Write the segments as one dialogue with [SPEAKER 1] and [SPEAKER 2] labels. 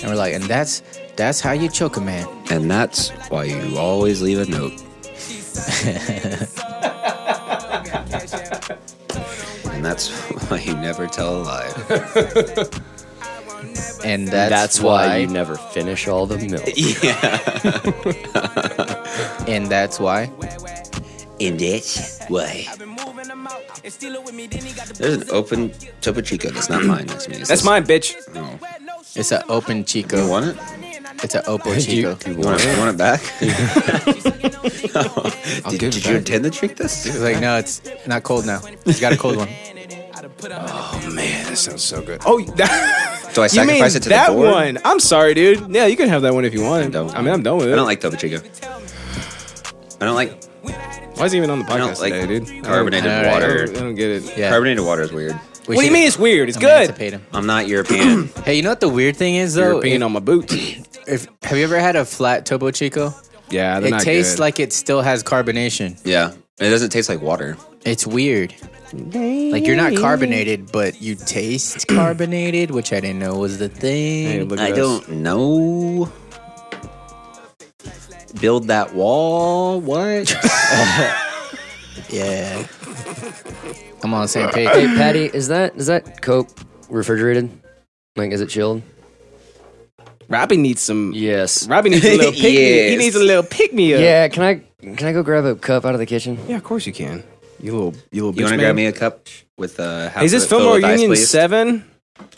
[SPEAKER 1] And we're like, and that's that's how you choke a man.
[SPEAKER 2] And that's why you always leave a note. and that's why you never tell a lie.
[SPEAKER 1] And that's,
[SPEAKER 3] That's why you never finish all the milk.
[SPEAKER 1] and that's why.
[SPEAKER 2] And that's why. There's an open Topo Chico that's not mine next to me. Is
[SPEAKER 3] That's
[SPEAKER 2] this-
[SPEAKER 3] mine, bitch.
[SPEAKER 2] Oh.
[SPEAKER 1] It's an open Chico.
[SPEAKER 2] You want it?
[SPEAKER 1] It's an Opal Chico.
[SPEAKER 2] You want it, you want it back?
[SPEAKER 1] I'll
[SPEAKER 2] did
[SPEAKER 1] give
[SPEAKER 2] did
[SPEAKER 1] it
[SPEAKER 2] you
[SPEAKER 1] back.
[SPEAKER 2] intend to drink this?
[SPEAKER 1] It's like, no, it's not cold now. It's got a cold one.
[SPEAKER 3] Man, that sounds so good. Oh, that,
[SPEAKER 2] Do I
[SPEAKER 3] you mean
[SPEAKER 2] sacrifice it to
[SPEAKER 3] that
[SPEAKER 2] the board?
[SPEAKER 3] one? I'm sorry, dude. Yeah, you can have that one if you want. I,
[SPEAKER 2] Don't.
[SPEAKER 3] mean, I'm done with it.
[SPEAKER 2] I don't like Topo Chico. I don't like
[SPEAKER 3] Why is he even on the
[SPEAKER 2] I don't
[SPEAKER 3] podcast
[SPEAKER 2] like
[SPEAKER 3] today, dude?
[SPEAKER 2] carbonated
[SPEAKER 1] I don't-
[SPEAKER 3] I
[SPEAKER 2] water.
[SPEAKER 3] don't, I don't get it.
[SPEAKER 1] Yeah.
[SPEAKER 2] Carbonated water is weird.
[SPEAKER 1] We
[SPEAKER 3] What do you
[SPEAKER 1] should
[SPEAKER 3] mean? It's weird. It's good.
[SPEAKER 1] emancipate him.
[SPEAKER 2] I'm not European.
[SPEAKER 1] Hey, you know what the weird thing is though?
[SPEAKER 3] European on my boot.
[SPEAKER 1] If, if- have you ever had a flat Topo Chico?
[SPEAKER 3] Yeah, they're
[SPEAKER 1] It
[SPEAKER 3] not
[SPEAKER 1] tastes
[SPEAKER 3] good.
[SPEAKER 1] like it still has carbonation.
[SPEAKER 2] yeah. It doesn't taste like water.
[SPEAKER 1] It's weird. Like you're not carbonated, but you taste carbonated, which I didn't know was the thing.
[SPEAKER 3] Hey, look
[SPEAKER 2] I
[SPEAKER 3] at us.
[SPEAKER 2] don't know. Build that wall. What?
[SPEAKER 1] Yeah. I'm on the same page.
[SPEAKER 4] Hey, Patty, is that is that Coke refrigerated? Like, is it chilled?
[SPEAKER 3] Robbie needs some.
[SPEAKER 4] Yes.
[SPEAKER 3] Robbie needs a little pick. me. He
[SPEAKER 2] Yes.
[SPEAKER 3] needs a little pick me up.
[SPEAKER 4] Yeah. Can I can I go grab a cup out of the kitchen?
[SPEAKER 3] Yeah, of course you can. You little, you little.
[SPEAKER 2] you want
[SPEAKER 3] bitch
[SPEAKER 2] to grab
[SPEAKER 3] man.
[SPEAKER 2] me a cup with uh, half
[SPEAKER 3] Is this
[SPEAKER 2] of it filled
[SPEAKER 3] Fillmore
[SPEAKER 2] with ice,
[SPEAKER 3] Union
[SPEAKER 2] please?
[SPEAKER 3] Seven?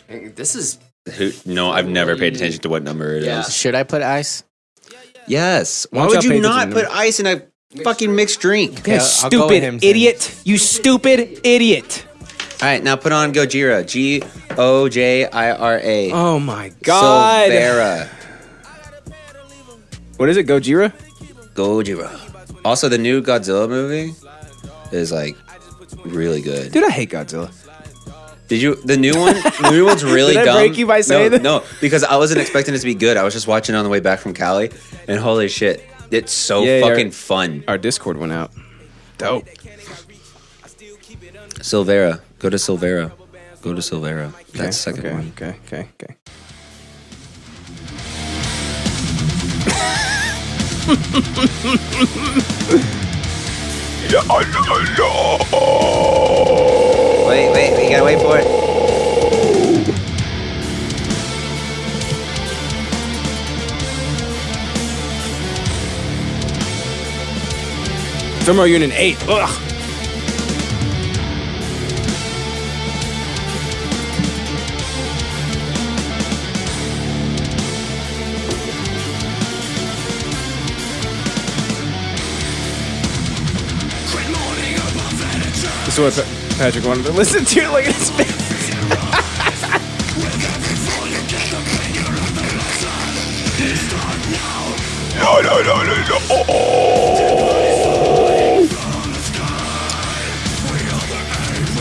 [SPEAKER 4] This is
[SPEAKER 2] Who, no, I've never paid attention to what number it is.
[SPEAKER 4] Yeah.
[SPEAKER 1] Should I put ice?
[SPEAKER 2] Yes. Why
[SPEAKER 3] don't
[SPEAKER 2] would
[SPEAKER 3] y'all pay
[SPEAKER 2] you
[SPEAKER 3] attention
[SPEAKER 2] not
[SPEAKER 3] to
[SPEAKER 2] put ice in a fucking mixed drink?
[SPEAKER 3] Yeah,
[SPEAKER 1] Yeah, I'll go with
[SPEAKER 3] stupid
[SPEAKER 1] him, Sam.
[SPEAKER 3] idiot! You stupid idiot!
[SPEAKER 2] All right, now put on Gojira. G O J I R A.
[SPEAKER 3] Oh my god!
[SPEAKER 2] Silvera.
[SPEAKER 3] What is it, Gojira?
[SPEAKER 2] Gojira. Also, the new Godzilla movie is like really good.
[SPEAKER 3] Dude, I hate Godzilla.
[SPEAKER 2] Did you the new one? The new one's really
[SPEAKER 3] Did I
[SPEAKER 2] dumb.
[SPEAKER 3] break you by saying
[SPEAKER 2] no,
[SPEAKER 3] that?
[SPEAKER 2] no, because I wasn't expecting it to be good. I was just watching it on the way back from Cali, and holy shit, it's so
[SPEAKER 3] Yeah, yeah,
[SPEAKER 2] fucking
[SPEAKER 3] right.
[SPEAKER 2] fun.
[SPEAKER 3] Our Discord went out. Dope.
[SPEAKER 2] Silvera, go to Silvera, go to Silvera. That's the second
[SPEAKER 3] okay,
[SPEAKER 2] one.
[SPEAKER 3] Okay, okay, okay.
[SPEAKER 2] Wait, wait, we gotta wait for it.
[SPEAKER 3] Fillmore Union Eight. Ugh. This is what Pa- Patrick wanted to listen to. Like it's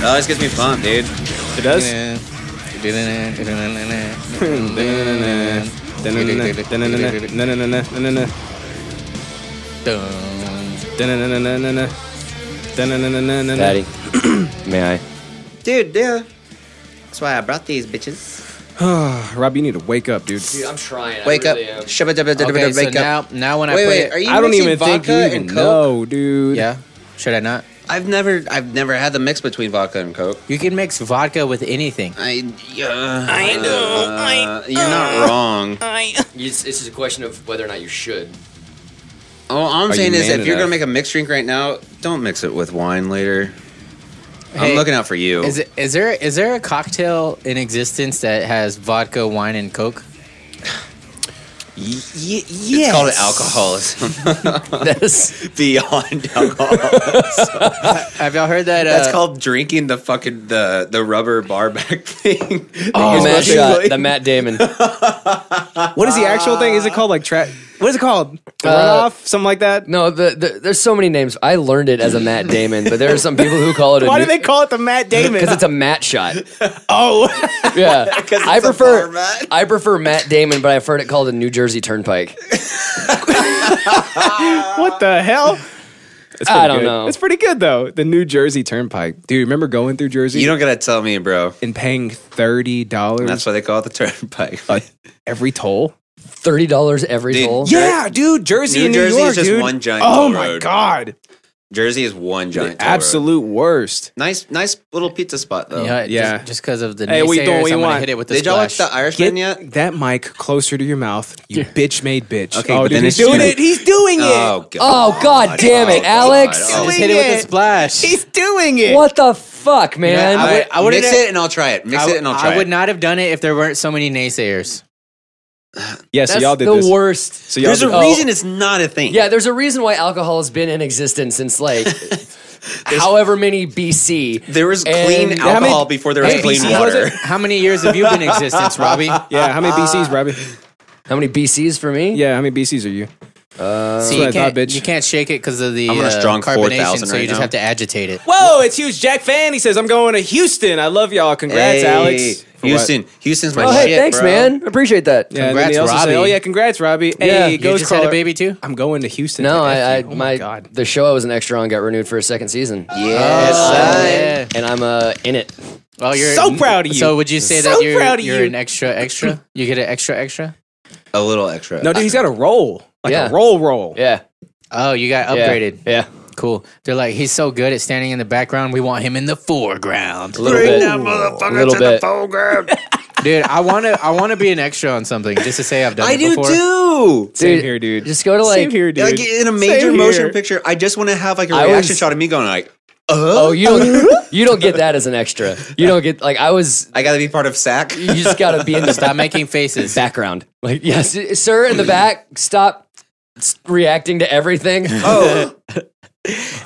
[SPEAKER 2] Oh, this gets me pumped, dude.
[SPEAKER 3] It does. That's
[SPEAKER 4] Patty. May I?
[SPEAKER 2] Dude, yeah. That's why I brought these bitches.
[SPEAKER 3] Rob, you need to wake up, dude.
[SPEAKER 4] I'm trying.
[SPEAKER 2] Wake up. Shabba dabba dabba
[SPEAKER 1] uh, Okay,
[SPEAKER 2] dabba,
[SPEAKER 1] so
[SPEAKER 2] wake up.
[SPEAKER 1] now, now when I
[SPEAKER 2] Wait,
[SPEAKER 1] put
[SPEAKER 2] wait,
[SPEAKER 1] it,
[SPEAKER 2] are you
[SPEAKER 3] I don't
[SPEAKER 2] mixing
[SPEAKER 3] even think you
[SPEAKER 2] vodka
[SPEAKER 3] even
[SPEAKER 2] and Coke?
[SPEAKER 3] know, dude.
[SPEAKER 1] yeah, should I not?
[SPEAKER 2] I've never I've never had the mix between vodka and Coke.
[SPEAKER 1] You can mix vodka with anything.
[SPEAKER 2] I I Uh, know. you're not wrong.
[SPEAKER 4] It's, it's just a question of whether or not you should.
[SPEAKER 2] All I'm
[SPEAKER 3] Are
[SPEAKER 2] saying
[SPEAKER 3] you
[SPEAKER 2] is,
[SPEAKER 3] man
[SPEAKER 2] if you're
[SPEAKER 3] enough?
[SPEAKER 2] gonna make a mixed drink right now, don't mix it with wine later.
[SPEAKER 1] Hey,
[SPEAKER 2] I'm looking out for you.
[SPEAKER 1] Is it is there is there a cocktail in existence that has vodka, wine, and coke?
[SPEAKER 2] It's called alcoholism. Beyond alcohol.
[SPEAKER 1] Have y'all heard that?
[SPEAKER 2] That's
[SPEAKER 1] uh,
[SPEAKER 2] called drinking the fucking the the rubber bar back thing.
[SPEAKER 4] Oh,
[SPEAKER 2] Because
[SPEAKER 4] Matt
[SPEAKER 2] fucking
[SPEAKER 4] shot.
[SPEAKER 2] like-
[SPEAKER 4] The Matt Damon.
[SPEAKER 3] What is the actual thing? Is it called like tra- What is it called? The
[SPEAKER 4] Uh,
[SPEAKER 3] runoff, something like that.
[SPEAKER 4] No, the, the, there's so many names. I learned it as a Matt Damon, but there are some people who call it. A
[SPEAKER 3] Why do they call it the Matt Damon?
[SPEAKER 4] Because it's a Matt shot.
[SPEAKER 3] oh,
[SPEAKER 4] Yeah, I
[SPEAKER 2] it's a
[SPEAKER 4] prefer
[SPEAKER 2] bar, Matt.
[SPEAKER 4] I prefer Matt Damon, but I've heard it called a New Jersey Turnpike.
[SPEAKER 3] what the hell? It's pretty
[SPEAKER 4] I don't
[SPEAKER 3] good.
[SPEAKER 4] know.
[SPEAKER 3] It's pretty good though. The New Jersey Turnpike. Do you remember going through Jersey
[SPEAKER 2] You don't gotta tell me, bro.
[SPEAKER 3] and paying thirty
[SPEAKER 2] That's
[SPEAKER 3] dollars
[SPEAKER 2] why they call it the turnpike.
[SPEAKER 3] every toll?
[SPEAKER 4] Thirty dollars every
[SPEAKER 2] Dude,
[SPEAKER 4] toll.
[SPEAKER 3] Yeah, dude. Jersey
[SPEAKER 2] New
[SPEAKER 3] and
[SPEAKER 2] Jersey
[SPEAKER 3] New York,
[SPEAKER 2] is just
[SPEAKER 3] dude.
[SPEAKER 2] one giant
[SPEAKER 3] Oh
[SPEAKER 2] toll
[SPEAKER 3] my
[SPEAKER 2] road.
[SPEAKER 3] god,
[SPEAKER 2] Jersey is one
[SPEAKER 3] the
[SPEAKER 2] giant. toll road.
[SPEAKER 3] absolute worst.
[SPEAKER 2] Nice, nice little pizza spot though.
[SPEAKER 1] Yeah,
[SPEAKER 3] Yeah.
[SPEAKER 1] yeah. Just because of the
[SPEAKER 3] Hey,
[SPEAKER 1] hey,
[SPEAKER 3] we
[SPEAKER 1] naysayers,
[SPEAKER 3] don't- we
[SPEAKER 1] I'm
[SPEAKER 3] want-
[SPEAKER 1] gonna hit it with the
[SPEAKER 2] Did y'all watch
[SPEAKER 1] splash.
[SPEAKER 2] the Irishman yet?
[SPEAKER 3] Get that mic closer to your mouth, you bitch made bitch.
[SPEAKER 2] Okay,
[SPEAKER 3] oh,
[SPEAKER 2] but
[SPEAKER 3] dude,
[SPEAKER 2] then
[SPEAKER 3] he's
[SPEAKER 2] it's
[SPEAKER 3] doing
[SPEAKER 2] you.
[SPEAKER 3] it. He's doing it.
[SPEAKER 2] Oh god.
[SPEAKER 4] Oh god damn it,
[SPEAKER 2] Oh,
[SPEAKER 4] Alex!
[SPEAKER 2] God.
[SPEAKER 1] Just hit it with the splash.
[SPEAKER 3] He's doing it.
[SPEAKER 4] What the fuck, man?
[SPEAKER 1] I would- I wouldn't
[SPEAKER 2] mix
[SPEAKER 1] have-
[SPEAKER 2] it and I'll try it. Mix
[SPEAKER 1] I,
[SPEAKER 2] it and I'll
[SPEAKER 1] I
[SPEAKER 2] try
[SPEAKER 1] would
[SPEAKER 2] it.
[SPEAKER 1] not have done it if there weren't so many naysayers.
[SPEAKER 3] Yeah,
[SPEAKER 4] That's
[SPEAKER 3] so y'all did
[SPEAKER 4] the
[SPEAKER 3] this.
[SPEAKER 4] worst.
[SPEAKER 3] So y'all
[SPEAKER 2] There's
[SPEAKER 3] did
[SPEAKER 2] a
[SPEAKER 3] this.
[SPEAKER 4] Oh.
[SPEAKER 2] reason it's not a thing.
[SPEAKER 4] Yeah, there's a reason why alcohol has been in existence since like however many BC.
[SPEAKER 2] There was
[SPEAKER 4] And-
[SPEAKER 2] clean
[SPEAKER 4] Yeah,
[SPEAKER 3] how many-
[SPEAKER 2] alcohol before there was
[SPEAKER 3] Hey,
[SPEAKER 2] clean
[SPEAKER 3] BC, what is
[SPEAKER 2] water.
[SPEAKER 3] it?
[SPEAKER 1] How many years have you been in existence, Robbie?
[SPEAKER 3] Yeah, how many BCs, Robbie?
[SPEAKER 4] How many BCs for me?
[SPEAKER 3] Yeah, how many BCs are you?
[SPEAKER 1] See,
[SPEAKER 3] what I
[SPEAKER 1] you, can't,
[SPEAKER 3] thought, bitch.
[SPEAKER 1] you can't shake it because of the
[SPEAKER 2] I'm on a
[SPEAKER 1] uh,
[SPEAKER 2] strong
[SPEAKER 1] carbonation,
[SPEAKER 2] 4,000
[SPEAKER 1] so you
[SPEAKER 2] right
[SPEAKER 1] just
[SPEAKER 2] now.
[SPEAKER 1] have to agitate it.
[SPEAKER 3] Whoa, it's huge Jack fan. He says, I'm going to Houston. I love y'all. Congrats,
[SPEAKER 2] Hey,
[SPEAKER 3] Alex. For
[SPEAKER 2] Houston's Houston's my
[SPEAKER 4] Oh hey,
[SPEAKER 2] shit,
[SPEAKER 4] thanks,
[SPEAKER 2] bro.
[SPEAKER 4] man. Appreciate that.
[SPEAKER 3] what? Yeah, and then
[SPEAKER 1] Congrats,
[SPEAKER 3] he also said,
[SPEAKER 1] Robbie.
[SPEAKER 3] oh, yeah, congrats, Robbie.
[SPEAKER 4] Yeah.
[SPEAKER 3] Hey,
[SPEAKER 4] You
[SPEAKER 1] You
[SPEAKER 3] Ghost
[SPEAKER 1] just had
[SPEAKER 3] Crawler.
[SPEAKER 1] a baby too?
[SPEAKER 3] I'm going to Houston.
[SPEAKER 4] No,
[SPEAKER 3] to
[SPEAKER 4] I, I
[SPEAKER 3] F you. Oh
[SPEAKER 4] my,
[SPEAKER 3] God.
[SPEAKER 4] the show I was an extra on got renewed for a second season.
[SPEAKER 2] Yes,
[SPEAKER 4] Oh.
[SPEAKER 2] son.
[SPEAKER 1] yeah.
[SPEAKER 4] and I'm uh in it.
[SPEAKER 1] Well, you're
[SPEAKER 3] So proud of you.
[SPEAKER 1] So would you say
[SPEAKER 3] So
[SPEAKER 1] that you're
[SPEAKER 3] proud of
[SPEAKER 1] you're
[SPEAKER 3] you.
[SPEAKER 1] an extra extra? You get an extra extra?
[SPEAKER 2] A little extra.
[SPEAKER 3] No, dude, he's got a roll. Like
[SPEAKER 4] Yeah.
[SPEAKER 3] a roll roll.
[SPEAKER 4] Yeah,
[SPEAKER 1] Oh, you got
[SPEAKER 4] yeah,
[SPEAKER 1] upgraded.
[SPEAKER 4] Yeah,
[SPEAKER 1] Cool. They're like, he's so good at standing in the background. We want him in the foreground.
[SPEAKER 4] a little bit, a little bit.
[SPEAKER 1] Dude, I want to. I want to be an extra on something just to say I've done.
[SPEAKER 2] I
[SPEAKER 1] it
[SPEAKER 2] do
[SPEAKER 1] before.
[SPEAKER 2] too.
[SPEAKER 3] Same
[SPEAKER 4] Dude,
[SPEAKER 3] here, dude.
[SPEAKER 4] Just go to like.
[SPEAKER 3] Same here, dude.
[SPEAKER 2] Like in a major
[SPEAKER 3] Same
[SPEAKER 2] motion
[SPEAKER 3] here.
[SPEAKER 2] picture, I just want to have like a
[SPEAKER 4] I
[SPEAKER 2] reaction
[SPEAKER 4] was-
[SPEAKER 2] shot of me going like,
[SPEAKER 4] Oh, you don't, you don't get that as an extra. You don't get like I was.
[SPEAKER 2] I got to be part of SAC.
[SPEAKER 4] You just gotta be in the
[SPEAKER 1] Stop making faces.
[SPEAKER 4] background. Like yes, sir, in the back. Stop s- reacting to everything.
[SPEAKER 2] Oh,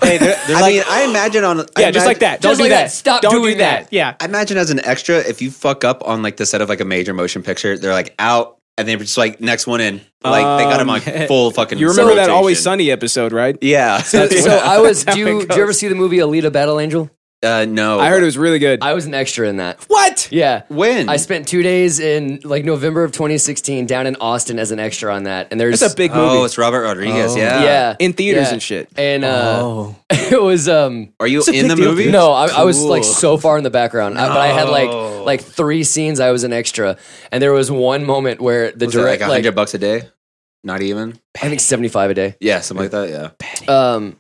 [SPEAKER 2] hey, they're, I mean, I imagine on I
[SPEAKER 3] yeah, just
[SPEAKER 2] imagine-
[SPEAKER 3] like that. Don't
[SPEAKER 4] Just
[SPEAKER 3] do
[SPEAKER 4] like
[SPEAKER 3] that.
[SPEAKER 4] that. Stop
[SPEAKER 3] Don't
[SPEAKER 4] doing
[SPEAKER 3] do that.
[SPEAKER 4] that.
[SPEAKER 3] Yeah.
[SPEAKER 2] I imagine as an extra, if you fuck up on like the set of like a major motion picture, they're like out and they're just like next one in. Like they got him on
[SPEAKER 3] Um,
[SPEAKER 2] full fucking.
[SPEAKER 3] You remember that
[SPEAKER 2] rotation.
[SPEAKER 3] Always Sunny episode, right?
[SPEAKER 2] Yeah.
[SPEAKER 4] So, so I was.
[SPEAKER 3] That's
[SPEAKER 4] Do
[SPEAKER 3] how
[SPEAKER 4] you,
[SPEAKER 3] it
[SPEAKER 4] do you ever see the movie Alita: Battle Angel?
[SPEAKER 2] uh, no,
[SPEAKER 3] I heard it was really good.
[SPEAKER 4] I was an extra in that.
[SPEAKER 3] what?
[SPEAKER 4] Yeah.
[SPEAKER 2] when
[SPEAKER 4] I spent two days in like November of 2016 down in Austin as an extra on that, and there's
[SPEAKER 3] It's a big movie.
[SPEAKER 2] Oh, it's Robert Rodriguez.
[SPEAKER 1] Oh.
[SPEAKER 2] Yeah.
[SPEAKER 4] yeah
[SPEAKER 3] in theaters
[SPEAKER 4] yeah.
[SPEAKER 3] and shit.
[SPEAKER 4] and uh,
[SPEAKER 1] Oh,
[SPEAKER 4] it was um
[SPEAKER 2] Are you
[SPEAKER 3] It's a
[SPEAKER 2] in
[SPEAKER 3] big
[SPEAKER 2] the
[SPEAKER 3] deal,
[SPEAKER 2] movie?
[SPEAKER 3] dude.
[SPEAKER 4] no I, I was like
[SPEAKER 1] Cool.
[SPEAKER 4] so far in the background I, but I had like like three scenes I was an extra and there was one moment where the
[SPEAKER 2] Was it like
[SPEAKER 4] direct
[SPEAKER 2] a
[SPEAKER 4] like,
[SPEAKER 2] hundred bucks a day? Not even.
[SPEAKER 4] I think 75 a day
[SPEAKER 2] Yeah, something like that. Yeah.
[SPEAKER 4] um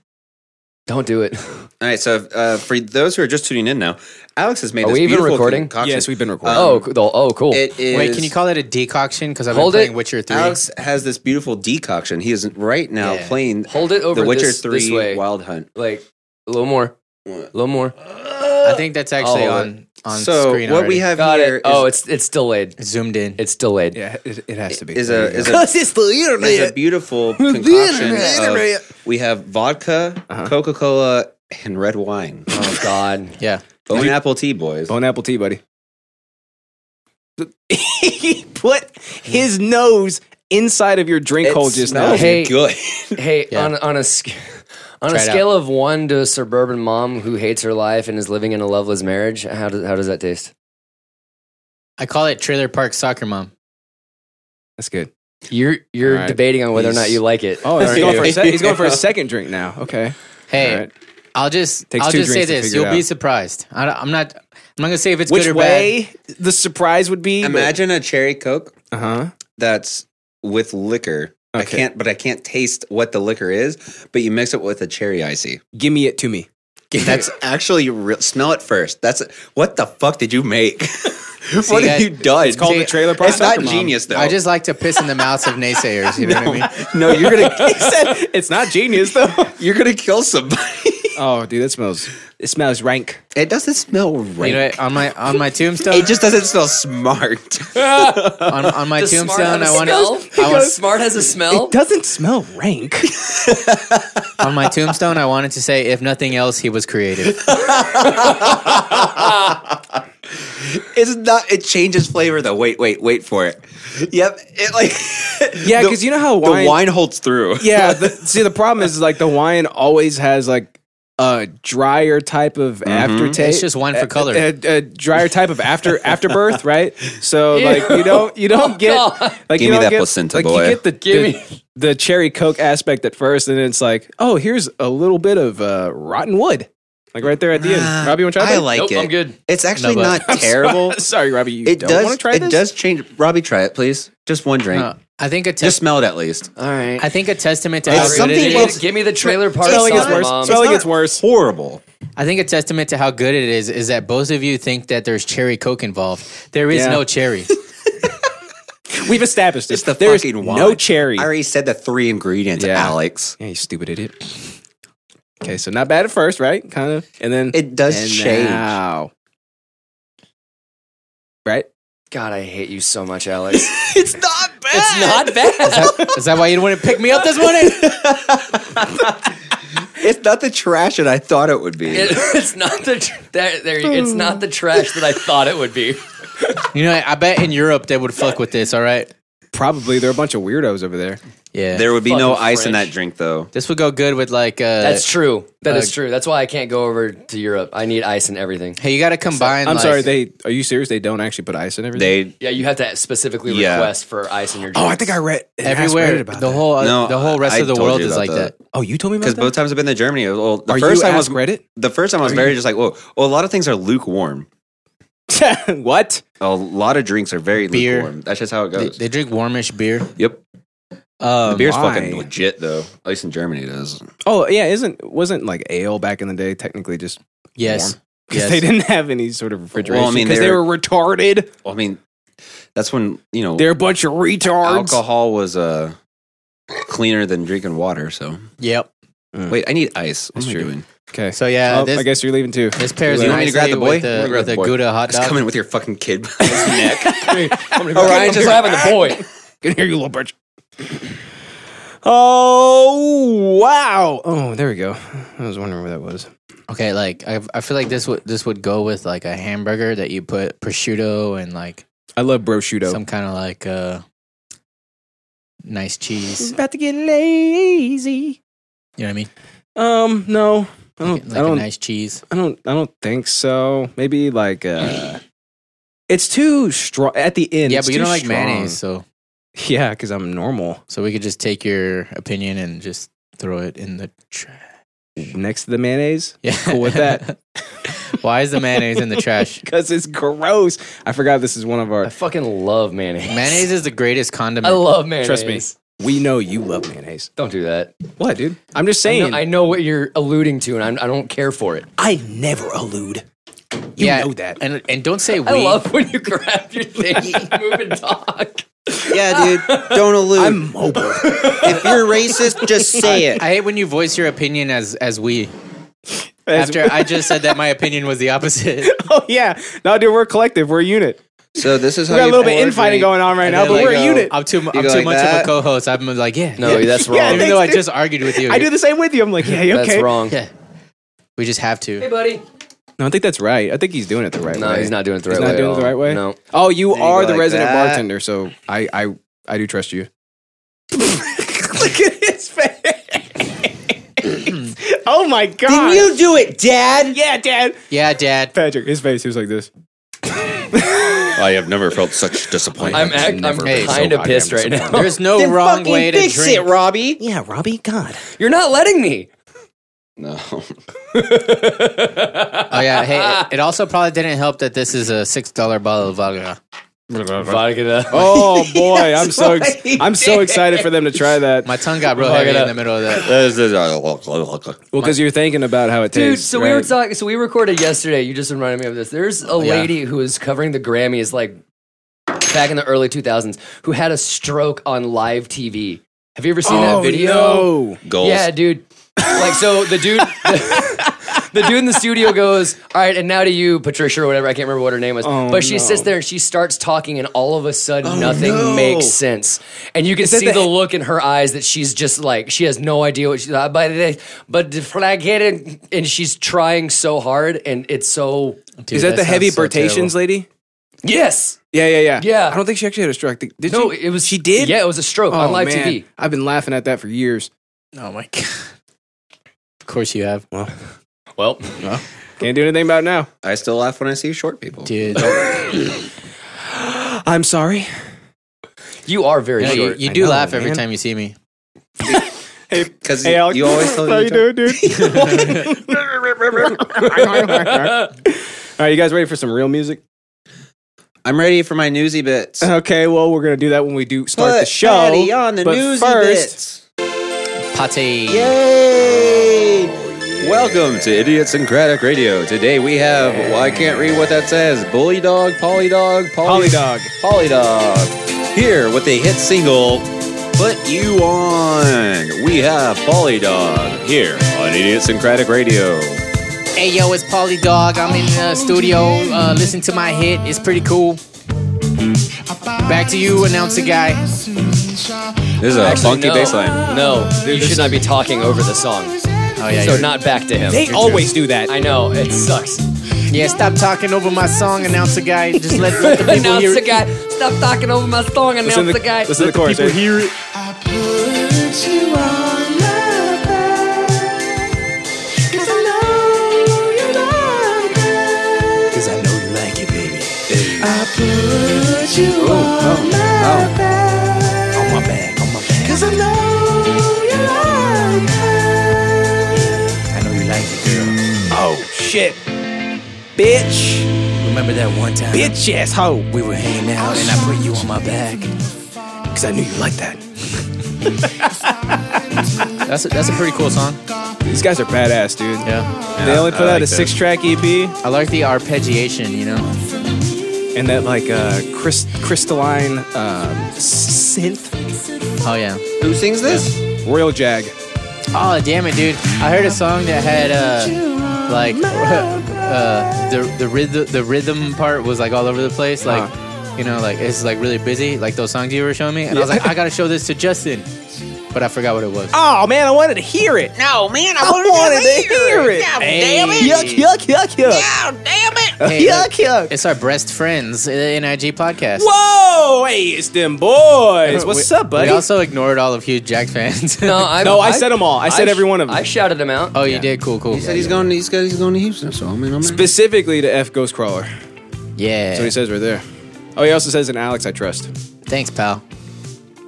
[SPEAKER 4] don't do it
[SPEAKER 2] All right. So uh, for those who are just tuning in now, Alex has made.
[SPEAKER 4] Are
[SPEAKER 2] this
[SPEAKER 4] we even
[SPEAKER 2] beautiful
[SPEAKER 4] recording?
[SPEAKER 2] concoction.
[SPEAKER 3] Yes, we've been recording.
[SPEAKER 4] oh cool. oh cool
[SPEAKER 2] Um, It is.
[SPEAKER 1] wait. Can you call that a decoction? Because I've
[SPEAKER 4] Hold
[SPEAKER 1] been
[SPEAKER 4] it.
[SPEAKER 1] playing Witcher three.
[SPEAKER 2] Alex has this beautiful decoction. He is right now
[SPEAKER 1] Yeah.
[SPEAKER 2] playing
[SPEAKER 4] hold it over
[SPEAKER 2] The Witcher
[SPEAKER 4] this,
[SPEAKER 2] Three
[SPEAKER 4] this way
[SPEAKER 2] Wild Hunt.
[SPEAKER 4] like a little more a little more
[SPEAKER 1] I think that's actually
[SPEAKER 4] Oh,
[SPEAKER 1] on on
[SPEAKER 2] so
[SPEAKER 1] screen.
[SPEAKER 2] what
[SPEAKER 1] already.
[SPEAKER 2] we have
[SPEAKER 4] got
[SPEAKER 2] here
[SPEAKER 4] it
[SPEAKER 2] is
[SPEAKER 4] oh it's it's delayed
[SPEAKER 1] zoomed in.
[SPEAKER 4] it's delayed
[SPEAKER 3] Yeah, it, it has to be.
[SPEAKER 2] is a is a,
[SPEAKER 1] Because it's the
[SPEAKER 2] is a
[SPEAKER 1] internet.
[SPEAKER 2] beautiful concoction. of, we have vodka, Coca Cola, and red wine.
[SPEAKER 4] oh god
[SPEAKER 1] Yeah.
[SPEAKER 2] Bone apple tea, boys.
[SPEAKER 3] Bone apple tea, buddy. he put his nose inside of your drink hole just now.
[SPEAKER 2] smells
[SPEAKER 4] Hey.
[SPEAKER 2] good.
[SPEAKER 4] Hey,
[SPEAKER 1] Yeah.
[SPEAKER 4] on on a sc- on
[SPEAKER 1] Try
[SPEAKER 4] a
[SPEAKER 1] it out.
[SPEAKER 4] scale of one to a suburban mom who hates her life and is living in a loveless marriage, how does how does that taste?
[SPEAKER 1] I call it Trailer Park Soccer Mom.
[SPEAKER 3] That's good.
[SPEAKER 4] You're you're
[SPEAKER 3] All right.
[SPEAKER 4] debating on whether or not you like it.
[SPEAKER 3] Oh, he's
[SPEAKER 2] Thank
[SPEAKER 3] going,
[SPEAKER 2] you.
[SPEAKER 3] for a sec- he's going for a second drink now. Okay.
[SPEAKER 1] Hey,
[SPEAKER 3] All right.
[SPEAKER 1] I'll just
[SPEAKER 3] Takes
[SPEAKER 1] I'll
[SPEAKER 3] two
[SPEAKER 1] just say
[SPEAKER 3] drinks to
[SPEAKER 1] this.
[SPEAKER 3] figure it
[SPEAKER 1] You'll be
[SPEAKER 3] out.
[SPEAKER 1] surprised. I, don't- I'm not. I'm not gonna say if it's
[SPEAKER 3] Which
[SPEAKER 1] good or
[SPEAKER 3] way the surprise would be?
[SPEAKER 2] Imagine a cherry coke
[SPEAKER 3] Uh huh.
[SPEAKER 2] that's with liquor. I
[SPEAKER 3] Okay.
[SPEAKER 2] can't, but I can't taste what the liquor is. But you mix it with a cherry icy.
[SPEAKER 3] Gimme it to me.
[SPEAKER 2] That's actually real. Smell it first. That's what the fuck did you make? what have
[SPEAKER 1] guys,
[SPEAKER 2] you done? It's
[SPEAKER 3] called the trailer park
[SPEAKER 2] It's not
[SPEAKER 3] soccer mom.
[SPEAKER 2] genius
[SPEAKER 1] bad.
[SPEAKER 2] though.
[SPEAKER 1] I just like to piss in the mouths of naysayers. You know what I mean?
[SPEAKER 2] no. You're gonna
[SPEAKER 3] He said, it's not genius though.
[SPEAKER 2] you're gonna kill somebody.
[SPEAKER 3] oh, dude, that smells. It smells rank.
[SPEAKER 2] It doesn't smell right.
[SPEAKER 1] You know, what? on my on my tombstone,
[SPEAKER 2] it just doesn't smell smart.
[SPEAKER 1] on, on my tombstone, I want
[SPEAKER 4] smell.
[SPEAKER 1] it. I want,
[SPEAKER 4] smart has a smell.
[SPEAKER 3] Doesn't smell rank.
[SPEAKER 1] on my tombstone, I wanted to say, if nothing else, he was creative.
[SPEAKER 2] It's not. It changes flavor though. Wait, wait, wait for it. Yep. It like
[SPEAKER 3] Yeah,
[SPEAKER 2] the-
[SPEAKER 3] 'cause you know how
[SPEAKER 2] the
[SPEAKER 3] wine-
[SPEAKER 2] wine holds through.
[SPEAKER 3] Yeah. The, see, the problem is like the wine always has like a drier type of
[SPEAKER 2] Mm-hmm.
[SPEAKER 3] aftertaste.
[SPEAKER 1] It's just wine for
[SPEAKER 3] A-
[SPEAKER 1] color.
[SPEAKER 3] A, a drier type of after afterbirth, right? So like you don't you don't get
[SPEAKER 4] God.
[SPEAKER 2] Give
[SPEAKER 3] like you
[SPEAKER 2] me
[SPEAKER 3] don't
[SPEAKER 2] that
[SPEAKER 3] get,
[SPEAKER 2] placenta,
[SPEAKER 3] like,
[SPEAKER 2] boy.
[SPEAKER 3] You get the,
[SPEAKER 4] Give
[SPEAKER 3] the,
[SPEAKER 4] me-
[SPEAKER 3] the cherry coke aspect at first, and then it's like, oh, here's a little bit of uh, rotten wood, like right there at the end. Robbie, you want to try
[SPEAKER 2] Ah, I
[SPEAKER 3] that?
[SPEAKER 2] like
[SPEAKER 4] Nope,
[SPEAKER 2] it.
[SPEAKER 4] I'm good.
[SPEAKER 2] It's actually
[SPEAKER 1] No, but-
[SPEAKER 2] not terrible.
[SPEAKER 3] Sorry, Robbie, you
[SPEAKER 2] It
[SPEAKER 3] don't
[SPEAKER 2] does.
[SPEAKER 3] want to try
[SPEAKER 2] it
[SPEAKER 3] this.
[SPEAKER 2] does change. Robbie, try it, please. Just one drink.
[SPEAKER 1] Uh, I think a te-
[SPEAKER 2] Just smell it at least.
[SPEAKER 4] All right.
[SPEAKER 1] I think a testament to
[SPEAKER 2] It's
[SPEAKER 1] how
[SPEAKER 4] Give
[SPEAKER 1] good
[SPEAKER 2] something
[SPEAKER 1] it
[SPEAKER 4] me
[SPEAKER 1] is.
[SPEAKER 4] the-
[SPEAKER 2] else-
[SPEAKER 4] Give me the trailer park.
[SPEAKER 3] Smelling
[SPEAKER 4] song,
[SPEAKER 3] gets worse.
[SPEAKER 4] Mom.
[SPEAKER 3] Smelling
[SPEAKER 2] It's
[SPEAKER 3] gets
[SPEAKER 2] not
[SPEAKER 3] worse.
[SPEAKER 2] Horrible.
[SPEAKER 1] I think a testament to how good it is is that both of you think that there's cherry coke involved. There is
[SPEAKER 3] Yeah.
[SPEAKER 1] no cherry.
[SPEAKER 3] We've established this.
[SPEAKER 2] It's the
[SPEAKER 3] There's
[SPEAKER 2] fucking wine.
[SPEAKER 3] no cherry.
[SPEAKER 2] I already said the three ingredients,
[SPEAKER 3] Yeah.
[SPEAKER 2] Alex.
[SPEAKER 3] Yeah, you stupid idiot. Okay, so not bad at first, right? Kind of, and then
[SPEAKER 2] It does
[SPEAKER 3] and uh,
[SPEAKER 2] change.
[SPEAKER 3] now. right?
[SPEAKER 4] God, I hate you so much, Alex.
[SPEAKER 2] It's not bad.
[SPEAKER 4] it's not bad.
[SPEAKER 1] is that why you wouldn't pick me up this morning?
[SPEAKER 2] It's not the trash that I thought it would be.
[SPEAKER 4] It- it's not the tr- there, there, you- it's not the trash that I thought it would be.
[SPEAKER 1] You know, I bet in Europe they would fuck with this. All right.
[SPEAKER 3] Probably there are a bunch of weirdos over there.
[SPEAKER 1] Yeah.
[SPEAKER 2] there would be no
[SPEAKER 4] Fucking
[SPEAKER 2] ice in
[SPEAKER 4] French.
[SPEAKER 2] that drink, though.
[SPEAKER 1] this would go good with like. Uh,
[SPEAKER 4] That's true. That is
[SPEAKER 1] Uh,
[SPEAKER 4] true. That's why I can't go over to Europe. I need ice and everything.
[SPEAKER 1] Hey, you got to combine.
[SPEAKER 3] I'm
[SPEAKER 1] like-
[SPEAKER 3] sorry. They are you serious? They don't actually put ice in everything.
[SPEAKER 2] They
[SPEAKER 4] Yeah, you have to specifically
[SPEAKER 2] Yeah.
[SPEAKER 4] request for ice in your drink.
[SPEAKER 3] oh, I think I read an ass read
[SPEAKER 1] everywhere.
[SPEAKER 3] about
[SPEAKER 1] The
[SPEAKER 3] that.
[SPEAKER 1] whole uh,
[SPEAKER 2] No,
[SPEAKER 1] the whole rest
[SPEAKER 2] I-
[SPEAKER 1] of the
[SPEAKER 2] I told
[SPEAKER 1] world
[SPEAKER 2] you
[SPEAKER 1] is
[SPEAKER 2] about
[SPEAKER 1] like that.
[SPEAKER 2] that.
[SPEAKER 3] Oh, you told me about
[SPEAKER 2] because
[SPEAKER 3] that.
[SPEAKER 2] both times I've been to Germany. Well, the
[SPEAKER 3] are
[SPEAKER 2] first
[SPEAKER 3] you
[SPEAKER 2] time was
[SPEAKER 3] ass Reddit?
[SPEAKER 2] the first time I was very just like, whoa. Well, a lot of things are lukewarm.
[SPEAKER 3] what?
[SPEAKER 2] A lot of drinks are very
[SPEAKER 1] Beer.
[SPEAKER 2] lukewarm. That's just how it
[SPEAKER 1] They,
[SPEAKER 2] goes.
[SPEAKER 1] they drink warmish beer.
[SPEAKER 2] yep.
[SPEAKER 1] Um,
[SPEAKER 2] The beer's
[SPEAKER 3] why?
[SPEAKER 2] fucking legit though. At least in Germany it is.
[SPEAKER 3] Oh yeah, isn't wasn't like ale back in the day technically just
[SPEAKER 1] yes.
[SPEAKER 3] because
[SPEAKER 1] Yes.
[SPEAKER 3] they didn't have any sort of refrigeration
[SPEAKER 2] Well, I mean,
[SPEAKER 3] because they
[SPEAKER 2] they're-
[SPEAKER 3] were retarded.
[SPEAKER 2] Well, I mean, that's when, you know,
[SPEAKER 3] They're a bunch of retards.
[SPEAKER 2] alcohol was uh cleaner than drinking water, so.
[SPEAKER 1] Yep.
[SPEAKER 2] Wait, I need ice. What
[SPEAKER 3] That's
[SPEAKER 2] am I
[SPEAKER 3] true.
[SPEAKER 2] doing?
[SPEAKER 3] Okay,
[SPEAKER 1] So yeah,
[SPEAKER 3] Well,
[SPEAKER 1] this
[SPEAKER 3] I guess you're leaving too.
[SPEAKER 1] this pairs
[SPEAKER 2] You want me to grab
[SPEAKER 1] nicely
[SPEAKER 2] the boy?
[SPEAKER 1] with
[SPEAKER 2] I'm
[SPEAKER 1] the,
[SPEAKER 2] gonna grab
[SPEAKER 1] with
[SPEAKER 2] the
[SPEAKER 1] a
[SPEAKER 2] boy.
[SPEAKER 1] Gouda hot
[SPEAKER 2] Just
[SPEAKER 1] dog.
[SPEAKER 2] come in with your fucking kid by his neck.
[SPEAKER 4] All right, just grabbing the boy.
[SPEAKER 3] Get here, you little bitch. Oh wow! Oh, there we go. I was wondering where that was.
[SPEAKER 1] Okay, like I, I feel like this would this would go with like a hamburger that you put prosciutto and like
[SPEAKER 3] I love prosciutto.
[SPEAKER 1] some kind of like uh nice cheese.
[SPEAKER 2] Mm-hmm.
[SPEAKER 3] about to get lazy.
[SPEAKER 1] You know what I mean?
[SPEAKER 3] Um, no, I don't.
[SPEAKER 1] Like,
[SPEAKER 3] I
[SPEAKER 1] a
[SPEAKER 3] don't.
[SPEAKER 1] nice cheese.
[SPEAKER 3] I don't. I don't think so. Maybe like uh, it's too strong at the end.
[SPEAKER 1] yeah,
[SPEAKER 3] it's
[SPEAKER 1] but you
[SPEAKER 3] too
[SPEAKER 1] don't like
[SPEAKER 3] strong.
[SPEAKER 1] mayonnaise, so
[SPEAKER 3] Yeah, because I'm normal.
[SPEAKER 1] so we could just take your opinion and just throw it in the trash.
[SPEAKER 3] Next to the mayonnaise,
[SPEAKER 1] Yeah,
[SPEAKER 3] Cool with that.
[SPEAKER 1] Why is the mayonnaise in the trash?
[SPEAKER 3] because it's gross. I forgot this is one of
[SPEAKER 4] I
[SPEAKER 3] our.
[SPEAKER 4] fucking love mayonnaise.
[SPEAKER 1] Mayonnaise is the greatest
[SPEAKER 4] I
[SPEAKER 1] condiment.
[SPEAKER 2] Oh,
[SPEAKER 4] love mayonnaise.
[SPEAKER 3] Trust me. We know you love mayonnaise.
[SPEAKER 4] Don't do that.
[SPEAKER 3] What, dude? I'm just
[SPEAKER 4] I
[SPEAKER 3] saying.
[SPEAKER 4] know, I know what you're alluding to, and I'm, I don't care for it.
[SPEAKER 3] I never allude. You
[SPEAKER 1] yeah,
[SPEAKER 3] know that.
[SPEAKER 1] and and don't say we.
[SPEAKER 4] I love when you grab your thing and move and talk.
[SPEAKER 2] yeah, dude. Don't allude.
[SPEAKER 3] I'm mobile.
[SPEAKER 2] if you're racist, just say it.
[SPEAKER 1] I hate when you voice your opinion as as we.
[SPEAKER 3] As-
[SPEAKER 1] After I just said that my opinion was the opposite.
[SPEAKER 3] oh yeah, no, dude, we're a collective. We're a unit.
[SPEAKER 2] So this is how
[SPEAKER 3] We got a
[SPEAKER 2] you
[SPEAKER 3] little bit
[SPEAKER 2] pour
[SPEAKER 3] infighting
[SPEAKER 2] drink.
[SPEAKER 3] going on right
[SPEAKER 2] And
[SPEAKER 3] now,
[SPEAKER 2] then
[SPEAKER 3] but
[SPEAKER 2] you
[SPEAKER 3] we're a
[SPEAKER 4] uh,
[SPEAKER 2] go-
[SPEAKER 3] unit.
[SPEAKER 1] "Oh, I'm too I'm
[SPEAKER 2] You
[SPEAKER 1] too
[SPEAKER 2] go like
[SPEAKER 1] much of
[SPEAKER 2] that?
[SPEAKER 1] a co-host. I'm like, yeah,
[SPEAKER 4] No,
[SPEAKER 1] yeah.
[SPEAKER 4] that's wrong.
[SPEAKER 3] Yeah,
[SPEAKER 1] even
[SPEAKER 3] thanks,
[SPEAKER 1] though I
[SPEAKER 3] dude.
[SPEAKER 1] just argued with you.
[SPEAKER 3] I do the same with you. I'm like, yeah, you okay.
[SPEAKER 4] That's wrong.
[SPEAKER 1] Yeah, we just have to.
[SPEAKER 4] Hey, buddy.
[SPEAKER 3] No, I think that's right. I think he's doing it the right
[SPEAKER 4] No,
[SPEAKER 3] way.
[SPEAKER 4] he's not doing it the
[SPEAKER 3] He's
[SPEAKER 4] right way.
[SPEAKER 3] not
[SPEAKER 4] at
[SPEAKER 3] doing it
[SPEAKER 4] all.
[SPEAKER 3] the right way?
[SPEAKER 4] No.
[SPEAKER 3] Oh, you
[SPEAKER 2] There you
[SPEAKER 3] are
[SPEAKER 2] go
[SPEAKER 3] the
[SPEAKER 2] like
[SPEAKER 3] resident
[SPEAKER 2] that.
[SPEAKER 3] bartender, so I, I, I do trust you. Look at his face. oh my god!
[SPEAKER 2] You do it, Dad.
[SPEAKER 3] yeah, Dad.
[SPEAKER 1] Yeah, Dad.
[SPEAKER 3] Patrick, his face. He was like this.
[SPEAKER 2] I have never felt such disappointment.
[SPEAKER 4] I'm, act- I'm
[SPEAKER 1] been so
[SPEAKER 4] kind of pissed right now.
[SPEAKER 1] There's no wrong way to
[SPEAKER 2] fix
[SPEAKER 1] drink.
[SPEAKER 2] it, Robbie.
[SPEAKER 3] Yeah, Robbie. God.
[SPEAKER 4] You're not letting me.
[SPEAKER 2] No,
[SPEAKER 1] Oh yeah. Hey, it- it also probably didn't help that this is a six dollar bottle of vodka.
[SPEAKER 4] Vodka.
[SPEAKER 3] Oh boy, I'm so ex- I'm so excited for them to try that.
[SPEAKER 1] My tongue got real
[SPEAKER 4] Vodka.
[SPEAKER 1] heavy in the middle of that.
[SPEAKER 2] uh,
[SPEAKER 3] Well, because you're thinking about how it
[SPEAKER 4] Dude,
[SPEAKER 3] tastes.
[SPEAKER 4] so we were
[SPEAKER 3] right?
[SPEAKER 4] talking. So we recorded yesterday. You just reminded me of this. There's a lady who was covering the Grammys, like back in the early 2000s, who had a stroke on live TV. Have you ever seen that
[SPEAKER 3] Oh,
[SPEAKER 4] video?
[SPEAKER 3] no.
[SPEAKER 2] goals.
[SPEAKER 4] Yeah, dude. Like, so the dude, the, dude in the studio goes, "All right, and now to you, Patricia, or whatever. I can't remember what her name was,
[SPEAKER 3] Oh,
[SPEAKER 4] but
[SPEAKER 3] no.
[SPEAKER 4] she
[SPEAKER 3] Oh,
[SPEAKER 4] sits there and she starts talking, and all of a sudden, nothing makes sense. And you can see the,
[SPEAKER 3] the-
[SPEAKER 4] look in her eyes that she's just like she has no idea what she's. Uh, but they- but the flag hit it, and she's trying so hard, and it's so
[SPEAKER 1] Dude,
[SPEAKER 3] Is that, the
[SPEAKER 1] sounds
[SPEAKER 3] heavy
[SPEAKER 1] so
[SPEAKER 3] Bertations
[SPEAKER 1] terrible.
[SPEAKER 3] lady?
[SPEAKER 4] yes,
[SPEAKER 3] Yeah, yeah, yeah.
[SPEAKER 4] Yeah.
[SPEAKER 3] I don't think she actually had a stroke. Did did
[SPEAKER 4] no,
[SPEAKER 3] she?
[SPEAKER 4] it was
[SPEAKER 3] She did?
[SPEAKER 4] Yeah, it was a stroke on live
[SPEAKER 3] Oh, man.
[SPEAKER 4] TV.
[SPEAKER 3] I've been laughing at that for years.
[SPEAKER 1] Oh my god. Of course you have.
[SPEAKER 3] Well,
[SPEAKER 4] Well,
[SPEAKER 3] Can't do anything about it now.
[SPEAKER 2] I still laugh when I see short people.
[SPEAKER 1] Dude,
[SPEAKER 3] I'm sorry.
[SPEAKER 4] you are very
[SPEAKER 1] you, know, you-
[SPEAKER 4] short.
[SPEAKER 1] you
[SPEAKER 3] I
[SPEAKER 1] do
[SPEAKER 3] know,
[SPEAKER 1] laugh every
[SPEAKER 3] man.
[SPEAKER 1] time you see me.
[SPEAKER 2] Because
[SPEAKER 3] Hey, Alex,
[SPEAKER 2] you always tell
[SPEAKER 3] how
[SPEAKER 2] me
[SPEAKER 3] you doing, dude? All right, you guys ready for some real music?
[SPEAKER 2] I'm ready for my newsy bits.
[SPEAKER 3] Okay, well, we're gonna do that when we do start the
[SPEAKER 2] Put
[SPEAKER 3] show.
[SPEAKER 2] Patty on the
[SPEAKER 3] but
[SPEAKER 2] newsy
[SPEAKER 3] first,
[SPEAKER 2] bits.
[SPEAKER 1] Pate.
[SPEAKER 2] Yay! Welcome to Idiosyncratic Radio. Today we have, well, I can't read what that says, Bully Dog, Polly Dog, Polly
[SPEAKER 3] Polydog.
[SPEAKER 2] Polly Dog. Here with the hit single, Put You On. We have Polly Dog here on Idiosyncratic Radio.
[SPEAKER 1] Hey yo, it's Paulie Dog. I'm in the studio. Uh, listen to my hit. It's pretty cool. Back to you, announcer guy.
[SPEAKER 2] This is a
[SPEAKER 4] Actually,
[SPEAKER 2] funky
[SPEAKER 4] no.
[SPEAKER 2] bass line.
[SPEAKER 4] No, you should not be talking over the song.
[SPEAKER 1] Oh yeah.
[SPEAKER 4] So
[SPEAKER 1] you're-
[SPEAKER 4] not back to him.
[SPEAKER 3] They always do that.
[SPEAKER 4] I know it sucks.
[SPEAKER 1] yeah. Stop talking over my song, announcer guy. Just let, let the people
[SPEAKER 4] announce
[SPEAKER 1] hear.
[SPEAKER 4] the
[SPEAKER 1] it.
[SPEAKER 4] guy. Stop talking over my song. Announce
[SPEAKER 3] Listen to
[SPEAKER 4] the guy.
[SPEAKER 3] Listen to the chorus. right?
[SPEAKER 1] Hear it. Cause I know you like it, baby. Oh, On my back, on my back. I know you like it,
[SPEAKER 3] Oh shit, bitch,
[SPEAKER 1] girl. Remember that one time
[SPEAKER 3] bitch ass hoe.
[SPEAKER 1] we were hanging out and I put you on my back?
[SPEAKER 3] Because I knew you liked that.
[SPEAKER 1] That's a, that's a pretty cool song.
[SPEAKER 3] These guys are badass, dude.
[SPEAKER 1] Yeah.
[SPEAKER 3] They only put
[SPEAKER 2] I
[SPEAKER 3] out
[SPEAKER 2] like
[SPEAKER 3] a
[SPEAKER 2] those.
[SPEAKER 3] six-track E EP
[SPEAKER 1] I like the arpeggiation, you know?
[SPEAKER 3] and that like uh, crys- crystalline um, synth.
[SPEAKER 1] Oh, yeah.
[SPEAKER 2] Who sings this?
[SPEAKER 3] Royal Jag.
[SPEAKER 1] Oh, damn it, dude. I heard a song that had, uh, like, uh, the, the, rhythm, the rhythm part was, like, all over the place. Like,
[SPEAKER 3] Uh-huh.
[SPEAKER 1] you know, like, it's, like, really busy, like those songs you were showing me. And I was like, I gotta show this to Justin. But I forgot what it was.
[SPEAKER 3] Oh man, I wanted to hear it.
[SPEAKER 5] No, man, I,
[SPEAKER 3] I
[SPEAKER 5] wanted,
[SPEAKER 3] wanted
[SPEAKER 5] to hear it. God damn it.
[SPEAKER 3] Yuck, yuck, yuck, yuck.
[SPEAKER 5] God damn it.
[SPEAKER 1] Hey, look,
[SPEAKER 3] yuck.
[SPEAKER 1] it's our best friends, uh, NIG podcast.
[SPEAKER 3] Whoa, hey, it's them boys. What's
[SPEAKER 1] We-
[SPEAKER 3] up, buddy?
[SPEAKER 1] We also ignored all of Hugh Jack fans.
[SPEAKER 4] No, I,
[SPEAKER 3] No, I said 'em all. I said
[SPEAKER 4] sh-
[SPEAKER 3] every one of 'em.
[SPEAKER 4] I shouted them out.
[SPEAKER 1] Oh, you did? Cool, cool.
[SPEAKER 2] He said he's going. He's going. He's going to Houston. So I mean, I'm.
[SPEAKER 3] Specifically to F Ghostcrawler.
[SPEAKER 1] Yeah.
[SPEAKER 3] That's what he says right there. Oh, he also says, "And Alex, I trust."
[SPEAKER 1] Thanks, pal.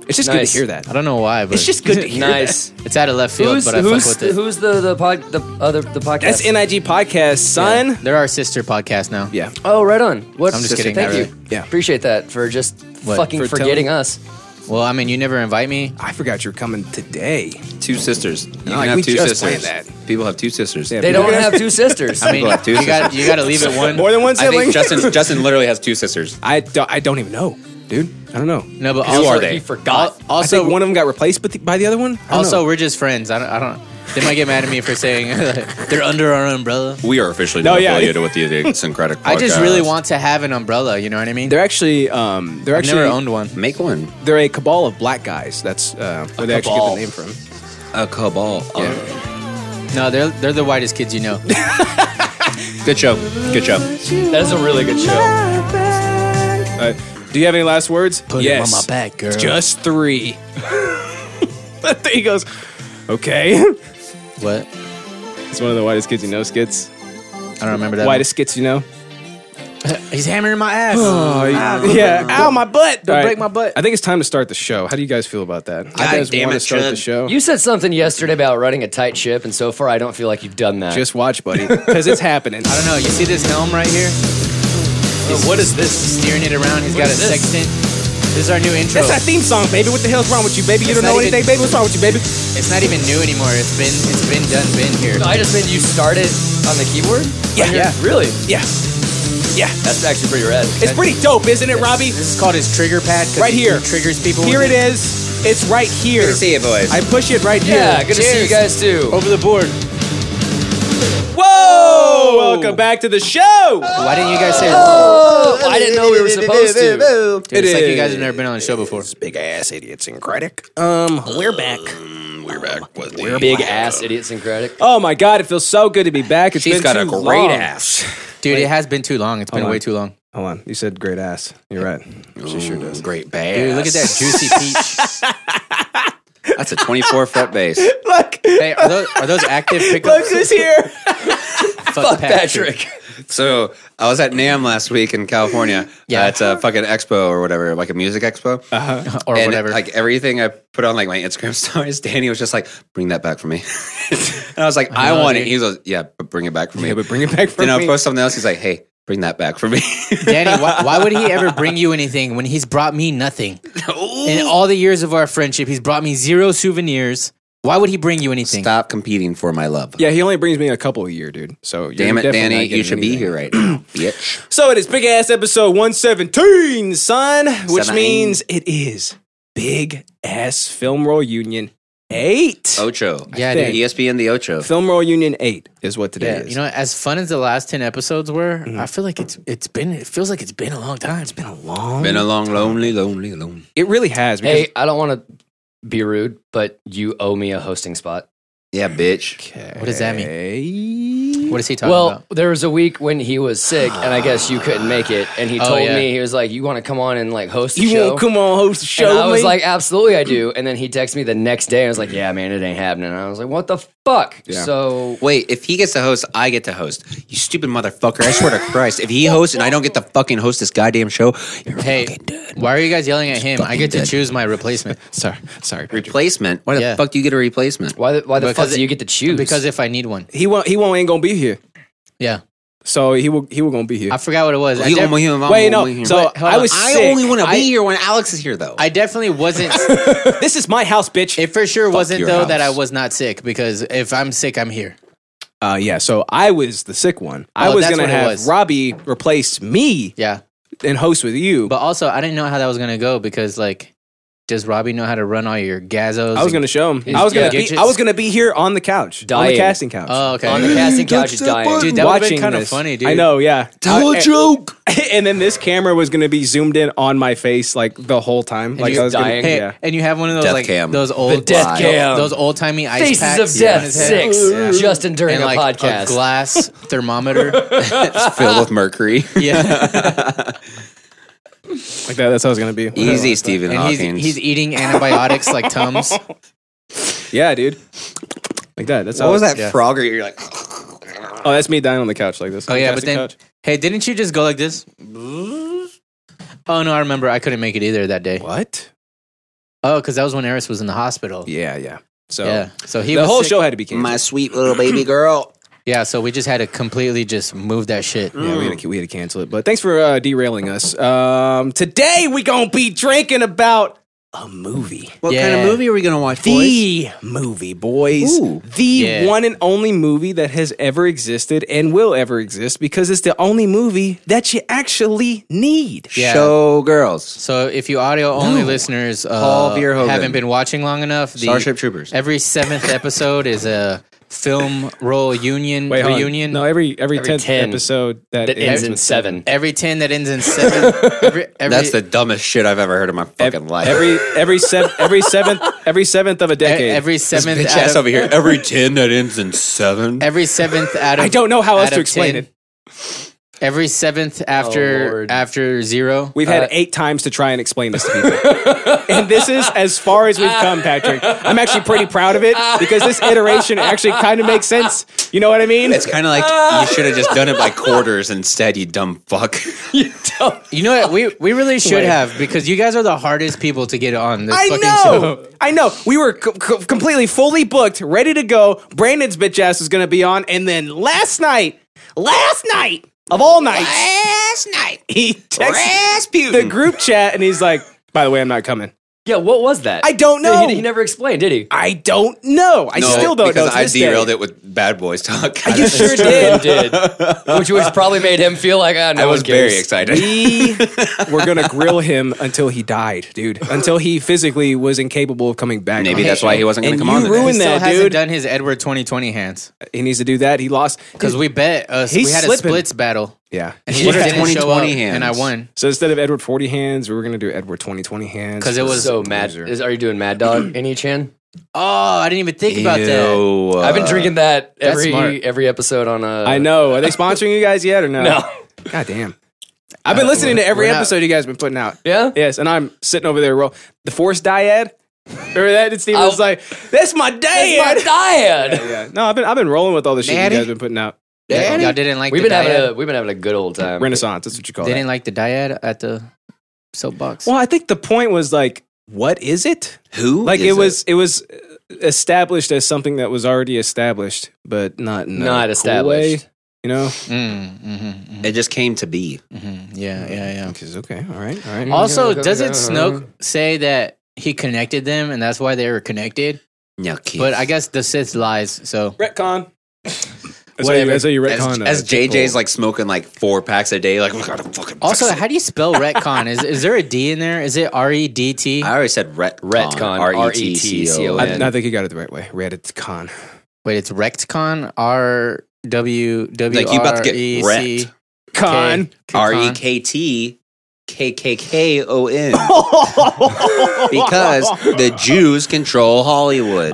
[SPEAKER 3] It's just
[SPEAKER 4] Nice.
[SPEAKER 3] good to hear that.
[SPEAKER 1] I don't know why, but
[SPEAKER 3] It's just good to hear.
[SPEAKER 4] Nice.
[SPEAKER 1] It's out of left field,
[SPEAKER 4] Who's
[SPEAKER 1] but I
[SPEAKER 4] who's
[SPEAKER 1] fuck with it.
[SPEAKER 4] who's the the pod, the other the podcast?
[SPEAKER 3] That's Nig podcast, son.
[SPEAKER 1] They're our sister podcast now.
[SPEAKER 3] Yeah.
[SPEAKER 4] Oh, right on. What?
[SPEAKER 1] I'm just
[SPEAKER 4] sister,
[SPEAKER 1] kidding,
[SPEAKER 4] Thank
[SPEAKER 1] not
[SPEAKER 4] you.
[SPEAKER 1] really.
[SPEAKER 3] Yeah.
[SPEAKER 4] Appreciate that for just
[SPEAKER 1] What,
[SPEAKER 4] fucking
[SPEAKER 3] for
[SPEAKER 4] forgetting
[SPEAKER 3] telling-
[SPEAKER 4] us.
[SPEAKER 1] Well, I mean, you never invite me.
[SPEAKER 3] I forgot you're coming today.
[SPEAKER 2] Two sisters. You can
[SPEAKER 3] like,
[SPEAKER 2] have
[SPEAKER 3] we
[SPEAKER 2] two
[SPEAKER 3] just
[SPEAKER 2] sisters.
[SPEAKER 3] planned that.
[SPEAKER 2] People have two sisters.
[SPEAKER 3] Yeah,
[SPEAKER 4] They
[SPEAKER 3] people
[SPEAKER 4] don't
[SPEAKER 3] have-
[SPEAKER 4] have two sisters.
[SPEAKER 1] I mean,
[SPEAKER 2] Well, two
[SPEAKER 1] you got
[SPEAKER 2] sisters.
[SPEAKER 1] you got to leave it one.
[SPEAKER 3] More than one
[SPEAKER 2] I think
[SPEAKER 3] sibling.
[SPEAKER 2] Justin. Justin literally has two sisters.
[SPEAKER 3] I don't, I don't even know, dude. I don't know.
[SPEAKER 1] no, but
[SPEAKER 2] Who
[SPEAKER 1] also,
[SPEAKER 2] are they?
[SPEAKER 4] he forgot.
[SPEAKER 1] al- Also,
[SPEAKER 3] I think one of them got replaced with the, by the other one. I don't
[SPEAKER 1] also,
[SPEAKER 3] know.
[SPEAKER 1] we're just friends. I don't. I don't they might get mad at me for saying they're under our umbrella.
[SPEAKER 2] We are officially
[SPEAKER 3] No,
[SPEAKER 2] not
[SPEAKER 3] yeah.
[SPEAKER 2] affiliated with the idiosyncratic.
[SPEAKER 1] I just
[SPEAKER 2] Podcast.
[SPEAKER 1] really want to have an umbrella. You know what I mean?
[SPEAKER 3] they're actually um, they're
[SPEAKER 1] I've
[SPEAKER 3] actually
[SPEAKER 1] never owned one.
[SPEAKER 2] make one
[SPEAKER 3] they're a cabal of black guys. That's uh, where they actually get the
[SPEAKER 2] cabal.
[SPEAKER 3] name from.
[SPEAKER 2] a cabal.
[SPEAKER 3] Yeah.
[SPEAKER 1] No, they're they're the whitest kids you know.
[SPEAKER 2] Good show. Good show.
[SPEAKER 4] that is a really good show.
[SPEAKER 3] Uh, do you have any last words? Uh,
[SPEAKER 1] Put it on my back, girl.
[SPEAKER 3] Just three. But he goes, okay.
[SPEAKER 1] what?
[SPEAKER 3] It's one of the whitest kids you know skits.
[SPEAKER 1] I don't remember that.
[SPEAKER 3] Whitest skits you know.
[SPEAKER 1] He's hammering my ass.
[SPEAKER 3] yeah. Ow, my butt. Don't
[SPEAKER 1] break my butt.
[SPEAKER 3] I think it's time to start the show. How do you guys feel about that? I
[SPEAKER 2] God
[SPEAKER 3] guys
[SPEAKER 2] damn
[SPEAKER 3] want to
[SPEAKER 2] it,
[SPEAKER 3] start the
[SPEAKER 2] Chud.
[SPEAKER 3] show.
[SPEAKER 4] You said something yesterday about running a tight ship, and so far I don't feel like you've done that.
[SPEAKER 3] Just watch, buddy, because it's happening.
[SPEAKER 1] I don't know. You see this helm right here? what is this? Steering it around. He's got a
[SPEAKER 4] is this?
[SPEAKER 1] sextant. This is our new intro.
[SPEAKER 3] That's our theme song, baby. What the hell's wrong with you, baby? You
[SPEAKER 1] It's
[SPEAKER 3] don't know
[SPEAKER 1] not even-
[SPEAKER 3] anything, baby. What's wrong with you, baby?
[SPEAKER 1] It's not even new anymore. It's been it's been done. Been here.
[SPEAKER 4] I just meant you started on the keyboard.
[SPEAKER 3] Yeah.
[SPEAKER 4] Like, Really?
[SPEAKER 3] Yeah, yeah.
[SPEAKER 4] That's actually pretty rad.
[SPEAKER 3] It's pretty dope, isn't it, Robbie?
[SPEAKER 1] This is called his trigger pad. 'cause
[SPEAKER 3] Right
[SPEAKER 1] he
[SPEAKER 3] here.
[SPEAKER 1] Triggers people.
[SPEAKER 3] Here
[SPEAKER 1] with
[SPEAKER 3] it is. It's right here.
[SPEAKER 2] you, boys.
[SPEAKER 3] I push it right
[SPEAKER 4] yeah.
[SPEAKER 3] here.
[SPEAKER 4] Good to see you guys too.
[SPEAKER 1] Over the board.
[SPEAKER 3] Whoa! Welcome back to the show.
[SPEAKER 1] Why didn't you guys say?
[SPEAKER 4] Oh, I didn't know we were supposed to.
[SPEAKER 1] Dude, it's like you guys have never been on the show before.
[SPEAKER 3] Big ass idiots and critic. Um, we're back.
[SPEAKER 2] We're back. With the-
[SPEAKER 4] Big ass idiosyncratic.
[SPEAKER 3] Oh my god, it feels so good to be back. It's
[SPEAKER 2] She's
[SPEAKER 3] been
[SPEAKER 2] got
[SPEAKER 3] too
[SPEAKER 2] a great
[SPEAKER 3] long.
[SPEAKER 2] ass.
[SPEAKER 1] Dude, it has been too long. It's been
[SPEAKER 3] Hold
[SPEAKER 1] way
[SPEAKER 3] on.
[SPEAKER 1] too long.
[SPEAKER 3] Hold on, you said great ass. You're right. She sure does.
[SPEAKER 2] Great
[SPEAKER 1] Dude,
[SPEAKER 2] bass.
[SPEAKER 1] look at that juicy peach.
[SPEAKER 2] That's a 24 fret bass.
[SPEAKER 3] Look,
[SPEAKER 1] hey, are those, are those active
[SPEAKER 3] look
[SPEAKER 1] pickups?
[SPEAKER 3] who's here.
[SPEAKER 4] Fuck Patrick.
[SPEAKER 2] So I was at Nam last week in California.
[SPEAKER 1] Yeah.
[SPEAKER 2] uh, it's a fucking expo or whatever, like a music expo
[SPEAKER 1] or
[SPEAKER 2] And,
[SPEAKER 1] whatever.
[SPEAKER 2] Like everything I put on like my Instagram stories, Danny was just like, "Bring that back for me," and I was like, "I,
[SPEAKER 1] know,
[SPEAKER 2] want it."
[SPEAKER 1] dude.
[SPEAKER 2] He was like, "Yeah, but bring it back for me."
[SPEAKER 5] Yeah, but bring it back for
[SPEAKER 2] then I
[SPEAKER 5] me.
[SPEAKER 2] post something else. He's like, "Hey, bring that back for me."
[SPEAKER 1] Danny, why, why would he ever bring you anything when he's brought me nothing? In all the years of our friendship, he's brought me zero souvenirs. Why would he bring you anything?
[SPEAKER 2] Stop competing for my love.
[SPEAKER 5] yeah, he only brings me a couple a year, dude. So you're
[SPEAKER 2] Damn it,
[SPEAKER 5] definitely not
[SPEAKER 2] Danny, you
[SPEAKER 5] getting
[SPEAKER 2] should be
[SPEAKER 5] anything.
[SPEAKER 2] here right now, bitch.
[SPEAKER 5] So it is big ass episode 117, son, which
[SPEAKER 2] Seventeen.
[SPEAKER 5] means it is big ass film roll union 8.
[SPEAKER 2] Ocho, E
[SPEAKER 1] Yeah,
[SPEAKER 5] dude.
[SPEAKER 2] ESPN the Ocho.
[SPEAKER 5] Film roll union 8 is what today
[SPEAKER 1] Yeah,
[SPEAKER 5] is.
[SPEAKER 1] you know, as fun as the last ten episodes were, I feel like it's it's been it feels like it's been a long time. It's been a long.
[SPEAKER 2] Been a long, lonely, lonely, lonely.
[SPEAKER 5] it really has because
[SPEAKER 4] hey, I don't want to be rude, but you owe me a hosting spot.
[SPEAKER 2] Yeah, bitch.
[SPEAKER 1] What does that mean?
[SPEAKER 5] mean?
[SPEAKER 1] What is he talking
[SPEAKER 4] well,
[SPEAKER 1] about?
[SPEAKER 4] there was a week when he was sick, and I guess you couldn't make it. And he
[SPEAKER 1] Oh,
[SPEAKER 4] told
[SPEAKER 1] yeah.
[SPEAKER 4] me he was like, "You want to come on and like host the
[SPEAKER 5] You
[SPEAKER 4] show?"
[SPEAKER 5] won't come on host the show.
[SPEAKER 4] and I was
[SPEAKER 5] mate?
[SPEAKER 4] like, "Absolutely, I do." And then he texted me the next day. and I was like, "Yeah, man, it ain't happening." And I was like, "What the fuck?" So
[SPEAKER 2] Wait, if he gets to host, I get to host. You stupid motherfucker! I swear to Christ, if he hosts and I don't get to fucking host this goddamn show, you're
[SPEAKER 1] Hey,
[SPEAKER 2] fucking dead.
[SPEAKER 1] why are you guys yelling at him? I get to choose my replacement
[SPEAKER 5] sorry, sorry. Patrick.
[SPEAKER 2] Replacement? Why the
[SPEAKER 1] Yeah.
[SPEAKER 2] fuck do you get a replacement?
[SPEAKER 4] why the why the fuck
[SPEAKER 1] Because
[SPEAKER 4] do
[SPEAKER 1] it-
[SPEAKER 4] you get to choose?
[SPEAKER 1] because if I need one,
[SPEAKER 5] He won't. He won't. Ain't gonna be here.
[SPEAKER 1] yeah,
[SPEAKER 5] So he will. He will gonna be here.
[SPEAKER 1] I forgot what it was. I,
[SPEAKER 2] You
[SPEAKER 1] def-
[SPEAKER 2] only- you
[SPEAKER 5] Wait,
[SPEAKER 2] only-
[SPEAKER 5] no. So
[SPEAKER 1] hold
[SPEAKER 5] I
[SPEAKER 1] on,
[SPEAKER 5] was.
[SPEAKER 2] I
[SPEAKER 5] sick.
[SPEAKER 2] only want to
[SPEAKER 1] I-
[SPEAKER 2] be here when Alex is here, though.
[SPEAKER 1] I definitely wasn't.
[SPEAKER 5] This is my house, bitch.
[SPEAKER 1] It for sure wasn't
[SPEAKER 2] your
[SPEAKER 1] though that I
[SPEAKER 2] house.
[SPEAKER 1] was not sick because if I'm sick, I'm here.
[SPEAKER 5] uh, yeah. So I was the sick one. I
[SPEAKER 1] Oh,
[SPEAKER 5] was
[SPEAKER 1] that's
[SPEAKER 5] gonna
[SPEAKER 1] what it
[SPEAKER 5] have
[SPEAKER 1] was.
[SPEAKER 5] Robbie replace me
[SPEAKER 1] Yeah,
[SPEAKER 5] and host with you.
[SPEAKER 1] but also I didn't know how that was gonna go because like, does Robbie know how to run all your gazos?
[SPEAKER 5] I was
[SPEAKER 1] and-
[SPEAKER 5] gonna show him. I was gonna.
[SPEAKER 1] yeah.
[SPEAKER 5] Be, I was gonna be here on the couch, on the
[SPEAKER 4] Dying.
[SPEAKER 5] casting couch.
[SPEAKER 1] Oh, okay.
[SPEAKER 4] on the casting couch is dying.
[SPEAKER 1] Dude, that would have been
[SPEAKER 5] watching
[SPEAKER 1] kind of
[SPEAKER 5] this.
[SPEAKER 1] funny, dude.
[SPEAKER 5] I know, yeah.
[SPEAKER 2] Tell
[SPEAKER 5] I-
[SPEAKER 2] a joke.
[SPEAKER 5] And then this camera was going to be zoomed in on my face like the whole time. like
[SPEAKER 1] you
[SPEAKER 5] I was
[SPEAKER 4] dying.
[SPEAKER 5] Gonna,
[SPEAKER 1] Hey,
[SPEAKER 5] yeah.
[SPEAKER 1] and you have one of those
[SPEAKER 2] Death
[SPEAKER 1] like
[SPEAKER 2] cam.
[SPEAKER 1] those old
[SPEAKER 4] death
[SPEAKER 1] those-
[SPEAKER 4] cam.
[SPEAKER 1] those old timey ice
[SPEAKER 4] Faces
[SPEAKER 1] packs
[SPEAKER 4] of Death
[SPEAKER 1] on his head.
[SPEAKER 4] Six, Justin during
[SPEAKER 1] and
[SPEAKER 4] a
[SPEAKER 1] like
[SPEAKER 4] podcast.
[SPEAKER 1] a glass thermometer.
[SPEAKER 2] It's filled with mercury.
[SPEAKER 1] yeah,
[SPEAKER 5] Like that. That's how it's going to be.
[SPEAKER 2] Easy, Stephen
[SPEAKER 1] and he's
[SPEAKER 2] Hawking.
[SPEAKER 1] he's eating antibiotics like Tums.
[SPEAKER 5] Yeah, dude. Like that. That's
[SPEAKER 2] what
[SPEAKER 5] how
[SPEAKER 2] was that
[SPEAKER 1] Yeah.
[SPEAKER 2] frog? Or you're like,
[SPEAKER 5] Oh, that's me dying on the couch like this.
[SPEAKER 1] Oh yeah, but then hey, didn't you just go like this? Oh no, I remember. I couldn't make it either that day.
[SPEAKER 5] what?
[SPEAKER 1] Oh, because that was when Eris was in the hospital.
[SPEAKER 5] Yeah, yeah. So
[SPEAKER 1] Yeah. So he
[SPEAKER 5] the
[SPEAKER 1] was
[SPEAKER 5] whole
[SPEAKER 1] sick-
[SPEAKER 5] show had to be canceled.
[SPEAKER 2] my sweet little baby girl.
[SPEAKER 1] Yeah. So we just had to completely just move that shit.
[SPEAKER 5] yeah, we had, to, we had to cancel it. But thanks for uh, derailing us. Um, today we gonna be drinking about a movie.
[SPEAKER 2] What
[SPEAKER 1] Yeah.
[SPEAKER 2] kind of movie are we gonna watch, boys?
[SPEAKER 5] The movie, boys.
[SPEAKER 2] Ooh.
[SPEAKER 5] the
[SPEAKER 1] Yeah.
[SPEAKER 5] one and only movie that has ever existed and will ever exist because it's the only movie that you actually need.
[SPEAKER 1] Yeah.
[SPEAKER 2] Showgirls,
[SPEAKER 1] So if you audio only listeners
[SPEAKER 2] Paul
[SPEAKER 1] uh,
[SPEAKER 2] Verhoeven.
[SPEAKER 1] haven't been watching long enough, the,
[SPEAKER 2] Starship Troopers.
[SPEAKER 1] Every seventh episode is a film role union
[SPEAKER 5] Wait, hold on.
[SPEAKER 1] reunion.
[SPEAKER 5] No, every every, tenth
[SPEAKER 4] 10
[SPEAKER 5] episode that,
[SPEAKER 4] that ends in
[SPEAKER 5] with
[SPEAKER 4] seven.
[SPEAKER 1] Every ten that ends in seven. every, every, e-,
[SPEAKER 2] That's the dumbest shit I've ever heard in my fucking life.
[SPEAKER 5] Every every sev- every seventh every seventh of a
[SPEAKER 1] e-
[SPEAKER 5] decade.
[SPEAKER 1] every seventh
[SPEAKER 2] bitch
[SPEAKER 1] out
[SPEAKER 2] ass
[SPEAKER 1] of,
[SPEAKER 2] over here. Every ten that ends in seven.
[SPEAKER 1] every seventh out of
[SPEAKER 5] I don't know how else
[SPEAKER 1] out
[SPEAKER 5] to
[SPEAKER 1] of
[SPEAKER 5] explain
[SPEAKER 1] 10.
[SPEAKER 5] it.
[SPEAKER 1] Every seventh
[SPEAKER 4] Oh,
[SPEAKER 1] after
[SPEAKER 4] Lord.
[SPEAKER 1] after zero.
[SPEAKER 5] We've had eight times to try and explain this to people, and this is as far as we've come, Patrick. I'm actually pretty proud of it because this iteration actually kind of makes sense. You know what I mean?
[SPEAKER 2] It's kind of like you should have just done it by quarters instead, you dumb fuck.
[SPEAKER 1] You know what? We we really should have because you guys are the hardest people to get on this
[SPEAKER 5] I
[SPEAKER 1] fucking show.
[SPEAKER 5] know, I know. We were co- co- completely fully booked, ready to go. Brandon's bitch ass was going to be on, and then last night, last night of all nights,
[SPEAKER 2] Last night,
[SPEAKER 5] he texted the
[SPEAKER 2] Rasputin.
[SPEAKER 5] group chat, and he's like, "By the way, I'm not coming.
[SPEAKER 4] yeah, what was that?
[SPEAKER 5] I don't know.
[SPEAKER 4] He, he never explained, did he?
[SPEAKER 5] I don't know. I still don't know."
[SPEAKER 2] because
[SPEAKER 5] to
[SPEAKER 2] I
[SPEAKER 5] this day.
[SPEAKER 2] derailed it with bad boys talk.
[SPEAKER 5] You sure did.
[SPEAKER 4] did, which was probably made him feel like ah, no
[SPEAKER 2] I
[SPEAKER 4] one
[SPEAKER 2] was
[SPEAKER 4] cares.
[SPEAKER 2] very excited.
[SPEAKER 5] We were gonna grill him until he died, dude. Until he physically was incapable of coming back.
[SPEAKER 2] Maybe
[SPEAKER 5] on
[SPEAKER 2] that's
[SPEAKER 5] the
[SPEAKER 2] why
[SPEAKER 5] show.
[SPEAKER 2] he wasn't gonna
[SPEAKER 5] And
[SPEAKER 2] come on
[SPEAKER 5] You
[SPEAKER 2] today.
[SPEAKER 1] He
[SPEAKER 5] ruined
[SPEAKER 1] still
[SPEAKER 5] that,
[SPEAKER 1] hasn't
[SPEAKER 5] dude.
[SPEAKER 1] done his Edward 2020 hands
[SPEAKER 5] he needs to do that. He lost
[SPEAKER 1] because we bet us.
[SPEAKER 5] He's
[SPEAKER 1] we had a
[SPEAKER 5] slipping.
[SPEAKER 1] splits battle.
[SPEAKER 5] Yeah.
[SPEAKER 1] And he
[SPEAKER 2] What
[SPEAKER 1] just
[SPEAKER 2] if
[SPEAKER 1] didn't show up,
[SPEAKER 2] 2020 hands?
[SPEAKER 1] and I won
[SPEAKER 5] So instead of Edward forty hands, we were gonna do Edward twenty twenty hands.
[SPEAKER 1] because it was.
[SPEAKER 4] So mad. Is, are you doing Mad Dog any chan?
[SPEAKER 1] oh, I didn't even think about that.
[SPEAKER 2] Ew, uh,
[SPEAKER 4] I've been drinking that
[SPEAKER 1] that's
[SPEAKER 4] every
[SPEAKER 1] smart.
[SPEAKER 4] every episode on a.
[SPEAKER 5] I know. Are they sponsoring you guys yet or no?
[SPEAKER 4] No.
[SPEAKER 5] God damn. I've been listening to every
[SPEAKER 1] Uh, we're not-
[SPEAKER 5] episode you guys have been putting out.
[SPEAKER 4] Yeah?
[SPEAKER 5] Yes, and I'm sitting over there. Roll the Force Dyad. Remember that? And Steve was
[SPEAKER 4] I'll-
[SPEAKER 5] like, "That's my dyad."
[SPEAKER 4] It's my dad.
[SPEAKER 5] yeah. No, I've been I've been rolling with all the shit
[SPEAKER 1] Daddy?
[SPEAKER 5] you guys have been putting out.
[SPEAKER 1] Y'all- Y'all didn't like
[SPEAKER 4] We've
[SPEAKER 1] the
[SPEAKER 4] been having
[SPEAKER 1] dyad?
[SPEAKER 4] a we've been having a good old time.
[SPEAKER 5] Renaissance. That's what you call
[SPEAKER 1] They didn't
[SPEAKER 5] it.
[SPEAKER 1] like the dyad at the soapbox.
[SPEAKER 5] Well, I think the point was like, what is it?
[SPEAKER 2] uh, Who?
[SPEAKER 5] Like
[SPEAKER 2] is
[SPEAKER 5] it was it was uh, established as something that was already established, but not in a
[SPEAKER 4] Not
[SPEAKER 5] cool
[SPEAKER 4] established.
[SPEAKER 5] way, you know?
[SPEAKER 1] Mm, mhm,
[SPEAKER 2] It just came to be.
[SPEAKER 1] mhm, mhm. Yeah, yeah, yeah.
[SPEAKER 5] Because okay, all right,
[SPEAKER 4] Mm-hmm.
[SPEAKER 5] all right.
[SPEAKER 1] Also,
[SPEAKER 4] Yeah,
[SPEAKER 1] doesn't
[SPEAKER 4] yeah.
[SPEAKER 1] Snoke say that he connected them and that's why they were connected?
[SPEAKER 2] No, Keith.
[SPEAKER 1] But I guess the Sith lies, so
[SPEAKER 5] Retcon. That's how you,
[SPEAKER 1] Whatever.
[SPEAKER 5] that's how you
[SPEAKER 2] as,
[SPEAKER 5] retcon. uh,
[SPEAKER 2] as JJ's like smoking like four packs a day, like oh we gotta fucking.
[SPEAKER 1] also,
[SPEAKER 2] fix it."
[SPEAKER 1] how do you spell retcon? Is is there a D in there? Is it R E D T?
[SPEAKER 2] I already said ret-
[SPEAKER 4] Retcon,
[SPEAKER 2] R E T C O
[SPEAKER 4] R E T C O N.
[SPEAKER 2] N.
[SPEAKER 5] I, I think you got it the right way. Retcon.
[SPEAKER 1] Wait, it's rectcon. R W W
[SPEAKER 2] Like, you about to
[SPEAKER 1] R
[SPEAKER 2] get
[SPEAKER 1] E
[SPEAKER 2] wrecked.
[SPEAKER 1] C
[SPEAKER 5] Con.
[SPEAKER 2] R E
[SPEAKER 1] K.
[SPEAKER 2] K T K K K O N. Because the Jews control Hollywood.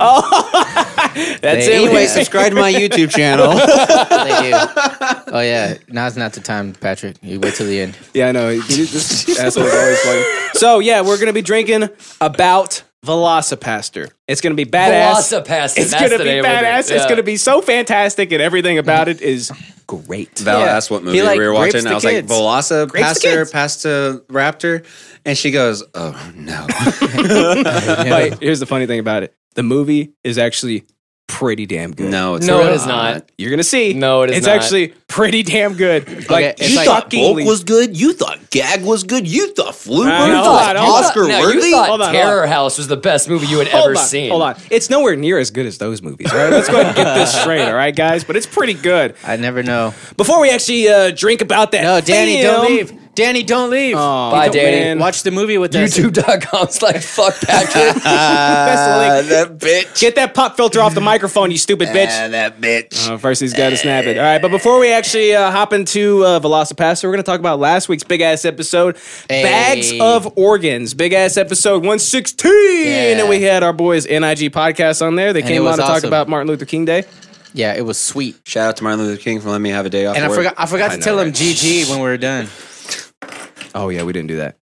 [SPEAKER 5] That's
[SPEAKER 1] They-
[SPEAKER 5] it.
[SPEAKER 2] Anyway, subscribe to my YouTube channel.
[SPEAKER 1] Thank you. Oh yeah, now's not the time, Patrick. You wait till the end.
[SPEAKER 5] Yeah, I know. This asshole is always like. So yeah, we're gonna be drinking about Velocipaster. It's gonna be badass.
[SPEAKER 4] Velocipaster.
[SPEAKER 5] It's
[SPEAKER 4] That's
[SPEAKER 5] gonna
[SPEAKER 4] the
[SPEAKER 5] be
[SPEAKER 4] name of it.
[SPEAKER 5] badass. It's
[SPEAKER 4] Yeah.
[SPEAKER 5] gonna be so fantastic, and everything about it is great.
[SPEAKER 2] Val
[SPEAKER 1] Yeah.
[SPEAKER 2] asked what
[SPEAKER 1] He
[SPEAKER 2] movie
[SPEAKER 1] liked
[SPEAKER 2] we were
[SPEAKER 1] Grapes
[SPEAKER 2] watching.
[SPEAKER 1] to
[SPEAKER 2] I was
[SPEAKER 1] Kids.
[SPEAKER 2] like, Velasa,
[SPEAKER 5] Grapes to
[SPEAKER 2] Pastor,
[SPEAKER 5] Kids.
[SPEAKER 2] Pasta Raptor. And she goes, Oh, no.
[SPEAKER 5] But here's the funny thing about it: the movie is actually pretty damn good.
[SPEAKER 2] no, it's
[SPEAKER 4] No, it is not.
[SPEAKER 5] Uh, You're gonna see.
[SPEAKER 4] No, it is
[SPEAKER 5] It's
[SPEAKER 4] not.
[SPEAKER 5] actually pretty damn good.
[SPEAKER 1] Okay,
[SPEAKER 5] Like
[SPEAKER 1] it's
[SPEAKER 5] you
[SPEAKER 1] like-
[SPEAKER 5] thought
[SPEAKER 2] Bulk
[SPEAKER 5] fuckingly-
[SPEAKER 2] was good. You thought Gag was good. You thought Fluke
[SPEAKER 5] I know,
[SPEAKER 2] was
[SPEAKER 5] I know.
[SPEAKER 2] Oscar
[SPEAKER 4] No,
[SPEAKER 2] worthy.
[SPEAKER 4] You thought
[SPEAKER 5] Hold on, hold on.
[SPEAKER 4] Terror House was the best movie you had
[SPEAKER 5] Hold
[SPEAKER 4] ever
[SPEAKER 5] on,
[SPEAKER 4] seen.
[SPEAKER 5] Hold on, it's nowhere near as good as those movies. All right, let's go ahead and get this straight. All right, guys, but it's pretty good.
[SPEAKER 1] I never know.
[SPEAKER 5] Before we actually uh, drink about that,
[SPEAKER 1] No, Danny, don't
[SPEAKER 5] film-
[SPEAKER 1] leave. Danny, don't leave.
[SPEAKER 5] Aw,
[SPEAKER 4] Bye,
[SPEAKER 5] don't
[SPEAKER 4] Danny.
[SPEAKER 5] win.
[SPEAKER 1] Watch the movie with us.
[SPEAKER 4] YouTube.com slash fuck Patrick.
[SPEAKER 5] That's the
[SPEAKER 2] that
[SPEAKER 5] link.
[SPEAKER 2] bitch.
[SPEAKER 5] Get Uh, that pop filter off the microphone, you stupid bitch.
[SPEAKER 2] Ah, that bitch.
[SPEAKER 5] Uh, first, he's got to snap it. All right, but before we actually uh, hop into uh, Velocipaster, we're going to talk about last week's big ass episode,
[SPEAKER 1] Hey.
[SPEAKER 5] Bags of Organs, big ass episode 116.
[SPEAKER 1] Yeah.
[SPEAKER 5] And we had our boys NIG podcast on there. They
[SPEAKER 1] it
[SPEAKER 5] came on
[SPEAKER 1] was
[SPEAKER 5] to talk
[SPEAKER 1] awesome.
[SPEAKER 5] about Martin Luther King Day.
[SPEAKER 1] Yeah, it was sweet.
[SPEAKER 2] Shout out to Martin Luther King for letting me have a day off.
[SPEAKER 1] And I
[SPEAKER 2] work.
[SPEAKER 1] forgot. I forgot to
[SPEAKER 2] know,
[SPEAKER 1] tell him
[SPEAKER 2] right?
[SPEAKER 1] GG when we were done.
[SPEAKER 5] Oh, yeah, we didn't do that.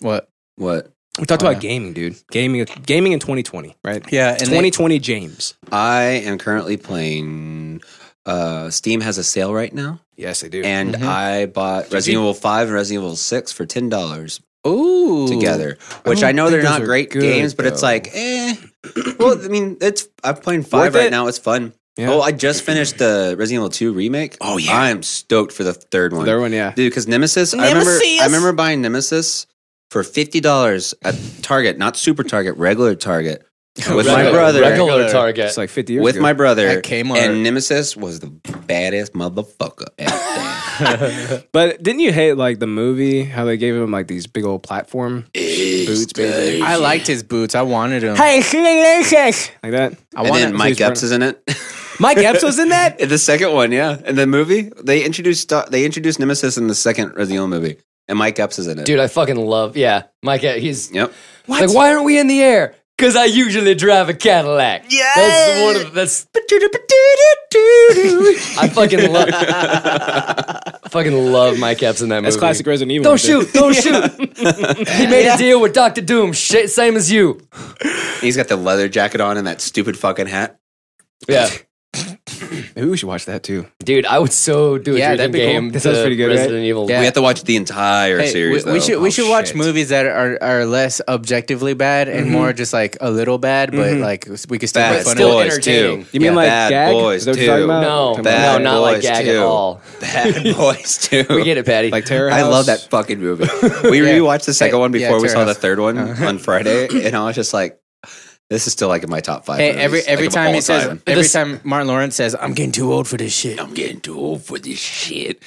[SPEAKER 1] What?
[SPEAKER 2] What?
[SPEAKER 5] We talked
[SPEAKER 1] Oh,
[SPEAKER 5] about
[SPEAKER 1] yeah.
[SPEAKER 5] gaming, dude. Gaming, gaming in 2020, right?
[SPEAKER 1] Yeah, and
[SPEAKER 5] 2020 James.
[SPEAKER 2] I am currently playing. Uh, Steam has a sale right now,
[SPEAKER 5] Yes, they do.
[SPEAKER 2] and I bought Resident Evil 5 and Resident Evil 6 for $10
[SPEAKER 1] ooh
[SPEAKER 2] together, which
[SPEAKER 5] don't
[SPEAKER 2] I know
[SPEAKER 5] think
[SPEAKER 2] they're
[SPEAKER 5] those
[SPEAKER 2] not
[SPEAKER 5] are
[SPEAKER 2] great
[SPEAKER 5] good,
[SPEAKER 2] games, but it's
[SPEAKER 5] though.
[SPEAKER 2] like, eh. well, I mean, it's I'm playing 5
[SPEAKER 5] Worth
[SPEAKER 2] right
[SPEAKER 5] it?
[SPEAKER 2] now. It's fun.
[SPEAKER 5] Yeah.
[SPEAKER 2] Oh, I just finished the Resident Evil 2 remake.
[SPEAKER 5] Oh, yeah.
[SPEAKER 2] I am stoked for the third one.
[SPEAKER 5] Third one, yeah.
[SPEAKER 2] Dude, because Nemesis, I remember I remember buying Nemesis for fifty dollars at Target, not Super Target, regular Target, with my
[SPEAKER 4] Regular-
[SPEAKER 2] brother,
[SPEAKER 4] Regular Target.
[SPEAKER 5] It's like 50 years
[SPEAKER 2] with
[SPEAKER 5] ago.
[SPEAKER 2] my brother
[SPEAKER 1] At Kmart.
[SPEAKER 2] and Nemesis was the baddest motherfucker. at
[SPEAKER 5] But didn't you hate like the movie? How they gave him like these big old platform boots, baby.
[SPEAKER 1] I liked his boots. I wanted him.
[SPEAKER 5] Hey, like that.
[SPEAKER 1] I
[SPEAKER 2] and
[SPEAKER 1] wanted.
[SPEAKER 2] then Mike
[SPEAKER 5] please burn
[SPEAKER 2] Epps is in it.
[SPEAKER 5] Mike Epps was in that.
[SPEAKER 2] in the second one, yeah, in the movie they introduced they introduced Nemesis in the second Resident Evil movie, and Mike Epps is in it.
[SPEAKER 4] Dude, I fucking love. Yeah, Mike. uh, He's
[SPEAKER 2] Yep.
[SPEAKER 4] like, why aren't we in the air? Because I usually drive a Cadillac. Yeah, that's the one. Of, that's. I fucking love. I fucking love Mike Epps in that movie.
[SPEAKER 5] That's classic Resident Evil.
[SPEAKER 4] Don't
[SPEAKER 5] right there.
[SPEAKER 4] shoot! Don't shoot! he made a deal with Doctor Doom. Shit, same as you.
[SPEAKER 2] He's got the leather jacket on and that stupid fucking hat.
[SPEAKER 4] Yeah,
[SPEAKER 5] Maybe we should watch that too.
[SPEAKER 4] dude, I would so do a
[SPEAKER 1] Yeah, that'd
[SPEAKER 4] drinking
[SPEAKER 1] be cool.
[SPEAKER 4] game.
[SPEAKER 5] That sounds
[SPEAKER 4] to
[SPEAKER 5] pretty good, right?
[SPEAKER 4] Resident Evil.
[SPEAKER 1] Yeah.
[SPEAKER 2] We have to watch the entire
[SPEAKER 1] Hey,
[SPEAKER 2] series.
[SPEAKER 1] we, we
[SPEAKER 2] though.
[SPEAKER 1] should we should
[SPEAKER 5] Oh,
[SPEAKER 1] watch
[SPEAKER 5] shit.
[SPEAKER 1] movies that are, are less objectively bad
[SPEAKER 4] Mm-hmm.
[SPEAKER 1] and more just like a little bad, but like we could still
[SPEAKER 2] Bad
[SPEAKER 1] make fun
[SPEAKER 4] Still
[SPEAKER 1] of it.
[SPEAKER 2] Boys
[SPEAKER 4] entertaining.
[SPEAKER 2] too.
[SPEAKER 5] You mean
[SPEAKER 2] Yeah,
[SPEAKER 5] like
[SPEAKER 2] Bad
[SPEAKER 5] gag?
[SPEAKER 2] Boys
[SPEAKER 5] Is that what
[SPEAKER 2] too.
[SPEAKER 5] you're talking about?
[SPEAKER 4] No,
[SPEAKER 5] Talking about
[SPEAKER 4] no,
[SPEAKER 2] Bad
[SPEAKER 4] not like
[SPEAKER 2] Boys
[SPEAKER 4] gag
[SPEAKER 2] too.
[SPEAKER 4] at all.
[SPEAKER 2] Bad Boys too.
[SPEAKER 4] We get it, Patty.
[SPEAKER 5] Like Terror
[SPEAKER 2] I love
[SPEAKER 5] House?
[SPEAKER 2] that fucking movie. We rewatched the second
[SPEAKER 1] Hey,
[SPEAKER 2] one
[SPEAKER 1] yeah,
[SPEAKER 2] before we
[SPEAKER 1] Terror
[SPEAKER 2] saw the
[SPEAKER 1] House. Uh-huh.
[SPEAKER 2] third one on Friday, and I was just like, "This is still like in my top five.
[SPEAKER 1] Hey,
[SPEAKER 2] movies,
[SPEAKER 1] every
[SPEAKER 2] like,
[SPEAKER 1] every
[SPEAKER 2] of
[SPEAKER 1] time
[SPEAKER 2] all
[SPEAKER 1] he says
[SPEAKER 2] time.
[SPEAKER 1] every
[SPEAKER 4] This-
[SPEAKER 1] time Martin Lawrence says, "I'm getting too old for this shit."
[SPEAKER 2] "I'm getting too old for this shit,"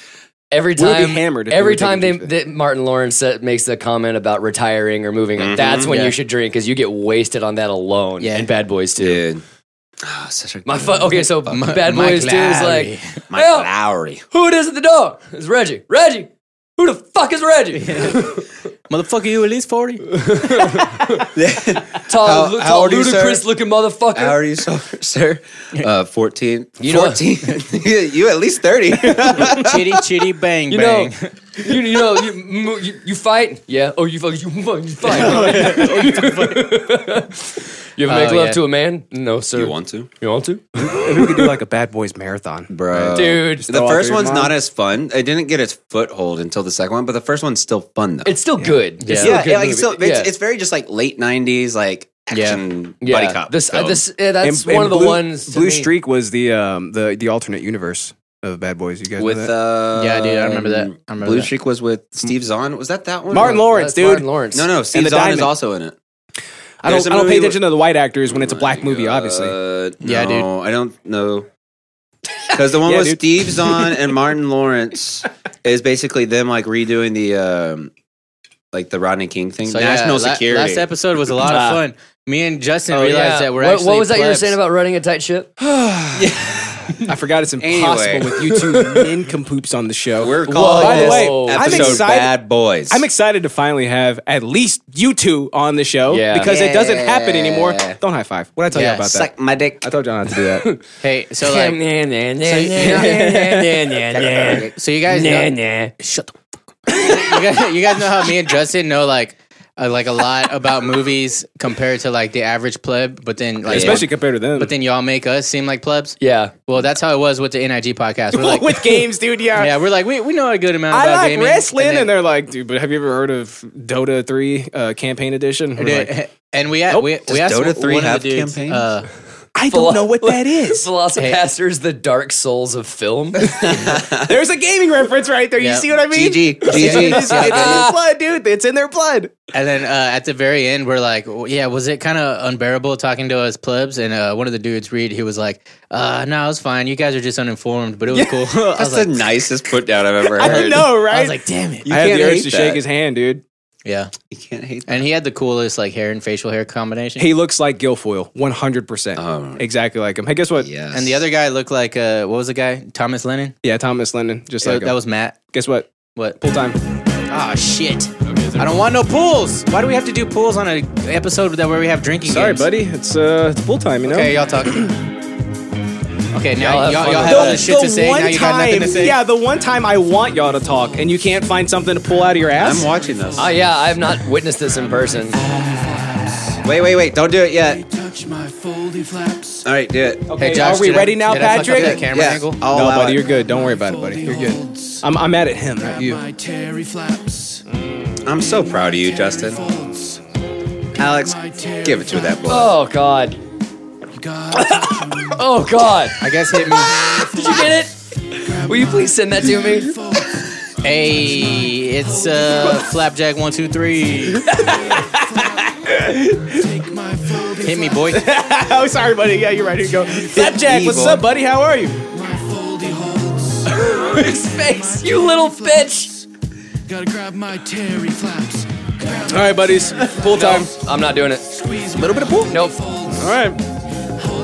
[SPEAKER 4] every
[SPEAKER 5] We would be
[SPEAKER 4] time
[SPEAKER 5] hammered if we
[SPEAKER 4] every
[SPEAKER 5] were taking
[SPEAKER 4] time they,
[SPEAKER 5] these
[SPEAKER 4] that Martin Lawrence sa- makes the comment about retiring or moving, that's when
[SPEAKER 1] Yeah.
[SPEAKER 4] you should drink because you get wasted on that alone.
[SPEAKER 1] Yeah.
[SPEAKER 4] and Bad Boys too.
[SPEAKER 2] dude. Ah, such a
[SPEAKER 4] My
[SPEAKER 2] good
[SPEAKER 4] fu- okay, so
[SPEAKER 1] Mi-
[SPEAKER 4] Bad
[SPEAKER 1] Mike
[SPEAKER 4] Boys too is
[SPEAKER 1] Lowry.
[SPEAKER 4] like,
[SPEAKER 2] Mike
[SPEAKER 4] well,
[SPEAKER 2] Lowry.
[SPEAKER 4] who it is at the door? It's Reggie. Reggie. Who the fuck is Reggie?
[SPEAKER 1] Motherfucker, you at least 40?
[SPEAKER 4] Tall,
[SPEAKER 2] How-
[SPEAKER 4] lu-
[SPEAKER 2] how
[SPEAKER 4] tall
[SPEAKER 2] old are you, sir?
[SPEAKER 4] ludicrous looking motherfucker.
[SPEAKER 2] How are you, so- sir? Uh, 14.
[SPEAKER 4] You know-
[SPEAKER 2] 14. you at least 30.
[SPEAKER 1] chitty, chitty, bang,
[SPEAKER 4] you know,
[SPEAKER 1] bang.
[SPEAKER 4] you, you know, you, mo- you, you fight, yeah. Oh, you fuck, you fuck, you fight. Oh, you, you ever make
[SPEAKER 1] Oh,
[SPEAKER 4] love
[SPEAKER 1] yeah.
[SPEAKER 4] to a man? No, sir.
[SPEAKER 2] you want to?
[SPEAKER 4] You want to?
[SPEAKER 5] we could do like a bad boys marathon.
[SPEAKER 2] Bro.
[SPEAKER 4] Dude,
[SPEAKER 2] The
[SPEAKER 5] all
[SPEAKER 2] first
[SPEAKER 5] through your
[SPEAKER 2] one's
[SPEAKER 5] mom.
[SPEAKER 2] not as fun. It didn't get its foothold until the second one, but the first one's still fun, though.
[SPEAKER 4] it's still good. It's still
[SPEAKER 2] yeah,
[SPEAKER 4] a good
[SPEAKER 2] yeah, like,
[SPEAKER 4] movie.
[SPEAKER 2] so it's,
[SPEAKER 4] yeah.
[SPEAKER 2] it's very just like late 90s, like
[SPEAKER 1] Yeah.
[SPEAKER 2] action
[SPEAKER 4] yeah.
[SPEAKER 2] buddy cop.
[SPEAKER 4] This, uh,
[SPEAKER 2] film.
[SPEAKER 4] this, yeah, that's
[SPEAKER 5] And- and
[SPEAKER 4] one of the
[SPEAKER 5] Blue-
[SPEAKER 4] ones. to
[SPEAKER 5] Blue
[SPEAKER 4] me-
[SPEAKER 5] Streak was the um the the alternate universe of Bad Boys. You guys
[SPEAKER 2] with
[SPEAKER 5] know that?
[SPEAKER 2] uh,
[SPEAKER 1] Yeah, dude, I remember that. I remember
[SPEAKER 2] Blue
[SPEAKER 1] that.
[SPEAKER 2] Streak was with Steve Zahn. Was that that one?
[SPEAKER 5] Martin
[SPEAKER 2] No,
[SPEAKER 5] Lawrence,
[SPEAKER 4] That's Martin
[SPEAKER 5] dude.
[SPEAKER 4] Lawrence.
[SPEAKER 2] No, no, Steve
[SPEAKER 5] the
[SPEAKER 2] Zahn is
[SPEAKER 5] Diamond.
[SPEAKER 2] also in it.
[SPEAKER 5] I don't
[SPEAKER 2] There's a
[SPEAKER 5] I don't
[SPEAKER 2] movie
[SPEAKER 5] pay
[SPEAKER 2] with-
[SPEAKER 5] attention to the white actors when it's a black movie, obviously.
[SPEAKER 2] Uh,
[SPEAKER 1] Yeah, dude.
[SPEAKER 2] no, I don't know. Because the one
[SPEAKER 5] Yeah,
[SPEAKER 2] with
[SPEAKER 5] dude.
[SPEAKER 2] Steve Zahn and Martin Lawrence is basically them like redoing the um, like the Rodney King thing,
[SPEAKER 1] So, yeah,
[SPEAKER 2] national
[SPEAKER 1] la-
[SPEAKER 2] security.
[SPEAKER 1] last episode was a lot
[SPEAKER 5] Ah.
[SPEAKER 1] of fun. Me and Justin
[SPEAKER 4] Oh,
[SPEAKER 1] realized
[SPEAKER 4] yeah.
[SPEAKER 1] that we're
[SPEAKER 4] what,
[SPEAKER 1] actually
[SPEAKER 4] What was that you were
[SPEAKER 1] plebs.
[SPEAKER 4] saying about running a tight ship?
[SPEAKER 5] I forgot it's impossible
[SPEAKER 2] Anyway.
[SPEAKER 5] with you two nincompoops on the show.
[SPEAKER 2] We're calling
[SPEAKER 5] Oh, By the
[SPEAKER 2] this
[SPEAKER 5] way, I'm
[SPEAKER 2] Oh, episode
[SPEAKER 5] excited-
[SPEAKER 2] "Bad Boys."
[SPEAKER 5] I'm excited to finally have at least you two on the show
[SPEAKER 4] Yeah.
[SPEAKER 5] because it doesn't happen anymore.
[SPEAKER 2] Yeah.
[SPEAKER 5] Don't high five. What did I tell
[SPEAKER 1] Yeah,
[SPEAKER 5] you about that?
[SPEAKER 2] Suck my dick.
[SPEAKER 5] I told you not to do that.
[SPEAKER 1] Hey, so like, so you guys, know,
[SPEAKER 4] Shut the
[SPEAKER 1] you guys, you guys know how me and Justin know like, uh, like a lot about movies compared to like the average pleb, but then like,
[SPEAKER 5] Especially compared to them.
[SPEAKER 1] but then y'all make us seem like plebs.
[SPEAKER 4] Yeah.
[SPEAKER 1] Well, that's how it was with the NIG podcast. We're like,
[SPEAKER 5] with games, dude, yeah.
[SPEAKER 1] yeah, we're like, we, we know a good amount.
[SPEAKER 5] I
[SPEAKER 1] about
[SPEAKER 5] like
[SPEAKER 1] gaming,
[SPEAKER 5] wrestling, and,
[SPEAKER 1] then-
[SPEAKER 5] they're like, dude, but have you ever heard of Dota 3 uh, campaign edition? We're
[SPEAKER 1] Dude,
[SPEAKER 5] like,
[SPEAKER 1] and we a- we we asked
[SPEAKER 2] Dota
[SPEAKER 1] one
[SPEAKER 2] 3
[SPEAKER 1] of the
[SPEAKER 2] have
[SPEAKER 1] dudes,
[SPEAKER 2] campaigns?
[SPEAKER 1] uh,
[SPEAKER 5] I don't know what that is.
[SPEAKER 4] Velocipastors, the dark souls of film. Uh,
[SPEAKER 5] There's a gaming reference right there. You
[SPEAKER 1] Yeah.
[SPEAKER 5] see what I mean?
[SPEAKER 2] GG.
[SPEAKER 5] It's,
[SPEAKER 2] GG.
[SPEAKER 5] it's in their blood, dude. It's in their blood.
[SPEAKER 1] And then uh, at the very end, we're like, w- yeah, was it kind of unbearable talking to us plebs? And uh, one of the dudes, Reed, he was like, uh, no, it was fine. You guys are just uninformed, but it was cool. I
[SPEAKER 2] That's
[SPEAKER 1] was like,
[SPEAKER 2] the nicest put down I've ever heard.
[SPEAKER 5] I know, right?
[SPEAKER 1] I was like, damn it.
[SPEAKER 2] You
[SPEAKER 5] I had
[SPEAKER 2] can't
[SPEAKER 5] the urge
[SPEAKER 2] hate
[SPEAKER 5] to
[SPEAKER 2] that.
[SPEAKER 5] shake his hand, dude.
[SPEAKER 1] Yeah.
[SPEAKER 2] You can't hate that.
[SPEAKER 1] And he had the coolest like hair and facial hair combination.
[SPEAKER 5] He looks like Guilfoyle, 100%.
[SPEAKER 2] Oh.
[SPEAKER 5] Exactly like him. Hey, guess what?
[SPEAKER 2] Yes.
[SPEAKER 1] and the other guy looked like, uh, what was the guy? Thomas Lennon?
[SPEAKER 5] Yeah, Thomas Lennon, just like
[SPEAKER 1] that was Matt.
[SPEAKER 5] Guess what?
[SPEAKER 1] What?
[SPEAKER 5] Full time.
[SPEAKER 1] Oh, shit. I don't want no pools. Why do we have to do pools on an episode that where we have drinking
[SPEAKER 5] Sorry,
[SPEAKER 1] games?
[SPEAKER 5] buddy. It's uh, it's full time. You know.
[SPEAKER 1] Okay, y'all talk. Okay, now y'all, y'all,
[SPEAKER 4] have fun
[SPEAKER 1] have
[SPEAKER 4] with
[SPEAKER 1] all this shit to say. Now you got nothing to say.
[SPEAKER 5] yeah, the one time I want y'all to talk, and you can't find something to pull out of your ass.
[SPEAKER 2] I'm watching this.
[SPEAKER 4] Ah, yeah, I have not witnessed this in person.
[SPEAKER 2] Wait, wait, wait! Don't do it yet. All right, do it.
[SPEAKER 5] okay,
[SPEAKER 1] Hey, Josh,
[SPEAKER 5] are we
[SPEAKER 1] did I-
[SPEAKER 5] ready now,
[SPEAKER 1] did I fuck up
[SPEAKER 5] Patrick?
[SPEAKER 1] that camera
[SPEAKER 2] Yeah.
[SPEAKER 1] angle?
[SPEAKER 2] I'll
[SPEAKER 5] no,
[SPEAKER 2] allow
[SPEAKER 5] buddy,
[SPEAKER 2] it.
[SPEAKER 5] you're good. Don't worry about it, buddy. You're good. I'm, I'm mad at him, not you.
[SPEAKER 2] I'm so proud of you, Justin. Alex, give it to that boy.
[SPEAKER 4] Oh, God. oh, God.
[SPEAKER 1] I guess hit me.
[SPEAKER 4] Did you get it? Will you please send that to me?
[SPEAKER 1] Hey, it's uh, Flapjack one two three. Hit me, boy.
[SPEAKER 5] oh, sorry, buddy. Yeah, you're right. Here you go. Flapjack, what's
[SPEAKER 2] evil.
[SPEAKER 5] up, buddy? How are you?
[SPEAKER 4] His face, you little bitch.
[SPEAKER 6] Gotta grab my Terry flaps.
[SPEAKER 5] All right, buddies. Full time.
[SPEAKER 4] No, I'm not doing it.
[SPEAKER 6] Squeeze
[SPEAKER 5] A little bit of pool.
[SPEAKER 4] Nope.
[SPEAKER 5] All right.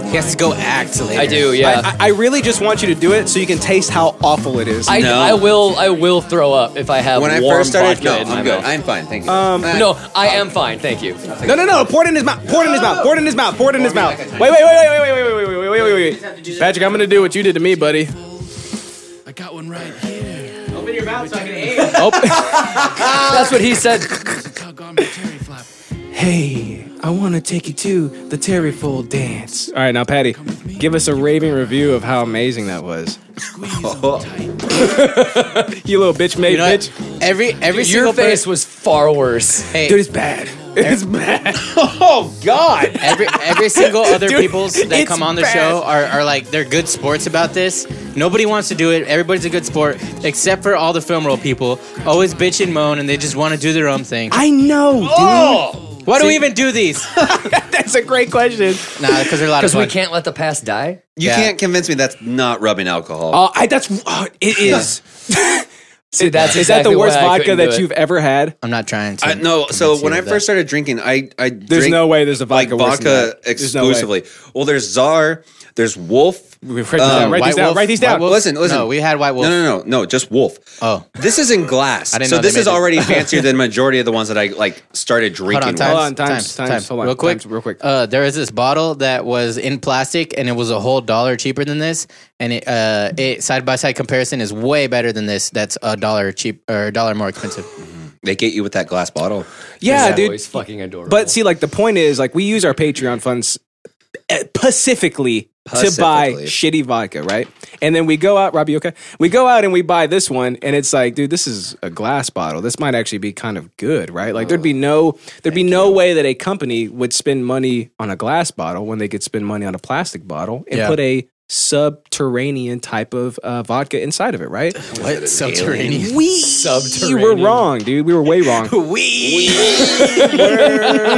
[SPEAKER 1] He has to go act later.
[SPEAKER 4] I do, yeah.
[SPEAKER 5] I, I I really just want you to do it so you can taste how awful it is.
[SPEAKER 4] I,
[SPEAKER 2] No.
[SPEAKER 4] I will I will throw up if I have
[SPEAKER 2] when I
[SPEAKER 4] warm
[SPEAKER 2] first started, no,
[SPEAKER 4] vodka in my
[SPEAKER 2] I'm good.
[SPEAKER 4] mouth.
[SPEAKER 2] I'm fine. Thank you.
[SPEAKER 5] Um,
[SPEAKER 2] Uh,
[SPEAKER 4] no, I am fine. Thank you.
[SPEAKER 5] No, no, no! Pour it in his mouth. Pour it in his mouth. Pour it in his mouth. Pour it in his mouth. Wait, wait, wait, wait, wait, wait, wait, wait, wait, wait, wait, wait. Patrick, I'm gonna do what you did to me, buddy.
[SPEAKER 6] I got one right here.
[SPEAKER 4] That's what he said.
[SPEAKER 6] Tug on my Terry flap.
[SPEAKER 5] Hey, I wanna take you to the Terryfold dance. All right, now Patty, give us a raving review of how amazing that was.
[SPEAKER 6] Squeeze on tight.
[SPEAKER 5] You little bitch made
[SPEAKER 1] You know what?
[SPEAKER 5] bitch.
[SPEAKER 1] Every every
[SPEAKER 4] Your
[SPEAKER 1] single
[SPEAKER 4] face
[SPEAKER 1] person,
[SPEAKER 4] was far worse.
[SPEAKER 1] hey,
[SPEAKER 5] Dude, it's bad. It's bad. oh God.
[SPEAKER 1] every every single other
[SPEAKER 5] Dude,
[SPEAKER 1] peoples that
[SPEAKER 5] it's
[SPEAKER 1] come on the
[SPEAKER 5] bad.
[SPEAKER 1] show are, are like they're good sports about this. Nobody wants to do it. Everybody's a good sport except for all the film roll people. Always bitch and moan, and they just want to do their own thing.
[SPEAKER 5] I know, dude.
[SPEAKER 1] Why do we even do these?
[SPEAKER 5] That's a great question.
[SPEAKER 1] nah, because they're a lot of
[SPEAKER 4] Because
[SPEAKER 1] fun.
[SPEAKER 4] we can't let the past die.
[SPEAKER 2] you
[SPEAKER 1] Yeah.
[SPEAKER 2] can't convince me that's not rubbing alcohol.
[SPEAKER 5] Uh, I that's uh, it is.
[SPEAKER 4] See, that's
[SPEAKER 5] Is
[SPEAKER 4] exactly
[SPEAKER 5] that the worst
[SPEAKER 4] why I
[SPEAKER 5] vodka
[SPEAKER 4] couldn't do
[SPEAKER 5] that
[SPEAKER 4] it.
[SPEAKER 5] you've ever had?
[SPEAKER 1] I'm not trying to.
[SPEAKER 2] I, Uh, no, so
[SPEAKER 1] convince
[SPEAKER 2] when
[SPEAKER 1] you
[SPEAKER 2] I
[SPEAKER 1] of that.
[SPEAKER 2] first started drinking, I I
[SPEAKER 5] There's
[SPEAKER 2] drink,
[SPEAKER 5] no way there's a
[SPEAKER 2] like
[SPEAKER 5] vodka worse than
[SPEAKER 2] vodka
[SPEAKER 5] that. There's no way.
[SPEAKER 2] exclusively. well, there's Czar, there's Wolf.
[SPEAKER 5] We've heard that. Write
[SPEAKER 1] um, White
[SPEAKER 5] these down.
[SPEAKER 1] Wolf-
[SPEAKER 5] Write these
[SPEAKER 1] White
[SPEAKER 5] down.
[SPEAKER 1] Wolf?
[SPEAKER 2] Listen, listen.
[SPEAKER 1] No, we had White Wolf.
[SPEAKER 2] No, no, no, no, just Wolf.
[SPEAKER 1] Oh.
[SPEAKER 2] this is in glass.
[SPEAKER 1] I didn't
[SPEAKER 2] so
[SPEAKER 1] know they
[SPEAKER 2] this is
[SPEAKER 1] made it.
[SPEAKER 2] already fancier than majority of the ones that I like started
[SPEAKER 1] Hold
[SPEAKER 2] drinking.
[SPEAKER 1] on,
[SPEAKER 2] with.
[SPEAKER 1] times,
[SPEAKER 5] Hold on, times, times, hold on,
[SPEAKER 1] real quick,
[SPEAKER 5] times, real quick.
[SPEAKER 1] Uh, there is this bottle that was in plastic, and it was a whole dollar cheaper than this. And it, uh, it side by side comparison is way better than this. That's a dollar cheap or a dollar more expensive.
[SPEAKER 2] They get you with that glass bottle.
[SPEAKER 5] Yeah,
[SPEAKER 4] That
[SPEAKER 5] dude.
[SPEAKER 4] boy's Oh, fucking adorable.
[SPEAKER 5] But see, like the point is, like we use our Patreon funds uh, specifically to buy
[SPEAKER 2] Specifically.
[SPEAKER 5] shitty vodka, right? And then we go out, Robbie, you okay? We go out and we buy this one, and it's like, dude, this is a glass bottle. This might actually be kind of good, right? Like there'd be no, there'd be no way that a company would spend money on a glass bottle when they could spend money on a plastic bottle and
[SPEAKER 1] Yeah.
[SPEAKER 5] put a subterranean type of uh, vodka inside of it, right?
[SPEAKER 1] what subterranean?
[SPEAKER 5] We
[SPEAKER 4] Subterranean.
[SPEAKER 5] were wrong, dude. We were way wrong.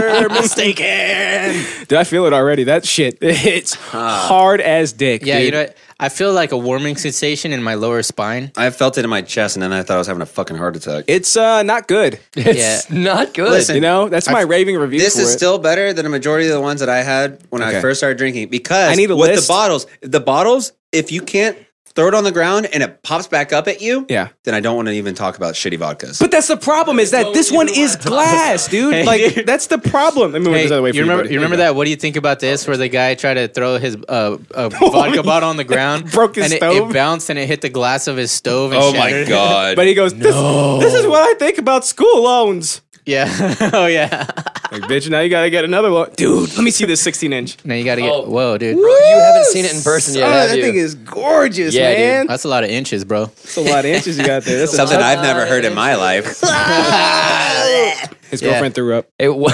[SPEAKER 1] mistaken.
[SPEAKER 5] Dude, I feel it already. That shit, it's hard as dick.
[SPEAKER 1] Yeah,
[SPEAKER 5] dude.
[SPEAKER 1] you know, what? I feel like a warming sensation in my lower spine.
[SPEAKER 2] I felt it in my chest, and then I thought I was having a fucking heart attack.
[SPEAKER 5] it's uh not good.
[SPEAKER 1] yeah,
[SPEAKER 4] not good.
[SPEAKER 2] Listen,
[SPEAKER 5] You know, that's my raving review.
[SPEAKER 2] this
[SPEAKER 5] for
[SPEAKER 2] is
[SPEAKER 5] it.
[SPEAKER 2] still better than a majority of the ones that I had when
[SPEAKER 5] Okay.
[SPEAKER 2] I first started drinking because
[SPEAKER 5] I need a
[SPEAKER 2] with
[SPEAKER 5] list.
[SPEAKER 2] the bottles, the bottles, if you can't throw it on the ground and it pops back up at you,
[SPEAKER 5] Yeah.
[SPEAKER 2] then I don't want to even talk about shitty vodkas.
[SPEAKER 5] But that's the problem is that this one is glass, dude. Like that's the problem. Let me move
[SPEAKER 1] Hey,
[SPEAKER 5] this other way. for
[SPEAKER 1] you remember?
[SPEAKER 5] buddy.
[SPEAKER 1] You remember that? What do you think about this? Where the guy tried to throw his uh, uh, vodka bottle on the ground,
[SPEAKER 5] Broke his
[SPEAKER 1] and it- It,
[SPEAKER 5] stove?
[SPEAKER 1] bounced and it hit the glass of his stove. And
[SPEAKER 2] oh my
[SPEAKER 1] shattered.
[SPEAKER 2] god!
[SPEAKER 5] But he goes, this, this is what I think about school loans.
[SPEAKER 1] Yeah. oh yeah.
[SPEAKER 5] Like, bitch, now you gotta get another loan. Dude, let me see this 16 inch.
[SPEAKER 1] Now you gotta get.
[SPEAKER 4] Oh.
[SPEAKER 1] Whoa, dude.
[SPEAKER 4] you haven't seen it in person yet,
[SPEAKER 5] Son,
[SPEAKER 4] have
[SPEAKER 5] Ah, that
[SPEAKER 4] you?
[SPEAKER 5] thing is gorgeous,
[SPEAKER 4] Yeah, dude.
[SPEAKER 5] man.
[SPEAKER 1] That's a lot of inches, bro.
[SPEAKER 5] That's a lot of inches you got there. That's a,
[SPEAKER 2] Something I've never heard in my life.
[SPEAKER 5] his
[SPEAKER 1] Yeah.
[SPEAKER 5] girlfriend threw up.
[SPEAKER 4] It wa-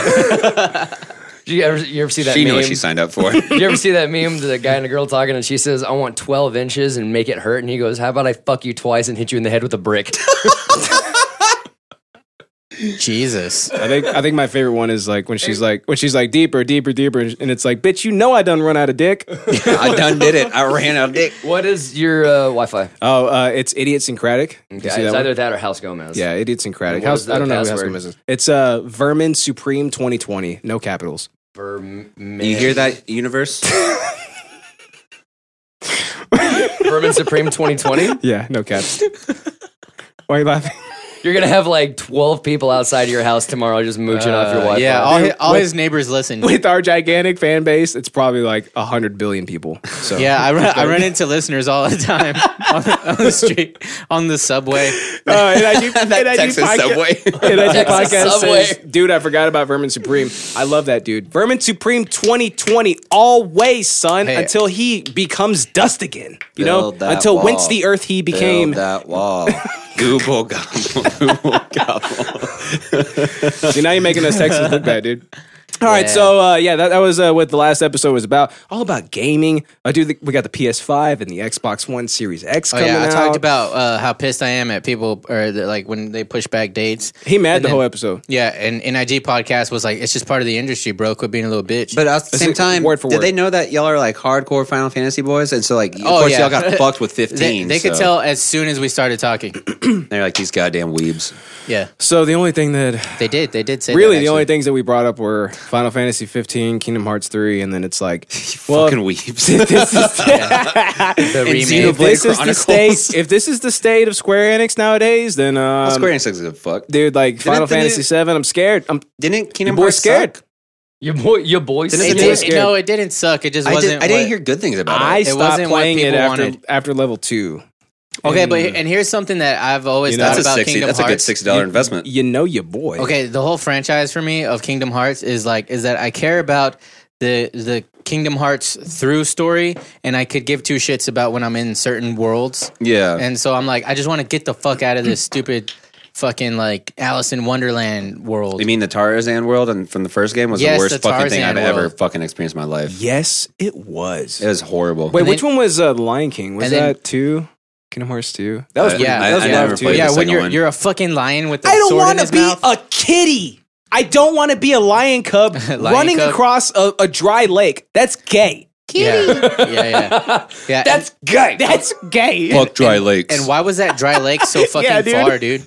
[SPEAKER 4] Did you ever you ever see that
[SPEAKER 2] she knew
[SPEAKER 4] meme?
[SPEAKER 2] what she signed up for.
[SPEAKER 4] Did you ever see that meme? The guy and the girl talking, and she says, "I want twelve inches and make it hurt," and he goes, "How about I fuck you twice and hit you in the head with a brick?"
[SPEAKER 1] Jesus.
[SPEAKER 5] I think I think my favorite one is like when she's like when she's like deeper, deeper, deeper, and it's like, bitch, you know I done run out of dick.
[SPEAKER 2] I done did it. I ran out of dick.
[SPEAKER 4] what is your uh, Wi-Fi?
[SPEAKER 5] Oh, uh, it's idiosyncratic. Did you
[SPEAKER 4] Yeah,
[SPEAKER 5] see
[SPEAKER 4] it's
[SPEAKER 5] that
[SPEAKER 4] either
[SPEAKER 5] one?
[SPEAKER 4] that or House Gomez.
[SPEAKER 5] Yeah, idiosyncratic.
[SPEAKER 4] What was
[SPEAKER 5] House,
[SPEAKER 4] the
[SPEAKER 5] I don't know who House
[SPEAKER 4] password?
[SPEAKER 5] Gomez is. It's uh, Vermin Supreme 2020. No capitals.
[SPEAKER 4] Verm-
[SPEAKER 2] You hear that, universe?
[SPEAKER 4] Vermin Supreme 2020.
[SPEAKER 5] Yeah, no caps. Why are you laughing?
[SPEAKER 4] You're gonna have like 12 people outside your house tomorrow just mooching off your Wi-Fi.
[SPEAKER 1] Yeah. All,
[SPEAKER 5] Dude,
[SPEAKER 1] his, all
[SPEAKER 5] with-
[SPEAKER 1] his neighbors listen.
[SPEAKER 5] With our gigantic fan base, it's probably like 100 billion people. So
[SPEAKER 1] Yeah, I run, I run into listeners all the time on, the- on the street, on the subway.
[SPEAKER 5] Uh, and I do, and I do
[SPEAKER 2] Texas
[SPEAKER 5] podca-
[SPEAKER 2] subway.
[SPEAKER 5] And I do
[SPEAKER 4] Texas
[SPEAKER 5] podcast
[SPEAKER 4] Subway.
[SPEAKER 5] says, dude, I forgot about Vermin Supreme. I love that dude. Vermin Supreme 2020, always, son,
[SPEAKER 1] Hey.
[SPEAKER 5] until he becomes dust again. You know,
[SPEAKER 2] Build that
[SPEAKER 5] until whence
[SPEAKER 2] wall.
[SPEAKER 5] the earth he became.
[SPEAKER 2] Build that wall. Google gobble. Google gobble.
[SPEAKER 5] See, now you're making us Texans look bad, dude. All right, so uh, yeah, that, that was uh, what the last episode was about. All about gaming. I do. The, we got the PS5 and the Xbox One Series X
[SPEAKER 1] Oh
[SPEAKER 5] coming
[SPEAKER 1] yeah, I
[SPEAKER 5] out.
[SPEAKER 1] talked about uh, how pissed I am at people or the, like when they push back dates.
[SPEAKER 5] he mad
[SPEAKER 1] And
[SPEAKER 5] the
[SPEAKER 1] then-
[SPEAKER 5] whole episode.
[SPEAKER 1] Yeah, and NIG podcast was like, it's just part of the industry, bro. Quit being a little bitch.
[SPEAKER 2] But at the
[SPEAKER 5] Is
[SPEAKER 2] same
[SPEAKER 5] it
[SPEAKER 2] time,
[SPEAKER 5] word for
[SPEAKER 2] did
[SPEAKER 5] word?
[SPEAKER 2] they know that y'all are like hardcore Final Fantasy boys? And so, like, of
[SPEAKER 1] Oh,
[SPEAKER 2] course,
[SPEAKER 1] yeah.
[SPEAKER 2] y'all got fucked with 15.
[SPEAKER 1] they, they could
[SPEAKER 2] so
[SPEAKER 1] tell as soon as we started talking.
[SPEAKER 2] They're like, these goddamn weebs.
[SPEAKER 1] Yeah,
[SPEAKER 5] So the only thing that
[SPEAKER 1] they did. They did say
[SPEAKER 5] really
[SPEAKER 1] that,
[SPEAKER 5] the only
[SPEAKER 1] actually.
[SPEAKER 5] things that we brought up were Final Fantasy 15, Kingdom Hearts 3, and then it's like, well,
[SPEAKER 2] Fucking weebs.
[SPEAKER 5] this is
[SPEAKER 1] the remake.
[SPEAKER 5] if this is the
[SPEAKER 2] Chronicles.
[SPEAKER 5] state. If this is the state of Square Enix nowadays, then um,
[SPEAKER 2] Square Enix is a fuck.
[SPEAKER 5] dude, like Final
[SPEAKER 2] the new-
[SPEAKER 5] Fantasy 7, I'm scared. I'm
[SPEAKER 2] Didn't
[SPEAKER 5] your
[SPEAKER 2] Kingdom
[SPEAKER 5] boy
[SPEAKER 2] Hearts
[SPEAKER 5] scared.
[SPEAKER 2] suck?
[SPEAKER 4] Your boy, your boy.
[SPEAKER 2] Didn't
[SPEAKER 1] It
[SPEAKER 2] It
[SPEAKER 4] said-
[SPEAKER 2] was
[SPEAKER 1] did,
[SPEAKER 5] scared.
[SPEAKER 1] no, it didn't suck. It just
[SPEAKER 2] I,
[SPEAKER 1] wasn't.
[SPEAKER 2] did, I didn't
[SPEAKER 1] what-
[SPEAKER 2] hear good things about
[SPEAKER 5] I
[SPEAKER 2] it.
[SPEAKER 1] It
[SPEAKER 5] stopped
[SPEAKER 1] wasn't what
[SPEAKER 5] playing it
[SPEAKER 1] people
[SPEAKER 5] after
[SPEAKER 1] wanted.
[SPEAKER 5] after level two.
[SPEAKER 1] Okay, but and here's something that I've always
[SPEAKER 5] You know,
[SPEAKER 1] thought
[SPEAKER 2] That's a
[SPEAKER 1] about
[SPEAKER 2] sixty.
[SPEAKER 1] Kingdom
[SPEAKER 2] That's a
[SPEAKER 1] Hearts.
[SPEAKER 2] good sixty dollar investment.
[SPEAKER 5] You know your boy.
[SPEAKER 1] Okay, the whole franchise for me of Kingdom Hearts is like is that I care about the the Kingdom Hearts through story, and I could give two shits about when I'm in certain worlds,
[SPEAKER 2] Yeah.
[SPEAKER 1] and so I'm like, I just want to get the fuck out of this stupid fucking like Alice in Wonderland world.
[SPEAKER 2] you mean the Tarzan world and from the first game was
[SPEAKER 1] Yes,
[SPEAKER 2] the
[SPEAKER 1] the
[SPEAKER 2] worst fucking thing I've
[SPEAKER 1] Tarzan
[SPEAKER 2] ever
[SPEAKER 1] world.
[SPEAKER 2] fucking experienced in my life.
[SPEAKER 5] Yes, it was.
[SPEAKER 2] It was horrible.
[SPEAKER 5] Wait,
[SPEAKER 1] And
[SPEAKER 5] which
[SPEAKER 1] then-
[SPEAKER 5] one was uh, The Lion King? Was
[SPEAKER 1] and then- Uh,
[SPEAKER 5] that two? Kingdom Hearts two. That was
[SPEAKER 2] I-
[SPEAKER 5] pretty,
[SPEAKER 1] yeah,
[SPEAKER 5] that was
[SPEAKER 1] I
[SPEAKER 5] rough,
[SPEAKER 1] never
[SPEAKER 5] too.
[SPEAKER 2] played
[SPEAKER 1] yeah,
[SPEAKER 2] the
[SPEAKER 1] when
[SPEAKER 2] second
[SPEAKER 1] you're
[SPEAKER 2] one.
[SPEAKER 1] you're a fucking lion with the
[SPEAKER 5] I don't
[SPEAKER 1] sword in
[SPEAKER 5] want to
[SPEAKER 1] his
[SPEAKER 5] be
[SPEAKER 1] mouth.
[SPEAKER 5] a kitty. I don't want to be a lion cub
[SPEAKER 1] Lion
[SPEAKER 5] running
[SPEAKER 1] cub.
[SPEAKER 5] across a, a dry lake. That's gay.
[SPEAKER 1] kitty. Yeah, yeah, yeah. yeah.
[SPEAKER 4] That's gay.
[SPEAKER 5] That's gay.
[SPEAKER 3] Fuck dry lakes.
[SPEAKER 1] and, and why was that dry lake so fucking
[SPEAKER 5] dude.
[SPEAKER 1] far, dude?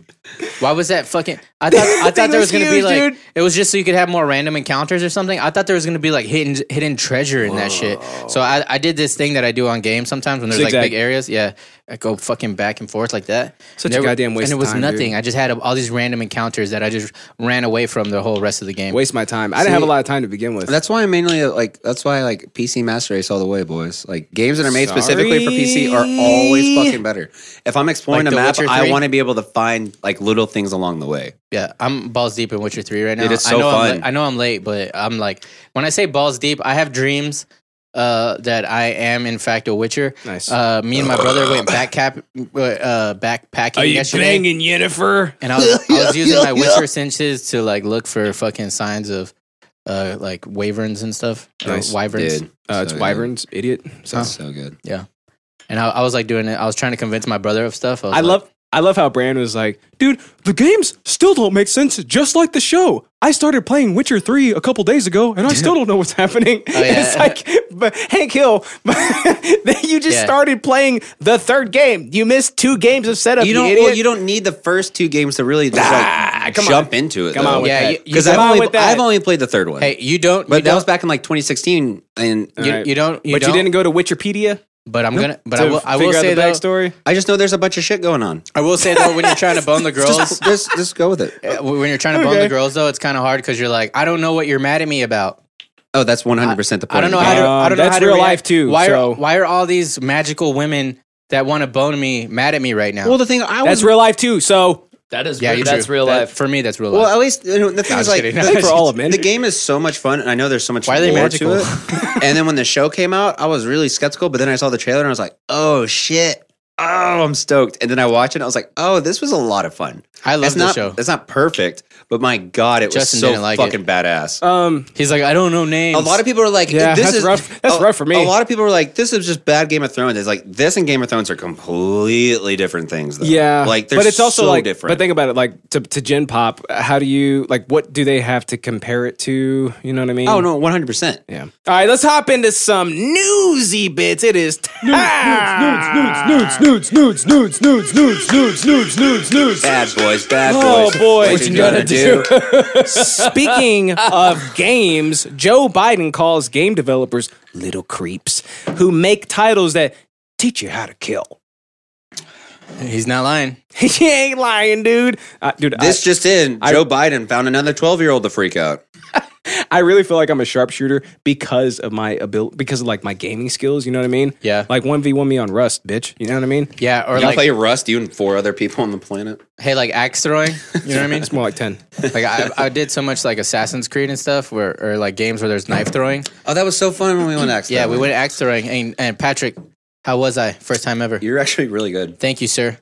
[SPEAKER 1] Why was that fucking? I thought I thought there was,
[SPEAKER 5] was
[SPEAKER 1] gonna be
[SPEAKER 5] huge,
[SPEAKER 1] like
[SPEAKER 5] dude.
[SPEAKER 1] it was just so you could have more random encounters or something. I thought there was gonna be like hidden hidden treasure in that shit. So I, I did this thing that I do on games sometimes when there's like
[SPEAKER 5] Zigzag.
[SPEAKER 1] big areas. Yeah, I go fucking back and forth like that. And
[SPEAKER 5] Such a
[SPEAKER 1] there were-
[SPEAKER 5] goddamn
[SPEAKER 1] And
[SPEAKER 5] waste
[SPEAKER 1] it
[SPEAKER 5] of
[SPEAKER 1] was
[SPEAKER 5] time, dude.
[SPEAKER 1] nothing. I just had all these random encounters that I just ran away from the whole rest of the game.
[SPEAKER 5] Waste my time. I didn't have a lot of time to begin with.
[SPEAKER 2] That's why I mainly uh, like. That's why I like PC Master Race all the way, boys. Like games that are made specifically for PC are always
[SPEAKER 5] Sorry.
[SPEAKER 2] fucking better. If I'm exploring
[SPEAKER 1] Like
[SPEAKER 2] a
[SPEAKER 1] The
[SPEAKER 2] map,
[SPEAKER 1] Witcher
[SPEAKER 2] I
[SPEAKER 1] 3?
[SPEAKER 2] want to be able to find like little things along the way.
[SPEAKER 1] Yeah, I'm balls deep in Witcher Three right now.
[SPEAKER 2] Dude, it's
[SPEAKER 1] I
[SPEAKER 2] so
[SPEAKER 1] know I'm
[SPEAKER 2] fun.
[SPEAKER 1] li- I know I'm late, but I'm like when I say balls deep, I have dreams uh, that I am in fact a Witcher.
[SPEAKER 5] Nice.
[SPEAKER 1] Uh, me and my brother went backcap uh, backpacking yesterday,
[SPEAKER 5] Yennefer?
[SPEAKER 1] and I was, I was using my Witcher senses to like look for fucking signs of uh, like wyverns and stuff, or
[SPEAKER 5] Nice.
[SPEAKER 1] wyverns.
[SPEAKER 2] Dude,
[SPEAKER 5] Uh, it's
[SPEAKER 2] So good.
[SPEAKER 5] Wyverns, idiot. So-
[SPEAKER 2] That's so good.
[SPEAKER 1] And I, I was like doing it. I was trying to convince my brother of stuff. was
[SPEAKER 5] I
[SPEAKER 1] like,
[SPEAKER 5] love I love how Brand was like, dude, the games still don't make sense, just like the show. I started playing Witcher 3 a couple days ago and I still don't know what's happening.
[SPEAKER 1] yeah.
[SPEAKER 5] It's like but Hank Hill, you just
[SPEAKER 1] Yeah.
[SPEAKER 5] started playing the third game. You missed two games of setup.
[SPEAKER 2] You
[SPEAKER 5] You
[SPEAKER 2] don't.
[SPEAKER 5] idiot.
[SPEAKER 2] Well, you don't need the first two games to really just like
[SPEAKER 5] come on.
[SPEAKER 2] jump into it.
[SPEAKER 5] Come
[SPEAKER 2] though.
[SPEAKER 5] on with
[SPEAKER 1] Yeah,
[SPEAKER 5] that.
[SPEAKER 1] you- you
[SPEAKER 2] Because
[SPEAKER 1] Ah, come
[SPEAKER 2] I've
[SPEAKER 1] on
[SPEAKER 2] only
[SPEAKER 5] with that.
[SPEAKER 2] I've only played the third one.
[SPEAKER 1] Hey, you don't.
[SPEAKER 2] but
[SPEAKER 1] you
[SPEAKER 2] that was
[SPEAKER 1] don't,
[SPEAKER 2] back in like 2016, and
[SPEAKER 1] you,
[SPEAKER 5] Alright.
[SPEAKER 1] you don't. You
[SPEAKER 5] but
[SPEAKER 1] don't,
[SPEAKER 5] you didn't go to Witcherpedia
[SPEAKER 1] But I'm gonna. But
[SPEAKER 5] to
[SPEAKER 1] I will. I will
[SPEAKER 5] figure out
[SPEAKER 1] say
[SPEAKER 5] the
[SPEAKER 1] though.
[SPEAKER 5] backstory.
[SPEAKER 2] I just know there's a bunch of shit going on.
[SPEAKER 1] I will say though, when you're trying to bone the girls,
[SPEAKER 2] Just, just, just go with it.
[SPEAKER 1] Uh, when you're trying to bone
[SPEAKER 5] Okay.
[SPEAKER 1] the girls though, it's kind of hard because you're like, I don't know what you're mad at me about.
[SPEAKER 2] Oh, that's 100 percent the point.
[SPEAKER 1] I don't know
[SPEAKER 2] of
[SPEAKER 1] how
[SPEAKER 2] the
[SPEAKER 1] to.
[SPEAKER 2] game.
[SPEAKER 1] I
[SPEAKER 5] Um,
[SPEAKER 1] don't know
[SPEAKER 5] that's
[SPEAKER 1] how to
[SPEAKER 5] real
[SPEAKER 1] react.
[SPEAKER 5] life, too,
[SPEAKER 1] Why are
[SPEAKER 5] so-
[SPEAKER 1] why are all these magical women that want to bone me mad at me right now?
[SPEAKER 2] Well, the thing I was
[SPEAKER 5] That's real life too. So
[SPEAKER 4] That is
[SPEAKER 1] yeah,
[SPEAKER 4] real-
[SPEAKER 1] you're
[SPEAKER 4] that's
[SPEAKER 1] true.
[SPEAKER 4] real
[SPEAKER 1] That-
[SPEAKER 4] life.
[SPEAKER 1] for me. That's real
[SPEAKER 2] Well,
[SPEAKER 1] life.
[SPEAKER 2] at least you know, the thing
[SPEAKER 1] No,
[SPEAKER 2] is
[SPEAKER 1] just
[SPEAKER 2] like
[SPEAKER 1] kidding.
[SPEAKER 2] the
[SPEAKER 1] I
[SPEAKER 2] thing
[SPEAKER 1] think
[SPEAKER 5] for all of men.
[SPEAKER 2] The game is so much fun, and I know there's so much
[SPEAKER 1] Why are they
[SPEAKER 2] lore
[SPEAKER 1] magical?
[SPEAKER 2] to it. and then when the show came out, I was really skeptical, but then I saw the trailer and I was like, "Oh shit! Oh, I'm stoked!" And then I watched it, and I was like, "Oh, this was a lot of fun."
[SPEAKER 1] I love
[SPEAKER 2] it's
[SPEAKER 1] the
[SPEAKER 2] not,
[SPEAKER 1] show.
[SPEAKER 2] It's not perfect, but my god, it
[SPEAKER 1] Justin
[SPEAKER 2] was so
[SPEAKER 1] didn't like
[SPEAKER 2] fucking badass.
[SPEAKER 5] um
[SPEAKER 1] He's like, I don't know names.
[SPEAKER 2] a lot of people are like,
[SPEAKER 5] Yeah,
[SPEAKER 2] "This
[SPEAKER 5] that's
[SPEAKER 2] is
[SPEAKER 5] rough- that's
[SPEAKER 2] a-
[SPEAKER 5] rough for me.
[SPEAKER 2] A lot of people are like, "This is just bad Game of Thrones." It's like this and Game of Thrones are completely different things, though.
[SPEAKER 5] Yeah,
[SPEAKER 2] like they're
[SPEAKER 5] but it's also
[SPEAKER 2] so
[SPEAKER 5] like,
[SPEAKER 2] different.
[SPEAKER 5] But think about it, like to to Gen Pop, how do you like? What do they have to compare it to? You know what I mean?
[SPEAKER 2] oh no, 100. percent
[SPEAKER 5] Yeah. All right, let's hop into some newsy bits. It is time.
[SPEAKER 7] Snoots, snoots, snoots, snoots, snoots, snoots, snoots, snoots, snoots.
[SPEAKER 2] Bad boys, bad
[SPEAKER 5] Oh
[SPEAKER 2] boys.
[SPEAKER 5] boy!
[SPEAKER 2] What you gonna do?
[SPEAKER 5] Speaking of games, Joe Biden calls game developers little creeps who make titles that teach you how to kill.
[SPEAKER 1] He's not lying.
[SPEAKER 5] he ain't lying, dude. Uh, dude, I-
[SPEAKER 2] This just in: Joe Biden found another 12 year old to freak out.
[SPEAKER 5] I really feel like I'm a sharpshooter because of my ability, because of like my gaming skills. You know what I mean?
[SPEAKER 1] Yeah.
[SPEAKER 5] Like one v one me on Rust, bitch. You know what I mean?
[SPEAKER 1] Yeah, or
[SPEAKER 2] You
[SPEAKER 1] like,
[SPEAKER 2] play Rust, you and four other people on the planet.
[SPEAKER 1] hey, like axe throwing. You know what I mean?
[SPEAKER 5] It's more like ten.
[SPEAKER 1] Like I, I did so much like Assassin's Creed and stuff, where or like games where there's knife throwing.
[SPEAKER 2] Oh, that was so fun when we went axe.
[SPEAKER 1] Yeah,
[SPEAKER 2] that
[SPEAKER 1] we
[SPEAKER 2] way.
[SPEAKER 1] went axe throwing. And, and Patrick, how was I? First time ever.
[SPEAKER 2] You're actually really good.
[SPEAKER 1] Thank you, sir.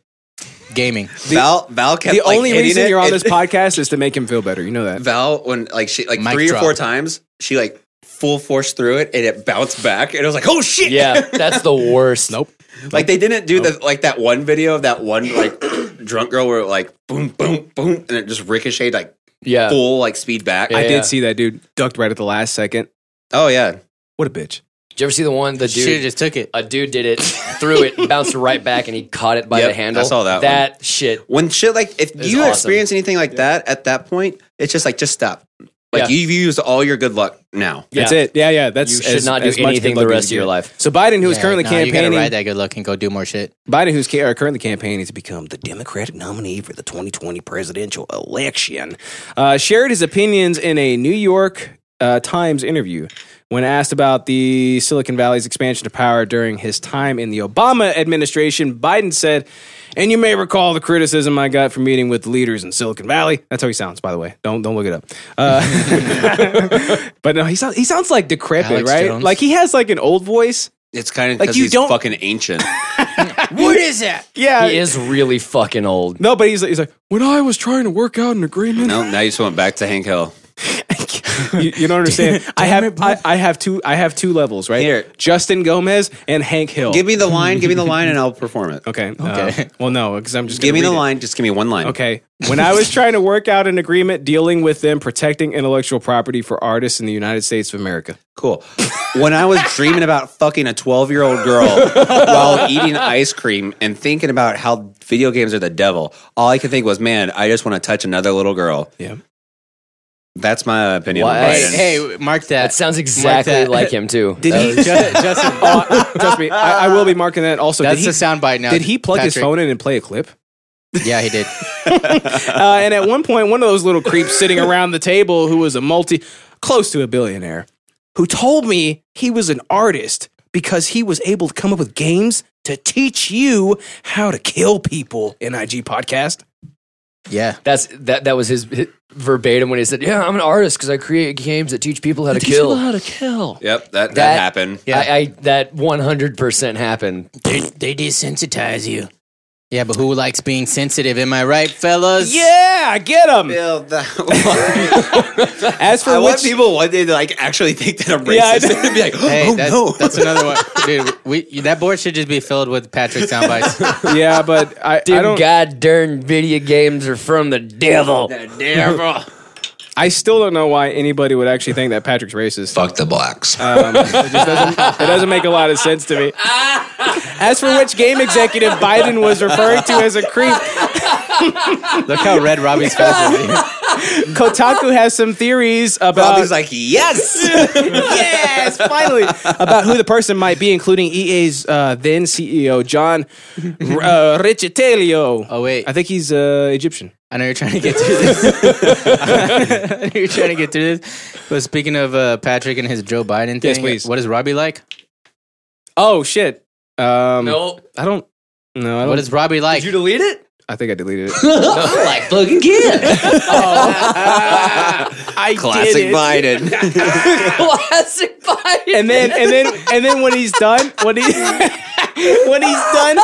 [SPEAKER 1] Gaming.
[SPEAKER 2] Val, Val kept
[SPEAKER 5] The
[SPEAKER 2] like,
[SPEAKER 5] only
[SPEAKER 2] hitting
[SPEAKER 5] reason
[SPEAKER 2] it.
[SPEAKER 5] you're on
[SPEAKER 2] It-
[SPEAKER 5] this podcast is to make him feel better. You know that.
[SPEAKER 2] Val, when like she like
[SPEAKER 1] Mic
[SPEAKER 2] three
[SPEAKER 1] drop.
[SPEAKER 2] or four times, she like full force through it and it bounced back, and it was like, oh shit!
[SPEAKER 4] yeah, that's the worst. Nope.
[SPEAKER 2] like they didn't do the like that one video of that one like drunk girl where it, like boom, boom, boom, and it just ricocheted like
[SPEAKER 4] Yeah.
[SPEAKER 2] full like speed back.
[SPEAKER 5] I
[SPEAKER 4] Yeah.
[SPEAKER 5] did see that dude ducked right at the last second.
[SPEAKER 2] Oh yeah,
[SPEAKER 5] What a bitch.
[SPEAKER 4] Did you ever see the one the
[SPEAKER 1] Should
[SPEAKER 4] dude
[SPEAKER 1] have just took it.
[SPEAKER 4] a dude did it, threw it, bounced right back, and he caught it by
[SPEAKER 2] Yep,
[SPEAKER 4] the handle.
[SPEAKER 2] I saw that
[SPEAKER 4] That shit.
[SPEAKER 2] when shit like if
[SPEAKER 4] It's
[SPEAKER 2] you
[SPEAKER 4] awesome.
[SPEAKER 2] experience anything like that at that point, it's just like just stop. Like
[SPEAKER 4] Yeah.
[SPEAKER 2] you've used all your good luck now.
[SPEAKER 5] That's
[SPEAKER 4] Yeah.
[SPEAKER 5] it. Yeah, yeah. That's
[SPEAKER 4] You should
[SPEAKER 5] as-
[SPEAKER 4] not do
[SPEAKER 5] as much
[SPEAKER 4] anything
[SPEAKER 5] good luck
[SPEAKER 4] the
[SPEAKER 5] as
[SPEAKER 4] rest of
[SPEAKER 5] you
[SPEAKER 4] your
[SPEAKER 5] get.
[SPEAKER 4] life.
[SPEAKER 5] So Biden, who is
[SPEAKER 1] Yeah,
[SPEAKER 5] currently
[SPEAKER 1] no, You gotta ride
[SPEAKER 5] campaigning,
[SPEAKER 1] that good luck and go do more shit.
[SPEAKER 5] Biden, who's ca- or currently campaigning to become the Democratic nominee for the 2020 presidential election, uh, shared his opinions in a New York uh, Times interview when asked about the Silicon Valley's expansion of power during his time in the Obama administration. Biden said, and you may recall the criticism I got for meeting with leaders in Silicon Valley. That's how he sounds, by the way. Don't don't look it up. Uh, but no, he sounds he sounds like decrepit,
[SPEAKER 1] Alex
[SPEAKER 5] right?
[SPEAKER 1] Jones.
[SPEAKER 5] Like he has like an old voice.
[SPEAKER 2] It's kind of
[SPEAKER 5] Like,
[SPEAKER 2] like
[SPEAKER 5] you
[SPEAKER 2] you he's
[SPEAKER 5] don't-
[SPEAKER 2] fucking ancient.
[SPEAKER 1] What is that?
[SPEAKER 5] Yeah,
[SPEAKER 4] He is really fucking old.
[SPEAKER 5] No, but he's, he's like, when I was trying to work out an agreement.
[SPEAKER 2] no, now you just went back to Hank Hill.
[SPEAKER 5] you, you don't understand. I have I, I have two I have two levels right
[SPEAKER 2] Here.
[SPEAKER 5] Justin Gomez and Hank Hill.
[SPEAKER 2] Give me the line. Give me the line, and I'll perform it.
[SPEAKER 5] okay okay. well, no, because I'm just
[SPEAKER 2] Give me
[SPEAKER 5] gonna
[SPEAKER 2] the
[SPEAKER 5] read it.
[SPEAKER 2] line. Just give me one line.
[SPEAKER 5] Okay. When I was trying to work out an agreement dealing with them protecting intellectual property for artists in the United States of America.
[SPEAKER 2] Cool. When I was dreaming about fucking a 12 year old girl while eating ice cream and thinking about how video games are the devil, all I could think was, man, I just want to touch another little girl.
[SPEAKER 5] Yeah.
[SPEAKER 2] That's my opinion. on
[SPEAKER 4] Why?
[SPEAKER 2] Biden.
[SPEAKER 1] Hey, hey, mark that.
[SPEAKER 4] That sounds exactly
[SPEAKER 1] that.
[SPEAKER 4] like him too.
[SPEAKER 1] Did he? Ju- Justin,
[SPEAKER 5] Trust me, I, I will be marking that also.
[SPEAKER 1] that's
[SPEAKER 5] did he,
[SPEAKER 1] the soundbite now.
[SPEAKER 5] did he plug his
[SPEAKER 1] Patrick.
[SPEAKER 5] phone in and play a clip?
[SPEAKER 1] Yeah, he did.
[SPEAKER 5] Uh, and at one point, one of those little creeps sitting around the table who was a multi, close to a billionaire, who told me he was an artist because he was able to come up with games to teach you how to kill people. NIG podcast.
[SPEAKER 1] Yeah.
[SPEAKER 4] That's that. That was his, his verbatim when he said, "Yeah, I'm an artist because I create games that teach people how to kill."
[SPEAKER 5] How to kill.
[SPEAKER 2] Yep, that, that,
[SPEAKER 4] That-
[SPEAKER 2] happened.
[SPEAKER 1] Yeah.
[SPEAKER 4] I, I that 100 percent happened.
[SPEAKER 1] They, they desensitize you. Yeah, but who likes being sensitive? Am I right, fellas?
[SPEAKER 5] Yeah, get him.
[SPEAKER 2] Bill, that-
[SPEAKER 5] As for
[SPEAKER 2] I want
[SPEAKER 5] which,
[SPEAKER 2] people one day to like actually think that I'm racist.
[SPEAKER 5] Yeah, I know.
[SPEAKER 2] and be like,
[SPEAKER 1] Hey,
[SPEAKER 2] oh
[SPEAKER 1] that's,
[SPEAKER 2] no.
[SPEAKER 1] that's another one, dude. We that board should just be filled with Patrick soundbites.
[SPEAKER 5] yeah, but I, I
[SPEAKER 4] Them
[SPEAKER 5] don't.
[SPEAKER 4] god darn video games are from the devil.
[SPEAKER 5] I still don't know why anybody would actually think that Patrick's racist.
[SPEAKER 2] Fuck the blacks.
[SPEAKER 5] Uh, It doesn't make a lot of sense to me. As for which game executive Biden was referred to as a creep,
[SPEAKER 1] Look how red Robbie's face is.
[SPEAKER 5] Kotaku has some theories about
[SPEAKER 2] Robbie's like, yes.
[SPEAKER 5] yes, finally about who the person might be, including EA's uh, then CEO John uh, Riccitelio.
[SPEAKER 1] Oh wait,
[SPEAKER 5] I think he's uh, Egyptian.
[SPEAKER 1] I know you're trying to get through this. I know you're trying to get through this. But speaking of uh, Patrick and his Joe Biden thing,
[SPEAKER 5] Yes, please.
[SPEAKER 1] what is Robbie like?
[SPEAKER 5] Oh shit! Um,
[SPEAKER 4] Nope.
[SPEAKER 5] I don't. No, I don't.
[SPEAKER 1] What is Robbie like?
[SPEAKER 4] Did you delete it?
[SPEAKER 5] I think I deleted it. Oh.
[SPEAKER 4] like fucking kid.
[SPEAKER 5] I
[SPEAKER 2] Classic Biden.
[SPEAKER 4] Classic Biden.
[SPEAKER 5] and then and then and then when he's done, when he when he's done,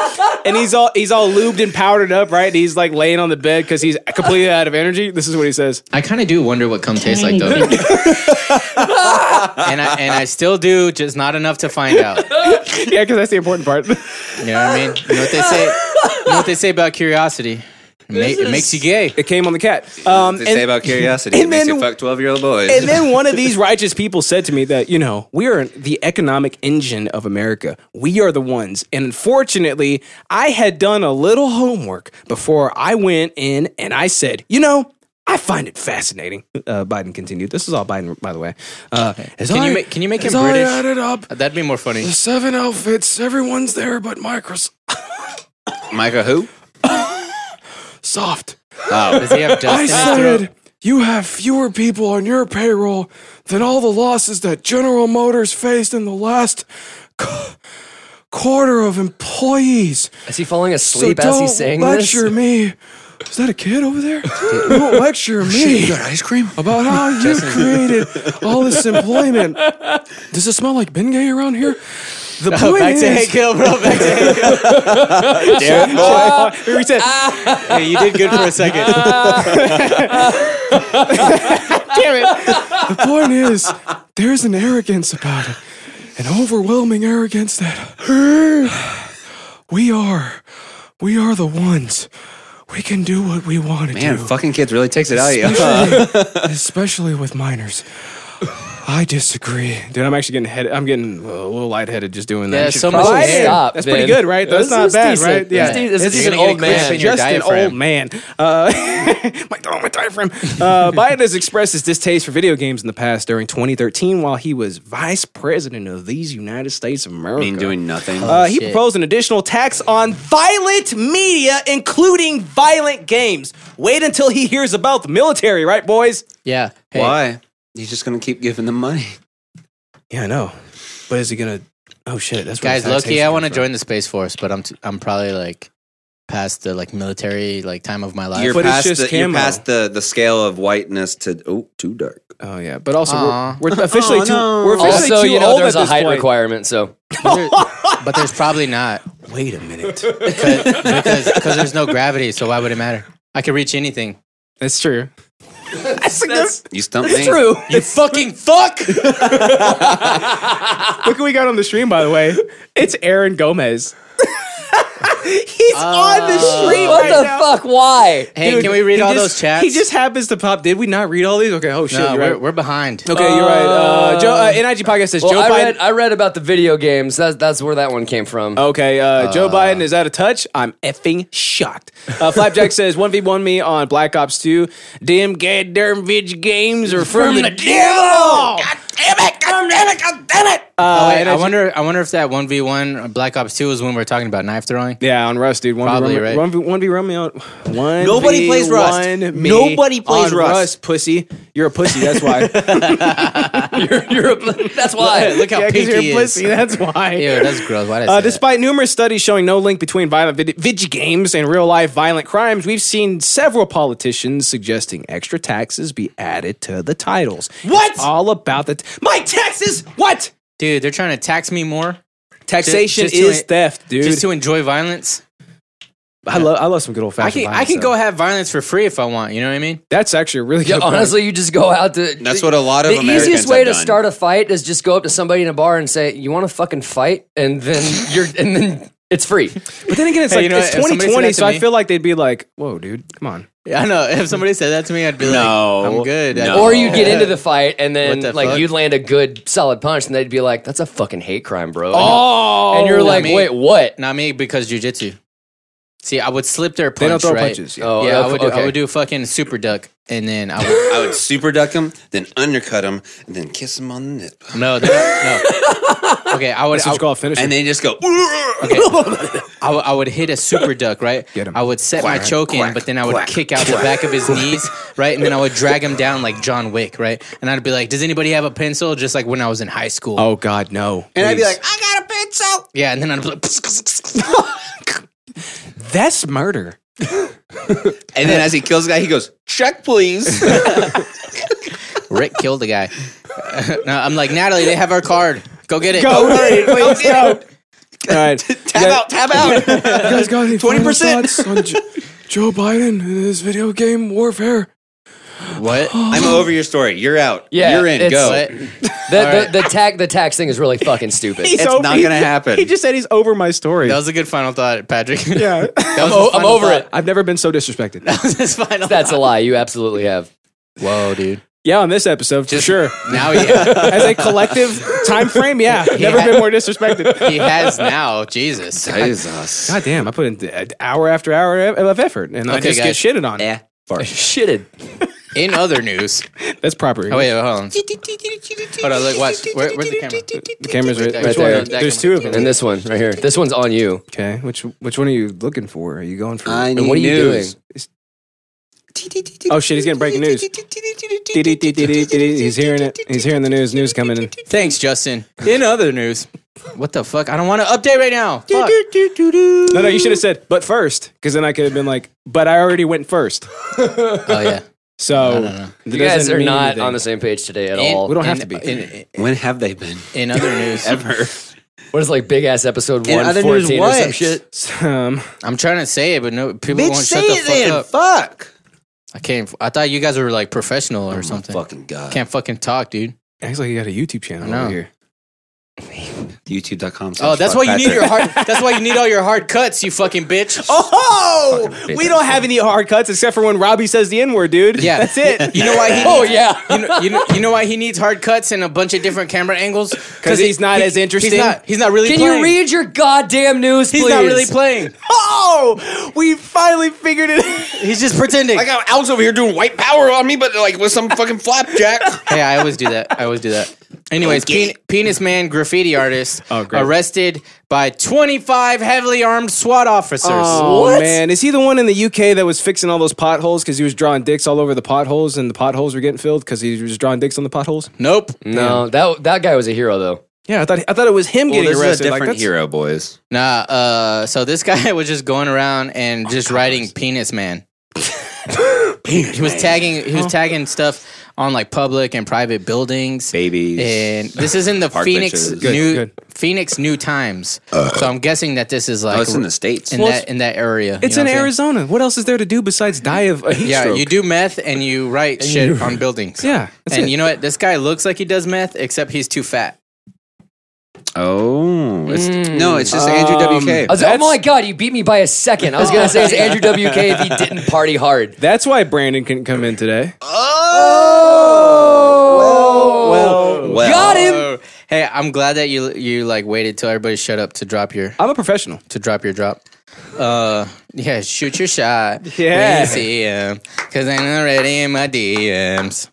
[SPEAKER 5] and he's all he's all lubed and powdered up, right? And he's like laying on the bed because he's completely out of energy. This is what he says.
[SPEAKER 1] I kind of do wonder what cum tastes like, though. and I and I still do, just not enough to find out.
[SPEAKER 5] Yeah, because that's the important part.
[SPEAKER 1] You know what I mean? You know what they say? You know what they say about curiosity? It, ma- it makes you gay.
[SPEAKER 5] It came on the cat. Um,
[SPEAKER 2] They
[SPEAKER 5] and-
[SPEAKER 2] say about curiosity.
[SPEAKER 5] and
[SPEAKER 2] it makes
[SPEAKER 5] then-
[SPEAKER 2] you fuck 12 year old boys.
[SPEAKER 5] and then one of these righteous people said to me that you know we are the economic engine of america we are the ones and unfortunately i had done a little homework before i went in and i said you know I find it fascinating. Uh, Biden continued. This is all Biden, by the way. Uh,
[SPEAKER 1] Can you make- can you make him British? That'd be more funny.
[SPEAKER 5] seven outfits, everyone's there but Microsoft.
[SPEAKER 2] Micah, who? Oh,
[SPEAKER 1] Does he have dust in his throat?
[SPEAKER 5] you have fewer people on your payroll than all the losses that General Motors faced in the last quarter of employees.
[SPEAKER 4] Is he falling asleep as he's saying this?
[SPEAKER 5] me. Is that a kid over there? don't lecture me
[SPEAKER 2] Ice cream?
[SPEAKER 5] about how you created all this employment. Does it smell like Bengay around here? The point
[SPEAKER 1] Back to Hank Hill, bro. Back to Hank
[SPEAKER 5] Here we
[SPEAKER 1] Hill.
[SPEAKER 5] said-
[SPEAKER 1] Hey, you did good for a second. Damn it.
[SPEAKER 5] the point is, there's an arrogance about it, an overwhelming arrogance that we are, we are the ones. We can do what we want to
[SPEAKER 2] Man,
[SPEAKER 5] do,
[SPEAKER 2] fucking kids really takes it out of you.
[SPEAKER 5] especially with minors. I disagree, dude. I'm actually getting head. I'm getting a little lightheaded just doing that.
[SPEAKER 1] Yeah,
[SPEAKER 5] You should
[SPEAKER 1] so much
[SPEAKER 5] probably-
[SPEAKER 1] hair.
[SPEAKER 4] Stop,
[SPEAKER 5] That's pretty
[SPEAKER 4] man.
[SPEAKER 5] good, right?
[SPEAKER 4] Yeah,
[SPEAKER 5] That's
[SPEAKER 4] this
[SPEAKER 5] not
[SPEAKER 4] is
[SPEAKER 5] bad,
[SPEAKER 4] decent.
[SPEAKER 5] right?
[SPEAKER 4] This is de- this is
[SPEAKER 1] You're
[SPEAKER 4] an
[SPEAKER 1] gonna
[SPEAKER 4] old
[SPEAKER 1] get a crisp
[SPEAKER 4] man.
[SPEAKER 1] in your
[SPEAKER 5] just an
[SPEAKER 1] diaphragm.
[SPEAKER 5] old man. Uh, my, oh, my diaphragm. Uh, Biden has expressed his distaste for video games in the past during 2013 while he was vice president of these United States of America.
[SPEAKER 2] mean doing nothing.
[SPEAKER 5] uh, he proposed an additional tax on violent media, including violent games. Wait until he hears about the military, right, boys?
[SPEAKER 1] Yeah. Hey,
[SPEAKER 2] Why? He's just gonna keep giving them money.
[SPEAKER 5] Yeah, I know. But is he gonna? Oh shit! That's
[SPEAKER 1] Guys, Loki, I want to join the Space Force, but I'm t- I'm probably like past the like military like time of my life.
[SPEAKER 2] You're
[SPEAKER 5] But it's
[SPEAKER 2] past,
[SPEAKER 5] just
[SPEAKER 2] the, you're
[SPEAKER 5] camo.
[SPEAKER 2] past the, the scale of whiteness to oh too dark.
[SPEAKER 5] Oh yeah, but also
[SPEAKER 1] Aw.
[SPEAKER 5] we're, we're officially
[SPEAKER 2] Oh,
[SPEAKER 5] too.
[SPEAKER 2] no.
[SPEAKER 5] We're officially
[SPEAKER 4] Also,
[SPEAKER 5] too
[SPEAKER 4] you know,
[SPEAKER 5] old
[SPEAKER 4] there's
[SPEAKER 5] at
[SPEAKER 4] a
[SPEAKER 5] this
[SPEAKER 4] height
[SPEAKER 5] point.
[SPEAKER 4] requirement, so
[SPEAKER 1] But, there- but there's probably not
[SPEAKER 5] Wait a minute.
[SPEAKER 1] because because there's no gravity, so why would it matter? I could reach anything.
[SPEAKER 5] That's true. That's,
[SPEAKER 2] You stumped
[SPEAKER 5] that's
[SPEAKER 2] me.
[SPEAKER 5] true.
[SPEAKER 1] You fucking fuck!
[SPEAKER 5] Look who we got on the stream, by the way. It's Aaron Gomez. He's on the stream.
[SPEAKER 4] What
[SPEAKER 5] right
[SPEAKER 4] the
[SPEAKER 5] now.
[SPEAKER 4] fuck? Why?
[SPEAKER 1] Hey,
[SPEAKER 5] Dude,
[SPEAKER 1] can we read
[SPEAKER 5] he
[SPEAKER 1] all
[SPEAKER 5] just-
[SPEAKER 1] those chats?
[SPEAKER 5] He just happens to pop. Did we not read all these? Okay. Oh shit.
[SPEAKER 1] no,
[SPEAKER 5] you're
[SPEAKER 1] we're,
[SPEAKER 5] right.
[SPEAKER 1] we're behind.
[SPEAKER 5] Okay, you're right. Uh, Joe uh, NIG podcast says
[SPEAKER 4] Well,
[SPEAKER 5] Joe
[SPEAKER 4] I
[SPEAKER 5] Biden.
[SPEAKER 4] read I read about the video games. That's that's where that one came from.
[SPEAKER 5] Okay, uh, Joe Biden is out of touch. I'm effing shocked. Uh, Flapjack says 1v1 me on Black Ops 2. Damn goddamn video games are from, the, devil. Uh,
[SPEAKER 1] Oh, wait, I wonder. I wonder if that one v one Black Ops two is when we are talking about knife throwing.
[SPEAKER 5] Yeah, on Rust, dude. One
[SPEAKER 1] Probably,
[SPEAKER 5] v
[SPEAKER 1] right?
[SPEAKER 5] One v one v Romeo. One.
[SPEAKER 2] Nobody
[SPEAKER 5] v
[SPEAKER 2] plays Rust.
[SPEAKER 5] one me
[SPEAKER 2] Nobody plays
[SPEAKER 5] on
[SPEAKER 2] Rust.
[SPEAKER 5] Pussy, you're a pussy. That's why.
[SPEAKER 4] You're- you're a- that's why.
[SPEAKER 1] Look how
[SPEAKER 5] Yeah, 'cause
[SPEAKER 1] pink
[SPEAKER 5] you're
[SPEAKER 1] he
[SPEAKER 5] a
[SPEAKER 1] is.
[SPEAKER 5] pussy. That's why.
[SPEAKER 1] Ew, that's gross. Why did I
[SPEAKER 5] Uh,
[SPEAKER 1] say that?
[SPEAKER 5] despite numerous studies showing no link between violent vid- video games and real life violent crimes, we've seen several politicians suggesting extra taxes be added to the titles. What? It's all about the t- my taxes? What?
[SPEAKER 1] Dude, they're trying to tax me more
[SPEAKER 5] Taxation
[SPEAKER 1] Just- just to
[SPEAKER 5] is
[SPEAKER 1] en-
[SPEAKER 5] theft, dude.
[SPEAKER 1] just to enjoy violence.
[SPEAKER 5] I love I love some good old
[SPEAKER 1] I
[SPEAKER 5] fashioned.
[SPEAKER 1] can I can go have violence for free if I want. You know what I mean?
[SPEAKER 5] That's actually a really good.
[SPEAKER 4] Yeah,
[SPEAKER 5] point.
[SPEAKER 4] honestly, you just go out to.
[SPEAKER 2] That's what a lot of
[SPEAKER 4] the
[SPEAKER 2] Americans
[SPEAKER 4] easiest way
[SPEAKER 2] have
[SPEAKER 4] to
[SPEAKER 2] done.
[SPEAKER 4] start a fight is just go up to somebody in a bar and say, "You want to fucking fight?" And then you're, and then it's free.
[SPEAKER 5] But then again, it's
[SPEAKER 1] Hey,
[SPEAKER 5] like
[SPEAKER 1] you know
[SPEAKER 5] it's
[SPEAKER 1] what? If somebody said that
[SPEAKER 5] 2020,
[SPEAKER 1] to
[SPEAKER 5] so I
[SPEAKER 1] me-
[SPEAKER 5] feel like they'd be like, "Whoa, dude, come on."
[SPEAKER 1] Yeah, I know. If somebody said that to me, I'd be
[SPEAKER 2] No.
[SPEAKER 1] like, I'm good. I-
[SPEAKER 2] No.
[SPEAKER 4] Or you get into the fight and then
[SPEAKER 1] What the
[SPEAKER 4] like
[SPEAKER 1] fuck?
[SPEAKER 4] you'd land a good solid punch, and they'd be like, "That's a fucking hate crime, bro."
[SPEAKER 5] Oh,
[SPEAKER 4] and you're like,
[SPEAKER 1] me.
[SPEAKER 4] "Wait, what?"
[SPEAKER 1] Not me because jujitsu. See, I would slip their punch.
[SPEAKER 5] they don't throw
[SPEAKER 1] right?
[SPEAKER 5] punches. Yeah.
[SPEAKER 4] Oh,
[SPEAKER 1] yeah, I
[SPEAKER 4] okay,
[SPEAKER 1] would. Do, I
[SPEAKER 4] okay.
[SPEAKER 1] would do a fucking super duck, and then I would.
[SPEAKER 2] I would super duck him, then undercut him, and then kiss him on the nip,
[SPEAKER 1] No, they don't- no. Okay, I would.
[SPEAKER 5] That's
[SPEAKER 1] I,
[SPEAKER 5] what you call a finisher.
[SPEAKER 2] and then just go.
[SPEAKER 1] okay. I, would- I would hit a super duck, right?
[SPEAKER 5] Get him.
[SPEAKER 1] I would set my
[SPEAKER 2] Quack,
[SPEAKER 1] choke in,
[SPEAKER 2] quack,
[SPEAKER 1] but then I would
[SPEAKER 2] quack,
[SPEAKER 1] kick out the back of his knees, right? And then I would drag him down like John Wick, right? And I'd be like, "Does anybody have a pencil?" Just like when I was in high school.
[SPEAKER 5] oh God, no.
[SPEAKER 2] And I'd be
[SPEAKER 5] please.
[SPEAKER 2] like, I got a pencil.
[SPEAKER 1] yeah, and then I'd be like,
[SPEAKER 5] "That's murder."
[SPEAKER 2] And then as he kills the guy, he goes, check, please.
[SPEAKER 1] "Rick killed the guy." no, I'm like Natalie. They have our card. Go get it.
[SPEAKER 5] Go hurry, please
[SPEAKER 2] get
[SPEAKER 5] go. All right,
[SPEAKER 2] tap out, tap out.
[SPEAKER 5] You guys got any
[SPEAKER 2] 20%.
[SPEAKER 5] final thoughts on Jo- Joe Biden and his video game warfare?
[SPEAKER 1] What?
[SPEAKER 2] I'm over your story. You're out.
[SPEAKER 4] Yeah,
[SPEAKER 2] You're in.
[SPEAKER 4] it's-
[SPEAKER 2] Go.
[SPEAKER 1] What?
[SPEAKER 4] The, the, the tax the tax thing is really fucking stupid.
[SPEAKER 5] He's
[SPEAKER 2] It's
[SPEAKER 5] over-
[SPEAKER 2] not
[SPEAKER 5] he-
[SPEAKER 2] gonna happen.
[SPEAKER 5] He just said he's over my story.
[SPEAKER 1] That was a good final thought, Patrick.
[SPEAKER 5] yeah,
[SPEAKER 1] That was
[SPEAKER 4] I'm o-
[SPEAKER 1] his
[SPEAKER 4] I'm
[SPEAKER 1] final
[SPEAKER 4] over
[SPEAKER 1] thought.
[SPEAKER 4] it.
[SPEAKER 5] I've never been so disrespected.
[SPEAKER 1] That was his final.
[SPEAKER 4] That's a lie. You absolutely have.
[SPEAKER 1] Whoa, dude.
[SPEAKER 5] Yeah, on this episode for sure.
[SPEAKER 1] Now he,
[SPEAKER 5] As a collective time frame, yeah, never
[SPEAKER 1] Yeah.
[SPEAKER 5] been more disrespected.
[SPEAKER 1] he has now. Jesus.
[SPEAKER 2] Jesus.
[SPEAKER 5] God damn, I put in an hour after hour of effort, and I
[SPEAKER 1] Okay,
[SPEAKER 5] just
[SPEAKER 1] guys.
[SPEAKER 5] get shitted on.
[SPEAKER 1] Yeah.
[SPEAKER 4] Shitted.
[SPEAKER 1] In other news.
[SPEAKER 5] That's proper.
[SPEAKER 1] Oh, wait, hold on. Hold on, look, watch. Where, where's the camera?
[SPEAKER 5] the camera's right,
[SPEAKER 1] Right
[SPEAKER 5] which
[SPEAKER 4] there.
[SPEAKER 5] one? There's two of them.
[SPEAKER 4] And this one right here. This one's on you.
[SPEAKER 5] Okay, which which one are you looking for? Are you going for?
[SPEAKER 2] I
[SPEAKER 4] And what are you doing?
[SPEAKER 5] It's- Oh shit, he's getting breaking news. He's hearing it. He's hearing the news. News coming in.
[SPEAKER 1] Thanks, Justin. In other news. What the fuck? I don't want to update right now. Fuck.
[SPEAKER 5] No, no, you should have said, but first, because then I could have been like, but I already went first.
[SPEAKER 1] Oh, yeah.
[SPEAKER 5] So
[SPEAKER 4] You guys are not on the same page today at all.
[SPEAKER 5] We don't have
[SPEAKER 1] In-
[SPEAKER 5] to be.
[SPEAKER 1] In, in,
[SPEAKER 2] When have they been?
[SPEAKER 1] in other news,
[SPEAKER 2] Ever.
[SPEAKER 4] What is like big ass episode
[SPEAKER 2] In
[SPEAKER 4] one
[SPEAKER 2] other news,
[SPEAKER 4] fourteen or some
[SPEAKER 2] what?
[SPEAKER 4] shit?
[SPEAKER 5] Um,
[SPEAKER 1] I'm trying to say it, but no, people won't shut the fuck up.
[SPEAKER 2] Fuck.
[SPEAKER 1] I can't. I thought you guys were like professional or something.
[SPEAKER 2] Oh, Fucking God.
[SPEAKER 1] Can't fucking talk, dude.
[SPEAKER 5] acts like you got a YouTube channel
[SPEAKER 1] know.
[SPEAKER 5] over here.
[SPEAKER 2] YouTube.com.
[SPEAKER 1] Oh, that's why you need your hard. That's why you need all your hard cuts, you fucking bitch.
[SPEAKER 5] Oh,
[SPEAKER 2] bitch.
[SPEAKER 5] we don't have any hard cuts except for when Robbie says the N word, dude.
[SPEAKER 1] Yeah.
[SPEAKER 5] that's it.
[SPEAKER 1] You know why he?
[SPEAKER 4] Oh yeah.
[SPEAKER 1] You know, you, know, you know why he needs hard cuts and a bunch of different camera angles? Because
[SPEAKER 5] he's not as interesting?
[SPEAKER 1] He's not, he's not really
[SPEAKER 4] Can
[SPEAKER 1] playing.
[SPEAKER 4] you read your goddamn news, please?
[SPEAKER 1] He's not really playing.
[SPEAKER 5] Oh, we finally figured it. out.
[SPEAKER 1] He's just pretending.
[SPEAKER 2] I got Alex over here doing white power on me, but like with some fucking flapjack.
[SPEAKER 1] yeah, I always do that. I always do that. Anyways, pen- penis man graffiti artist
[SPEAKER 5] Oh, great.
[SPEAKER 1] arrested by 25 heavily armed SWAT officers.
[SPEAKER 5] Oh man, is he the one in the UK that was fixing all those potholes because he was drawing dicks all over the potholes and the potholes were getting filled because he was drawing dicks on the potholes?
[SPEAKER 1] Nope.
[SPEAKER 4] No, that that guy was a hero though.
[SPEAKER 5] Yeah, I thought I thought it was him
[SPEAKER 2] well,
[SPEAKER 5] getting
[SPEAKER 2] this is a
[SPEAKER 5] arrested. Like,
[SPEAKER 2] different
[SPEAKER 5] that's-
[SPEAKER 2] hero, boys.
[SPEAKER 1] Nah. Uh, so this guy was just going around
[SPEAKER 5] Oh, Oh.
[SPEAKER 1] and just writing penis man. he was tagging. He was tagging stuff on like public and private buildings.
[SPEAKER 2] Babies.
[SPEAKER 1] And this is in the
[SPEAKER 2] Park
[SPEAKER 1] Phoenix
[SPEAKER 2] benches. Good,
[SPEAKER 1] New
[SPEAKER 5] good.
[SPEAKER 1] Phoenix New Times. so I'm guessing that this is like
[SPEAKER 2] Oh, it's in the States.
[SPEAKER 1] in
[SPEAKER 5] Well,
[SPEAKER 1] that in that area.
[SPEAKER 5] It's
[SPEAKER 1] you know what
[SPEAKER 5] in
[SPEAKER 1] I'm saying?
[SPEAKER 5] Arizona. What else is there to do besides die of a heat
[SPEAKER 1] Yeah,
[SPEAKER 5] stroke?
[SPEAKER 1] you do meth and you write shit on buildings.
[SPEAKER 5] Yeah, that's
[SPEAKER 1] and
[SPEAKER 5] it.
[SPEAKER 1] you know what? This guy looks like he does meth, except he's too fat. Mm.
[SPEAKER 2] Oh, it's, no, it's just Andrew WK.
[SPEAKER 4] I was like, oh my god, you beat me by a second. I was gonna say it's Andrew WK if he didn't party hard.
[SPEAKER 5] That's why Brandon couldn't come in today.
[SPEAKER 2] well, well,
[SPEAKER 4] Got him.
[SPEAKER 1] Oh, hey, I'm glad that you you like waited till everybody shut up to drop your
[SPEAKER 5] I'm a professional.
[SPEAKER 1] to drop your drop. Uh, yeah, shoot your shot.
[SPEAKER 5] Yeah.
[SPEAKER 1] when you see him, cause I'm already in my DMs.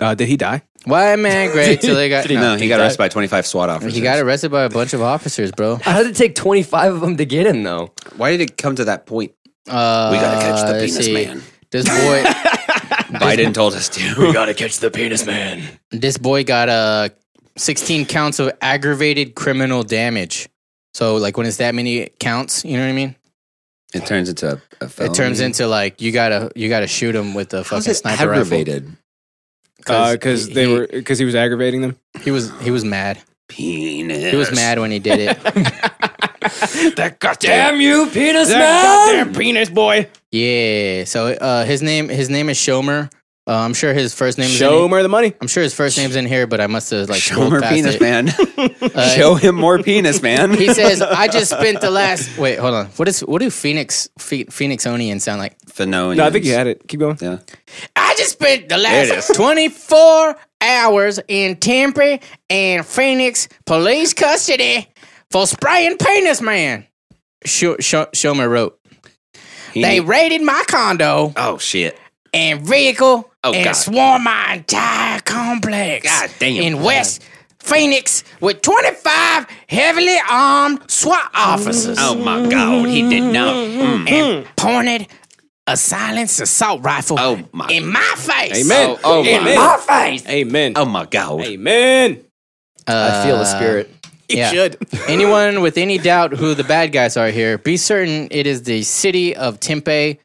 [SPEAKER 5] Uh, did he die?
[SPEAKER 1] Why man, great till they got
[SPEAKER 2] No, he got
[SPEAKER 1] died.
[SPEAKER 2] arrested by 25 SWAT officers.
[SPEAKER 1] He got arrested by a bunch of officers, bro.
[SPEAKER 4] How did it take 25 of them to get him though?
[SPEAKER 2] Why did it come to that point?
[SPEAKER 1] Uh,
[SPEAKER 2] We gotta catch the
[SPEAKER 1] let's
[SPEAKER 2] penis
[SPEAKER 1] see.
[SPEAKER 2] man.
[SPEAKER 1] This boy,
[SPEAKER 2] Biden told us to.
[SPEAKER 4] We gotta catch the penis man.
[SPEAKER 1] this boy got uh, 16 counts of aggravated criminal damage. So, like, when it's that many counts, you know what I mean?
[SPEAKER 2] It turns into a, a
[SPEAKER 1] It turns
[SPEAKER 2] felony.
[SPEAKER 1] into like you gotta you gotta shoot him with the
[SPEAKER 2] Oh, How's
[SPEAKER 1] fucking
[SPEAKER 2] it
[SPEAKER 1] sniper rifle. Uh,
[SPEAKER 2] aggravated?
[SPEAKER 5] Because
[SPEAKER 1] he-
[SPEAKER 5] Uh, they
[SPEAKER 1] he-
[SPEAKER 5] were because he was aggravating them.
[SPEAKER 1] He was he was mad.
[SPEAKER 2] Penis.
[SPEAKER 1] He was mad when he did it.
[SPEAKER 4] Damn you, penis man!
[SPEAKER 5] penis boy.
[SPEAKER 1] yeah. So uh, his name his name is Shomer. Uh, I'm sure his first name is
[SPEAKER 5] Show him the money.
[SPEAKER 1] I'm sure his first name's in here, but I must have like
[SPEAKER 2] Show
[SPEAKER 1] scrolled
[SPEAKER 2] more
[SPEAKER 1] past
[SPEAKER 2] penis,
[SPEAKER 1] it.
[SPEAKER 2] man.
[SPEAKER 1] Uh,
[SPEAKER 2] Show him more penis, man.
[SPEAKER 1] He says, "I just spent the last wait. Hold on. What is what do Phoenix Phe- Phoenixonians sound like?
[SPEAKER 2] Phenonians.
[SPEAKER 5] No, I think you had it. Keep going.
[SPEAKER 2] Yeah.
[SPEAKER 1] I just spent the
[SPEAKER 2] There it is.
[SPEAKER 1] last 24 hours in Tempe and Phoenix police custody for spraying penis man." Sh- Sh- Shomer wrote,
[SPEAKER 2] He-
[SPEAKER 1] "They raided my condo
[SPEAKER 2] oh shit.
[SPEAKER 1] and vehicle
[SPEAKER 2] Oh,
[SPEAKER 1] and
[SPEAKER 2] God.
[SPEAKER 1] swarmed my entire complex
[SPEAKER 2] God damn.
[SPEAKER 1] in West." Phoenix with 25 heavily armed SWAT officers.
[SPEAKER 2] Oh my god, he did not. Mm.
[SPEAKER 1] and pointed a silenced assault rifle
[SPEAKER 2] Oh my-
[SPEAKER 1] in my face.
[SPEAKER 5] Amen.
[SPEAKER 2] Oh, oh my.
[SPEAKER 5] Amen.
[SPEAKER 1] face.
[SPEAKER 5] Amen.
[SPEAKER 2] Oh my god.
[SPEAKER 5] Amen.
[SPEAKER 4] I feel the spirit.
[SPEAKER 1] yeah. Anyone with any doubt who the bad guys are here, be certain it is the city of Tempe,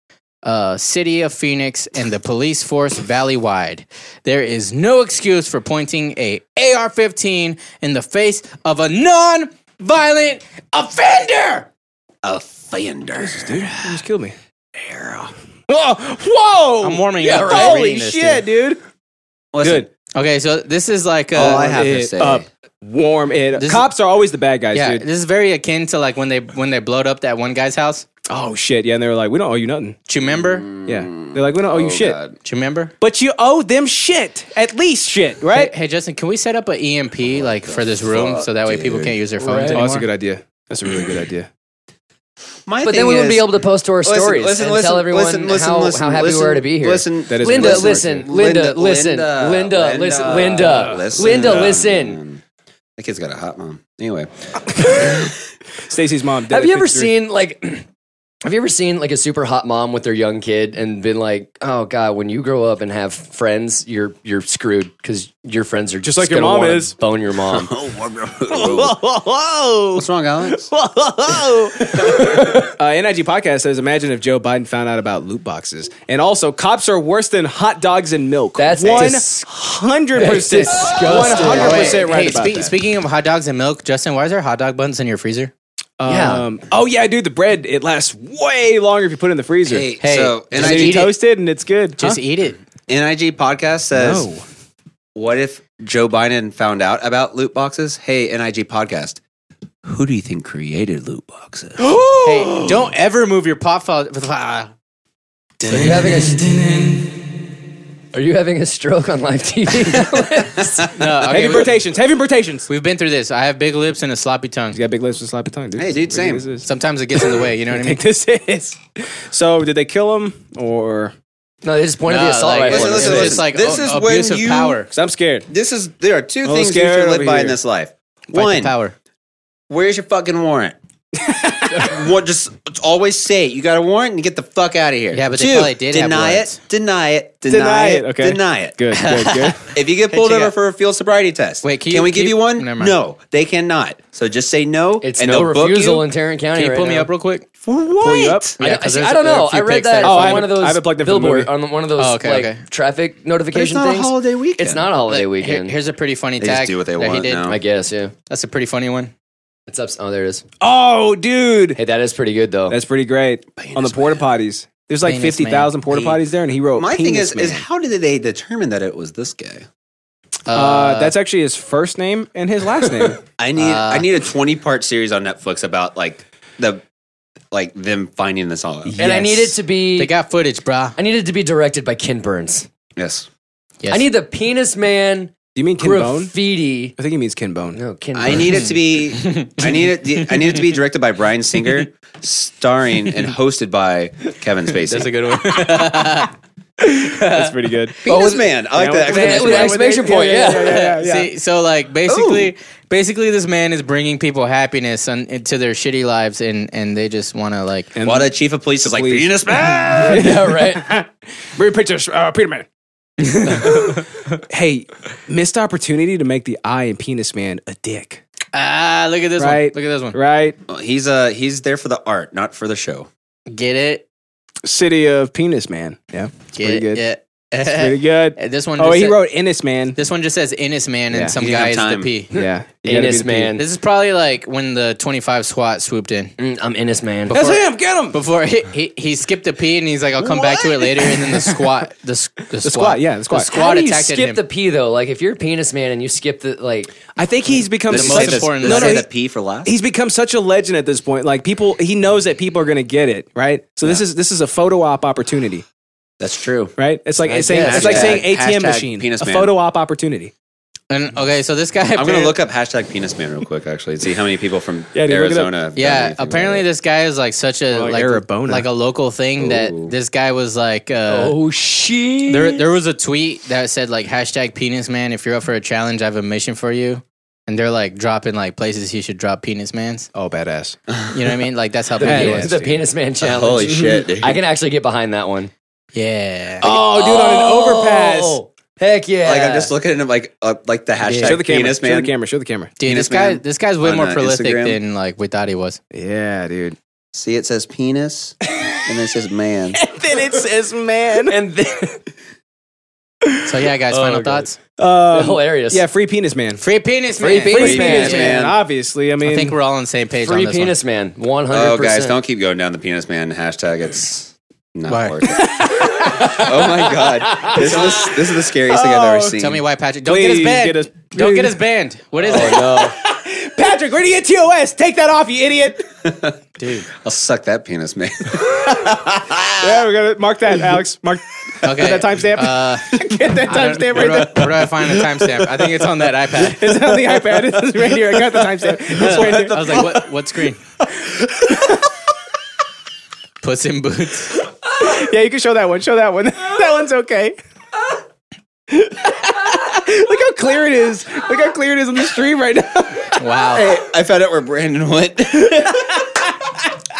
[SPEAKER 1] uh, city of Phoenix, and the police force valley-wide. There is no excuse for pointing a AR-15 in the face of a non-violent offender.
[SPEAKER 2] Offender.
[SPEAKER 5] You just killed me. Oh,
[SPEAKER 1] I'm warming up. by reading this, dude.
[SPEAKER 5] dude.
[SPEAKER 2] Listen,
[SPEAKER 5] Good.
[SPEAKER 1] Okay, so this is like uh,
[SPEAKER 2] All I have to
[SPEAKER 5] It
[SPEAKER 2] say.
[SPEAKER 5] up. Warm it. up.
[SPEAKER 1] This-
[SPEAKER 5] Cops are always the bad guys,
[SPEAKER 1] Yeah,
[SPEAKER 5] dude.
[SPEAKER 1] this is very akin to like when they when they blowed up that one guy's house.
[SPEAKER 5] Oh shit. Yeah, and they were like, we don't owe you nothing.
[SPEAKER 1] Do you remember?
[SPEAKER 5] Yeah. They're like, we don't owe you shit.
[SPEAKER 2] God.
[SPEAKER 1] Do you remember?
[SPEAKER 5] But you owe them shit. At least shit,
[SPEAKER 1] Hey,
[SPEAKER 5] right?
[SPEAKER 1] hey, Justin, can we set up an EMP like for this room so that way people can't use their phones
[SPEAKER 4] Right.
[SPEAKER 5] Oh,
[SPEAKER 1] anymore?
[SPEAKER 5] that's a good idea. That's a really good idea.
[SPEAKER 2] My
[SPEAKER 4] But
[SPEAKER 2] thing
[SPEAKER 4] then we wouldn't
[SPEAKER 2] is-
[SPEAKER 4] be able to post our
[SPEAKER 2] Listen,
[SPEAKER 4] stories
[SPEAKER 2] listen,
[SPEAKER 4] and
[SPEAKER 2] listen,
[SPEAKER 4] tell everyone
[SPEAKER 2] listen, listen,
[SPEAKER 4] how,
[SPEAKER 2] listen,
[SPEAKER 4] how happy
[SPEAKER 2] listen.
[SPEAKER 4] we were to be here.
[SPEAKER 2] Listen.
[SPEAKER 5] That is
[SPEAKER 4] Linda,
[SPEAKER 5] Listen.
[SPEAKER 4] listen, Linda, listen, Linda, listen, Linda,
[SPEAKER 2] Listen.
[SPEAKER 4] Linda, listen.
[SPEAKER 2] That kid's got a hot mom. Anyway,
[SPEAKER 5] Stacy's mom. did
[SPEAKER 4] Have
[SPEAKER 5] it
[SPEAKER 4] you ever
[SPEAKER 5] 53.
[SPEAKER 4] seen like? Have you ever seen like a super hot mom with their young kid and been like, "Oh God, when you grow up and have friends, you're you're screwed because your friends are just
[SPEAKER 5] like your
[SPEAKER 4] gonna
[SPEAKER 5] mom
[SPEAKER 4] wanna
[SPEAKER 5] is."
[SPEAKER 4] bone your mom."
[SPEAKER 2] what's wrong, Alex?
[SPEAKER 5] Uh, NIG podcast says, "Imagine if Joe Biden found out about loot boxes." And also, cops are worse than hot dogs and milk.
[SPEAKER 4] That's
[SPEAKER 5] one
[SPEAKER 4] dis-
[SPEAKER 5] hundred
[SPEAKER 4] that's
[SPEAKER 5] percent,
[SPEAKER 4] disgusting.
[SPEAKER 5] one hundred percent
[SPEAKER 1] Wait,
[SPEAKER 5] right
[SPEAKER 1] hey,
[SPEAKER 5] about
[SPEAKER 1] speak-
[SPEAKER 5] that.
[SPEAKER 1] Speaking of hot dogs and milk, Justin, why is there hot dog buns in your freezer?
[SPEAKER 4] Yeah.
[SPEAKER 5] Um, oh yeah, dude, the bread it lasts way longer if you put it in the freezer.
[SPEAKER 2] Hey,
[SPEAKER 1] Hey,
[SPEAKER 2] so
[SPEAKER 1] just
[SPEAKER 5] and then you
[SPEAKER 1] eat
[SPEAKER 2] NIG,
[SPEAKER 1] it.
[SPEAKER 5] toast it, and it's good.
[SPEAKER 1] Just
[SPEAKER 5] Huh?
[SPEAKER 1] eat it.
[SPEAKER 2] NIG podcast says, "What if Joe Biden found out about loot boxes?" Hey, NIG podcast, who do you think created loot boxes?
[SPEAKER 5] Oh.
[SPEAKER 1] Hey, don't ever move your pop fil- ah.
[SPEAKER 4] Are you having a Are you having a stroke on live TV?
[SPEAKER 1] No, okay,
[SPEAKER 5] heavy
[SPEAKER 1] we-
[SPEAKER 5] rotations, heavy rotations.
[SPEAKER 1] We've been through this. I have big lips and a sloppy tongue.
[SPEAKER 5] You got big lips and sloppy tongue, dude.
[SPEAKER 2] Hey, dude, same.
[SPEAKER 5] This is.
[SPEAKER 1] Sometimes it gets in the way. You know what I mean?
[SPEAKER 5] This is. So, did they kill him or?
[SPEAKER 4] no, they just pointed
[SPEAKER 1] Nah,
[SPEAKER 4] the assault
[SPEAKER 1] like,
[SPEAKER 2] Listen,
[SPEAKER 4] rifle. at
[SPEAKER 2] listen,
[SPEAKER 4] us.
[SPEAKER 1] it's
[SPEAKER 2] listen.
[SPEAKER 1] like
[SPEAKER 2] This
[SPEAKER 1] a-
[SPEAKER 2] is when
[SPEAKER 1] abuse of
[SPEAKER 2] you-
[SPEAKER 1] power.
[SPEAKER 5] Because I'm scared.
[SPEAKER 2] This is there are two
[SPEAKER 5] Oh,
[SPEAKER 2] things you
[SPEAKER 5] scared
[SPEAKER 2] should live
[SPEAKER 5] over
[SPEAKER 2] by in
[SPEAKER 5] here.
[SPEAKER 2] this life.
[SPEAKER 1] Fight the
[SPEAKER 2] One,
[SPEAKER 1] power.
[SPEAKER 2] where's your fucking warrant? what just always say it. you got a warrant and get the fuck out of here.
[SPEAKER 1] Yeah, but they
[SPEAKER 2] Two,
[SPEAKER 1] probably did have
[SPEAKER 2] deny
[SPEAKER 1] warrants.
[SPEAKER 2] it, deny it, deny,
[SPEAKER 5] Deny
[SPEAKER 2] it,
[SPEAKER 5] it. Okay.
[SPEAKER 2] deny it.
[SPEAKER 5] Good, good, good.
[SPEAKER 2] If you get pulled
[SPEAKER 1] check
[SPEAKER 2] over
[SPEAKER 1] out-
[SPEAKER 2] for a field sobriety test,
[SPEAKER 1] Wait, can
[SPEAKER 2] can,
[SPEAKER 1] you-
[SPEAKER 2] we
[SPEAKER 1] can
[SPEAKER 2] give you
[SPEAKER 1] you-
[SPEAKER 2] one?
[SPEAKER 1] Never mind.
[SPEAKER 2] No, they cannot. So just say no.
[SPEAKER 4] It's
[SPEAKER 2] and
[SPEAKER 4] no
[SPEAKER 2] they'll book
[SPEAKER 4] refusal
[SPEAKER 2] you.
[SPEAKER 4] in Tarrant County.
[SPEAKER 1] Can you
[SPEAKER 4] right
[SPEAKER 1] pull me
[SPEAKER 4] now.
[SPEAKER 1] up real quick?
[SPEAKER 2] for
[SPEAKER 5] Pull you up.
[SPEAKER 2] what?
[SPEAKER 4] I,
[SPEAKER 1] Yeah,
[SPEAKER 4] don't-
[SPEAKER 1] 'cause
[SPEAKER 4] see,
[SPEAKER 1] there's
[SPEAKER 4] I don't
[SPEAKER 1] a- there are a
[SPEAKER 4] know. I
[SPEAKER 1] few
[SPEAKER 4] read
[SPEAKER 1] pics
[SPEAKER 4] that
[SPEAKER 1] that are
[SPEAKER 5] Oh, I
[SPEAKER 4] on
[SPEAKER 5] haven't-
[SPEAKER 4] one of
[SPEAKER 5] I
[SPEAKER 4] those
[SPEAKER 5] haven't plugged in for the
[SPEAKER 4] billboard
[SPEAKER 5] movie.
[SPEAKER 4] on one of those
[SPEAKER 1] Oh, okay,
[SPEAKER 4] like
[SPEAKER 1] okay.
[SPEAKER 4] traffic notification
[SPEAKER 2] not a
[SPEAKER 4] things.
[SPEAKER 2] holiday weekend.
[SPEAKER 4] It's not a holiday
[SPEAKER 1] Here,
[SPEAKER 4] weekend.
[SPEAKER 1] here's a pretty funny
[SPEAKER 2] just
[SPEAKER 1] tag.
[SPEAKER 2] do what they
[SPEAKER 1] that he
[SPEAKER 2] want
[SPEAKER 1] did.
[SPEAKER 2] now.
[SPEAKER 4] I guess. Yeah.
[SPEAKER 1] That's a pretty funny one.
[SPEAKER 4] It's up. Oh, there it is.
[SPEAKER 5] Oh, dude,
[SPEAKER 4] Hey, that is pretty good though.
[SPEAKER 5] that's pretty great. On the porta potties, there's like
[SPEAKER 1] Penis
[SPEAKER 5] fifty thousand
[SPEAKER 1] man.
[SPEAKER 5] porta potties there, and he wrote.
[SPEAKER 2] My thing
[SPEAKER 5] "Penis
[SPEAKER 2] is, is
[SPEAKER 5] man."
[SPEAKER 2] how did they determine that it was this guy?
[SPEAKER 1] Uh,
[SPEAKER 5] Uh, that's actually his first name and his last name.
[SPEAKER 2] I need I need a twenty part series on Netflix about like the like them finding this all out.
[SPEAKER 4] and I need it to be.
[SPEAKER 1] they got footage, brah.
[SPEAKER 4] I need it to be directed by Ken Burns.
[SPEAKER 2] Yes,
[SPEAKER 1] Yes.
[SPEAKER 4] I need the penis man
[SPEAKER 5] Do you mean Ken Bone?
[SPEAKER 4] graffiti.
[SPEAKER 5] I think he means Ken Bone.
[SPEAKER 4] No, Ken.
[SPEAKER 2] I
[SPEAKER 4] Burns.
[SPEAKER 2] need it to be I need it I need it to be directed by Brian Singer, starring and hosted by Kevin Spacey.
[SPEAKER 1] That's a good one.
[SPEAKER 5] That's pretty good.
[SPEAKER 2] Penis man. I like that.
[SPEAKER 5] with the-
[SPEAKER 4] Man,
[SPEAKER 2] exclamation
[SPEAKER 4] with an
[SPEAKER 2] mark.
[SPEAKER 4] exclamation point. Yeah.
[SPEAKER 1] See, so like basically, basically, this man is bringing people happiness on, into their shitty lives, and and they just want to like.
[SPEAKER 2] What a chief of police is like
[SPEAKER 5] Please.
[SPEAKER 2] penis man.
[SPEAKER 4] yeah. Right.
[SPEAKER 5] Bring pictures, uh, Peter Man. hey, missed opportunity to make the eye and penis man a dick.
[SPEAKER 1] Ah, look at this
[SPEAKER 5] Right.
[SPEAKER 1] one. Look at this one.
[SPEAKER 5] Right?
[SPEAKER 2] He's uh he's there for the art, not for the show.
[SPEAKER 1] Get it.
[SPEAKER 5] City of penis man. Yeah. It's
[SPEAKER 1] Get
[SPEAKER 5] pretty
[SPEAKER 1] it.
[SPEAKER 5] good.
[SPEAKER 1] Yeah.
[SPEAKER 5] It's pretty good.
[SPEAKER 1] And this one.
[SPEAKER 5] Oh,
[SPEAKER 1] just
[SPEAKER 5] he
[SPEAKER 1] said-
[SPEAKER 5] wrote Ennis man.
[SPEAKER 1] This one just says Innis man, and
[SPEAKER 5] Yeah,
[SPEAKER 1] some
[SPEAKER 2] he didn't
[SPEAKER 1] guy is
[SPEAKER 2] have
[SPEAKER 1] the P.
[SPEAKER 2] time.
[SPEAKER 5] Yeah. You gotta be
[SPEAKER 4] Ennis
[SPEAKER 5] the
[SPEAKER 4] man.
[SPEAKER 1] This is probably like when the 25 SWAT swooped in.
[SPEAKER 4] Mm, I'm Ennis man.
[SPEAKER 5] P. That's him. Get him.
[SPEAKER 1] Before he, he, he skipped a P and he's like, I'll come back to it later. And then the squat, the, s- the, the
[SPEAKER 5] squad, yeah, the squad.
[SPEAKER 4] How do you
[SPEAKER 1] attacked at
[SPEAKER 4] skip
[SPEAKER 1] him.
[SPEAKER 4] the P though? Like if you're penis man and you skip the like,
[SPEAKER 5] I think he's become
[SPEAKER 1] The
[SPEAKER 5] such
[SPEAKER 1] most important
[SPEAKER 5] No, no,
[SPEAKER 1] thing.
[SPEAKER 5] he-
[SPEAKER 2] Say the P for last.
[SPEAKER 5] he's become such a legend at this point. Like people, he knows that people are going to get it, right? So this is this is a photo op opportunity,
[SPEAKER 2] That's true.
[SPEAKER 5] right? It's like it's saying it's like
[SPEAKER 2] Hashtag-
[SPEAKER 5] saying ATM
[SPEAKER 2] hashtag
[SPEAKER 5] machine,
[SPEAKER 2] penis
[SPEAKER 5] a
[SPEAKER 2] man.
[SPEAKER 5] photo op opportunity.
[SPEAKER 1] and, okay, so this guy.
[SPEAKER 2] I'm gonna look up hashtag penis man real quick actually and see how many people from
[SPEAKER 5] Yeah, dude, look it up.
[SPEAKER 2] Arizona. have done
[SPEAKER 1] Yeah,
[SPEAKER 2] anything
[SPEAKER 1] apparently
[SPEAKER 2] about it.
[SPEAKER 1] this guy is like such a
[SPEAKER 5] Like
[SPEAKER 1] like
[SPEAKER 5] Arabona.
[SPEAKER 1] like a local thing
[SPEAKER 2] Ooh.
[SPEAKER 1] that this guy was like. Uh,
[SPEAKER 4] oh shit.
[SPEAKER 1] There, there was a tweet that said like hashtag penis man. If you're up for a challenge, I have a mission for you. And they're like dropping like places he should drop penis mans.
[SPEAKER 5] Oh, badass!
[SPEAKER 1] You know what I mean? Like that's how big
[SPEAKER 4] Yeah,
[SPEAKER 1] he
[SPEAKER 5] Yeah,
[SPEAKER 1] was.
[SPEAKER 4] the penis man challenge.
[SPEAKER 2] Holy shit, dude.
[SPEAKER 4] I can actually get behind that one.
[SPEAKER 1] Yeah.
[SPEAKER 5] Oh, dude, on an
[SPEAKER 4] Oh, Heck yeah!
[SPEAKER 2] Like I'm just looking at him like uh, like the hashtag
[SPEAKER 5] overpass. Show the camera.
[SPEAKER 2] penis
[SPEAKER 5] Show
[SPEAKER 2] man.
[SPEAKER 5] the camera. Show the camera.
[SPEAKER 1] Dude, this
[SPEAKER 2] Penis
[SPEAKER 1] guy,
[SPEAKER 2] man
[SPEAKER 1] this guy's way
[SPEAKER 2] on,
[SPEAKER 1] more
[SPEAKER 2] uh,
[SPEAKER 1] prolific
[SPEAKER 2] Instagram.
[SPEAKER 1] than like we thought he was.
[SPEAKER 5] Yeah, dude.
[SPEAKER 2] See, it says penis, and then it says man.
[SPEAKER 5] then it says man, and then
[SPEAKER 1] So yeah, guys, final thoughts.
[SPEAKER 5] um,
[SPEAKER 4] hilarious.
[SPEAKER 5] yeah, free penis man.
[SPEAKER 1] Free penis
[SPEAKER 4] Free
[SPEAKER 1] man.
[SPEAKER 4] penis Free man. penis
[SPEAKER 2] man.
[SPEAKER 5] Obviously, I mean,
[SPEAKER 1] I think we're all on the same page on
[SPEAKER 4] free
[SPEAKER 1] this
[SPEAKER 4] penis man. One hundred.
[SPEAKER 2] Oh, guys, don't keep going down the penis man hashtag. It's not
[SPEAKER 1] Why?
[SPEAKER 2] worth it. oh my god, this is the, this is the scariest thing
[SPEAKER 5] Oh,
[SPEAKER 2] I've ever seen.
[SPEAKER 1] one. Tell me why Patrick. Don't get
[SPEAKER 5] Please
[SPEAKER 1] us banned.
[SPEAKER 5] get us-
[SPEAKER 1] Don't get us banned. What is it?
[SPEAKER 5] Patrick, where do you get TOS? Take that off, you idiot.
[SPEAKER 2] I'll suck that penis man.
[SPEAKER 5] yeah, we gotta mark that, Alex. Mark.
[SPEAKER 1] Okay.
[SPEAKER 5] Get that timestamp.
[SPEAKER 1] Uh,
[SPEAKER 5] get that
[SPEAKER 1] I don't-
[SPEAKER 5] timestamp
[SPEAKER 1] where,
[SPEAKER 5] right
[SPEAKER 1] do
[SPEAKER 5] there.
[SPEAKER 1] I, where do I find the timestamp? I think it's on that iPad.
[SPEAKER 5] It's on the iPad. It's right here. I got the timestamp. It's right
[SPEAKER 1] I
[SPEAKER 5] here.
[SPEAKER 1] was like, what? What screen? Puss in Boots.
[SPEAKER 5] Yeah, you can show that one. Show that one. that one's okay. Look how clear it is. Look how clear it is on the stream right now.
[SPEAKER 1] Wow,
[SPEAKER 2] I found out where Brandon went.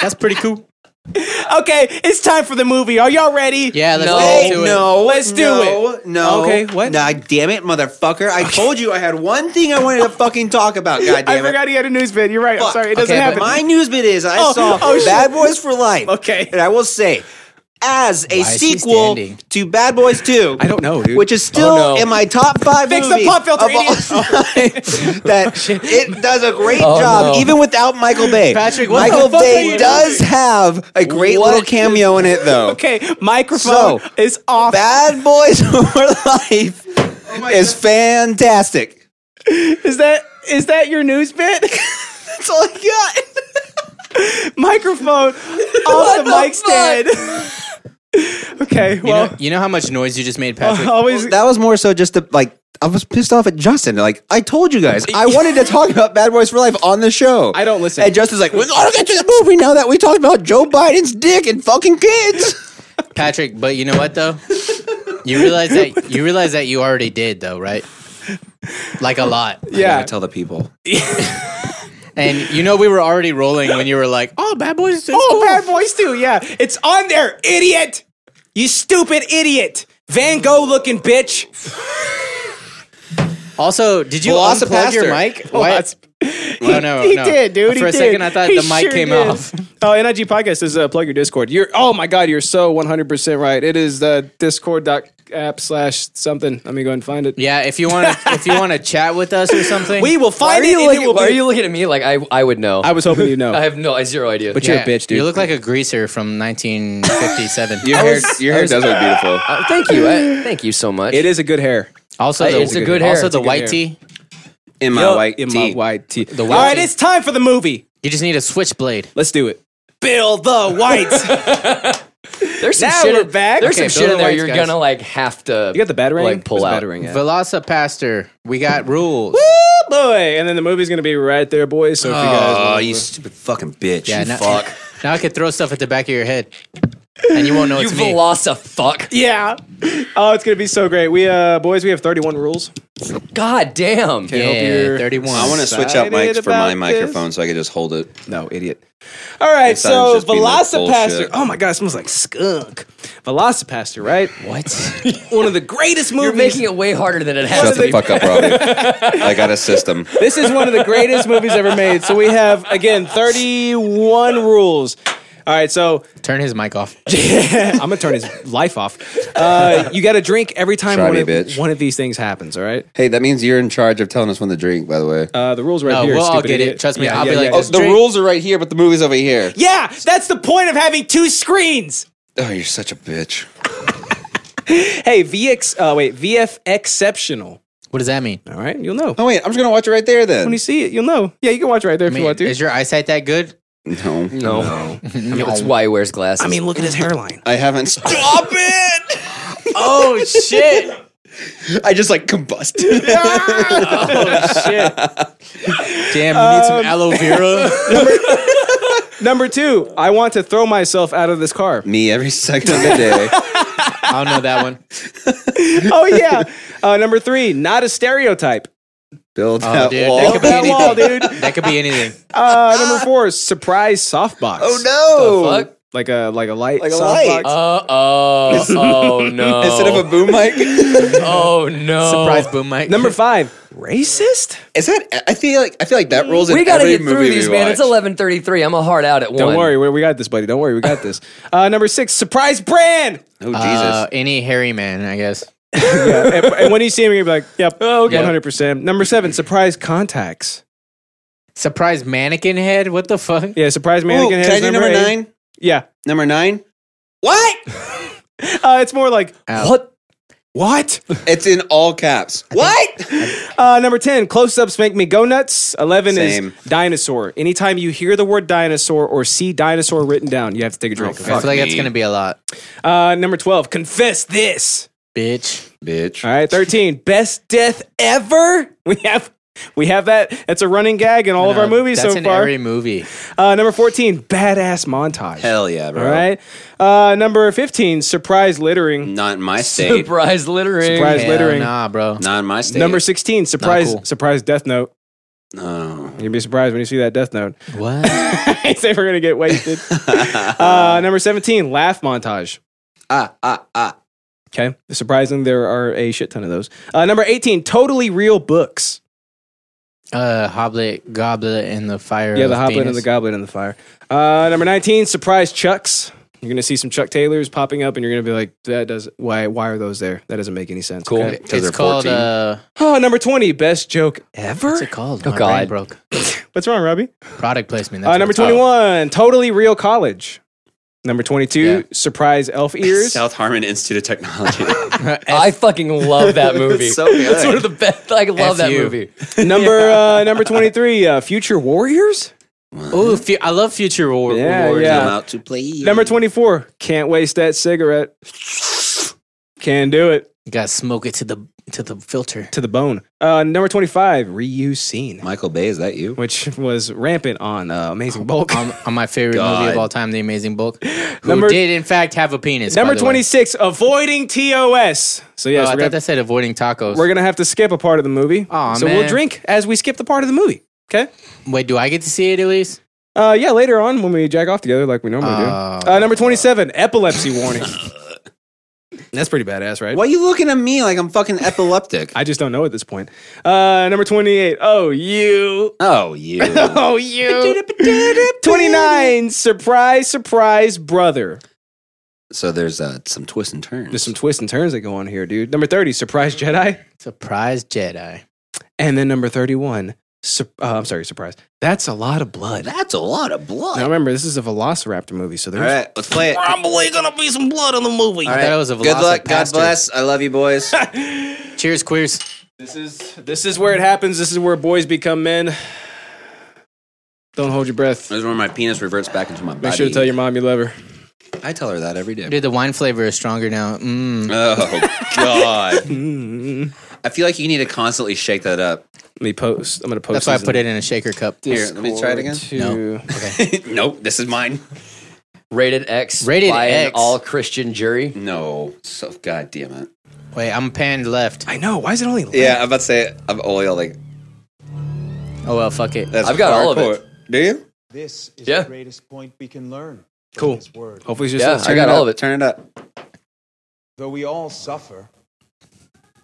[SPEAKER 1] that's pretty cool.
[SPEAKER 5] Okay, it's time for the movie. Are y'all ready?
[SPEAKER 1] Yeah, let's
[SPEAKER 4] No,
[SPEAKER 1] get into it.
[SPEAKER 5] Let's do
[SPEAKER 2] Oh, no, it. No.
[SPEAKER 5] Okay, what?
[SPEAKER 2] Nah, damn it, motherfucker! I told you I had one thing I wanted to fucking talk about. God
[SPEAKER 5] I
[SPEAKER 2] damn it.
[SPEAKER 5] forgot he had a news vid. You're right. I'm
[SPEAKER 2] Fuck.
[SPEAKER 5] sorry. It doesn't
[SPEAKER 1] Okay, but
[SPEAKER 5] happen.
[SPEAKER 2] My news bit is I
[SPEAKER 5] Oh,
[SPEAKER 2] saw
[SPEAKER 5] oh, shit.
[SPEAKER 2] Bad Boys for Life.
[SPEAKER 5] Okay.
[SPEAKER 2] And I will say, as a
[SPEAKER 1] is he
[SPEAKER 2] sequel
[SPEAKER 1] standing?
[SPEAKER 2] to Bad Boys 2,
[SPEAKER 5] I don't know, dude.
[SPEAKER 2] which is still
[SPEAKER 4] Oh, no.
[SPEAKER 2] in my top five
[SPEAKER 5] Fix the
[SPEAKER 2] movies
[SPEAKER 5] pop filter,
[SPEAKER 2] of all
[SPEAKER 5] idiot. Oh,
[SPEAKER 2] time, that it does a great
[SPEAKER 4] Oh,
[SPEAKER 2] job,
[SPEAKER 4] no.
[SPEAKER 2] even without Michael Bay.
[SPEAKER 1] Patrick, what
[SPEAKER 2] Michael
[SPEAKER 1] the fuck are
[SPEAKER 2] Bay
[SPEAKER 1] you
[SPEAKER 2] does have a great
[SPEAKER 4] What
[SPEAKER 2] little cameo in it, though.
[SPEAKER 5] okay, microphone
[SPEAKER 2] So,
[SPEAKER 5] is off.
[SPEAKER 2] Bad Boys for Life
[SPEAKER 5] Oh
[SPEAKER 2] is fantastic.
[SPEAKER 5] Is that is that your news bit?
[SPEAKER 2] That's all I got.
[SPEAKER 5] microphone off the, mic stand. okay,
[SPEAKER 1] You
[SPEAKER 5] well,
[SPEAKER 1] know, you know how much noise you just made, Patrick.
[SPEAKER 5] always
[SPEAKER 2] that was more so just the like I was pissed off at Justin. Like I told you guys, I wanted to talk about Bad Boys for Life on the show.
[SPEAKER 5] I don't listen.
[SPEAKER 2] And Justin's like, "We're gonna get to the movie now that we talked about Joe Biden's dick and fucking kids."
[SPEAKER 1] Patrick, but you know what though? You realize that you realize that you already did though, right? Like a lot.
[SPEAKER 5] yeah.
[SPEAKER 2] the people.
[SPEAKER 1] And you know we were already rolling when you were like, "Oh, Bad Boys." It's
[SPEAKER 5] Oh,
[SPEAKER 1] cool.
[SPEAKER 5] Bad Boys too. Yeah, it's on there, idiot. You stupid idiot. Van Gogh looking bitch.
[SPEAKER 1] Also, did you
[SPEAKER 2] Velocipaster.
[SPEAKER 1] unplug your mic?
[SPEAKER 5] Oh,
[SPEAKER 1] Why?
[SPEAKER 5] that's-
[SPEAKER 1] No, no,
[SPEAKER 5] he
[SPEAKER 1] no.
[SPEAKER 5] did, dude. he
[SPEAKER 1] For a
[SPEAKER 5] did.
[SPEAKER 1] second, I thought
[SPEAKER 5] He
[SPEAKER 1] the mic
[SPEAKER 5] sure
[SPEAKER 1] came
[SPEAKER 5] did.
[SPEAKER 1] off.
[SPEAKER 5] Oh, NIG podcast is uh, plug your Discord. You're oh my god, you're so 100 percent right. It is the Discord dot app slash something. Let me go and find it.
[SPEAKER 1] Yeah, if you want, to if you want to chat with us or something,
[SPEAKER 5] We will
[SPEAKER 4] Why
[SPEAKER 5] find
[SPEAKER 4] are
[SPEAKER 5] it.
[SPEAKER 4] you,
[SPEAKER 5] and it
[SPEAKER 4] looking,
[SPEAKER 5] will
[SPEAKER 4] why are
[SPEAKER 5] be-
[SPEAKER 4] you looking at me like I, I would know?
[SPEAKER 5] I
[SPEAKER 4] I,
[SPEAKER 5] was hoping you know.
[SPEAKER 4] have no, I have zero idea.
[SPEAKER 5] but
[SPEAKER 4] yeah.
[SPEAKER 5] you're a bitch, dude.
[SPEAKER 1] You look like a greaser from 1957.
[SPEAKER 2] Your hair, your hair does look beautiful.
[SPEAKER 4] Uh, thank you. I, thank you so much.
[SPEAKER 5] it is a good hair.
[SPEAKER 1] also,
[SPEAKER 4] Hey, it's a good hair.
[SPEAKER 1] Also,
[SPEAKER 4] It's
[SPEAKER 1] the
[SPEAKER 4] a good
[SPEAKER 1] white
[SPEAKER 4] hair.
[SPEAKER 1] tee.
[SPEAKER 2] In my white
[SPEAKER 5] in
[SPEAKER 2] tee.
[SPEAKER 5] my white tee.
[SPEAKER 1] white
[SPEAKER 5] All right,
[SPEAKER 1] tee.
[SPEAKER 5] it's time for the movie.
[SPEAKER 1] You just need a switchblade.
[SPEAKER 5] Let's do it. Bill the Whites. you
[SPEAKER 4] There's some
[SPEAKER 5] Now
[SPEAKER 4] shit
[SPEAKER 5] we're
[SPEAKER 4] in-
[SPEAKER 5] back.
[SPEAKER 4] There's
[SPEAKER 1] Okay,
[SPEAKER 4] some shit
[SPEAKER 1] Bill
[SPEAKER 4] in
[SPEAKER 1] the
[SPEAKER 4] there
[SPEAKER 1] White's
[SPEAKER 4] you're
[SPEAKER 1] guys.
[SPEAKER 4] gonna like have to.
[SPEAKER 5] got the batarang.
[SPEAKER 4] Like pull
[SPEAKER 5] There's
[SPEAKER 4] out.
[SPEAKER 5] a Batarang, yeah.
[SPEAKER 1] Velocipaster, we got rules.
[SPEAKER 5] Woo, Oh, boy, and then the movie's gonna be right there, boys. So if you guys,
[SPEAKER 2] Oh,
[SPEAKER 5] wanna-
[SPEAKER 2] you stupid fucking bitch.
[SPEAKER 1] Yeah,
[SPEAKER 2] you
[SPEAKER 1] no-
[SPEAKER 2] fuck.
[SPEAKER 1] Now I could throw stuff at the back of your head, and you won't know
[SPEAKER 4] You
[SPEAKER 1] it's me.
[SPEAKER 4] veloci fuck.
[SPEAKER 5] yeah. Oh, it's gonna be so great. We uh, boys, we have 31 rules.
[SPEAKER 4] God damn.
[SPEAKER 5] hope
[SPEAKER 1] yeah,
[SPEAKER 5] you're-
[SPEAKER 1] 31.
[SPEAKER 2] I want to switch out
[SPEAKER 5] Excited
[SPEAKER 2] mics for my
[SPEAKER 5] about this?
[SPEAKER 2] microphone so I can just hold it.
[SPEAKER 5] No, idiot. All right,
[SPEAKER 2] Next time
[SPEAKER 5] so
[SPEAKER 2] it's just being like
[SPEAKER 5] Velocipaster.
[SPEAKER 2] bullshit.
[SPEAKER 5] Oh my god, it smells like skunk. Velocipaster, right?
[SPEAKER 1] What?
[SPEAKER 5] One of the greatest movies.
[SPEAKER 4] You're making it way harder than it
[SPEAKER 2] Shut
[SPEAKER 4] has to
[SPEAKER 2] the
[SPEAKER 4] be.
[SPEAKER 2] fuck up, Robbie. I got a system.
[SPEAKER 5] this is one of the greatest movies ever made. So we have again 31 rules. All right, so
[SPEAKER 1] Turn his mic off.
[SPEAKER 5] I'm gonna turn his life off. Uh, you got to drink every time
[SPEAKER 2] Try
[SPEAKER 5] one
[SPEAKER 2] me,
[SPEAKER 5] of,
[SPEAKER 2] bitch.
[SPEAKER 5] one of these things happens. All right,
[SPEAKER 2] Hey, that means you're in charge of telling us when to drink, by the way.
[SPEAKER 5] uh, the rules right
[SPEAKER 1] No,
[SPEAKER 5] here.
[SPEAKER 1] we'll all
[SPEAKER 5] stupid
[SPEAKER 1] get it.
[SPEAKER 5] idiot.
[SPEAKER 1] Trust me,
[SPEAKER 5] Yeah,
[SPEAKER 1] I'll be
[SPEAKER 5] yeah,
[SPEAKER 1] like,
[SPEAKER 5] yeah,
[SPEAKER 1] oh,
[SPEAKER 5] yeah.
[SPEAKER 2] Oh, the
[SPEAKER 5] Drink-
[SPEAKER 2] rules are right here, but the movie's over here.
[SPEAKER 5] Yeah, that's the point of having two screens.
[SPEAKER 2] Oh, you're such a bitch.
[SPEAKER 5] Hey, VX. Uh, wait, VF exceptional.
[SPEAKER 1] What does that mean?
[SPEAKER 5] All right, you'll know
[SPEAKER 2] Oh, wait, I'm just going to watch it right there
[SPEAKER 5] when
[SPEAKER 2] then.
[SPEAKER 5] you see it. You'll know. Yeah, you can watch right there
[SPEAKER 1] I
[SPEAKER 5] if you
[SPEAKER 1] mean,
[SPEAKER 5] want to.
[SPEAKER 1] is your eyesight that good?
[SPEAKER 2] No.
[SPEAKER 4] No. That's why he wears glasses.
[SPEAKER 5] I mean, look at his hairline.
[SPEAKER 2] I haven't. Stop it!
[SPEAKER 1] Oh shit!
[SPEAKER 2] I just like combusted.
[SPEAKER 1] Damn, you need some aloe vera.
[SPEAKER 5] Number two, I want to throw myself out of this car.
[SPEAKER 2] Me every second of the day.
[SPEAKER 1] I don't know that one.
[SPEAKER 5] oh yeah. Uh, number three, not a stereotype.
[SPEAKER 2] Build
[SPEAKER 1] Oh,
[SPEAKER 2] that
[SPEAKER 1] dude,
[SPEAKER 2] wall.
[SPEAKER 1] that could be
[SPEAKER 5] That
[SPEAKER 1] anything.
[SPEAKER 5] wall, dude.
[SPEAKER 1] That could be anything.
[SPEAKER 5] Uh, number four, surprise softbox.
[SPEAKER 2] Oh, no.
[SPEAKER 4] fuck.
[SPEAKER 5] Like a like a light.
[SPEAKER 2] Like a
[SPEAKER 5] softbox.
[SPEAKER 2] light.
[SPEAKER 4] Uh oh. Oh no.
[SPEAKER 2] Instead of a boom mic.
[SPEAKER 4] Oh no.
[SPEAKER 1] Surprise boom mic. Uh,
[SPEAKER 5] Number five, racist.
[SPEAKER 2] Is that? I feel like I feel like that rules in
[SPEAKER 4] We gotta
[SPEAKER 2] every
[SPEAKER 4] get
[SPEAKER 2] movie
[SPEAKER 4] through these,
[SPEAKER 2] we
[SPEAKER 4] man.
[SPEAKER 2] watch.
[SPEAKER 4] It's eleven thirty-three. I'm a hard out at one.
[SPEAKER 5] Don't worry, we, we got this, buddy. Don't worry, we got this. Uh, number six, surprise brand.
[SPEAKER 2] oh Jesus!
[SPEAKER 1] Uh, any hairy man, I guess.
[SPEAKER 5] and, and when you see him, you're like, yep,
[SPEAKER 1] Oh,
[SPEAKER 5] one hundred percent. Number seven, surprise contacts.
[SPEAKER 1] Surprise mannequin head. What the fuck?
[SPEAKER 5] Yeah, surprise
[SPEAKER 2] Ooh,
[SPEAKER 5] mannequin.
[SPEAKER 2] can
[SPEAKER 5] head
[SPEAKER 2] I
[SPEAKER 5] is
[SPEAKER 2] do number
[SPEAKER 5] eight.
[SPEAKER 2] nine?
[SPEAKER 5] Yeah,
[SPEAKER 2] Number nine. What?
[SPEAKER 5] uh, it's more like
[SPEAKER 1] Ow.
[SPEAKER 4] What?
[SPEAKER 5] what?
[SPEAKER 2] It's in all caps. What?
[SPEAKER 5] Uh, number 10, close ups make me go nuts. 11
[SPEAKER 2] Same.
[SPEAKER 5] is dinosaur. Anytime you hear the word dinosaur or see dinosaur written down, you have to take a
[SPEAKER 2] Oh,
[SPEAKER 5] drink. okay?
[SPEAKER 1] I feel like that's
[SPEAKER 2] me.
[SPEAKER 1] gonna be a lot,
[SPEAKER 5] Uh, number 12, confess this.
[SPEAKER 1] bitch.
[SPEAKER 2] Bitch.
[SPEAKER 5] All right, 13, best death ever. We have. We have that. That's a running gag in all of
[SPEAKER 1] No,
[SPEAKER 5] our movies
[SPEAKER 1] Um, that's
[SPEAKER 5] so
[SPEAKER 1] in
[SPEAKER 5] far.
[SPEAKER 1] every movie.
[SPEAKER 5] Uh, number 14, badass montage.
[SPEAKER 2] Hell yeah, bro.
[SPEAKER 5] All right. Uh, number 15, surprise littering.
[SPEAKER 2] Not in my state.
[SPEAKER 4] Surprise littering.
[SPEAKER 5] Surprise
[SPEAKER 1] Hell
[SPEAKER 5] littering.
[SPEAKER 1] nah, bro.
[SPEAKER 2] Not in my state.
[SPEAKER 5] Number 16, surprise
[SPEAKER 1] cool.
[SPEAKER 5] surprise death note.
[SPEAKER 2] No.
[SPEAKER 5] You'd be surprised when you see that death note.
[SPEAKER 1] What?
[SPEAKER 5] I say we're gonna get wasted. uh, number seventeen, laugh montage.
[SPEAKER 2] Ah ah ah.
[SPEAKER 5] Okay, surprising there are a shit ton of those. Uh, number eighteen, totally real books.
[SPEAKER 1] Uh, Hoblet, Goblet, and the fire.
[SPEAKER 5] Yeah,
[SPEAKER 1] of
[SPEAKER 5] the hoblet
[SPEAKER 1] Venus.
[SPEAKER 5] and the goblet in the fire. Uh, number nineteen, surprise chucks. You're gonna see some Chuck Taylors popping up, and you're gonna be like, "That does why? Why are those there? That doesn't make any sense." Cool.
[SPEAKER 1] It's called. Uh,
[SPEAKER 5] Oh, number twenty, best joke
[SPEAKER 1] what's
[SPEAKER 5] ever.
[SPEAKER 1] it called? Oh
[SPEAKER 4] God.
[SPEAKER 1] broke.
[SPEAKER 5] What's wrong, Robbie?
[SPEAKER 1] Product placement. That's
[SPEAKER 5] Uh, number
[SPEAKER 1] what it's called.
[SPEAKER 5] twenty-one, totally real college. Number twenty-two,
[SPEAKER 1] Yeah.
[SPEAKER 5] surprise elf ears.
[SPEAKER 2] South Harmon Institute of Technology.
[SPEAKER 4] I fucking love that movie.
[SPEAKER 2] so good.
[SPEAKER 4] It's one of the best. I love that
[SPEAKER 1] you.
[SPEAKER 4] movie.
[SPEAKER 5] number uh, number twenty-three, uh, future warriors.
[SPEAKER 1] Ooh, fu- I love Future War.
[SPEAKER 5] Yeah,
[SPEAKER 1] War-
[SPEAKER 5] yeah.
[SPEAKER 2] I'm out to play.
[SPEAKER 5] Number 24, can't waste that cigarette. Can do it
[SPEAKER 1] You gotta smoke it to the to the filter.
[SPEAKER 5] to the bone. Uh, number 25, reuse scene,
[SPEAKER 2] Michael Bay, is that you?
[SPEAKER 5] which was rampant on uh,
[SPEAKER 1] Oh,
[SPEAKER 5] Amazing Bulk.
[SPEAKER 1] on, on my favorite movie of all time, The Amazing Bulk, who
[SPEAKER 5] Number-
[SPEAKER 1] did in fact have a penis. by
[SPEAKER 5] number
[SPEAKER 1] the way.
[SPEAKER 5] 26, avoiding TOS.
[SPEAKER 1] Oh, I
[SPEAKER 5] So, yes, we're
[SPEAKER 1] thought
[SPEAKER 5] going
[SPEAKER 1] that said avoiding tacos.
[SPEAKER 5] to have to skip a part of the movie.
[SPEAKER 1] Aw,
[SPEAKER 5] so,
[SPEAKER 1] man.
[SPEAKER 5] we'll drink as we skip the part of the movie. Okay.
[SPEAKER 1] Wait, do I get to see it at least?
[SPEAKER 5] Uh, yeah, later on when we jack off together, like we normally do. Uh, number twenty-seven, epilepsy warning. That's pretty badass, right?
[SPEAKER 2] Why you looking at me like I'm fucking epileptic?
[SPEAKER 5] I just don't know at this point. Uh, number twenty-eight. Oh, you.
[SPEAKER 2] oh, you.
[SPEAKER 5] Oh, you. Twenty-nine. Surprise, surprise, brother.
[SPEAKER 2] so there's uh, some twists and turns.
[SPEAKER 5] There's some twists and turns that go on here, dude. Number thirty, surprise Jedi,
[SPEAKER 1] Surprise Jedi.
[SPEAKER 5] and then number thirty-one. Sur- uh, I'm sorry, surprise. That's a lot of blood.
[SPEAKER 2] That's a lot of blood.
[SPEAKER 5] Now remember, this is a Velociraptor movie, so
[SPEAKER 2] All
[SPEAKER 5] there's
[SPEAKER 2] right, let's play it.
[SPEAKER 7] Probably gonna be some blood in the movie.
[SPEAKER 1] I thought it was a
[SPEAKER 2] Good luck. God
[SPEAKER 1] Velocipaster.
[SPEAKER 2] bless. I love you, boys.
[SPEAKER 1] Cheers, queers.
[SPEAKER 5] This is this is where it happens. This is where boys become men. Don't hold your breath.
[SPEAKER 2] This is where my penis reverts back into my body.
[SPEAKER 5] Make sure to tell your mom you love her.
[SPEAKER 2] I tell her that every day.
[SPEAKER 1] Dude, the wine flavor is stronger now. Mm.
[SPEAKER 2] Oh God! I feel like you need to constantly shake that up.
[SPEAKER 5] Let me post. I'm gonna post.
[SPEAKER 1] That's why I put it in a shaker cup.
[SPEAKER 2] Here, let me try it again.
[SPEAKER 1] No.
[SPEAKER 2] nope, this is mine.
[SPEAKER 4] Rated X.
[SPEAKER 1] Rated
[SPEAKER 4] by an
[SPEAKER 1] X.
[SPEAKER 4] all Christian jury.
[SPEAKER 2] No, so God damn it.
[SPEAKER 1] Wait, I'm panned left.
[SPEAKER 5] I know. Why is it only? left?
[SPEAKER 2] Yeah, I'm about to say I've only like
[SPEAKER 1] Oh well, fuck it.
[SPEAKER 2] that's
[SPEAKER 4] I've got all of it.
[SPEAKER 2] hardcore. Do you?
[SPEAKER 8] This is
[SPEAKER 4] Yeah.
[SPEAKER 8] the greatest point we can learn. from
[SPEAKER 5] Cool.
[SPEAKER 8] His word.
[SPEAKER 5] Hopefully, it's just
[SPEAKER 4] Yeah, I got all of it.
[SPEAKER 2] Turn it up.
[SPEAKER 8] Though we all suffer,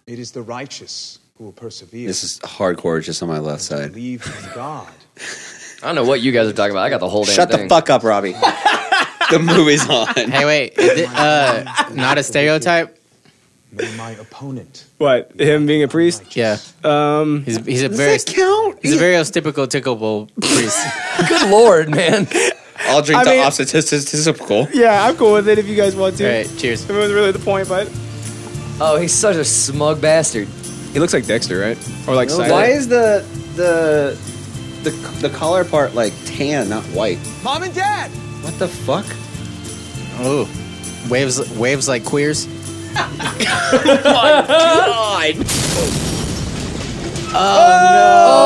[SPEAKER 8] it is the righteous who will persevere.
[SPEAKER 2] This is hardcore, just on my left side.
[SPEAKER 8] Believe in God.
[SPEAKER 4] I don't know what you guys are talking about. I got the whole damn
[SPEAKER 2] Shut
[SPEAKER 4] thing.
[SPEAKER 2] the fuck up, Robbie. the movie's on.
[SPEAKER 1] Hey, wait. Is it, uh, not a stereotype.
[SPEAKER 8] May my opponent.
[SPEAKER 5] What him being a priest?
[SPEAKER 1] Yeah.
[SPEAKER 5] Um,
[SPEAKER 1] He's, he's a very
[SPEAKER 2] count?
[SPEAKER 1] he's a very typical tickleable priest.
[SPEAKER 4] Good lord, man.
[SPEAKER 2] I'll drink
[SPEAKER 5] I
[SPEAKER 2] the
[SPEAKER 5] mean-
[SPEAKER 2] opposite. This is this is cool.
[SPEAKER 5] yeah, I'm cool with it if you guys want
[SPEAKER 1] All
[SPEAKER 5] to.
[SPEAKER 1] right, cheers.
[SPEAKER 5] It was really the point, but
[SPEAKER 4] Oh, he's such a smug bastard.
[SPEAKER 5] he looks like Dexter, right? Or like Silent.
[SPEAKER 2] Why is the the the the collar part like tan, not white?
[SPEAKER 8] Mom and Dad!
[SPEAKER 2] What the fuck?
[SPEAKER 1] Oh, waves waves like queers.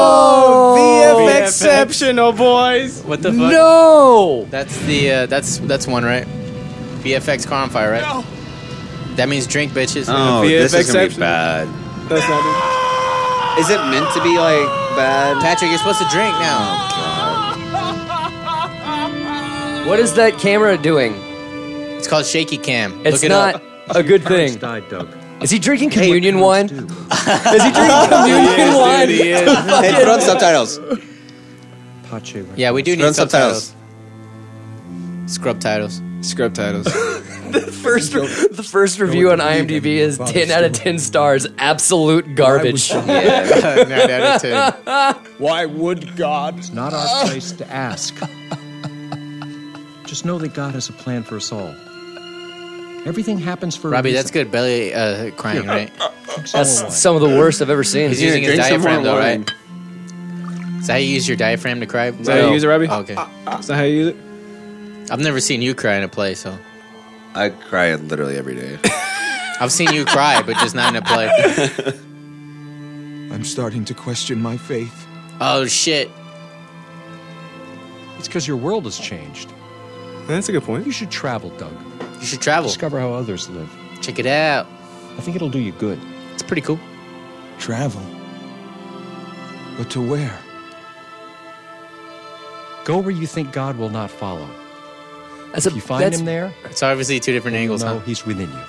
[SPEAKER 5] the exceptional boys?
[SPEAKER 1] What the fuck?
[SPEAKER 4] No.
[SPEAKER 1] That's the uh, that's that's one right. VFX Cronfire, right? That means drink, bitches.
[SPEAKER 2] Oh,
[SPEAKER 5] The
[SPEAKER 2] this is gonna be
[SPEAKER 5] VFX
[SPEAKER 2] bad.
[SPEAKER 5] That's not
[SPEAKER 2] Is it meant to be like bad?
[SPEAKER 1] Patrick, you're supposed to drink now.
[SPEAKER 4] What is that camera doing?
[SPEAKER 1] It's called shaky cam.
[SPEAKER 4] It's
[SPEAKER 1] Look it
[SPEAKER 4] not
[SPEAKER 1] up.
[SPEAKER 4] a good thing. Is he drinking communion wine? Is he drinking communion wine?
[SPEAKER 2] Hey, put on subtitles.
[SPEAKER 1] Yeah, we do
[SPEAKER 2] Run
[SPEAKER 1] need
[SPEAKER 2] subtitles.
[SPEAKER 1] subtitles. Scrub titles.
[SPEAKER 5] it. Scrub titles.
[SPEAKER 4] First, the first review on IMDb is 10 out of 10 stars. Absolute garbage.
[SPEAKER 1] Nine out of ten.
[SPEAKER 7] Why would God?
[SPEAKER 9] It's not our place to ask. Just know that God has a plan for us all. Everything happens for
[SPEAKER 1] Robbie,
[SPEAKER 9] a
[SPEAKER 1] that's
[SPEAKER 9] reason.
[SPEAKER 1] good belly uh, crying, right?
[SPEAKER 4] That's some of the worst I've ever seen.
[SPEAKER 1] He's using his
[SPEAKER 2] drink some
[SPEAKER 1] diaphragm
[SPEAKER 2] more
[SPEAKER 1] though,
[SPEAKER 2] wine.
[SPEAKER 1] right? Is that how you use your diaphragm to cry?
[SPEAKER 5] that how you use it, Robbie?
[SPEAKER 1] Oh, okay.
[SPEAKER 5] Is that how you use it?
[SPEAKER 1] I've never seen you cry in a play, so
[SPEAKER 2] I cry literally every day.
[SPEAKER 1] I've seen you cry, but just not in a play.
[SPEAKER 8] I'm starting to question my faith.
[SPEAKER 1] Oh shit!
[SPEAKER 9] It's because your world has changed.
[SPEAKER 5] That's a good point.
[SPEAKER 9] You should travel, Doug.
[SPEAKER 1] You should travel.
[SPEAKER 9] Discover how others live.
[SPEAKER 1] Check it out.
[SPEAKER 9] I think it'll do you good.
[SPEAKER 1] It's pretty cool.
[SPEAKER 8] Travel. But to where?
[SPEAKER 9] Go where you think God will not follow.
[SPEAKER 4] That's a,
[SPEAKER 9] If you find
[SPEAKER 4] that's-
[SPEAKER 9] him there,
[SPEAKER 1] It's obviously two different
[SPEAKER 9] you'll
[SPEAKER 1] angles,
[SPEAKER 9] know
[SPEAKER 1] huh?
[SPEAKER 9] he's within you.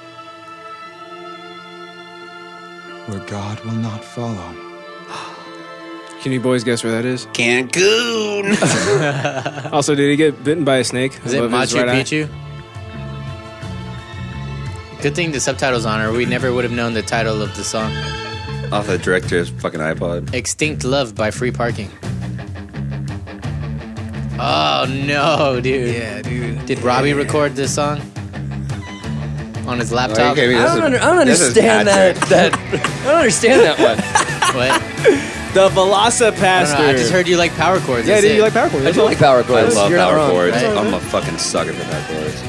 [SPEAKER 8] Where God will not follow.
[SPEAKER 5] Can you boys guess where that is?
[SPEAKER 2] Cancun.
[SPEAKER 5] Also, did he get bitten by a snake?
[SPEAKER 1] Is it
[SPEAKER 5] above his
[SPEAKER 1] Machu
[SPEAKER 5] right eye?
[SPEAKER 1] Picchu? Good thing the subtitles on, or we never would have known the title of the song.
[SPEAKER 2] Off the director's fucking iPod.
[SPEAKER 1] Extinct Love by Free Parking. Oh no, dude. Yeah, dude. Did Robbie record this song? On his laptop?
[SPEAKER 2] Okay,
[SPEAKER 4] I
[SPEAKER 2] this
[SPEAKER 4] don't,
[SPEAKER 2] is-
[SPEAKER 4] under, I don't
[SPEAKER 2] this is
[SPEAKER 4] understand that,
[SPEAKER 2] Patrick.
[SPEAKER 4] that. I don't understand that one.
[SPEAKER 1] What?
[SPEAKER 5] The
[SPEAKER 1] I, don't
[SPEAKER 5] Velocipaster.
[SPEAKER 1] know, I just heard you like power chords.
[SPEAKER 5] Yeah,
[SPEAKER 1] That's
[SPEAKER 5] dude,
[SPEAKER 1] it.
[SPEAKER 5] you like power chords.
[SPEAKER 4] I do like power chords.
[SPEAKER 2] I love
[SPEAKER 4] You're not
[SPEAKER 2] power
[SPEAKER 4] wrong.
[SPEAKER 2] chords.
[SPEAKER 1] right?
[SPEAKER 2] I'm a fucking sucker for power chords.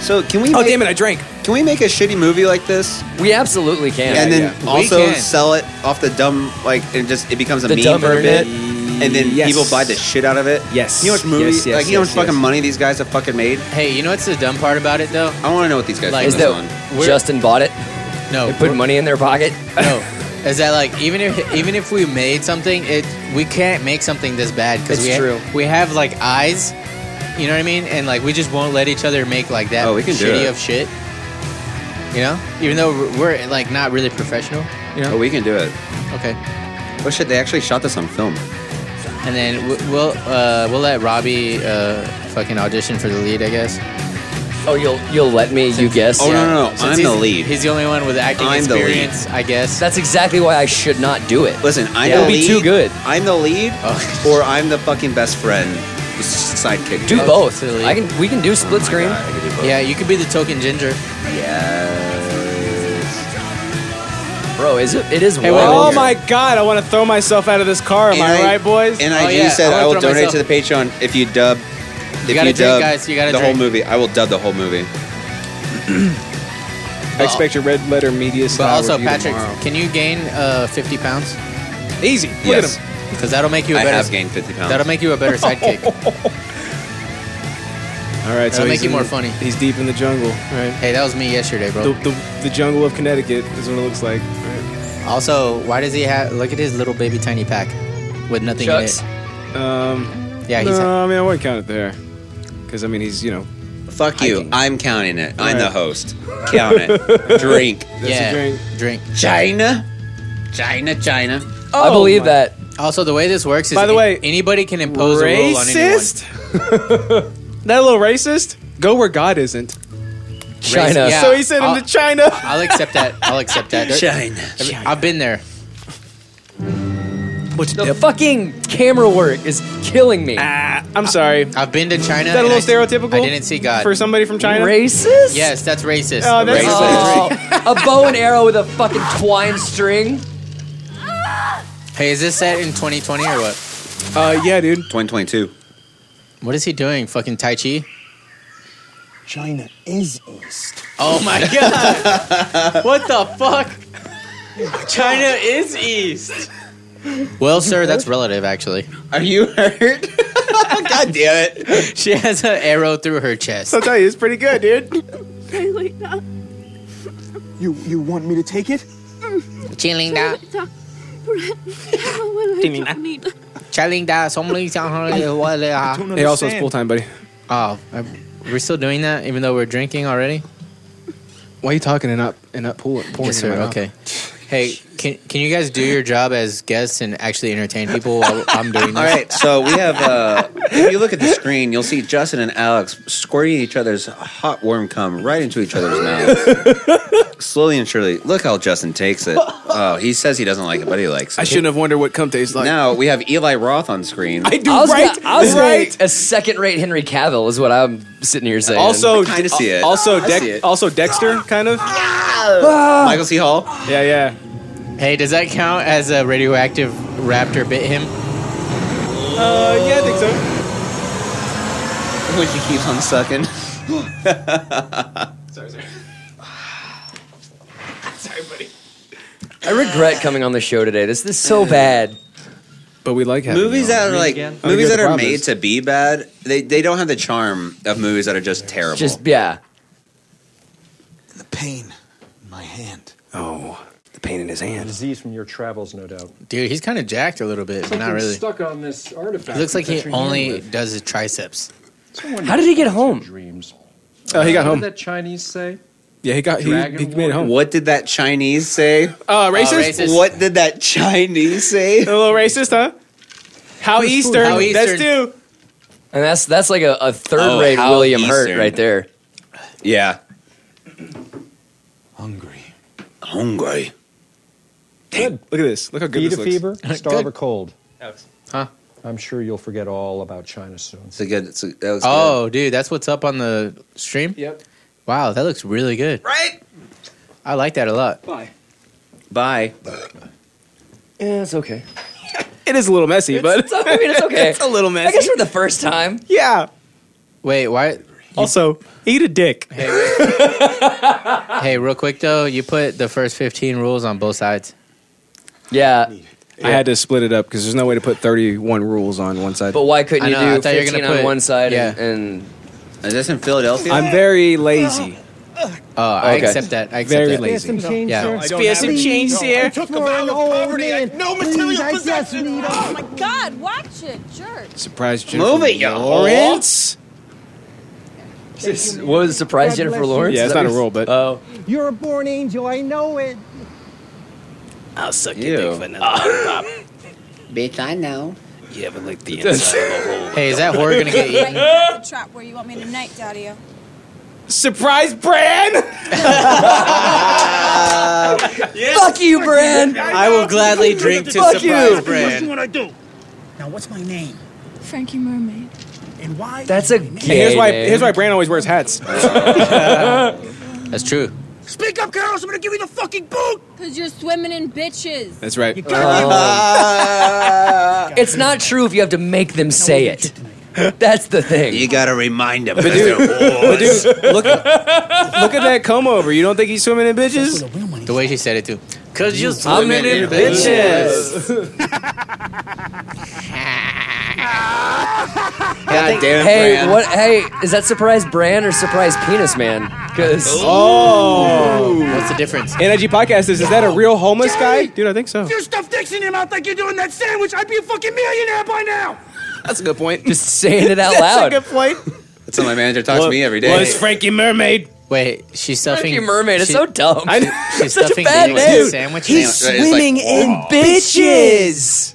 [SPEAKER 2] So can we?
[SPEAKER 5] Oh
[SPEAKER 2] make,
[SPEAKER 5] damn it! I drank.
[SPEAKER 2] Can we make a shitty movie like this
[SPEAKER 4] We absolutely can.
[SPEAKER 2] and then
[SPEAKER 1] yeah. We
[SPEAKER 2] also
[SPEAKER 1] can.
[SPEAKER 2] sell it off the dumb like and just it becomes a
[SPEAKER 4] The
[SPEAKER 2] meme
[SPEAKER 4] dumb
[SPEAKER 2] for a bit,
[SPEAKER 4] internet?
[SPEAKER 2] and then
[SPEAKER 5] Yes.
[SPEAKER 2] people buy the shit out of it.
[SPEAKER 5] Yes.
[SPEAKER 2] You know how much movie?
[SPEAKER 5] Yes, yes,
[SPEAKER 2] like you know how
[SPEAKER 5] yes,
[SPEAKER 2] much fucking
[SPEAKER 5] yes.
[SPEAKER 2] money these guys have fucking made.
[SPEAKER 1] Hey, you know what's the dumb part about it though?
[SPEAKER 2] I want to know what these guys
[SPEAKER 1] Like,
[SPEAKER 2] think
[SPEAKER 4] is
[SPEAKER 2] of this one.
[SPEAKER 4] that Justin bought it?
[SPEAKER 1] No,
[SPEAKER 4] and put money in their pocket.
[SPEAKER 1] no. Is that like even if even if we made something, it we can't make something this bad because
[SPEAKER 4] It's
[SPEAKER 1] we ha-
[SPEAKER 4] true.
[SPEAKER 1] we have like eyes, you know what I mean, and like we just won't let each other make like that
[SPEAKER 2] Oh, we can do
[SPEAKER 1] shitty
[SPEAKER 2] it.
[SPEAKER 1] of shit. You know, even though we're- we're like not really professional. You
[SPEAKER 2] Oh,
[SPEAKER 1] know,
[SPEAKER 2] we can do it.
[SPEAKER 1] okay.
[SPEAKER 2] Oh shit! They actually shot this on film.
[SPEAKER 1] And then we- we'll uh, we'll let Robbie uh, fucking audition for the lead, I guess.
[SPEAKER 4] Oh, you'll you'll let me? You guess?
[SPEAKER 2] Oh no, no, no!
[SPEAKER 1] Since
[SPEAKER 2] I'm
[SPEAKER 1] he's-
[SPEAKER 2] the lead.
[SPEAKER 1] He's the only one with acting
[SPEAKER 2] I'm the lead.
[SPEAKER 1] experience, I guess.
[SPEAKER 4] That's exactly why I should not do it.
[SPEAKER 2] Listen, I'm
[SPEAKER 4] It'll
[SPEAKER 2] the
[SPEAKER 4] be
[SPEAKER 2] lead.
[SPEAKER 4] too good.
[SPEAKER 2] I'm the lead,
[SPEAKER 1] Oh.
[SPEAKER 2] or I'm the fucking best friend, s- sidekick.
[SPEAKER 4] Do
[SPEAKER 2] guy.
[SPEAKER 4] both.
[SPEAKER 1] silly.
[SPEAKER 4] I can. We can do split screen.
[SPEAKER 2] God, I could do both.
[SPEAKER 1] yeah, you could be the token ginger.
[SPEAKER 4] Bro, is it? It is.
[SPEAKER 1] Hey,
[SPEAKER 5] Oh
[SPEAKER 4] wild.
[SPEAKER 5] my god, I want to throw myself out of this car. Am
[SPEAKER 2] And
[SPEAKER 5] I, right, boys?
[SPEAKER 2] And
[SPEAKER 1] Oh,
[SPEAKER 2] I
[SPEAKER 1] yeah,
[SPEAKER 2] just said
[SPEAKER 1] I
[SPEAKER 2] I,
[SPEAKER 1] wanna
[SPEAKER 2] will
[SPEAKER 1] throw
[SPEAKER 2] donate to the Patreon if you dub. if
[SPEAKER 1] gotta
[SPEAKER 2] you
[SPEAKER 1] drink,
[SPEAKER 2] dub
[SPEAKER 1] guys, you gotta
[SPEAKER 2] the
[SPEAKER 1] drink.
[SPEAKER 2] whole movie. I will dub the whole movie.
[SPEAKER 5] I expect your red letter media
[SPEAKER 1] But
[SPEAKER 5] style
[SPEAKER 1] also,
[SPEAKER 5] review
[SPEAKER 1] Patrick,
[SPEAKER 5] tomorrow.
[SPEAKER 1] can you gain uh, 50 pounds?
[SPEAKER 5] easy. Look
[SPEAKER 2] Yes,
[SPEAKER 5] at him.
[SPEAKER 1] Because that'll make you a
[SPEAKER 2] I
[SPEAKER 1] better.
[SPEAKER 2] have gained 50 pounds.
[SPEAKER 1] That'll make you a better sidekick.
[SPEAKER 5] All right, so
[SPEAKER 1] That'll make
[SPEAKER 5] he's
[SPEAKER 1] you
[SPEAKER 5] in-
[SPEAKER 1] more funny.
[SPEAKER 5] He's deep in the jungle. Right.
[SPEAKER 1] hey, that was me yesterday,
[SPEAKER 5] The,
[SPEAKER 1] bro.
[SPEAKER 5] the, the jungle of Connecticut is what it looks like.
[SPEAKER 1] Also, why does he have? Look at his little baby tiny pack with nothing
[SPEAKER 4] Shucks.
[SPEAKER 1] in
[SPEAKER 5] Um,
[SPEAKER 1] it. Yeah, he's.
[SPEAKER 5] no, I mean, I wouldn't count it there. Because, I mean, he's, you know,
[SPEAKER 2] Fuck you!
[SPEAKER 5] Hiking.
[SPEAKER 2] I'm counting it. I'm
[SPEAKER 5] Alright.
[SPEAKER 2] the host. Count it. Drink.
[SPEAKER 1] yeah,
[SPEAKER 5] drink.
[SPEAKER 1] drink.
[SPEAKER 2] China, China, China.
[SPEAKER 4] I believe
[SPEAKER 5] my-
[SPEAKER 4] that.
[SPEAKER 1] Also, the way this works is
[SPEAKER 5] By the
[SPEAKER 1] an-
[SPEAKER 5] way,
[SPEAKER 1] anybody can impose a rule on anyone.
[SPEAKER 5] racist? that a little racist? Go where God isn't.
[SPEAKER 4] China.
[SPEAKER 1] Yeah.
[SPEAKER 5] so he sent him
[SPEAKER 1] I'll-
[SPEAKER 5] to China.
[SPEAKER 1] I'll accept that. I'll accept that.
[SPEAKER 2] China.
[SPEAKER 1] I've been there.
[SPEAKER 4] The fucking camera work is killing me.
[SPEAKER 5] Ah, I'm sorry. Is
[SPEAKER 1] I've been to China.
[SPEAKER 5] that a
[SPEAKER 1] and
[SPEAKER 5] little
[SPEAKER 1] I-
[SPEAKER 5] stereotypical?
[SPEAKER 1] I didn't see God.
[SPEAKER 5] For somebody from China?
[SPEAKER 4] Racist?
[SPEAKER 1] yes, that's racist.
[SPEAKER 5] Oh, that's-
[SPEAKER 1] racist.
[SPEAKER 4] Oh, a bow and arrow with a fucking twine string.
[SPEAKER 1] Hey, is this set in 2020 or what?
[SPEAKER 5] Uh, yeah, dude.
[SPEAKER 2] 2022.
[SPEAKER 1] What is he doing? Fucking Tai Chi?
[SPEAKER 7] China is East.
[SPEAKER 1] Oh my god! what the fuck? China is east. Well, sir, that's relative, actually.
[SPEAKER 2] Are you hurt? God damn it.
[SPEAKER 1] She has an arrow through her chest.
[SPEAKER 5] I'll tell you, it's pretty good, dude.
[SPEAKER 7] You you want me to take it?
[SPEAKER 1] Chilling da, chilling da, somebody Oh,
[SPEAKER 5] It also is full time, buddy. Oh.
[SPEAKER 1] I'm- we're still doing that, even though we're drinking already.
[SPEAKER 5] Why are you talking and not and not pulling? pouring
[SPEAKER 1] Yes,
[SPEAKER 5] in
[SPEAKER 1] sir.
[SPEAKER 5] my mouth?
[SPEAKER 1] Okay. Hey, can can you guys do your job as guests and actually entertain people while I'm doing this?
[SPEAKER 2] All right, so we have. Uh, if you look at the screen, you'll see Justin and Alex squirting each other's hot warm cum right into each other's mouths, slowly and surely. Look how Justin takes it. Oh, he says he doesn't like it, but he likes
[SPEAKER 5] I
[SPEAKER 2] it.
[SPEAKER 5] shouldn't have wondered what cum tastes like.
[SPEAKER 2] Now we have Eli Roth on screen.
[SPEAKER 5] I do
[SPEAKER 4] I was,
[SPEAKER 5] right.
[SPEAKER 4] gonna- I was
[SPEAKER 5] right.
[SPEAKER 4] A second-rate Henry Cavill is what I'm sitting here saying.
[SPEAKER 5] Also,
[SPEAKER 2] kinda see it.
[SPEAKER 5] Also,
[SPEAKER 2] I see
[SPEAKER 5] Dex
[SPEAKER 2] it.
[SPEAKER 5] also Dexter, kind of. Ah.
[SPEAKER 2] Michael C. Hall.
[SPEAKER 5] Yeah, yeah.
[SPEAKER 1] Hey, does that count as a radioactive raptor bit him?
[SPEAKER 5] Uh, yeah, I think so.
[SPEAKER 2] When she keeps on sucking.
[SPEAKER 4] I regret coming on the show today. This, this is so bad.
[SPEAKER 5] But we like having
[SPEAKER 2] Movies
[SPEAKER 5] you on.
[SPEAKER 2] that are like
[SPEAKER 5] Oh, you
[SPEAKER 2] movies
[SPEAKER 5] got
[SPEAKER 2] that
[SPEAKER 5] the
[SPEAKER 2] are
[SPEAKER 5] promise.
[SPEAKER 2] made to be bad. They they don't have the charm of movies that are just terrible.
[SPEAKER 4] Just yeah.
[SPEAKER 8] The pain in my hand.
[SPEAKER 5] Oh, the pain in his hand.
[SPEAKER 7] Disease from your travels, no doubt.
[SPEAKER 1] Dude, he's kind of jacked a little bit, but not really.
[SPEAKER 7] Stuck on this artifact.
[SPEAKER 1] It looks like he
[SPEAKER 7] that you're here
[SPEAKER 1] only
[SPEAKER 7] with.
[SPEAKER 1] does his triceps.
[SPEAKER 7] Someone
[SPEAKER 4] How did he get
[SPEAKER 7] wants your
[SPEAKER 4] home?
[SPEAKER 7] Dreams.
[SPEAKER 5] Oh, he got
[SPEAKER 7] What did
[SPEAKER 5] home.
[SPEAKER 7] that Chinese say?
[SPEAKER 5] Yeah, he got he, he
[SPEAKER 7] Dragon
[SPEAKER 5] made it home.
[SPEAKER 2] what did that Chinese say?
[SPEAKER 5] Uh,
[SPEAKER 1] Oh,
[SPEAKER 5] racist.
[SPEAKER 1] racist.
[SPEAKER 2] What did that Chinese say?
[SPEAKER 5] A little racist, huh? How Eastern?
[SPEAKER 1] How Eastern.
[SPEAKER 5] That's two.
[SPEAKER 4] And that's that's like a, a third-rate
[SPEAKER 2] how
[SPEAKER 4] William Hurt
[SPEAKER 2] Eastern.
[SPEAKER 4] right there.
[SPEAKER 2] Yeah.
[SPEAKER 8] Hungry.
[SPEAKER 2] Hungry.
[SPEAKER 5] Good. Look at this. Look how good
[SPEAKER 7] Beat
[SPEAKER 5] this
[SPEAKER 7] a
[SPEAKER 5] looks.
[SPEAKER 7] fever, starve
[SPEAKER 1] Good.
[SPEAKER 7] a cold.
[SPEAKER 1] Huh?
[SPEAKER 7] I'm sure you'll forget all about China soon.
[SPEAKER 2] It's a good. It's a, that was
[SPEAKER 1] Oh, dude, that's what's up on the stream?
[SPEAKER 7] Yep.
[SPEAKER 1] Wow, that looks really good. Right? I like that a lot.
[SPEAKER 7] Bye.
[SPEAKER 2] good. Bye.
[SPEAKER 4] Yeah, it's okay.
[SPEAKER 5] It is a little messy, but
[SPEAKER 4] It's, I mean, it's okay.
[SPEAKER 5] it's a little
[SPEAKER 4] I
[SPEAKER 5] messy.
[SPEAKER 4] guess for the first time.
[SPEAKER 5] Yeah.
[SPEAKER 1] Wait, why?
[SPEAKER 5] Also, eat a dick.
[SPEAKER 1] Hey, real quick though, you put the first 15 rules on both sides.
[SPEAKER 4] Yeah,
[SPEAKER 5] I had to split it up because there's no way to put 31 rules on one side.
[SPEAKER 4] but why couldn't
[SPEAKER 1] I
[SPEAKER 4] you
[SPEAKER 1] know, I
[SPEAKER 4] do
[SPEAKER 1] thought you were gonna
[SPEAKER 4] 15 on
[SPEAKER 1] put-
[SPEAKER 4] one side
[SPEAKER 1] yeah.
[SPEAKER 4] and, and
[SPEAKER 2] Is this in Philadelphia?
[SPEAKER 5] I'm very lazy.
[SPEAKER 1] Oh, I
[SPEAKER 4] Okay.
[SPEAKER 1] accept that. I accept
[SPEAKER 5] Very
[SPEAKER 1] that.
[SPEAKER 5] lazy.
[SPEAKER 10] Some change,
[SPEAKER 1] Yeah.
[SPEAKER 10] sir.
[SPEAKER 1] Spears have some
[SPEAKER 10] Please,
[SPEAKER 1] change, sir.
[SPEAKER 10] I took the vow of poverty. I had
[SPEAKER 6] Mm,
[SPEAKER 10] no material possession.
[SPEAKER 11] Oh my God! Watch it, jerk.
[SPEAKER 5] Surprise, Jennifer
[SPEAKER 2] Move it, you
[SPEAKER 5] Lawrence.
[SPEAKER 4] This was surprise
[SPEAKER 10] God
[SPEAKER 4] Jennifer
[SPEAKER 10] bless you.
[SPEAKER 4] Lawrence.
[SPEAKER 5] Yeah,
[SPEAKER 4] Is
[SPEAKER 5] it's
[SPEAKER 4] that
[SPEAKER 5] not a
[SPEAKER 4] what-
[SPEAKER 5] rule, but-
[SPEAKER 4] oh,
[SPEAKER 10] You're a born angel. I know it.
[SPEAKER 5] I'll suck
[SPEAKER 2] your Ew. dick,
[SPEAKER 5] vanilla.
[SPEAKER 2] Bitch, I know.
[SPEAKER 5] you haven't licked the inside of a hole.
[SPEAKER 1] Hey, is that whore gonna get
[SPEAKER 11] Right
[SPEAKER 1] eaten?
[SPEAKER 11] now, the trap where you want me tonight, Daddy.
[SPEAKER 5] Surprise, Bran!
[SPEAKER 4] fuck you, Brand.
[SPEAKER 1] I will gladly drink to
[SPEAKER 4] Fuck you.
[SPEAKER 1] surprise
[SPEAKER 7] Let's do
[SPEAKER 1] brand.
[SPEAKER 7] what I do. Now, what's my name?
[SPEAKER 11] Frankie Mermaid.
[SPEAKER 7] And why?
[SPEAKER 4] That's a
[SPEAKER 5] And
[SPEAKER 4] gay
[SPEAKER 5] here's why.
[SPEAKER 4] name.
[SPEAKER 5] Here's why Bran always wears hats.
[SPEAKER 1] That's true.
[SPEAKER 7] Speak up, Carol. I'm gonna give you the fucking boot.
[SPEAKER 11] Cause you're swimming in bitches.
[SPEAKER 5] That's right.
[SPEAKER 7] You got
[SPEAKER 4] It's not true if you have to make them say it. That's the thing.
[SPEAKER 2] You gotta remind him.
[SPEAKER 5] Look, look at that comb over. You don't think he's swimming in bitches?
[SPEAKER 7] me. Real money.
[SPEAKER 1] The way she said it too. Cause you're
[SPEAKER 4] I'm
[SPEAKER 1] swimming
[SPEAKER 4] in
[SPEAKER 1] in
[SPEAKER 4] it,
[SPEAKER 1] bitches.
[SPEAKER 4] bitches.
[SPEAKER 2] God damn
[SPEAKER 4] Hey, what? Hey, is that surprise Brand or surprise penis man? Because
[SPEAKER 5] Oh.
[SPEAKER 1] What's the difference?
[SPEAKER 5] Energy podcast. Is is that a real homeless guy, dude? I think so.
[SPEAKER 7] You stuff dicks in your mouth like you're doing that sandwich. I'd be a fucking millionaire by now.
[SPEAKER 5] That's a good point.
[SPEAKER 4] just saying it out
[SPEAKER 5] That's a
[SPEAKER 4] loud.
[SPEAKER 5] good point.
[SPEAKER 2] That's how my manager talks to me every day.
[SPEAKER 5] Frankie Mermaid?
[SPEAKER 1] Wait, she's stuffing.
[SPEAKER 4] Frankie Mermaid is
[SPEAKER 1] she-
[SPEAKER 4] so dumb.
[SPEAKER 5] I,
[SPEAKER 1] She's
[SPEAKER 4] such a
[SPEAKER 1] stuffing
[SPEAKER 4] bad
[SPEAKER 1] Danny with
[SPEAKER 4] name.
[SPEAKER 1] a sandwich.
[SPEAKER 2] He's Right, it's swimming like,
[SPEAKER 4] in bitches.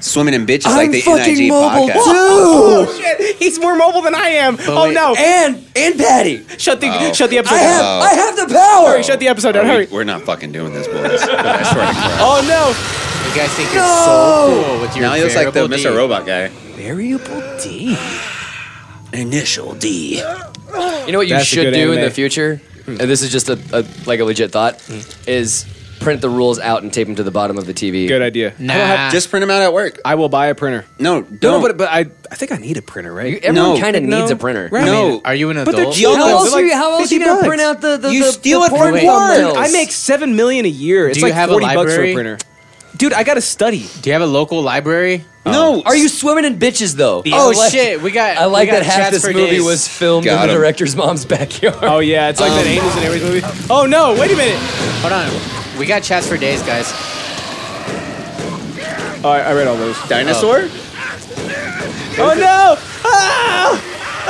[SPEAKER 2] Swimming in bitches like
[SPEAKER 4] I'm
[SPEAKER 2] the
[SPEAKER 4] fucking
[SPEAKER 2] NIG
[SPEAKER 4] mobile
[SPEAKER 2] podcast.
[SPEAKER 4] too.
[SPEAKER 5] Oh, shit, he's more mobile than I am. oh
[SPEAKER 1] wait.
[SPEAKER 5] no!
[SPEAKER 4] And and Patty,
[SPEAKER 5] Shut the shut the episode
[SPEAKER 4] I have
[SPEAKER 5] down.
[SPEAKER 4] I have the power.
[SPEAKER 5] Hurry, shut the episode down.
[SPEAKER 2] Are Oh. we,
[SPEAKER 5] Hurry!
[SPEAKER 2] we're not fucking doing this, boys. I swear to God.
[SPEAKER 5] Oh no!
[SPEAKER 1] You guys think you're
[SPEAKER 4] No!
[SPEAKER 1] so cool with your
[SPEAKER 2] Now he looks like the
[SPEAKER 1] variable D.
[SPEAKER 2] Mr. Robot guy.
[SPEAKER 4] Variable D.
[SPEAKER 2] Initial D.
[SPEAKER 4] You know what you
[SPEAKER 5] That's a
[SPEAKER 4] should
[SPEAKER 5] good
[SPEAKER 4] do in
[SPEAKER 5] anime.
[SPEAKER 4] the future, and this is just a, a like a legit thought, is print the rules out and tape them to the bottom of the TV.
[SPEAKER 5] Good idea.
[SPEAKER 1] Nah.
[SPEAKER 2] Just print him out at work.
[SPEAKER 5] I will buy a printer.
[SPEAKER 2] No,
[SPEAKER 5] No,
[SPEAKER 2] don't.
[SPEAKER 5] but but I I think I need a printer, right?
[SPEAKER 4] You- everyone
[SPEAKER 2] No.
[SPEAKER 4] kind of
[SPEAKER 5] No.
[SPEAKER 4] needs a printer.
[SPEAKER 5] Right.
[SPEAKER 1] I mean,
[SPEAKER 2] no.
[SPEAKER 1] are you an
[SPEAKER 5] But they're
[SPEAKER 1] adult?
[SPEAKER 5] cheap.
[SPEAKER 4] How
[SPEAKER 5] They're
[SPEAKER 4] else
[SPEAKER 5] like
[SPEAKER 4] are you? How else
[SPEAKER 5] 50
[SPEAKER 4] you gonna
[SPEAKER 5] bucks.
[SPEAKER 4] print out the the
[SPEAKER 2] You
[SPEAKER 4] the,
[SPEAKER 2] steal
[SPEAKER 4] the
[SPEAKER 2] it from
[SPEAKER 4] porn
[SPEAKER 2] porn.
[SPEAKER 4] thumbnails?
[SPEAKER 5] I make seven million a year. It's
[SPEAKER 1] Do you
[SPEAKER 5] like
[SPEAKER 1] have a
[SPEAKER 5] forty bucks for a
[SPEAKER 1] library?
[SPEAKER 5] printer. Dude, I gotta study.
[SPEAKER 1] Do you have a local library?
[SPEAKER 2] no.
[SPEAKER 4] Are
[SPEAKER 5] Oh,
[SPEAKER 4] you swimming in bitches though?
[SPEAKER 1] Oh
[SPEAKER 4] I like-
[SPEAKER 1] shit, we got.
[SPEAKER 4] I like
[SPEAKER 1] we got
[SPEAKER 4] that half
[SPEAKER 1] chats
[SPEAKER 4] this
[SPEAKER 1] for
[SPEAKER 4] movie
[SPEAKER 1] days.
[SPEAKER 4] was filmed
[SPEAKER 2] Got
[SPEAKER 4] in the
[SPEAKER 2] him.
[SPEAKER 4] director's mom's backyard.
[SPEAKER 5] Oh yeah, it's like that Angels and Aries movie. Oh no! Wait a minute.
[SPEAKER 1] Hold on, we got chats for days, guys.
[SPEAKER 5] Oh, I, I read all those.
[SPEAKER 2] dinosaur?
[SPEAKER 5] Oh no! Oh,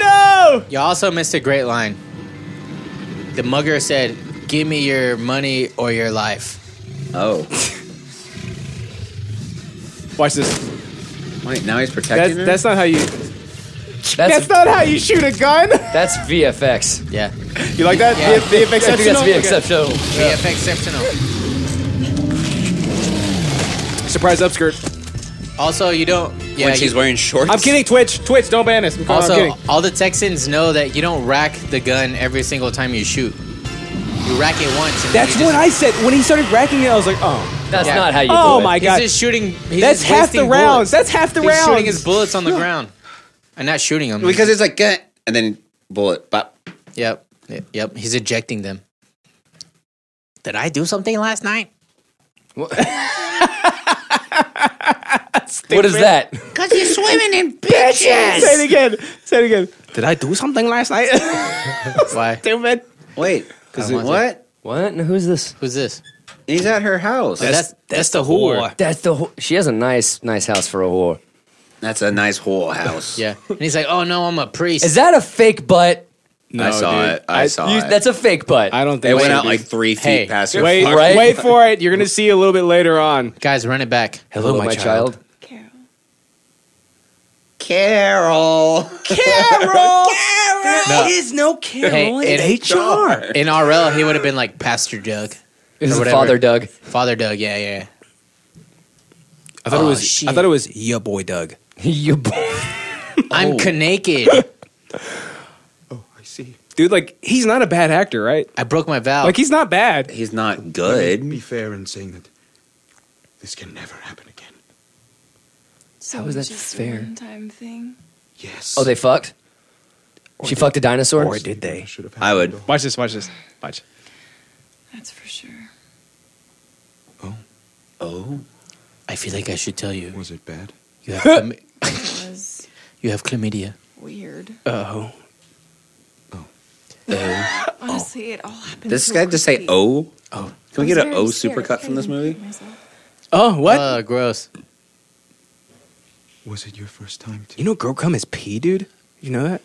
[SPEAKER 5] oh
[SPEAKER 1] You also missed a great line. The mugger said, "Give me your money or your life."
[SPEAKER 2] Oh.
[SPEAKER 5] no! Watch this.
[SPEAKER 2] Wait, now he's
[SPEAKER 5] That's
[SPEAKER 2] protecting her?
[SPEAKER 5] that's not how you.
[SPEAKER 4] That's
[SPEAKER 5] That's not how you shoot a gun.
[SPEAKER 4] that's VFX.
[SPEAKER 1] Yeah,
[SPEAKER 5] You like that?
[SPEAKER 1] Yeah.
[SPEAKER 5] The, the
[SPEAKER 4] I think that's
[SPEAKER 5] exceptional.
[SPEAKER 4] VFX exceptional.
[SPEAKER 1] VFX exceptional.
[SPEAKER 5] Okay. Surprise upskirt.
[SPEAKER 1] Also, you don't. Yeah,
[SPEAKER 2] when she's
[SPEAKER 1] you-
[SPEAKER 2] wearing shorts?
[SPEAKER 5] I'm kidding. Twitch, Twitch, don't ban us. I'm, calling- I'm
[SPEAKER 1] Also,
[SPEAKER 5] kidding.
[SPEAKER 1] all the Texans know that you don't rack the gun every single time you shoot. You rack it once. And then
[SPEAKER 5] That's
[SPEAKER 1] you
[SPEAKER 5] what
[SPEAKER 1] just,
[SPEAKER 5] I said when he started racking it. I was like, oh,
[SPEAKER 4] That's
[SPEAKER 1] Yeah.
[SPEAKER 4] not how you.
[SPEAKER 5] oh
[SPEAKER 4] do
[SPEAKER 5] my
[SPEAKER 1] He's
[SPEAKER 5] god.
[SPEAKER 1] just shooting. He's
[SPEAKER 5] That's
[SPEAKER 1] just
[SPEAKER 5] half the
[SPEAKER 1] wasting
[SPEAKER 5] rounds.
[SPEAKER 1] bullets.
[SPEAKER 5] That's half the
[SPEAKER 1] he's
[SPEAKER 5] rounds.
[SPEAKER 1] shooting his bullets on the ground and not shooting them.
[SPEAKER 2] Because it's like, "Gah," and then bullet. Bop.
[SPEAKER 1] Yep. Yep. He's ejecting them. Did I do something last night?
[SPEAKER 4] It. What is that?
[SPEAKER 12] Because you're swimming in
[SPEAKER 5] Say
[SPEAKER 12] bitches.
[SPEAKER 5] it again. Say it again. Did I do something last night?
[SPEAKER 1] Why?
[SPEAKER 5] Stupid.
[SPEAKER 2] Wait. Because
[SPEAKER 1] I want
[SPEAKER 2] what?
[SPEAKER 4] What? And who's this?
[SPEAKER 1] Who's this?
[SPEAKER 2] He's at her house.
[SPEAKER 1] Oh, that's, that's the whore.
[SPEAKER 4] That's the. Wh- she has a nice, nice house for a whore.
[SPEAKER 2] That's a nice whole house.
[SPEAKER 1] Yeah. And he's like, oh no, I'm a priest.
[SPEAKER 4] Is that a fake butt?
[SPEAKER 5] No,
[SPEAKER 2] I saw it. I saw
[SPEAKER 5] you-
[SPEAKER 2] it.
[SPEAKER 4] That's a fake butt.
[SPEAKER 5] I don't think
[SPEAKER 2] It went
[SPEAKER 5] so,
[SPEAKER 2] out
[SPEAKER 5] dude.
[SPEAKER 2] like three feet
[SPEAKER 1] Hey,
[SPEAKER 2] past her.
[SPEAKER 5] Wait,
[SPEAKER 2] fucking-
[SPEAKER 4] right?
[SPEAKER 5] wait for it. You're gonna see a little bit later on.
[SPEAKER 1] Guys, run it back.
[SPEAKER 4] Hello, my, child.
[SPEAKER 11] Carol.
[SPEAKER 2] Carol.
[SPEAKER 1] No.
[SPEAKER 5] Is no Carol
[SPEAKER 1] Hey, in
[SPEAKER 5] HR.
[SPEAKER 1] In RL, he would have been like Pastor Doug,
[SPEAKER 4] This
[SPEAKER 1] Or
[SPEAKER 4] is
[SPEAKER 1] whatever.
[SPEAKER 4] Father Doug.
[SPEAKER 1] Father Doug. Yeah, yeah.
[SPEAKER 5] I thought
[SPEAKER 1] Oh,
[SPEAKER 5] it was.
[SPEAKER 1] shit.
[SPEAKER 5] I thought it was your boy Doug.
[SPEAKER 4] you b-
[SPEAKER 1] I'm naked.
[SPEAKER 8] Oh,
[SPEAKER 5] Dude, like he's not a bad actor, right?
[SPEAKER 1] I broke my valve.
[SPEAKER 5] Like he's not bad.
[SPEAKER 2] He's not good.
[SPEAKER 8] Be fair in saying that this can never happen again.
[SPEAKER 11] So
[SPEAKER 4] How is
[SPEAKER 11] it's
[SPEAKER 4] that
[SPEAKER 11] just a
[SPEAKER 4] fair?
[SPEAKER 11] One-time thing.
[SPEAKER 8] Yes.
[SPEAKER 4] Oh, they fucked. she fucked a dinosaur.
[SPEAKER 5] Or did they?
[SPEAKER 8] should have
[SPEAKER 2] I would.
[SPEAKER 8] happened.
[SPEAKER 5] Watch this. Watch this. Watch.
[SPEAKER 11] That's for sure.
[SPEAKER 2] Oh.
[SPEAKER 1] I feel like I should tell you.
[SPEAKER 8] Was it bad?
[SPEAKER 1] You have, chlam-
[SPEAKER 11] It was
[SPEAKER 1] you have chlamydia.
[SPEAKER 11] weird.
[SPEAKER 5] Oh,
[SPEAKER 8] Oh.
[SPEAKER 11] Honestly, it all happened.
[SPEAKER 2] Does this
[SPEAKER 11] so
[SPEAKER 2] guy just say
[SPEAKER 11] quickly.
[SPEAKER 2] "oh"? Oh, can we
[SPEAKER 11] I
[SPEAKER 2] get
[SPEAKER 11] was
[SPEAKER 2] an
[SPEAKER 11] very
[SPEAKER 2] "oh"
[SPEAKER 11] scared.
[SPEAKER 2] supercut from this movie?
[SPEAKER 5] Oh, what?
[SPEAKER 1] Uh, gross.
[SPEAKER 8] Was it your first time?
[SPEAKER 5] You know, girl cum is pee, dude. You know that?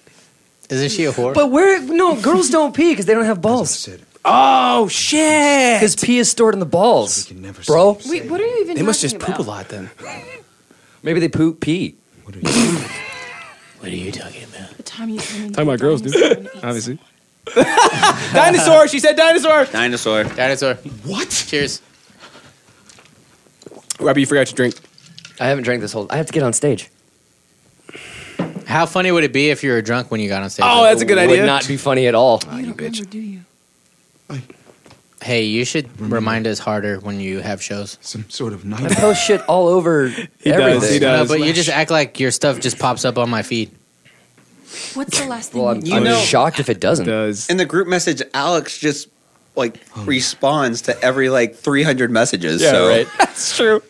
[SPEAKER 1] Isn't she a whore?
[SPEAKER 4] But where? No, girls don't pee because they don't have balls.
[SPEAKER 5] Oh shit!
[SPEAKER 4] Because pee is stored in the balls, bro.
[SPEAKER 11] Wait, what are you even?
[SPEAKER 4] They must
[SPEAKER 11] talking
[SPEAKER 4] just poop
[SPEAKER 11] about?
[SPEAKER 4] a lot. Maybe they poop pee.
[SPEAKER 1] What are you talking about?
[SPEAKER 11] The time you came in.
[SPEAKER 5] Talking about girls, dude. Obviously. dinosaur. She said dinosaur.
[SPEAKER 2] Dinosaur.
[SPEAKER 1] Dinosaur.
[SPEAKER 5] What?
[SPEAKER 1] Cheers.
[SPEAKER 5] Robbie, you forgot your drink.
[SPEAKER 4] I haven't drank this whole. I have to get on stage.
[SPEAKER 1] How funny would it be if you were drunk when you got on stage?
[SPEAKER 4] Oh, that's a good
[SPEAKER 1] Would
[SPEAKER 4] idea.
[SPEAKER 1] not be
[SPEAKER 4] funny at all.
[SPEAKER 11] you bitch. Do you?
[SPEAKER 1] Hey, you should remind us harder when you have shows. Some sort of
[SPEAKER 4] I post shit all over.
[SPEAKER 1] He
[SPEAKER 4] everything.
[SPEAKER 1] No, but you just act like your stuff just pops up on my feed.
[SPEAKER 11] What's the last thing?
[SPEAKER 4] Well, I'm,
[SPEAKER 11] you
[SPEAKER 4] I'm
[SPEAKER 11] did?
[SPEAKER 4] shocked if it doesn't.
[SPEAKER 2] In the group message, Alex just like responds to every like 300 messages.
[SPEAKER 5] Yeah,
[SPEAKER 2] so
[SPEAKER 5] right. That's true.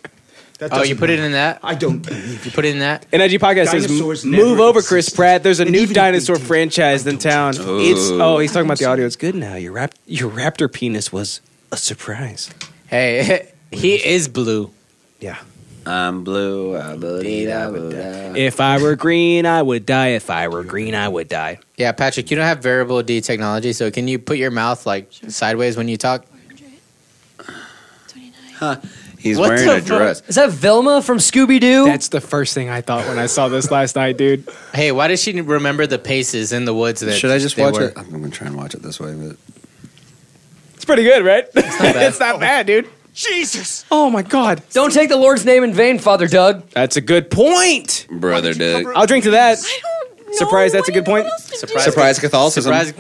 [SPEAKER 1] oh, you put it in that?
[SPEAKER 8] I don't
[SPEAKER 1] You put it in that?
[SPEAKER 5] NIG podcast says
[SPEAKER 1] Dinosaurs
[SPEAKER 5] move
[SPEAKER 1] never
[SPEAKER 5] over, Chris Pratt. There's a new dinosaur franchise in town. It's oh, he's talking about the audio. It's good now. Your rap- your raptor penis was a surprise.
[SPEAKER 1] Hey, he is blue.
[SPEAKER 5] Yeah.
[SPEAKER 2] I'm blue. I believe I would
[SPEAKER 5] If I were green, I would die. If I were green, I would die.
[SPEAKER 1] Yeah, Patrick, you don't have variable D technology, so can you put your mouth like sideways when you talk?
[SPEAKER 2] Huh. He's
[SPEAKER 1] What
[SPEAKER 2] wearing
[SPEAKER 1] the
[SPEAKER 2] a dress.
[SPEAKER 4] Is that Velma from Scooby Doo?
[SPEAKER 5] That's the first thing I thought when I saw this last night, dude.
[SPEAKER 1] Hey, why does she remember the paces in the woods? That
[SPEAKER 2] Should I just
[SPEAKER 1] they
[SPEAKER 2] watch
[SPEAKER 1] were?
[SPEAKER 2] it? I'm gonna try and watch it this way, but
[SPEAKER 5] It's pretty good, right? It's
[SPEAKER 1] not bad.
[SPEAKER 5] dude.
[SPEAKER 4] Jesus!
[SPEAKER 5] Oh my God!
[SPEAKER 4] Don't take the Lord's name in vain, Father Doug.
[SPEAKER 5] That's a good point,
[SPEAKER 2] brother Doug.
[SPEAKER 5] I'll drink to that. Surprise! That's a good point.
[SPEAKER 1] Surprise!
[SPEAKER 2] Surprise Catholicism.
[SPEAKER 4] Surprise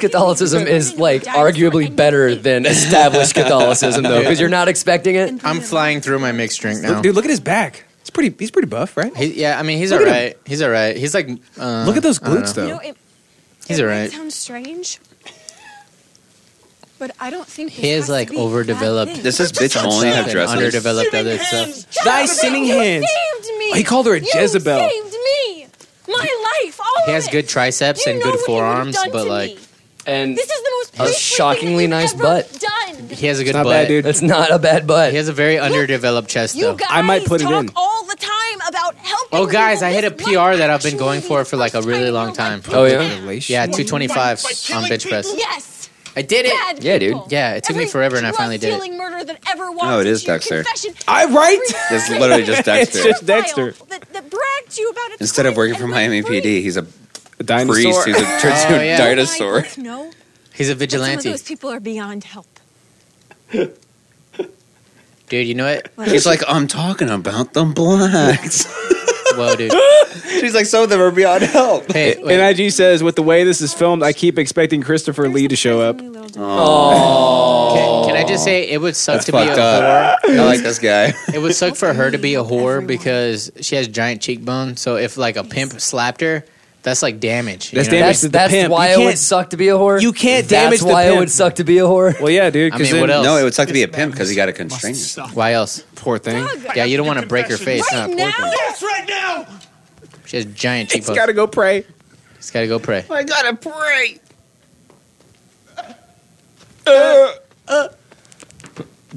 [SPEAKER 4] Catholicism is like arguably better than established Catholicism, though, because you're not expecting it.
[SPEAKER 1] I'm flying through my mixed drink now.
[SPEAKER 5] dude, look at his back. It's pretty. He's pretty buff, right?
[SPEAKER 1] He, yeah, I mean he's
[SPEAKER 5] Look
[SPEAKER 1] all
[SPEAKER 5] at him.
[SPEAKER 1] right. He's all right. He's like uh,
[SPEAKER 5] Look at those
[SPEAKER 1] I don't
[SPEAKER 5] glutes,
[SPEAKER 1] know.
[SPEAKER 5] though.
[SPEAKER 11] You know, it,
[SPEAKER 1] He's
[SPEAKER 11] it
[SPEAKER 1] all
[SPEAKER 11] might
[SPEAKER 1] right.
[SPEAKER 11] Sounds strange, but I don't think
[SPEAKER 1] He is like overdeveloped.
[SPEAKER 2] Does this bitch only have dresses?
[SPEAKER 1] Underdeveloped other stuff.
[SPEAKER 5] Thy sinning hands.
[SPEAKER 11] Saved me.
[SPEAKER 5] Oh, he called her a
[SPEAKER 11] you
[SPEAKER 5] Jezebel.
[SPEAKER 11] Saved me. My life. All
[SPEAKER 1] He
[SPEAKER 11] of
[SPEAKER 1] has
[SPEAKER 11] it.
[SPEAKER 1] good triceps
[SPEAKER 11] You
[SPEAKER 1] and
[SPEAKER 11] know
[SPEAKER 1] good
[SPEAKER 11] what you would've
[SPEAKER 1] forearms,
[SPEAKER 11] done
[SPEAKER 1] but
[SPEAKER 11] to
[SPEAKER 1] like
[SPEAKER 11] me.
[SPEAKER 4] And
[SPEAKER 11] this is the most
[SPEAKER 4] a
[SPEAKER 11] beautiful
[SPEAKER 4] shockingly
[SPEAKER 11] thing that
[SPEAKER 4] nice
[SPEAKER 11] you've
[SPEAKER 4] butt.
[SPEAKER 11] ever Done.
[SPEAKER 1] he has a good
[SPEAKER 5] not
[SPEAKER 1] butt.
[SPEAKER 5] bad, dude.
[SPEAKER 4] That's not a bad butt.
[SPEAKER 1] He has a very underdeveloped chest
[SPEAKER 11] You
[SPEAKER 1] though.
[SPEAKER 11] guys
[SPEAKER 5] I might put it
[SPEAKER 11] talk
[SPEAKER 5] in.
[SPEAKER 11] all the time about helping.
[SPEAKER 1] Oh guys,
[SPEAKER 11] people.
[SPEAKER 1] I hit a
[SPEAKER 11] This
[SPEAKER 1] PR
[SPEAKER 11] might
[SPEAKER 1] that I've been
[SPEAKER 11] actually
[SPEAKER 1] going
[SPEAKER 11] be
[SPEAKER 1] for
[SPEAKER 11] the
[SPEAKER 1] for like a
[SPEAKER 11] first
[SPEAKER 1] really
[SPEAKER 11] time
[SPEAKER 1] long
[SPEAKER 11] in
[SPEAKER 1] time.
[SPEAKER 11] my
[SPEAKER 4] Oh,
[SPEAKER 11] life.
[SPEAKER 4] yeah?
[SPEAKER 1] Yeah, 225 on bench press.
[SPEAKER 11] Yes.
[SPEAKER 1] I did it.
[SPEAKER 11] Bad
[SPEAKER 4] Yeah, dude.
[SPEAKER 11] people.
[SPEAKER 1] Yeah, it took
[SPEAKER 11] Every
[SPEAKER 1] me forever and I finally did it.
[SPEAKER 11] drug-dealing murder that ever
[SPEAKER 2] Oh, it is
[SPEAKER 11] walked into your
[SPEAKER 2] Dexter.
[SPEAKER 11] confession.
[SPEAKER 5] I right?
[SPEAKER 2] It's literally just
[SPEAKER 5] It's
[SPEAKER 2] Dexter.
[SPEAKER 5] just Dexter.
[SPEAKER 11] That, that bragged you about it.
[SPEAKER 2] Instead of working for E Miami PD, he's a
[SPEAKER 5] A dinosaur.
[SPEAKER 2] priest who's a turns into
[SPEAKER 1] Oh, yeah.
[SPEAKER 2] a dinosaur.
[SPEAKER 11] No,
[SPEAKER 1] He's a
[SPEAKER 11] some of
[SPEAKER 1] vigilante.
[SPEAKER 11] those people are beyond help.
[SPEAKER 1] Dude, you know what?
[SPEAKER 2] He's like, I'm talking about the blacks.
[SPEAKER 1] Whoa, dude.
[SPEAKER 2] She's like, some of them are beyond help.
[SPEAKER 1] Hey, wait.
[SPEAKER 5] NIG says, with the way this is filmed, I keep expecting Christopher Lee to show up.
[SPEAKER 2] Oh.
[SPEAKER 1] Can, can I just say it would suck
[SPEAKER 2] That's
[SPEAKER 1] to be a
[SPEAKER 2] fucked up.
[SPEAKER 1] whore?
[SPEAKER 2] I like this guy.
[SPEAKER 1] It would suck for her to be a whore because she has giant cheekbones. So if like a pimp slapped her, that's like damage. you
[SPEAKER 5] That's
[SPEAKER 1] know?
[SPEAKER 5] damage
[SPEAKER 4] That's,
[SPEAKER 5] to the
[SPEAKER 4] that's
[SPEAKER 5] pimp.
[SPEAKER 4] why
[SPEAKER 5] You
[SPEAKER 4] it would
[SPEAKER 5] can't-
[SPEAKER 4] suck to be a whore.
[SPEAKER 5] you can't damage
[SPEAKER 4] That's
[SPEAKER 5] the
[SPEAKER 4] why it
[SPEAKER 5] pimp.
[SPEAKER 4] would suck to be a whore.
[SPEAKER 5] Well, yeah, dude.
[SPEAKER 1] I
[SPEAKER 5] 'cause
[SPEAKER 1] mean, what
[SPEAKER 5] then-
[SPEAKER 1] else?
[SPEAKER 2] No, it would suck to be a pimp because he got a constraint.
[SPEAKER 1] Why else?
[SPEAKER 5] Poor thing.
[SPEAKER 1] Yeah, you don't want to break her face.
[SPEAKER 11] Right
[SPEAKER 1] no, poor
[SPEAKER 11] now?
[SPEAKER 1] thing.
[SPEAKER 11] Yes,
[SPEAKER 7] right now.
[SPEAKER 1] She has giant
[SPEAKER 5] He's
[SPEAKER 1] cheekbones.
[SPEAKER 5] got to go pray.
[SPEAKER 1] He's got to go pray.
[SPEAKER 7] I gotta pray.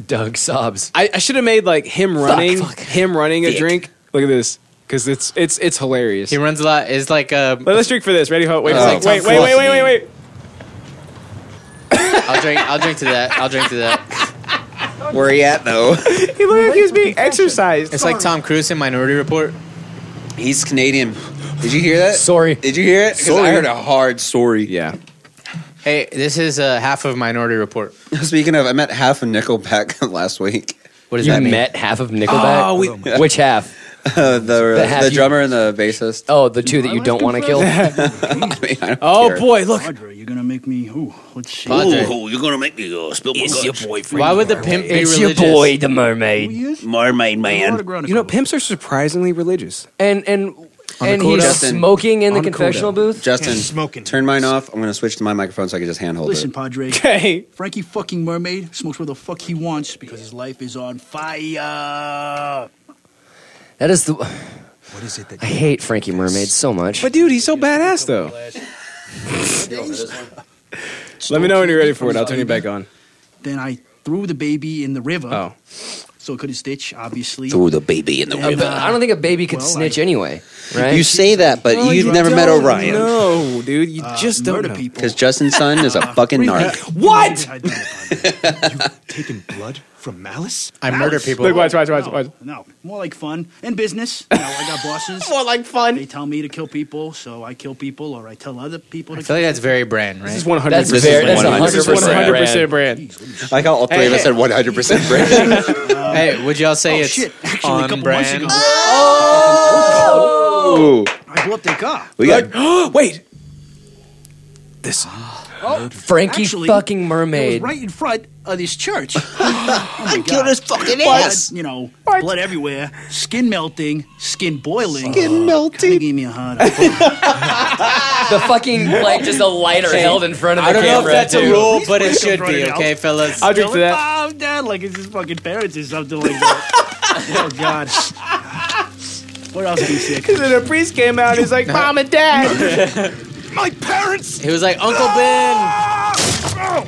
[SPEAKER 4] Doug sobs.
[SPEAKER 5] I, I should have made like him running,
[SPEAKER 4] fuck.
[SPEAKER 5] him running a
[SPEAKER 4] Dick.
[SPEAKER 5] drink. Look at this, because it's it's it's hilarious.
[SPEAKER 1] He runs a lot. It's like um,
[SPEAKER 5] Let, us drink for this. Ready? Ho- wait,
[SPEAKER 2] Oh.
[SPEAKER 5] wait, wait, wait, wait, wait, wait, wait.
[SPEAKER 1] I'll drink. I'll drink to that. I'll drink to that.
[SPEAKER 2] Where he at though?
[SPEAKER 5] He looked like he was being exercised.
[SPEAKER 1] It's like Tom Cruise in Minority Report.
[SPEAKER 2] He's Canadian. Did you hear that?
[SPEAKER 4] Sorry.
[SPEAKER 2] Did you hear it? 'Cause I heard a hard sorry.
[SPEAKER 5] Yeah.
[SPEAKER 1] Hey, this is uh, half of Minority Report.
[SPEAKER 2] Speaking of, I met half of Nickelback last week.
[SPEAKER 1] What does
[SPEAKER 4] You
[SPEAKER 1] that mean?
[SPEAKER 4] met half of Nickelback.
[SPEAKER 5] Oh, we-
[SPEAKER 4] Which half?
[SPEAKER 2] Uh, the
[SPEAKER 4] half
[SPEAKER 2] the
[SPEAKER 4] you-
[SPEAKER 2] drummer and the bassist.
[SPEAKER 4] Oh, the two that you don't want to kill.
[SPEAKER 2] I mean, I don't
[SPEAKER 5] Oh
[SPEAKER 2] care.
[SPEAKER 5] boy, look.
[SPEAKER 9] Audra, you're gonna make me. Ooh, let's see.
[SPEAKER 1] Padre.
[SPEAKER 7] Oh, you're gonna make me go spill my guts.
[SPEAKER 1] Why would the pimp be
[SPEAKER 4] It's your
[SPEAKER 1] religious?
[SPEAKER 4] boy, the mermaid,
[SPEAKER 7] Mermaid man.
[SPEAKER 5] You know, pimps are surprisingly religious.
[SPEAKER 4] and and
[SPEAKER 1] quota.
[SPEAKER 4] and he's
[SPEAKER 2] Justin.
[SPEAKER 4] smoking in the
[SPEAKER 5] On quota.
[SPEAKER 4] confessional booth.
[SPEAKER 2] Justin,
[SPEAKER 7] He's smoking.
[SPEAKER 2] turn mine off. I'm going to switch to my microphone so I can just handhold
[SPEAKER 9] Listen,
[SPEAKER 2] it.
[SPEAKER 9] Padre.
[SPEAKER 5] Okay.
[SPEAKER 9] Frankie fucking Mermaid smokes where the fuck he wants because his life is on fire.
[SPEAKER 4] That is the.
[SPEAKER 8] What is it that
[SPEAKER 4] I hate Frankie Mermaid so much.
[SPEAKER 5] But dude, he's so badass though. Let me know when you're ready for it. I'll turn you back on.
[SPEAKER 6] Then I threw the baby in the river. Oh. So it couldn't stitch, obviously.
[SPEAKER 2] Threw the baby in the
[SPEAKER 6] And,
[SPEAKER 2] river.
[SPEAKER 6] uh,
[SPEAKER 4] I don't think a baby could
[SPEAKER 6] well,
[SPEAKER 4] snitch anyway, right?
[SPEAKER 2] You say that, but
[SPEAKER 4] Well,
[SPEAKER 2] you've
[SPEAKER 4] you
[SPEAKER 2] never met
[SPEAKER 4] don't
[SPEAKER 2] Orion.
[SPEAKER 5] No, dude, you just don't know.
[SPEAKER 2] Because Justin's son is a fucking narc.
[SPEAKER 5] What?
[SPEAKER 6] Taking blood from Malice?
[SPEAKER 1] I murder people.
[SPEAKER 5] Look, watch, watch, watch,
[SPEAKER 6] no,
[SPEAKER 5] watch.
[SPEAKER 6] No, more like fun and business. You know, I got bosses. more
[SPEAKER 5] like fun.
[SPEAKER 6] They tell me to kill people, so I kill people, or I tell other people to
[SPEAKER 1] I feel like that's very brand, right?
[SPEAKER 6] This is
[SPEAKER 5] 100%. That's
[SPEAKER 2] very- that's 100%
[SPEAKER 1] brand.
[SPEAKER 2] I like how all three of us
[SPEAKER 1] Hey,
[SPEAKER 2] said 100% Brandon.
[SPEAKER 6] Um,
[SPEAKER 1] Hey, would y'all say it's
[SPEAKER 6] oh, a
[SPEAKER 1] on
[SPEAKER 6] couple months
[SPEAKER 1] brand?
[SPEAKER 6] ago-
[SPEAKER 2] Ooh.
[SPEAKER 6] I blew up their car.
[SPEAKER 2] We got
[SPEAKER 5] wait.
[SPEAKER 6] This.
[SPEAKER 4] Frankie
[SPEAKER 6] Actually,
[SPEAKER 4] fucking
[SPEAKER 6] It
[SPEAKER 4] Mermaid.
[SPEAKER 6] was right in front of this church. I
[SPEAKER 2] killed his fucking
[SPEAKER 6] blood,
[SPEAKER 2] ass.
[SPEAKER 6] You know, blood everywhere, skin melting, skin boiling.
[SPEAKER 2] Skin melting.
[SPEAKER 6] Kinda gave me a hard. eye.
[SPEAKER 4] The fucking like just a lighter held in front of the
[SPEAKER 1] I don't know
[SPEAKER 4] camera.
[SPEAKER 1] if that's a
[SPEAKER 4] dude.
[SPEAKER 1] rule, but it
[SPEAKER 6] Please don't
[SPEAKER 1] should
[SPEAKER 6] run
[SPEAKER 1] be,
[SPEAKER 6] it out.
[SPEAKER 1] okay, fellas?
[SPEAKER 5] I'll drink to that.
[SPEAKER 6] Oh, dad, like it's his fucking parents or something like that. oh God. What else do you see?
[SPEAKER 5] And then a priest came out. He's like, "Mom and Dad,
[SPEAKER 6] My parents.
[SPEAKER 1] He was like, Uncle Ben!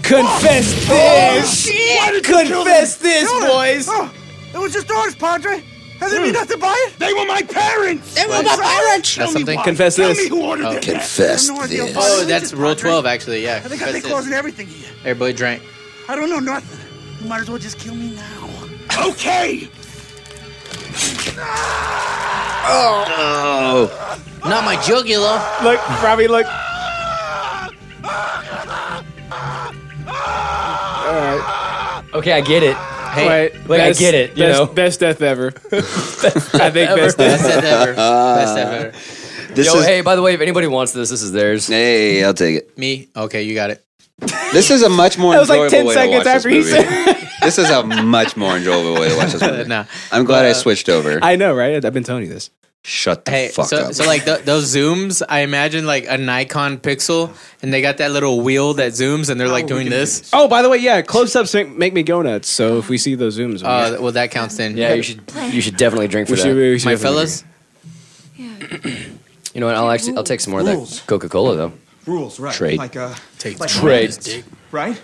[SPEAKER 5] confess this, confess this, boys."
[SPEAKER 6] It was just ours, Padre. Has there been nothing by it? They were my parents. They were Hmm. my parents.
[SPEAKER 1] That's something?
[SPEAKER 5] Confess
[SPEAKER 6] Tell
[SPEAKER 5] this.
[SPEAKER 6] me who ordered this.
[SPEAKER 2] confessed
[SPEAKER 6] I have no idea
[SPEAKER 2] this.
[SPEAKER 6] why.
[SPEAKER 1] Oh, that's Rule 12, actually, yeah.
[SPEAKER 6] I think I've
[SPEAKER 1] Confess
[SPEAKER 6] been
[SPEAKER 1] this.
[SPEAKER 6] causing everything here.
[SPEAKER 1] Everybody drank.
[SPEAKER 6] I don't know nothing. You might as well just kill me now. Okay.
[SPEAKER 2] Oh.
[SPEAKER 1] Not my jugular!
[SPEAKER 5] Look, Robbie, look.
[SPEAKER 4] Okay, I get it.
[SPEAKER 1] Hey,
[SPEAKER 5] Wait,
[SPEAKER 4] like, I get it, you
[SPEAKER 5] best,
[SPEAKER 4] know?
[SPEAKER 5] best death ever. I think
[SPEAKER 1] Best
[SPEAKER 5] best death.
[SPEAKER 1] death ever. Best ever.
[SPEAKER 2] This
[SPEAKER 4] Yo,
[SPEAKER 2] is,
[SPEAKER 4] Oh, hey, by the way, if anybody wants this, this is theirs.
[SPEAKER 2] hey, I'll take it.
[SPEAKER 1] Me? Okay, you got it.
[SPEAKER 2] This is a much more
[SPEAKER 5] That was like
[SPEAKER 2] enjoyable
[SPEAKER 5] 10
[SPEAKER 2] way
[SPEAKER 5] seconds
[SPEAKER 2] to watch
[SPEAKER 5] after he
[SPEAKER 2] this movie. this is a much more enjoyable way to watch this movie.
[SPEAKER 1] Nah.
[SPEAKER 2] I'm glad I switched over.
[SPEAKER 5] I know, right? I've been telling you this.
[SPEAKER 2] Shut the
[SPEAKER 1] Hey,
[SPEAKER 2] fuck
[SPEAKER 1] so,
[SPEAKER 2] up.
[SPEAKER 1] so like th- those zooms, I imagine like a Nikon Pixel, and they got that little wheel that zooms, and they're like doing this.
[SPEAKER 5] Oh, by the way, yeah, close-ups make, make me go nuts. So if we see those zooms, we-
[SPEAKER 1] Uh, well, that counts then.
[SPEAKER 4] Yeah, you should you should definitely drink for
[SPEAKER 5] we should,
[SPEAKER 4] that.
[SPEAKER 5] we should
[SPEAKER 1] My
[SPEAKER 5] definitely-
[SPEAKER 1] fellas,
[SPEAKER 4] You know what? I'll actually I'll take some more of
[SPEAKER 8] Rules.
[SPEAKER 4] that Coca Cola though.
[SPEAKER 8] rules, right?
[SPEAKER 2] Trade.
[SPEAKER 8] Like uh,
[SPEAKER 1] take
[SPEAKER 8] like
[SPEAKER 4] Trades.
[SPEAKER 8] right?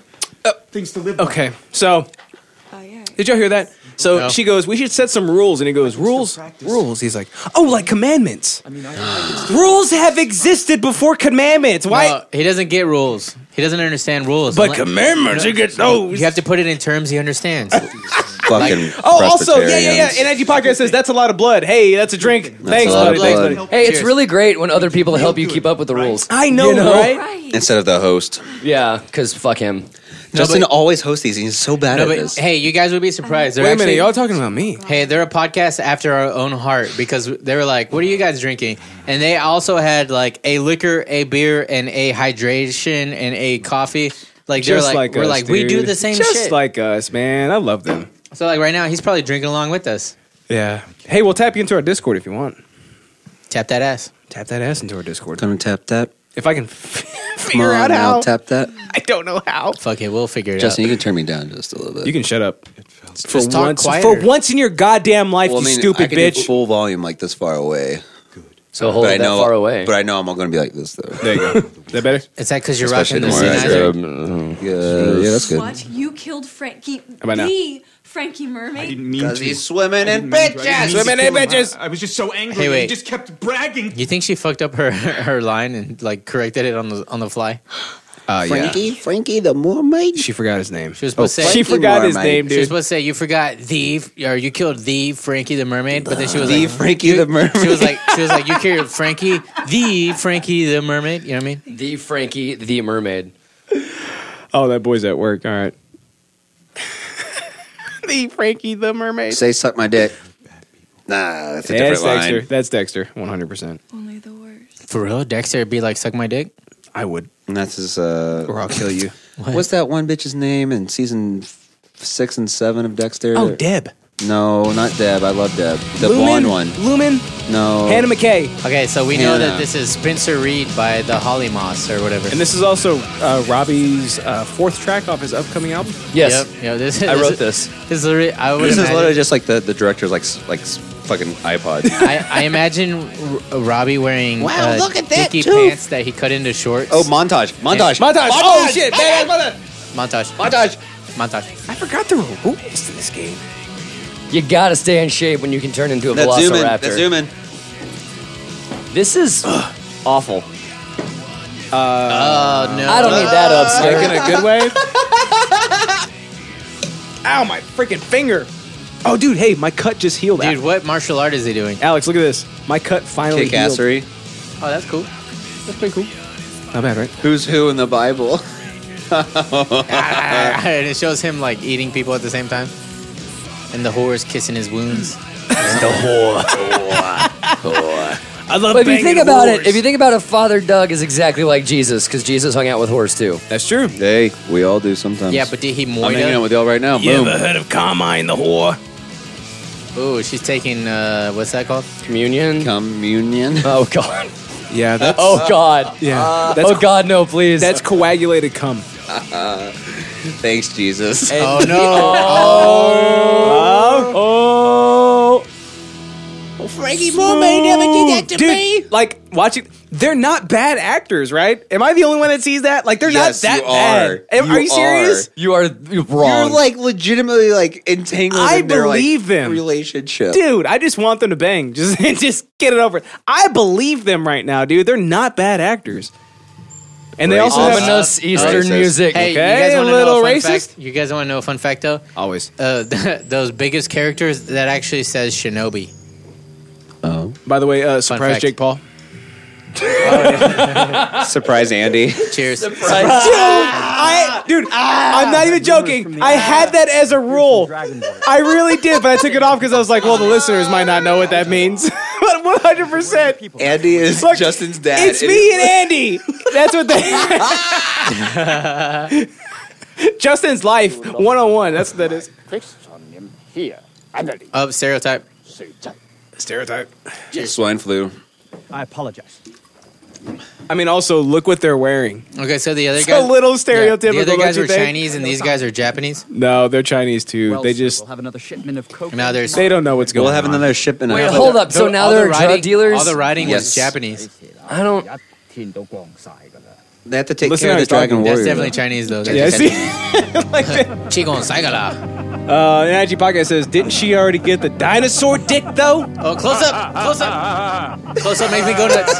[SPEAKER 8] Things to live by.
[SPEAKER 5] Okay, so
[SPEAKER 11] Oh, yeah.
[SPEAKER 5] did y'all hear that? So
[SPEAKER 1] No.
[SPEAKER 5] she goes, "We should set some rules," and he goes, "Rules, rules." He's like, "Oh, like commandments.
[SPEAKER 8] I mean, I feel like it's
[SPEAKER 5] Rules have existed before commandments. Why?"
[SPEAKER 1] No, he doesn't get rules. He doesn't understand rules.
[SPEAKER 5] But
[SPEAKER 1] Unless-
[SPEAKER 5] commandments, you get those.
[SPEAKER 1] You have to put it in terms he understands.
[SPEAKER 2] fucking
[SPEAKER 5] Oh, also, yeah, yeah, yeah.
[SPEAKER 2] Presbyterians.
[SPEAKER 5] And Edgy Podcast says that's a lot of blood. Hey, that's a drink. Thanks,
[SPEAKER 2] a lot
[SPEAKER 5] buddy.
[SPEAKER 2] of
[SPEAKER 5] Thanks,
[SPEAKER 2] blood.
[SPEAKER 5] buddy.
[SPEAKER 4] Hey, it's
[SPEAKER 1] Cheers.
[SPEAKER 4] really great when other people help you keep up with the rules.
[SPEAKER 5] I know,
[SPEAKER 4] You know?
[SPEAKER 5] Oh, right?
[SPEAKER 2] Instead of the host.
[SPEAKER 4] Yeah, because fuck him.
[SPEAKER 2] Justin
[SPEAKER 1] but-
[SPEAKER 2] always hosts these. and He's so bad
[SPEAKER 1] no,
[SPEAKER 2] at
[SPEAKER 1] but
[SPEAKER 2] this.
[SPEAKER 1] hey, you guys would be surprised. They're
[SPEAKER 5] Wait a
[SPEAKER 1] actually,
[SPEAKER 5] minute, y'all talking about me?
[SPEAKER 1] Hey, they're a podcast after our own heart because they were like, "What are you guys drinking?" And they also had like a liquor, a beer, and a hydration and a coffee. Like they're
[SPEAKER 5] Just
[SPEAKER 1] like,
[SPEAKER 5] like
[SPEAKER 1] we're
[SPEAKER 5] us,
[SPEAKER 1] like we do
[SPEAKER 5] dude.
[SPEAKER 1] the same
[SPEAKER 5] Just
[SPEAKER 1] shit.
[SPEAKER 5] like us, man. I love them.
[SPEAKER 1] so like right now, he's probably drinking along with us.
[SPEAKER 5] Yeah. Hey, we'll tap you into our Discord if you want.
[SPEAKER 1] Tap that ass.
[SPEAKER 5] Tap that ass into our Discord.
[SPEAKER 2] Come and tap that.
[SPEAKER 5] If I can
[SPEAKER 2] Come
[SPEAKER 5] figure
[SPEAKER 2] on
[SPEAKER 5] out how.
[SPEAKER 2] now, tap that.
[SPEAKER 5] I don't know how.
[SPEAKER 1] Fuck it, we'll figure it
[SPEAKER 2] Justin,
[SPEAKER 1] out.
[SPEAKER 2] you can turn me down just a little bit.
[SPEAKER 5] You can shut up. For
[SPEAKER 1] Just talk
[SPEAKER 5] once,
[SPEAKER 1] quieter.
[SPEAKER 5] for once in your goddamn life,
[SPEAKER 2] Well, I
[SPEAKER 5] you
[SPEAKER 2] mean, I
[SPEAKER 5] stupid
[SPEAKER 2] can do
[SPEAKER 5] bitch.
[SPEAKER 2] full volume like this far away.
[SPEAKER 4] So hold
[SPEAKER 2] but I
[SPEAKER 4] it that
[SPEAKER 2] know,
[SPEAKER 4] far away.
[SPEAKER 2] But I know I'm all going to be like this though.
[SPEAKER 5] there you go. Is that better?
[SPEAKER 1] Is that because you're
[SPEAKER 2] Especially
[SPEAKER 1] rocking the
[SPEAKER 2] the more I
[SPEAKER 1] Sennheiser?
[SPEAKER 2] scrub.
[SPEAKER 5] um,
[SPEAKER 2] Yeah, yeah, that's good.
[SPEAKER 11] What? You killed Frankie.
[SPEAKER 5] about now?
[SPEAKER 11] the Frankie Mermaid?
[SPEAKER 8] didn't mean to.
[SPEAKER 2] swimming in
[SPEAKER 8] I didn't mean to
[SPEAKER 5] Women and
[SPEAKER 8] kill him.
[SPEAKER 5] bitches.
[SPEAKER 8] I, I was just so angry.
[SPEAKER 1] Hey,
[SPEAKER 8] and
[SPEAKER 1] wait.
[SPEAKER 8] He just kept bragging.
[SPEAKER 1] You think she fucked up her her line and like corrected it on the on the fly?
[SPEAKER 5] Uh,
[SPEAKER 2] Frankie, Frankie the mermaid.
[SPEAKER 5] She forgot his name.
[SPEAKER 1] She was
[SPEAKER 2] Oh,
[SPEAKER 1] supposed to say
[SPEAKER 5] she forgot his
[SPEAKER 2] Mermaid.
[SPEAKER 5] name,
[SPEAKER 1] She was
[SPEAKER 5] dude.
[SPEAKER 1] supposed to say you forgot the or you killed the Frankie the Mermaid, but then she was
[SPEAKER 2] The
[SPEAKER 1] like
[SPEAKER 2] Frankie
[SPEAKER 1] you-
[SPEAKER 2] the Mermaid.
[SPEAKER 1] She was like she was like you killed Frankie the Frankie the Mermaid. You know what I mean?
[SPEAKER 4] the Frankie the Mermaid.
[SPEAKER 5] Oh, that boy's at work. All right. the Frankie the Mermaid.
[SPEAKER 2] Say, suck my dick. Nah, that's a
[SPEAKER 5] That's
[SPEAKER 2] different line.
[SPEAKER 5] Dexter. That's Dexter. One hundred percent.
[SPEAKER 11] Only the worst.
[SPEAKER 1] For real, Dexter would be like suck my dick.
[SPEAKER 5] I would,
[SPEAKER 2] And that's his. Uh,
[SPEAKER 5] or I'll kill you.
[SPEAKER 2] What's that one bitch's name in season f- six and seven of Dexter?
[SPEAKER 5] oh, Deb.
[SPEAKER 2] No, not Deb. I love Deb. The
[SPEAKER 5] Lumen,
[SPEAKER 2] blonde one.
[SPEAKER 5] Lumen.
[SPEAKER 2] No.
[SPEAKER 5] Hannah McKay.
[SPEAKER 1] Okay, so we know
[SPEAKER 2] Yeah.
[SPEAKER 1] that this is Spencer Reed by the Holly Moss or whatever.
[SPEAKER 5] And this is also uh, Robbie's uh, fourth track off his upcoming album.
[SPEAKER 1] Yep,
[SPEAKER 4] Yes,
[SPEAKER 1] yep, this,
[SPEAKER 4] I wrote
[SPEAKER 1] this.
[SPEAKER 4] this.
[SPEAKER 1] This is, literally- I would
[SPEAKER 2] This is
[SPEAKER 1] imagine-
[SPEAKER 2] literally just like the, the director's like s- like s- fucking iPod.
[SPEAKER 1] I, I imagine R- Robbie wearing
[SPEAKER 2] Wow,
[SPEAKER 1] uh,
[SPEAKER 2] look at that
[SPEAKER 1] dicky
[SPEAKER 2] tooth.
[SPEAKER 1] pants that he cut into shorts.
[SPEAKER 2] Oh, montage, montage,
[SPEAKER 1] And-
[SPEAKER 2] montage.
[SPEAKER 5] Oh shit, badass mother.
[SPEAKER 1] Montage.
[SPEAKER 2] Montage.
[SPEAKER 1] Montage.
[SPEAKER 5] I forgot the rules to this game.
[SPEAKER 4] You gotta stay in shape when you can turn into a
[SPEAKER 2] That's zoom in.
[SPEAKER 4] velociraptor.
[SPEAKER 2] That's zoom in.
[SPEAKER 5] Oh,
[SPEAKER 4] This is awful.
[SPEAKER 1] Uh, no.
[SPEAKER 4] I don't need that upstairs.
[SPEAKER 5] Like in a good way. Ow, my freaking finger. Oh, dude, hey, my cut just healed.
[SPEAKER 1] Dude, what martial art is he doing?
[SPEAKER 5] Alex, look at this. My cut finally
[SPEAKER 2] Kick
[SPEAKER 5] healed.
[SPEAKER 2] assery.
[SPEAKER 1] Oh, that's cool. That's pretty cool.
[SPEAKER 5] Not bad, right?
[SPEAKER 2] Who's who in the Bible?
[SPEAKER 1] and it shows him like eating people at the same time, and the whore's kissing his wounds.
[SPEAKER 2] the whore.
[SPEAKER 5] I love
[SPEAKER 4] But if you think about it, if you think about it, Father Doug is exactly like Jesus because Jesus hung out with whores too.
[SPEAKER 5] That's true.
[SPEAKER 2] Hey, we all do sometimes.
[SPEAKER 1] Yeah, but did he
[SPEAKER 2] I'm hanging out
[SPEAKER 1] moita?
[SPEAKER 2] with y'all right now. Boom.
[SPEAKER 5] of Carmine the whore?
[SPEAKER 1] Oh, she's taking uh, what's that called?
[SPEAKER 4] Communion.
[SPEAKER 2] Communion.
[SPEAKER 4] Oh God.
[SPEAKER 5] Yeah, that's
[SPEAKER 4] Oh God.
[SPEAKER 5] yeah. that's
[SPEAKER 4] Oh God, no, please.
[SPEAKER 5] that's coagulated cum.
[SPEAKER 2] Thanks, Jesus.
[SPEAKER 1] Oh no!
[SPEAKER 5] Oh,
[SPEAKER 12] Frankie Mermaid never did that to
[SPEAKER 5] dude,
[SPEAKER 12] me.
[SPEAKER 5] Like watching, they're not bad actors, right? Am I the only one that sees that? Like they're
[SPEAKER 2] Yes,
[SPEAKER 5] not that
[SPEAKER 2] you
[SPEAKER 5] bad.
[SPEAKER 2] are.
[SPEAKER 5] Am-
[SPEAKER 2] You
[SPEAKER 5] you serious?
[SPEAKER 4] You are you're wrong.
[SPEAKER 2] You're like legitimately like entangled
[SPEAKER 5] I
[SPEAKER 2] in their like,
[SPEAKER 5] believe them.
[SPEAKER 2] relationship.
[SPEAKER 5] Dude, I just want them to bang. Just just get it over. I believe them right now, dude. They're not bad actors. And they also have
[SPEAKER 4] ominous Eastern
[SPEAKER 2] racist.
[SPEAKER 4] music.
[SPEAKER 1] Hey,
[SPEAKER 5] Okay,
[SPEAKER 1] you guys
[SPEAKER 5] a
[SPEAKER 1] want to know
[SPEAKER 5] little
[SPEAKER 1] a fun
[SPEAKER 5] racist?
[SPEAKER 1] fact? You guys want to know a fun fact though?
[SPEAKER 5] always
[SPEAKER 1] Uh, those biggest characters that actually says Shinobi.
[SPEAKER 2] Oh.
[SPEAKER 5] By the way, uh, surprise
[SPEAKER 1] fact.
[SPEAKER 5] Jake Paul.
[SPEAKER 2] Surprise, Andy.
[SPEAKER 1] Cheers.
[SPEAKER 5] I,
[SPEAKER 4] Ah!
[SPEAKER 5] dude, I'm not even joking. I had that as a rule. I really did, but I took it off because I was like, well, the listeners might not know what that means. But 100. percent
[SPEAKER 2] Andy is
[SPEAKER 5] Look,
[SPEAKER 2] Justin's dad.
[SPEAKER 5] It's me and Andy. That's what they. Justin's life 101. That's what that is.
[SPEAKER 1] Up Oh, stereotype.
[SPEAKER 5] Stereotype.
[SPEAKER 2] Swine flu.
[SPEAKER 9] I apologize.
[SPEAKER 5] I mean, also look what they're wearing.
[SPEAKER 1] Okay, so the other
[SPEAKER 5] It's
[SPEAKER 1] guys.
[SPEAKER 5] a little
[SPEAKER 1] yeah,
[SPEAKER 5] stereotypical.
[SPEAKER 1] the other
[SPEAKER 5] don't
[SPEAKER 1] guys
[SPEAKER 5] you
[SPEAKER 1] were
[SPEAKER 5] think?
[SPEAKER 1] Chinese and these guys are Japanese.
[SPEAKER 5] No, they're Chinese too. they just
[SPEAKER 9] we'll have another shipment of coke.
[SPEAKER 1] Now there's
[SPEAKER 5] they don't know what's going
[SPEAKER 2] We'll have
[SPEAKER 5] on.
[SPEAKER 2] another shipment.
[SPEAKER 4] Wait,
[SPEAKER 2] of-
[SPEAKER 4] hold up. So now
[SPEAKER 1] all the
[SPEAKER 4] they're drug
[SPEAKER 1] writing-
[SPEAKER 4] dealers.
[SPEAKER 1] All the writing
[SPEAKER 2] Yes.
[SPEAKER 1] was Japanese.
[SPEAKER 4] I don't.
[SPEAKER 2] They have to take
[SPEAKER 5] Listen
[SPEAKER 2] care
[SPEAKER 5] how
[SPEAKER 2] of
[SPEAKER 5] he's
[SPEAKER 2] the dragon
[SPEAKER 5] talking.
[SPEAKER 1] That's
[SPEAKER 2] warrior.
[SPEAKER 1] definitely Chinese though.
[SPEAKER 5] Yeah, see, like that.
[SPEAKER 1] Chigon Saigara.
[SPEAKER 5] Uh, and IG Podcast says, didn't she already get the dinosaur dick though?
[SPEAKER 1] Oh, close up, close up, close up. Make me go nuts.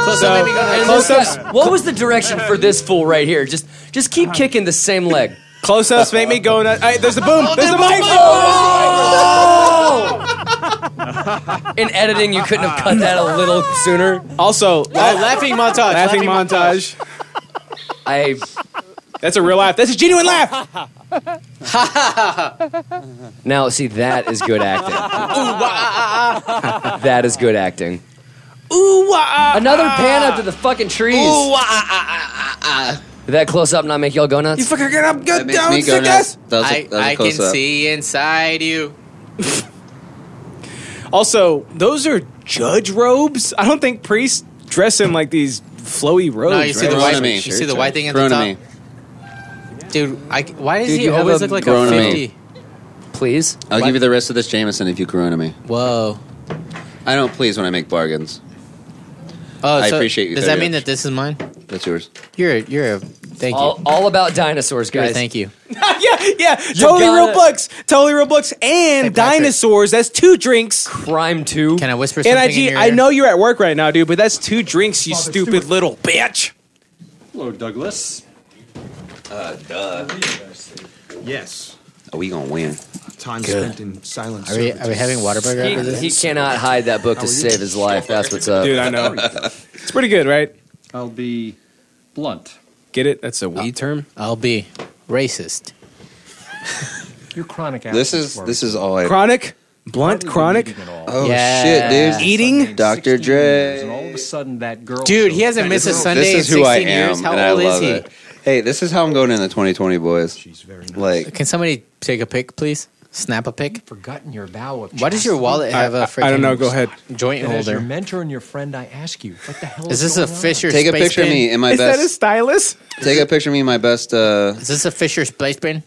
[SPEAKER 1] Close
[SPEAKER 5] So-
[SPEAKER 1] up, make me go nuts.
[SPEAKER 4] And
[SPEAKER 5] Close
[SPEAKER 4] this
[SPEAKER 5] ups.
[SPEAKER 4] guy- what was the direction for this fool right here? Just just
[SPEAKER 1] Uh-huh.
[SPEAKER 4] keep kicking the same leg.
[SPEAKER 5] Close ups make me go nuts. Hey, there's the boom. There's the mic.
[SPEAKER 4] In editing, you couldn't have cut that a little sooner.
[SPEAKER 5] Also,
[SPEAKER 1] Oh,
[SPEAKER 5] la-
[SPEAKER 1] laughing montage.
[SPEAKER 5] laughing montage.
[SPEAKER 4] I
[SPEAKER 5] That's a real laugh. That's a genuine laugh.
[SPEAKER 4] now see that is good acting. that is good acting.
[SPEAKER 5] Ooh, wah, ah.
[SPEAKER 4] Another pan up to the fucking trees. Did that close up not make y'all go
[SPEAKER 5] You
[SPEAKER 4] nuts?
[SPEAKER 5] fucking get up,
[SPEAKER 2] That
[SPEAKER 5] good
[SPEAKER 2] makes
[SPEAKER 5] down,
[SPEAKER 2] me go
[SPEAKER 5] sick
[SPEAKER 2] nuts.
[SPEAKER 5] ass.
[SPEAKER 2] That was a-
[SPEAKER 1] I,
[SPEAKER 2] that was a
[SPEAKER 1] I can
[SPEAKER 2] close-up.
[SPEAKER 1] see inside you.
[SPEAKER 5] Also, those are judge robes. I don't think priests dress in like these flowy robes.
[SPEAKER 1] No, you see
[SPEAKER 5] right?
[SPEAKER 1] the white.
[SPEAKER 2] Chronomy.
[SPEAKER 1] You see the white thing at
[SPEAKER 2] Chronomy.
[SPEAKER 1] the top. Dude, I, why does
[SPEAKER 4] Dude,
[SPEAKER 1] he
[SPEAKER 4] you have
[SPEAKER 1] always
[SPEAKER 4] a
[SPEAKER 1] look like a
[SPEAKER 2] Corona man.
[SPEAKER 1] fifty?
[SPEAKER 4] Please.
[SPEAKER 2] I'll give you the rest of this Jameson if you corona me.
[SPEAKER 1] Whoa.
[SPEAKER 2] I don't please when I make bargains.
[SPEAKER 1] Oh,
[SPEAKER 2] I appreciate you
[SPEAKER 1] Does
[SPEAKER 2] very
[SPEAKER 1] that mean
[SPEAKER 2] much.
[SPEAKER 1] that this is mine?
[SPEAKER 2] That's yours.
[SPEAKER 1] You're a, you're a thank you.
[SPEAKER 4] All, all about dinosaurs,
[SPEAKER 1] You're a
[SPEAKER 4] guys.
[SPEAKER 1] thank you.
[SPEAKER 5] yeah, yeah. Totally
[SPEAKER 4] gotta-
[SPEAKER 5] real books. Totally real books. And
[SPEAKER 1] Hey, Patrick.
[SPEAKER 5] dinosaurs. That's two drinks.
[SPEAKER 4] Crime two.
[SPEAKER 1] Can I whisper something in
[SPEAKER 5] NIG,
[SPEAKER 1] your
[SPEAKER 5] I
[SPEAKER 1] ear?
[SPEAKER 5] know you're at work right now, dude, but that's two drinks, you stupid little bitch.
[SPEAKER 7] Hello, Douglas. Yes.
[SPEAKER 2] Are Oh, we gonna win?
[SPEAKER 7] Time spent in silence.
[SPEAKER 1] Are we, are we having water burger after
[SPEAKER 4] He,
[SPEAKER 1] this?
[SPEAKER 4] he cannot hide that book to save his life. That's what's up.
[SPEAKER 5] Dude, I know. it's pretty good, right?
[SPEAKER 7] I'll be blunt.
[SPEAKER 5] Get it? Uh, That's a we term.
[SPEAKER 1] I'll be racist.
[SPEAKER 9] You're chronic.
[SPEAKER 2] This is this is all I.
[SPEAKER 5] Chronic, blunt, chronic.
[SPEAKER 2] oh
[SPEAKER 1] Yeah.
[SPEAKER 2] shit, dude!
[SPEAKER 5] Eating?
[SPEAKER 2] Dr. Dre.
[SPEAKER 9] And all of a sudden, that girl.
[SPEAKER 1] Dude, he
[SPEAKER 9] shows
[SPEAKER 1] hasn't
[SPEAKER 9] back
[SPEAKER 1] missed a
[SPEAKER 9] up.
[SPEAKER 1] Sunday in
[SPEAKER 2] this is who
[SPEAKER 1] 16
[SPEAKER 2] I am,
[SPEAKER 1] years. How
[SPEAKER 2] and I
[SPEAKER 1] old is
[SPEAKER 2] love
[SPEAKER 1] he?
[SPEAKER 2] it. Hey, this is how I'm going in the 2020, boys. Like,
[SPEAKER 1] Can somebody take a pic, please? Snap a pic.
[SPEAKER 9] Forgotten your vow of.
[SPEAKER 1] Why does your wallet have a freaking
[SPEAKER 5] I don't know. Go ahead.
[SPEAKER 1] joint
[SPEAKER 9] And as your
[SPEAKER 1] holder?
[SPEAKER 9] mentor and your friend, I ask you, what the hell
[SPEAKER 1] Is
[SPEAKER 9] is,
[SPEAKER 1] this a
[SPEAKER 9] going on?
[SPEAKER 1] Fisher
[SPEAKER 2] take a
[SPEAKER 1] space
[SPEAKER 2] picture of
[SPEAKER 1] bin?
[SPEAKER 2] me in my
[SPEAKER 5] Is that a
[SPEAKER 2] best.
[SPEAKER 5] stylus?
[SPEAKER 2] take a picture of me in my best. Uh,
[SPEAKER 1] Is this a Fisher space bin?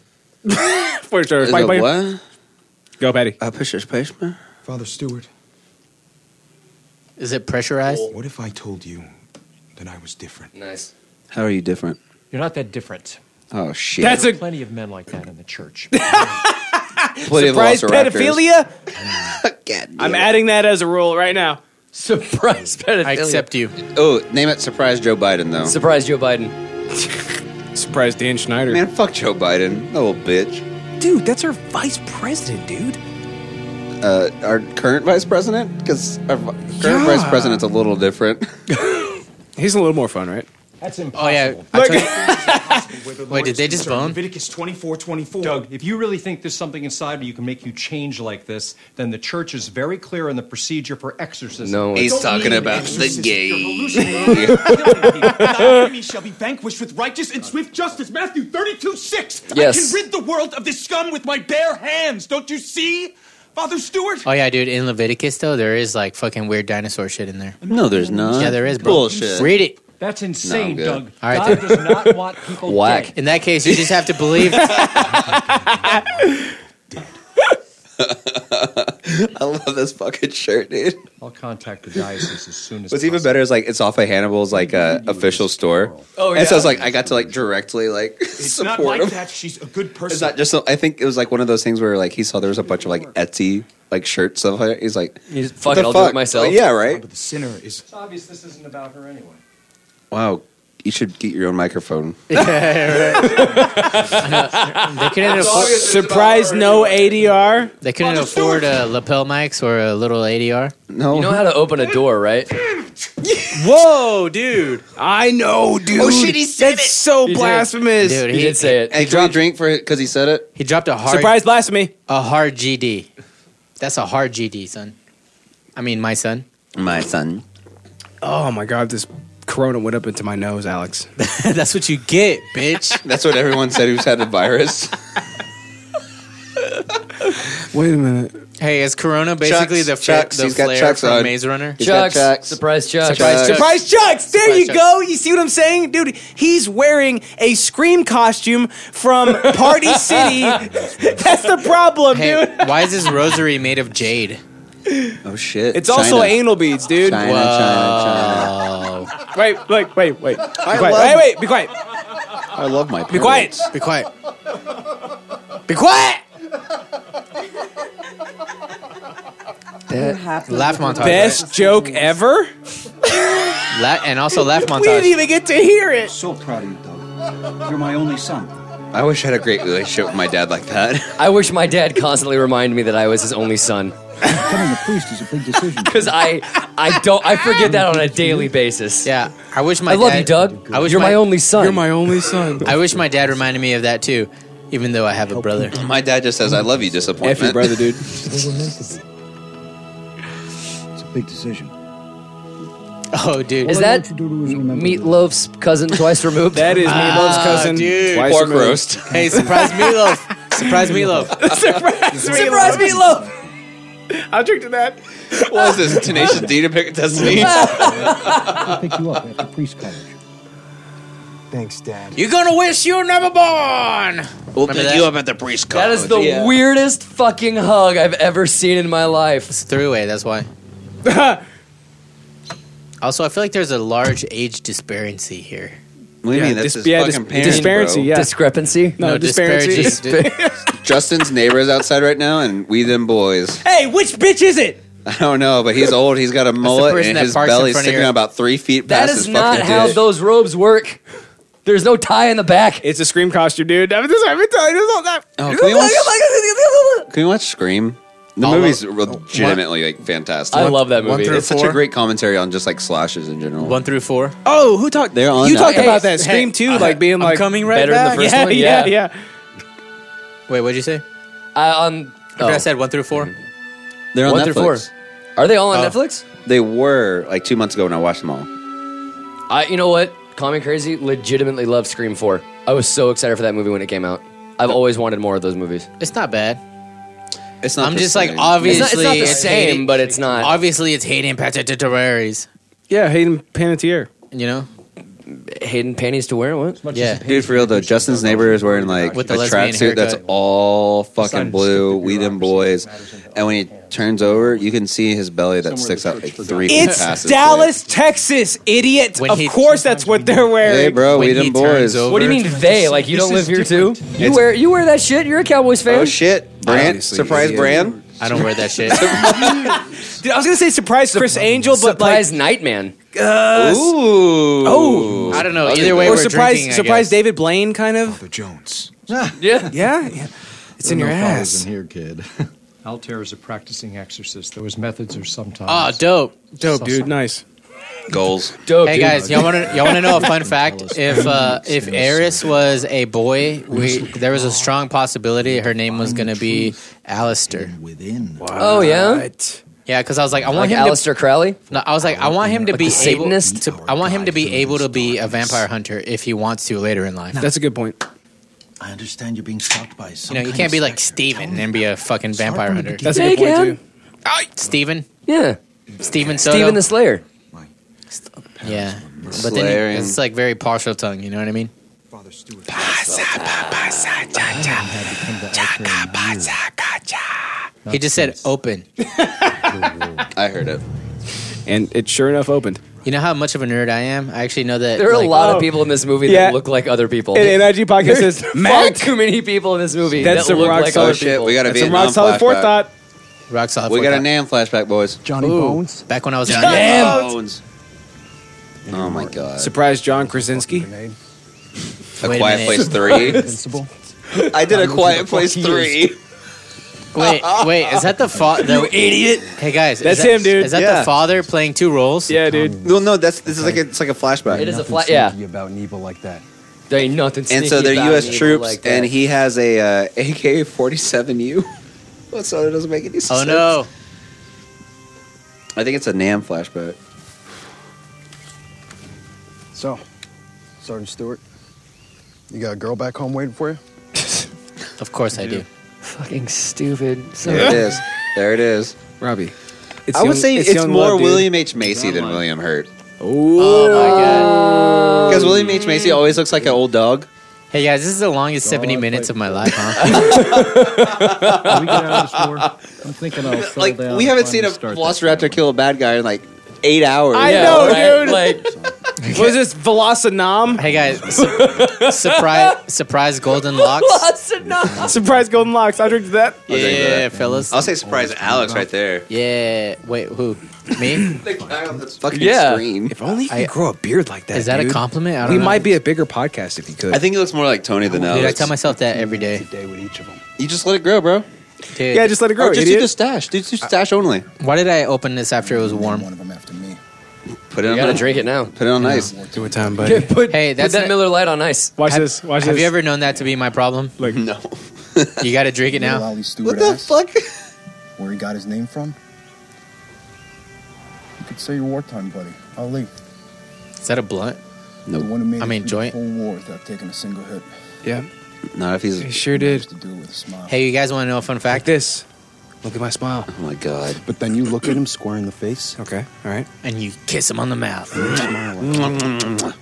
[SPEAKER 5] For sure.
[SPEAKER 2] is
[SPEAKER 5] Bye,
[SPEAKER 2] it
[SPEAKER 5] bye.
[SPEAKER 2] what?
[SPEAKER 5] Go, Patty.
[SPEAKER 2] A picture space man.
[SPEAKER 8] Father Stewart.
[SPEAKER 1] Is it pressurized?
[SPEAKER 8] What if I told you that I was different?
[SPEAKER 4] Nice.
[SPEAKER 2] How are you different?
[SPEAKER 13] You're not that different.
[SPEAKER 2] Oh shit!
[SPEAKER 13] there are plenty of men like that in the church.
[SPEAKER 2] Plenty of
[SPEAKER 5] Surprise
[SPEAKER 2] velociraptors.
[SPEAKER 5] pedophilia? I'm adding that as a rule right now.
[SPEAKER 4] Surprise pedophilia.
[SPEAKER 2] I accept
[SPEAKER 1] you.
[SPEAKER 2] Oh, name it Surprise Joe Biden though.
[SPEAKER 4] Surprise Joe Biden.
[SPEAKER 5] Surprise Dan Schneider.
[SPEAKER 2] Man, fuck Joe Biden, that little bitch.
[SPEAKER 5] Dude, that's our vice president, dude.
[SPEAKER 2] Uh, our current vice president, because our vi- current vice president's a little different.
[SPEAKER 5] He's a little more fun, right?
[SPEAKER 13] That's
[SPEAKER 1] Oh yeah.
[SPEAKER 13] Wait,
[SPEAKER 1] did they just bone?
[SPEAKER 13] Leviticus 24, 24. Doug, if you really think there's something inside of you can make you change like this, then the church is very clear on the procedure for exorcism.
[SPEAKER 2] No, he's talking about the gay.
[SPEAKER 7] Thy enemies shall be vanquished with righteous and swift justice. Matthew 32 6.
[SPEAKER 1] Yes.
[SPEAKER 7] I can rid the world of this scum with my bare hands. Don't you see? Father Stewart?
[SPEAKER 1] Oh yeah, dude. In Leviticus though, there is like fucking weird dinosaur shit in there.
[SPEAKER 2] No, there's not.
[SPEAKER 1] Yeah, there is. Bro.
[SPEAKER 2] Bullshit.
[SPEAKER 1] Read it.
[SPEAKER 13] That's insane,
[SPEAKER 1] No, I'm
[SPEAKER 13] Doug.
[SPEAKER 1] good. All right,
[SPEAKER 13] God
[SPEAKER 1] dude.
[SPEAKER 13] does not want people
[SPEAKER 1] Whack.
[SPEAKER 13] dead.
[SPEAKER 1] In that case, you just have to believe.
[SPEAKER 2] I love this fucking shirt, dude.
[SPEAKER 13] I'll contact the diocese as soon as
[SPEAKER 2] What's even better is like it's off of Hannibal's like uh, official store.
[SPEAKER 13] Oh,
[SPEAKER 2] And so
[SPEAKER 13] yeah.
[SPEAKER 2] it's like I got to like directly like
[SPEAKER 7] It's
[SPEAKER 2] support
[SPEAKER 7] not like
[SPEAKER 2] him.
[SPEAKER 7] that. She's a good person.
[SPEAKER 2] It's not just. I think it was like one of those things where like he saw there was a bunch of like Etsy like shirts stuff. Like that. He's like,
[SPEAKER 4] He's, just,
[SPEAKER 2] "What
[SPEAKER 4] fuck
[SPEAKER 2] the
[SPEAKER 4] it, I'll do it myself."
[SPEAKER 2] Like, yeah, right.
[SPEAKER 7] But the sinner is.
[SPEAKER 13] It's obvious this isn't about her anyway.
[SPEAKER 2] Wow, you should get your own microphone.
[SPEAKER 1] they couldn't
[SPEAKER 5] It's
[SPEAKER 1] afford.
[SPEAKER 5] obvious it's Surprise, about no ADR.
[SPEAKER 1] They couldn't afford uh, lapel mics or a little ADR.
[SPEAKER 2] No.
[SPEAKER 4] You know how to open a door, right?
[SPEAKER 5] Whoa, dude. I know, dude.
[SPEAKER 1] Oh, shit, he
[SPEAKER 5] said That's so
[SPEAKER 1] He did.
[SPEAKER 5] blasphemous.
[SPEAKER 1] Dude,
[SPEAKER 4] He did say it.
[SPEAKER 2] And he dropped drink for it because he said it.
[SPEAKER 1] He dropped a hard
[SPEAKER 5] Surprise blasphemy.
[SPEAKER 1] a hard GD. That's a hard GD, son. I mean, my son.
[SPEAKER 2] My son.
[SPEAKER 5] Oh my god, this corona went up into my nose, Alex.
[SPEAKER 1] That's what you get, bitch.
[SPEAKER 2] That's what everyone said who's had the virus.
[SPEAKER 5] Wait a minute.
[SPEAKER 1] Hey, is Corona basically
[SPEAKER 2] Chucks,
[SPEAKER 1] the, fla-
[SPEAKER 2] Chucks,
[SPEAKER 1] the
[SPEAKER 2] he's got
[SPEAKER 1] flare
[SPEAKER 2] Chucks
[SPEAKER 1] from
[SPEAKER 2] on.
[SPEAKER 1] Maze Runner?
[SPEAKER 2] He's got Chucks. Chucks.
[SPEAKER 4] Surprise Chuck.
[SPEAKER 1] Surprise Chuck.
[SPEAKER 5] Surprise Chucks! There
[SPEAKER 1] Surprise
[SPEAKER 5] you
[SPEAKER 1] Chucks.
[SPEAKER 5] go. You see what I'm saying? Dude, he's wearing a scream costume from Party City. That's the problem,
[SPEAKER 1] Hey,
[SPEAKER 5] dude.
[SPEAKER 1] why is his rosary made of jade?
[SPEAKER 2] Oh shit!
[SPEAKER 5] It's also anal beads, dude.
[SPEAKER 2] China, China, China.
[SPEAKER 5] Wait, wait, wait, wait. Be quiet.
[SPEAKER 2] love-
[SPEAKER 5] Wait, wait, be quiet.
[SPEAKER 2] I love my.
[SPEAKER 5] Be quiet.
[SPEAKER 1] Be quiet. Be quiet. Laugh montage.
[SPEAKER 5] Best joke ever?
[SPEAKER 1] right? La- and also laugh
[SPEAKER 5] We didn't
[SPEAKER 1] montage.
[SPEAKER 5] even get to hear it.
[SPEAKER 7] So proud of you, Doug. You're my only son.
[SPEAKER 2] I wish I had a great relationship with my dad like that.
[SPEAKER 4] I wish my dad constantly reminded me that I was his only son.
[SPEAKER 7] Becoming a priest is a big decision.
[SPEAKER 4] Because I, I don't, I forget that on a daily basis.
[SPEAKER 1] Yeah, I wish my.
[SPEAKER 4] I love
[SPEAKER 1] dad-
[SPEAKER 4] you, Doug.
[SPEAKER 1] I wish
[SPEAKER 4] You're my, only son.
[SPEAKER 5] only son.
[SPEAKER 1] I wish my dad reminded me of that too, even though I have a brother.
[SPEAKER 2] My dad just says, "I love you." Disappointment.
[SPEAKER 5] F your brother, dude.
[SPEAKER 7] They were meant to be. It's a big decision.
[SPEAKER 1] Oh, dude.
[SPEAKER 4] Is that Meatloaf's cousin twice removed?
[SPEAKER 5] That is Meatloaf's cousin.
[SPEAKER 1] dude.
[SPEAKER 5] Twice
[SPEAKER 2] Pork
[SPEAKER 5] removed.
[SPEAKER 2] roast.
[SPEAKER 1] Hey, surprise meatloaf. Surprise meatloaf.
[SPEAKER 5] Surprise meatloaf. I drink to that.
[SPEAKER 2] What is this? Tenacious D to pick Destiny?
[SPEAKER 7] I'll pick you up after priest college. Thanks, Dad.
[SPEAKER 1] You're gonna wish you were never born.
[SPEAKER 2] We'll
[SPEAKER 1] Remember that?
[SPEAKER 2] up at the priest
[SPEAKER 4] That is the
[SPEAKER 2] Yeah.
[SPEAKER 4] weirdest fucking hug I've ever seen in my life.
[SPEAKER 1] It's three way. That's why. also, I feel like there's a large age disparity here.
[SPEAKER 2] What do you
[SPEAKER 5] Yeah,
[SPEAKER 2] mean? That's
[SPEAKER 5] dis-
[SPEAKER 2] his
[SPEAKER 5] yeah,
[SPEAKER 2] fucking
[SPEAKER 5] dis-
[SPEAKER 2] parents,
[SPEAKER 5] disparity,
[SPEAKER 2] bro.
[SPEAKER 5] Yeah.
[SPEAKER 4] Discrepancy?
[SPEAKER 5] No, disparity.
[SPEAKER 2] Justin's neighbor is outside right now, and we them boys.
[SPEAKER 5] Hey, which bitch is it?
[SPEAKER 2] I don't know, but he's old. He's got a mullet,
[SPEAKER 1] person
[SPEAKER 2] and
[SPEAKER 1] that
[SPEAKER 2] his
[SPEAKER 1] parks in
[SPEAKER 2] belly's
[SPEAKER 1] front of
[SPEAKER 2] sticking
[SPEAKER 1] your-
[SPEAKER 2] out about three feet
[SPEAKER 4] that
[SPEAKER 2] past
[SPEAKER 4] is
[SPEAKER 2] his
[SPEAKER 4] not
[SPEAKER 2] fucking
[SPEAKER 4] how
[SPEAKER 2] dick.
[SPEAKER 4] those robes work. There's no tie in the back.
[SPEAKER 5] It's a scream costume, dude. I've been, I've been telling you this all the time.
[SPEAKER 2] Oh, can we watch- Can we watch Scream? The
[SPEAKER 1] All
[SPEAKER 2] movie's
[SPEAKER 1] of-
[SPEAKER 2] legitimately like fantastic.
[SPEAKER 4] I love that
[SPEAKER 1] one
[SPEAKER 4] movie.
[SPEAKER 1] through
[SPEAKER 2] It's such a
[SPEAKER 1] four.
[SPEAKER 2] great commentary on just like slashes in general.
[SPEAKER 1] One through four.
[SPEAKER 5] Oh, who talked?
[SPEAKER 2] They're on
[SPEAKER 5] You
[SPEAKER 2] now.
[SPEAKER 5] talked
[SPEAKER 4] Hey,
[SPEAKER 5] about that
[SPEAKER 4] hey,
[SPEAKER 5] scream too, like being
[SPEAKER 1] I'm
[SPEAKER 5] like
[SPEAKER 1] coming right
[SPEAKER 4] better than the
[SPEAKER 1] back.
[SPEAKER 4] first
[SPEAKER 5] yeah, yeah,
[SPEAKER 4] one? Yeah.
[SPEAKER 5] yeah.
[SPEAKER 1] Wait, what'd you say?
[SPEAKER 4] I, on,
[SPEAKER 1] After I
[SPEAKER 4] oh.
[SPEAKER 1] said one through four.
[SPEAKER 2] They're on
[SPEAKER 4] One
[SPEAKER 2] Netflix.
[SPEAKER 4] through four. Are they all on
[SPEAKER 1] Oh.
[SPEAKER 4] Netflix?
[SPEAKER 2] They were like two months ago when I watched them all.
[SPEAKER 4] I, you know what? Call me crazy. Legitimately love Scream 4. I was so excited for that movie when it came out. I've always wanted more of those movies.
[SPEAKER 1] It's not bad.
[SPEAKER 2] It's not.
[SPEAKER 1] I'm
[SPEAKER 2] the
[SPEAKER 1] just
[SPEAKER 2] same.
[SPEAKER 1] like obviously
[SPEAKER 4] it's not the same,
[SPEAKER 1] Hayden-
[SPEAKER 4] but it's not.
[SPEAKER 1] Obviously, it's Hayden Patatitaris.
[SPEAKER 5] Yeah, Hayden Panettiere.
[SPEAKER 1] You know,
[SPEAKER 4] Hayden panties to wear what?
[SPEAKER 1] yeah.
[SPEAKER 2] Dude, for real though, Justin's neighbor is wearing like
[SPEAKER 1] With the
[SPEAKER 2] a
[SPEAKER 1] lesbian
[SPEAKER 2] tracksuit that's
[SPEAKER 1] haircut.
[SPEAKER 2] all
[SPEAKER 13] Decided
[SPEAKER 2] fucking
[SPEAKER 13] to
[SPEAKER 2] blue.
[SPEAKER 13] stick to
[SPEAKER 2] We them
[SPEAKER 13] bureaucracy
[SPEAKER 2] boys,
[SPEAKER 13] matters in the
[SPEAKER 2] and when he turns over, you can see his belly that sticks out like three
[SPEAKER 14] It's
[SPEAKER 2] passes.
[SPEAKER 14] Dallas, Texas, idiot.
[SPEAKER 2] When
[SPEAKER 14] of
[SPEAKER 2] he-
[SPEAKER 14] course, that's what they're wearing.
[SPEAKER 2] Hey, bro, we them boys.
[SPEAKER 4] What do you mean they? Like you
[SPEAKER 2] This
[SPEAKER 4] don't
[SPEAKER 2] is
[SPEAKER 4] live here
[SPEAKER 2] different.
[SPEAKER 4] too? You
[SPEAKER 2] It's-
[SPEAKER 4] wear you wear that shit. You're a Cowboys fan.
[SPEAKER 2] Oh shit, Brand
[SPEAKER 4] Obviously,
[SPEAKER 2] surprise
[SPEAKER 4] yeah.
[SPEAKER 2] Brand.
[SPEAKER 1] I don't wear that shit.
[SPEAKER 14] Dude, I was gonna say surprise Chris Angel, but surprise
[SPEAKER 4] Nightman.
[SPEAKER 14] Uh,
[SPEAKER 2] Ooh.
[SPEAKER 14] Oh,
[SPEAKER 1] I don't know. Either way,
[SPEAKER 14] or
[SPEAKER 1] we're
[SPEAKER 14] surprise,
[SPEAKER 1] drinking, I
[SPEAKER 14] surprise
[SPEAKER 1] guess.
[SPEAKER 14] David Blaine, kind of.
[SPEAKER 5] Oh,
[SPEAKER 6] Jones.
[SPEAKER 14] Yeah,
[SPEAKER 4] yeah,
[SPEAKER 14] yeah. It's in your ass.
[SPEAKER 13] in here, kid. Altair is a practicing exorcist, though his methods are sometimes.
[SPEAKER 1] Oh, dope.
[SPEAKER 13] Dope, dude.
[SPEAKER 14] Nice.
[SPEAKER 2] Goals.
[SPEAKER 13] Dope,
[SPEAKER 1] hey
[SPEAKER 13] dude.
[SPEAKER 1] guys, y'all want to y'all want to know a fun fact? If uh, if Eris was a boy, we there was a strong possibility her name was going to be Alistair. Within.
[SPEAKER 4] Oh yeah.
[SPEAKER 1] Yeah, because I was like, I want
[SPEAKER 4] Like
[SPEAKER 1] him
[SPEAKER 4] Aleister
[SPEAKER 1] to,
[SPEAKER 4] Crowley.
[SPEAKER 1] No, I was like, I want him to
[SPEAKER 4] Like
[SPEAKER 1] be
[SPEAKER 4] the Satanist?
[SPEAKER 1] able. To, I want him to be able to be a vampire hunter if he wants to later in life.
[SPEAKER 14] That's a good point.
[SPEAKER 15] I understand you're being stalked by
[SPEAKER 1] You
[SPEAKER 15] some.
[SPEAKER 1] know, you
[SPEAKER 15] kind
[SPEAKER 1] can't
[SPEAKER 15] of
[SPEAKER 1] be like Steven and be a fucking vampire
[SPEAKER 15] from the
[SPEAKER 1] hunter.
[SPEAKER 15] beginning. That's a good They point,
[SPEAKER 1] too. Steven?
[SPEAKER 4] Yeah.
[SPEAKER 1] Steven Soto?
[SPEAKER 4] Steven the Slayer.
[SPEAKER 1] Yeah. But
[SPEAKER 4] Slayer
[SPEAKER 1] then
[SPEAKER 4] and-
[SPEAKER 1] it's like very partial tongue, you know what I mean? He just said open.
[SPEAKER 2] I heard it.
[SPEAKER 5] And it sure enough opened.
[SPEAKER 1] You know how much of a nerd I am? I actually know that
[SPEAKER 4] There are
[SPEAKER 1] like-
[SPEAKER 4] a lot of people in this movie
[SPEAKER 1] Yeah.
[SPEAKER 4] that look like other people.
[SPEAKER 1] And
[SPEAKER 5] NIG podcast
[SPEAKER 4] There's
[SPEAKER 5] says,
[SPEAKER 4] far
[SPEAKER 5] "Mac."
[SPEAKER 4] too many people in this movie
[SPEAKER 5] That's
[SPEAKER 4] that
[SPEAKER 5] a
[SPEAKER 4] look
[SPEAKER 5] rock
[SPEAKER 4] like
[SPEAKER 5] solid-
[SPEAKER 4] other
[SPEAKER 2] Oh, shit,
[SPEAKER 4] people.
[SPEAKER 2] we got a
[SPEAKER 4] That's
[SPEAKER 2] Vietnam
[SPEAKER 1] Rock
[SPEAKER 2] flashback.
[SPEAKER 1] solid
[SPEAKER 2] We got a
[SPEAKER 1] forethought.
[SPEAKER 2] Nam flashback, boys.
[SPEAKER 1] Johnny Ooh. Bones? Back when I was in-
[SPEAKER 2] Johnny
[SPEAKER 1] Nam!
[SPEAKER 2] Bones. Oh my god.
[SPEAKER 5] Surprise, John Krasinski.
[SPEAKER 2] A Quiet Place Three. I did a Quiet Place Three.
[SPEAKER 1] Wait, wait, is that the father?
[SPEAKER 2] You idiot.
[SPEAKER 1] Hey guys, is
[SPEAKER 2] That's
[SPEAKER 1] that-
[SPEAKER 2] him, dude.
[SPEAKER 1] Is that
[SPEAKER 2] Yeah.
[SPEAKER 1] the father playing two roles?
[SPEAKER 5] Yeah, dude.
[SPEAKER 2] No, no, that's this is like a, it's like a flashback.
[SPEAKER 4] It is a flat. Yeah.
[SPEAKER 15] About an evil like that.
[SPEAKER 4] There ain't nothing.
[SPEAKER 2] And so
[SPEAKER 4] sneaky
[SPEAKER 2] they're
[SPEAKER 4] about
[SPEAKER 2] U.S.
[SPEAKER 4] an evil
[SPEAKER 2] troops,
[SPEAKER 4] like that.
[SPEAKER 2] and he has a uh, AK-47U. What so it doesn't make any sense.
[SPEAKER 1] Oh, no.
[SPEAKER 2] I think it's a Nam flashback.
[SPEAKER 15] So, Sergeant Stewart, you got a girl back home waiting for you?
[SPEAKER 1] Of course I do.
[SPEAKER 4] Fucking stupid. So-
[SPEAKER 2] There it is. There it is.
[SPEAKER 5] Robbie.
[SPEAKER 4] it's
[SPEAKER 2] I would
[SPEAKER 4] young-
[SPEAKER 2] say
[SPEAKER 4] it's
[SPEAKER 2] it's,
[SPEAKER 4] young
[SPEAKER 2] more
[SPEAKER 4] love, dude.
[SPEAKER 2] William H. Macy than William Hurt.
[SPEAKER 1] Oh my god.
[SPEAKER 2] Because William H. Macy always looks like an old dog.
[SPEAKER 1] Hey guys, this is the longest 70 minutes of my life, huh?
[SPEAKER 15] I'm thinking I'll settle
[SPEAKER 2] Like,
[SPEAKER 15] down
[SPEAKER 2] we
[SPEAKER 15] and finally
[SPEAKER 2] haven't seen a
[SPEAKER 15] start
[SPEAKER 2] velociraptor kill a bad guy in like eight hours.
[SPEAKER 1] I Yeah, know, right? dude.
[SPEAKER 4] Like,
[SPEAKER 5] was this Velocinom?
[SPEAKER 1] Hey guys, su- surprise, surprise, golden locks.
[SPEAKER 5] Surprise Golden Locks. I drink that.
[SPEAKER 1] Yeah, yeah, fellas.
[SPEAKER 5] Uh-huh.
[SPEAKER 2] I'll say surprise Alex right there.
[SPEAKER 1] Yeah. Wait, who? Me?
[SPEAKER 2] The guy on the fucking screen.
[SPEAKER 5] If only you could
[SPEAKER 1] I-
[SPEAKER 5] grow a beard like that.
[SPEAKER 1] Is that a
[SPEAKER 5] dude.
[SPEAKER 1] compliment? I don't
[SPEAKER 5] we
[SPEAKER 1] know.
[SPEAKER 5] might be a bigger podcast if you could.
[SPEAKER 2] I think he looks more like Tony than
[SPEAKER 1] Dude, I
[SPEAKER 2] Alex.
[SPEAKER 1] tell myself that every day.
[SPEAKER 2] you just let it grow, bro.
[SPEAKER 1] Dude.
[SPEAKER 5] Yeah, just let it grow,
[SPEAKER 2] Or Oh, just
[SPEAKER 5] idiot.
[SPEAKER 2] do the stash. Dude, do stash only.
[SPEAKER 1] Why did I open this after it was warm?
[SPEAKER 2] Put it
[SPEAKER 4] you
[SPEAKER 2] on.
[SPEAKER 4] gotta
[SPEAKER 2] ice.
[SPEAKER 4] drink it now.
[SPEAKER 2] Put it on ice.
[SPEAKER 5] Do it time, buddy.
[SPEAKER 1] Hey, that's
[SPEAKER 4] Put that
[SPEAKER 1] not-
[SPEAKER 4] Miller Light on ice.
[SPEAKER 5] Watch
[SPEAKER 1] Have-
[SPEAKER 5] this. Watch
[SPEAKER 1] Have
[SPEAKER 5] this.
[SPEAKER 1] you ever known that to be my problem?
[SPEAKER 5] Like
[SPEAKER 2] no.
[SPEAKER 1] You got to drink it now.
[SPEAKER 15] What the fuck? Where he got his name from? You could say your wartime buddy, Ali.
[SPEAKER 1] Is that a blunt?
[SPEAKER 2] No.
[SPEAKER 15] The one who made
[SPEAKER 1] I
[SPEAKER 15] it
[SPEAKER 1] mean,
[SPEAKER 15] through
[SPEAKER 1] joint.
[SPEAKER 15] The whole war without taking a single hit.
[SPEAKER 5] Yeah.
[SPEAKER 2] Not if he's. oh
[SPEAKER 5] He sure did.
[SPEAKER 15] To do it with a smile.
[SPEAKER 1] Hey, you guys want to know a fun fact?
[SPEAKER 5] This. Look at my smile.
[SPEAKER 2] Oh my god.
[SPEAKER 15] But then you look at him square in the face.
[SPEAKER 5] Okay. All right.
[SPEAKER 1] And you kiss him on the mouth.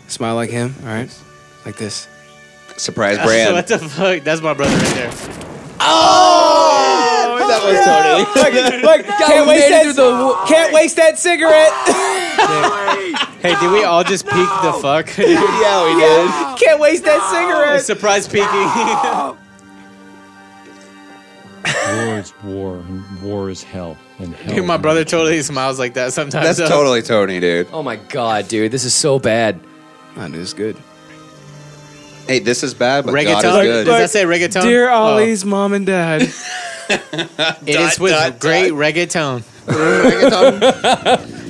[SPEAKER 5] Smile like him. All right. Like this.
[SPEAKER 2] Surprise brand.
[SPEAKER 1] what the fuck? That's my brother right there.
[SPEAKER 13] Oh!
[SPEAKER 2] that was Tony.
[SPEAKER 5] Look, look, can't waste that. can't waste that cigarette.
[SPEAKER 1] Hey, did we all just peek the fuck? yeah,
[SPEAKER 5] can't waste that cigarette.
[SPEAKER 1] Surprise peeking.
[SPEAKER 13] war is war, and war is hell, and hell.
[SPEAKER 1] Dude, my brother totally smiles like that sometimes.
[SPEAKER 2] That's
[SPEAKER 1] though.
[SPEAKER 2] totally Tony, dude.
[SPEAKER 4] Oh my god, dude, this is so bad.
[SPEAKER 5] I knew it's good.
[SPEAKER 2] Hey, this is bad, but
[SPEAKER 1] Reggaeton.
[SPEAKER 2] God is good.
[SPEAKER 1] Does that say reggaeton?
[SPEAKER 5] Dear
[SPEAKER 1] Oh.
[SPEAKER 5] Ollie's mom and dad.
[SPEAKER 1] It is with great reggaeton.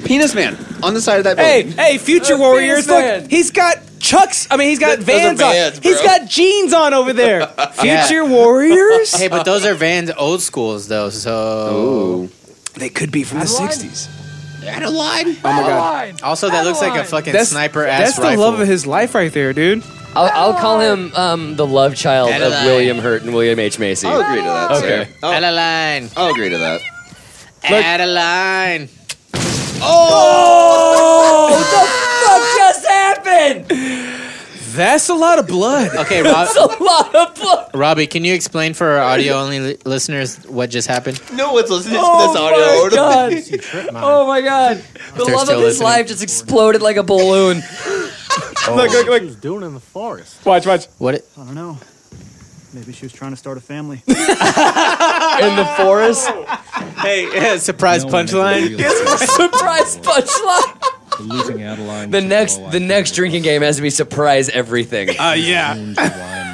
[SPEAKER 2] Penis man on the side of that
[SPEAKER 5] hey,
[SPEAKER 2] building.
[SPEAKER 5] hey, future
[SPEAKER 4] Uh,
[SPEAKER 5] warriors!
[SPEAKER 4] Beastman.
[SPEAKER 5] Look, he's got chucks. I mean, he's got
[SPEAKER 2] Th- those are
[SPEAKER 5] vans on.
[SPEAKER 2] Vans,
[SPEAKER 5] he's
[SPEAKER 2] bro.
[SPEAKER 5] got jeans on over there.
[SPEAKER 1] Yeah.
[SPEAKER 5] Future warriors.
[SPEAKER 1] Hey, but those are Vans old schools though, so
[SPEAKER 5] they could be from the '60s.
[SPEAKER 2] Adeline.
[SPEAKER 5] Oh my god,
[SPEAKER 1] also that looks like a fucking
[SPEAKER 5] That's-
[SPEAKER 1] sniper ass
[SPEAKER 5] that's the
[SPEAKER 1] rifle.
[SPEAKER 5] love of his life right there, dude.
[SPEAKER 4] I'll, I'll call him um, the love child of
[SPEAKER 1] Adeline.
[SPEAKER 4] William Hurt and William H. Macy.
[SPEAKER 2] I'll agree to that.
[SPEAKER 4] Okay.
[SPEAKER 2] sir. I'll,
[SPEAKER 1] Adeline,
[SPEAKER 2] I'll agree to that.
[SPEAKER 1] Adeline.
[SPEAKER 4] Oh, what the fuck just happened?
[SPEAKER 5] That's a lot of blood.
[SPEAKER 1] Okay, Rob,
[SPEAKER 4] lot of blood.
[SPEAKER 1] Robbie, can you explain for our audio only li- listeners what just happened?
[SPEAKER 2] No one's listening
[SPEAKER 4] Oh my god! Oh my god! The
[SPEAKER 1] They're
[SPEAKER 4] love
[SPEAKER 1] still
[SPEAKER 4] of his
[SPEAKER 1] listening.
[SPEAKER 4] life just exploded like a balloon.
[SPEAKER 6] Look, look,
[SPEAKER 16] She was doing in the forest.
[SPEAKER 5] Watch, watch.
[SPEAKER 1] What? It,
[SPEAKER 16] I don't know. Maybe she was trying to start a family.
[SPEAKER 4] in the forest.
[SPEAKER 1] Hey, yeah, surprise punchline.
[SPEAKER 4] surprise punchline.
[SPEAKER 13] losing Adeline.
[SPEAKER 4] The next, the next drinking game has to be surprise everything.
[SPEAKER 5] Uh, yeah.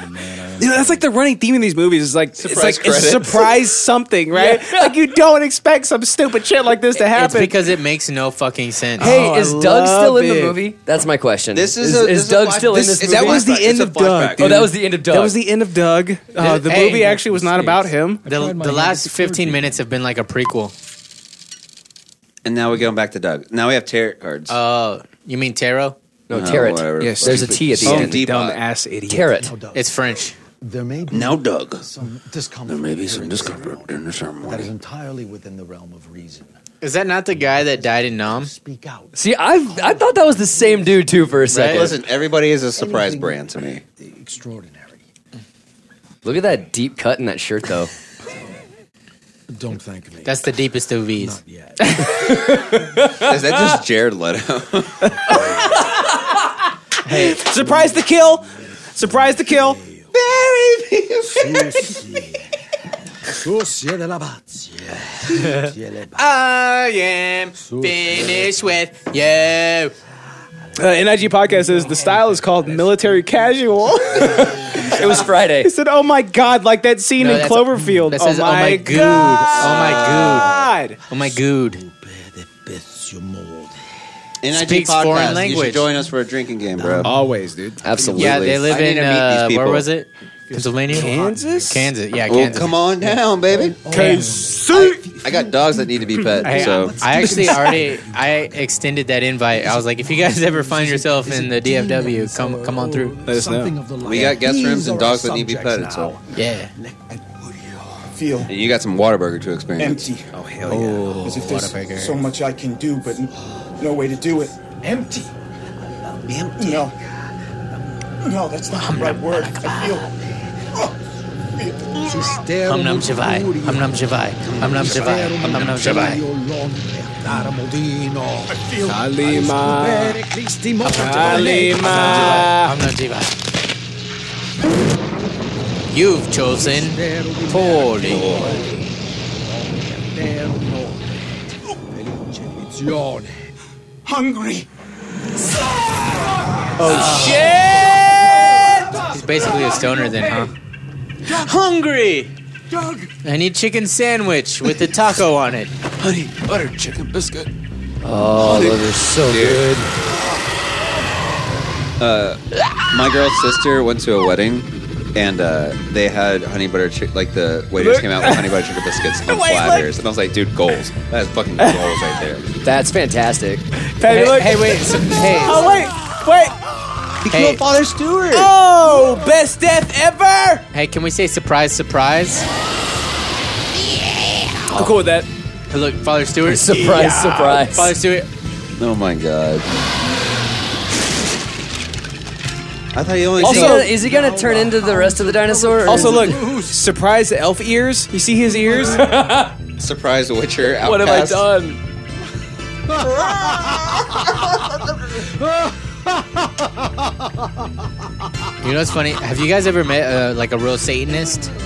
[SPEAKER 5] You know, that's like the running theme in these movies. Is like
[SPEAKER 4] Surprise
[SPEAKER 5] it's like it's
[SPEAKER 4] credits.
[SPEAKER 5] surprise something, right? Like you don't expect some stupid shit like this to
[SPEAKER 1] It's
[SPEAKER 5] happen.
[SPEAKER 1] because it makes no fucking sense.
[SPEAKER 4] Hey, is Doug still in the movie? That's my question.
[SPEAKER 1] This is
[SPEAKER 4] is,
[SPEAKER 1] a- this
[SPEAKER 4] is
[SPEAKER 1] is a
[SPEAKER 4] Doug
[SPEAKER 1] flash-
[SPEAKER 4] still
[SPEAKER 1] this-
[SPEAKER 4] in this?
[SPEAKER 1] that
[SPEAKER 4] movie?
[SPEAKER 1] was the It's a end of flashback. Doug,
[SPEAKER 4] Oh, that
[SPEAKER 1] dude.
[SPEAKER 4] was the end of Doug.
[SPEAKER 5] That was the end of Doug. Uh, the
[SPEAKER 1] Hey,
[SPEAKER 5] movie actually was not about him.
[SPEAKER 1] The, the last 15 minutes have been like a prequel.
[SPEAKER 2] And now we're going back to Doug. Now we have tarot cards.
[SPEAKER 1] Oh, you mean tarot?
[SPEAKER 2] Uh, No, tarot. whatever. Yes, There's a T at the end.
[SPEAKER 5] Dumb ass idiot.
[SPEAKER 1] It's French.
[SPEAKER 16] There may be
[SPEAKER 2] Now, Doug.
[SPEAKER 16] some discomfort.
[SPEAKER 2] There may be some
[SPEAKER 16] during this
[SPEAKER 2] discomfort in the ceremony.
[SPEAKER 16] That is entirely within the realm of reason.
[SPEAKER 1] Is that not the guy that died in Nam?
[SPEAKER 4] See, I I thought that was the same dude too for a second.
[SPEAKER 2] Listen, everybody is a surprise brand to me.
[SPEAKER 16] Extraordinary.
[SPEAKER 4] Look at that deep cut in that shirt though.
[SPEAKER 16] Don't thank me.
[SPEAKER 1] That's the deepest of V's.
[SPEAKER 2] Is that just Jared Leto?
[SPEAKER 5] Hey, surprise the kill! Surprise the kill!
[SPEAKER 1] I am finished with you.
[SPEAKER 5] Uh, NIG podcast says the style is called military casual.
[SPEAKER 4] it was Friday.
[SPEAKER 5] He said, "Oh my god, like that scene
[SPEAKER 1] No,
[SPEAKER 5] in
[SPEAKER 1] that's-
[SPEAKER 5] Cloverfield."
[SPEAKER 1] That says,
[SPEAKER 5] oh, my
[SPEAKER 1] good.
[SPEAKER 5] god.
[SPEAKER 1] Oh my good. Oh my good.
[SPEAKER 2] NIG
[SPEAKER 1] Speaks
[SPEAKER 2] podcast,
[SPEAKER 1] foreign
[SPEAKER 2] You
[SPEAKER 1] language.
[SPEAKER 2] should join us for a drinking game, bro.
[SPEAKER 5] Always, dude.
[SPEAKER 2] Absolutely.
[SPEAKER 1] Yeah, they live
[SPEAKER 2] I need
[SPEAKER 1] in
[SPEAKER 2] to meet these
[SPEAKER 1] uh, where
[SPEAKER 2] people.
[SPEAKER 1] was it? Pennsylvania,
[SPEAKER 5] Kansas,
[SPEAKER 1] Kansas. Yeah,
[SPEAKER 2] Well,
[SPEAKER 1] Kansas.
[SPEAKER 2] come on down, baby.
[SPEAKER 5] Oh,
[SPEAKER 2] I, I got dogs that need to be pet.
[SPEAKER 1] Hey,
[SPEAKER 2] so
[SPEAKER 1] I actually already I extended that invite. I was like, if you guys ever find yourself in the DFW, come come on through.
[SPEAKER 5] Let us know.
[SPEAKER 2] we got guest
[SPEAKER 16] These
[SPEAKER 2] rooms and
[SPEAKER 16] are
[SPEAKER 2] dogs that need to be
[SPEAKER 16] subjects
[SPEAKER 2] petted. So
[SPEAKER 1] Yeah.
[SPEAKER 7] Feel
[SPEAKER 2] and you got some Waterburger to experience.
[SPEAKER 7] empty.
[SPEAKER 2] Oh hell yeah!
[SPEAKER 7] As if there's so much I can do, but n- no way to do it. Empty. Empty. No. No, that's not the right word. I feel.
[SPEAKER 1] Hum nam shavai. Hum nam shavai. Hum nam shavai. Hum nam shavai.
[SPEAKER 5] Alima.
[SPEAKER 1] Hum nam shavai. You've chosen poorly.
[SPEAKER 7] Hungry.
[SPEAKER 1] Oh shit! He's basically a stoner then, huh? Hungry.
[SPEAKER 7] Doug.
[SPEAKER 1] I need chicken sandwich with the taco on it.
[SPEAKER 7] Honey, butter chicken biscuit.
[SPEAKER 4] Oh, those are so good.
[SPEAKER 2] Uh, my girl's sister went to a wedding, and uh, they had honey butter chick. Like the waiters
[SPEAKER 4] Look.
[SPEAKER 2] came out with honey butter chicken biscuits on platters, and I was like, dude, goals. That's fucking goals right there.
[SPEAKER 4] That's fantastic.
[SPEAKER 1] Hey, hey, wait. so- hey.
[SPEAKER 5] Oh wait, wait.
[SPEAKER 1] He killed
[SPEAKER 2] Father Stewart.
[SPEAKER 5] Oh, best death ever.
[SPEAKER 1] Hey, can we say surprise, surprise?
[SPEAKER 5] I'm cool with that.
[SPEAKER 1] Hey, Look, Father Stewart.
[SPEAKER 4] Surprise, surprise.
[SPEAKER 1] Father Stewart.
[SPEAKER 2] Oh my god. I thought you only
[SPEAKER 4] is, he
[SPEAKER 5] Also-
[SPEAKER 4] gonna, is he gonna turn into the rest of the dinosaur? or
[SPEAKER 5] Also,
[SPEAKER 4] is it-
[SPEAKER 5] look, surprise the elf ears. You see his ears?
[SPEAKER 2] surprised Witcher. Outcast.
[SPEAKER 5] What have I done?
[SPEAKER 1] You know what's funny? Have you guys ever met uh, like a real Satanist?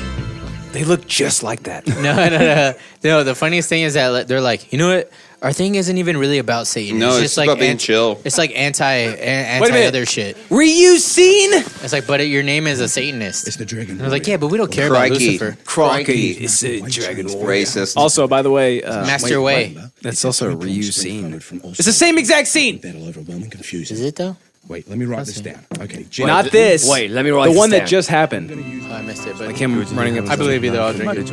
[SPEAKER 5] They look just like that.
[SPEAKER 1] No, no, no. No, the funniest thing is that like, they're like, you know what? Our thing isn't even really about Satan.
[SPEAKER 2] No, it's just about being
[SPEAKER 1] an-
[SPEAKER 2] chill.
[SPEAKER 1] It's like anti a-
[SPEAKER 5] Wait a
[SPEAKER 1] anti
[SPEAKER 5] minute.
[SPEAKER 1] other shit.
[SPEAKER 5] Were you seen?
[SPEAKER 1] It's like, but your name is a Satanist. It's the dragon. And I was like, yeah, but we don't care about
[SPEAKER 2] Crikey.
[SPEAKER 1] Lucifer.
[SPEAKER 5] Crikey, it's a dragon warrior.
[SPEAKER 2] Racist.
[SPEAKER 5] Also, by the way, uh,
[SPEAKER 1] Master Way.
[SPEAKER 5] That's also a Ryu scene. It's the same exact scene.
[SPEAKER 17] That'll overwhelm and confuse
[SPEAKER 1] Is
[SPEAKER 17] you.
[SPEAKER 1] it though?
[SPEAKER 17] Wait, let me write this down. Okay, Jim.
[SPEAKER 5] Not this.
[SPEAKER 4] wait, let me write
[SPEAKER 5] The
[SPEAKER 4] this
[SPEAKER 5] one that
[SPEAKER 4] down.
[SPEAKER 5] just happened.
[SPEAKER 1] Oh, I missed it. But
[SPEAKER 5] Like him running up.
[SPEAKER 1] I believe either. I'll drink it.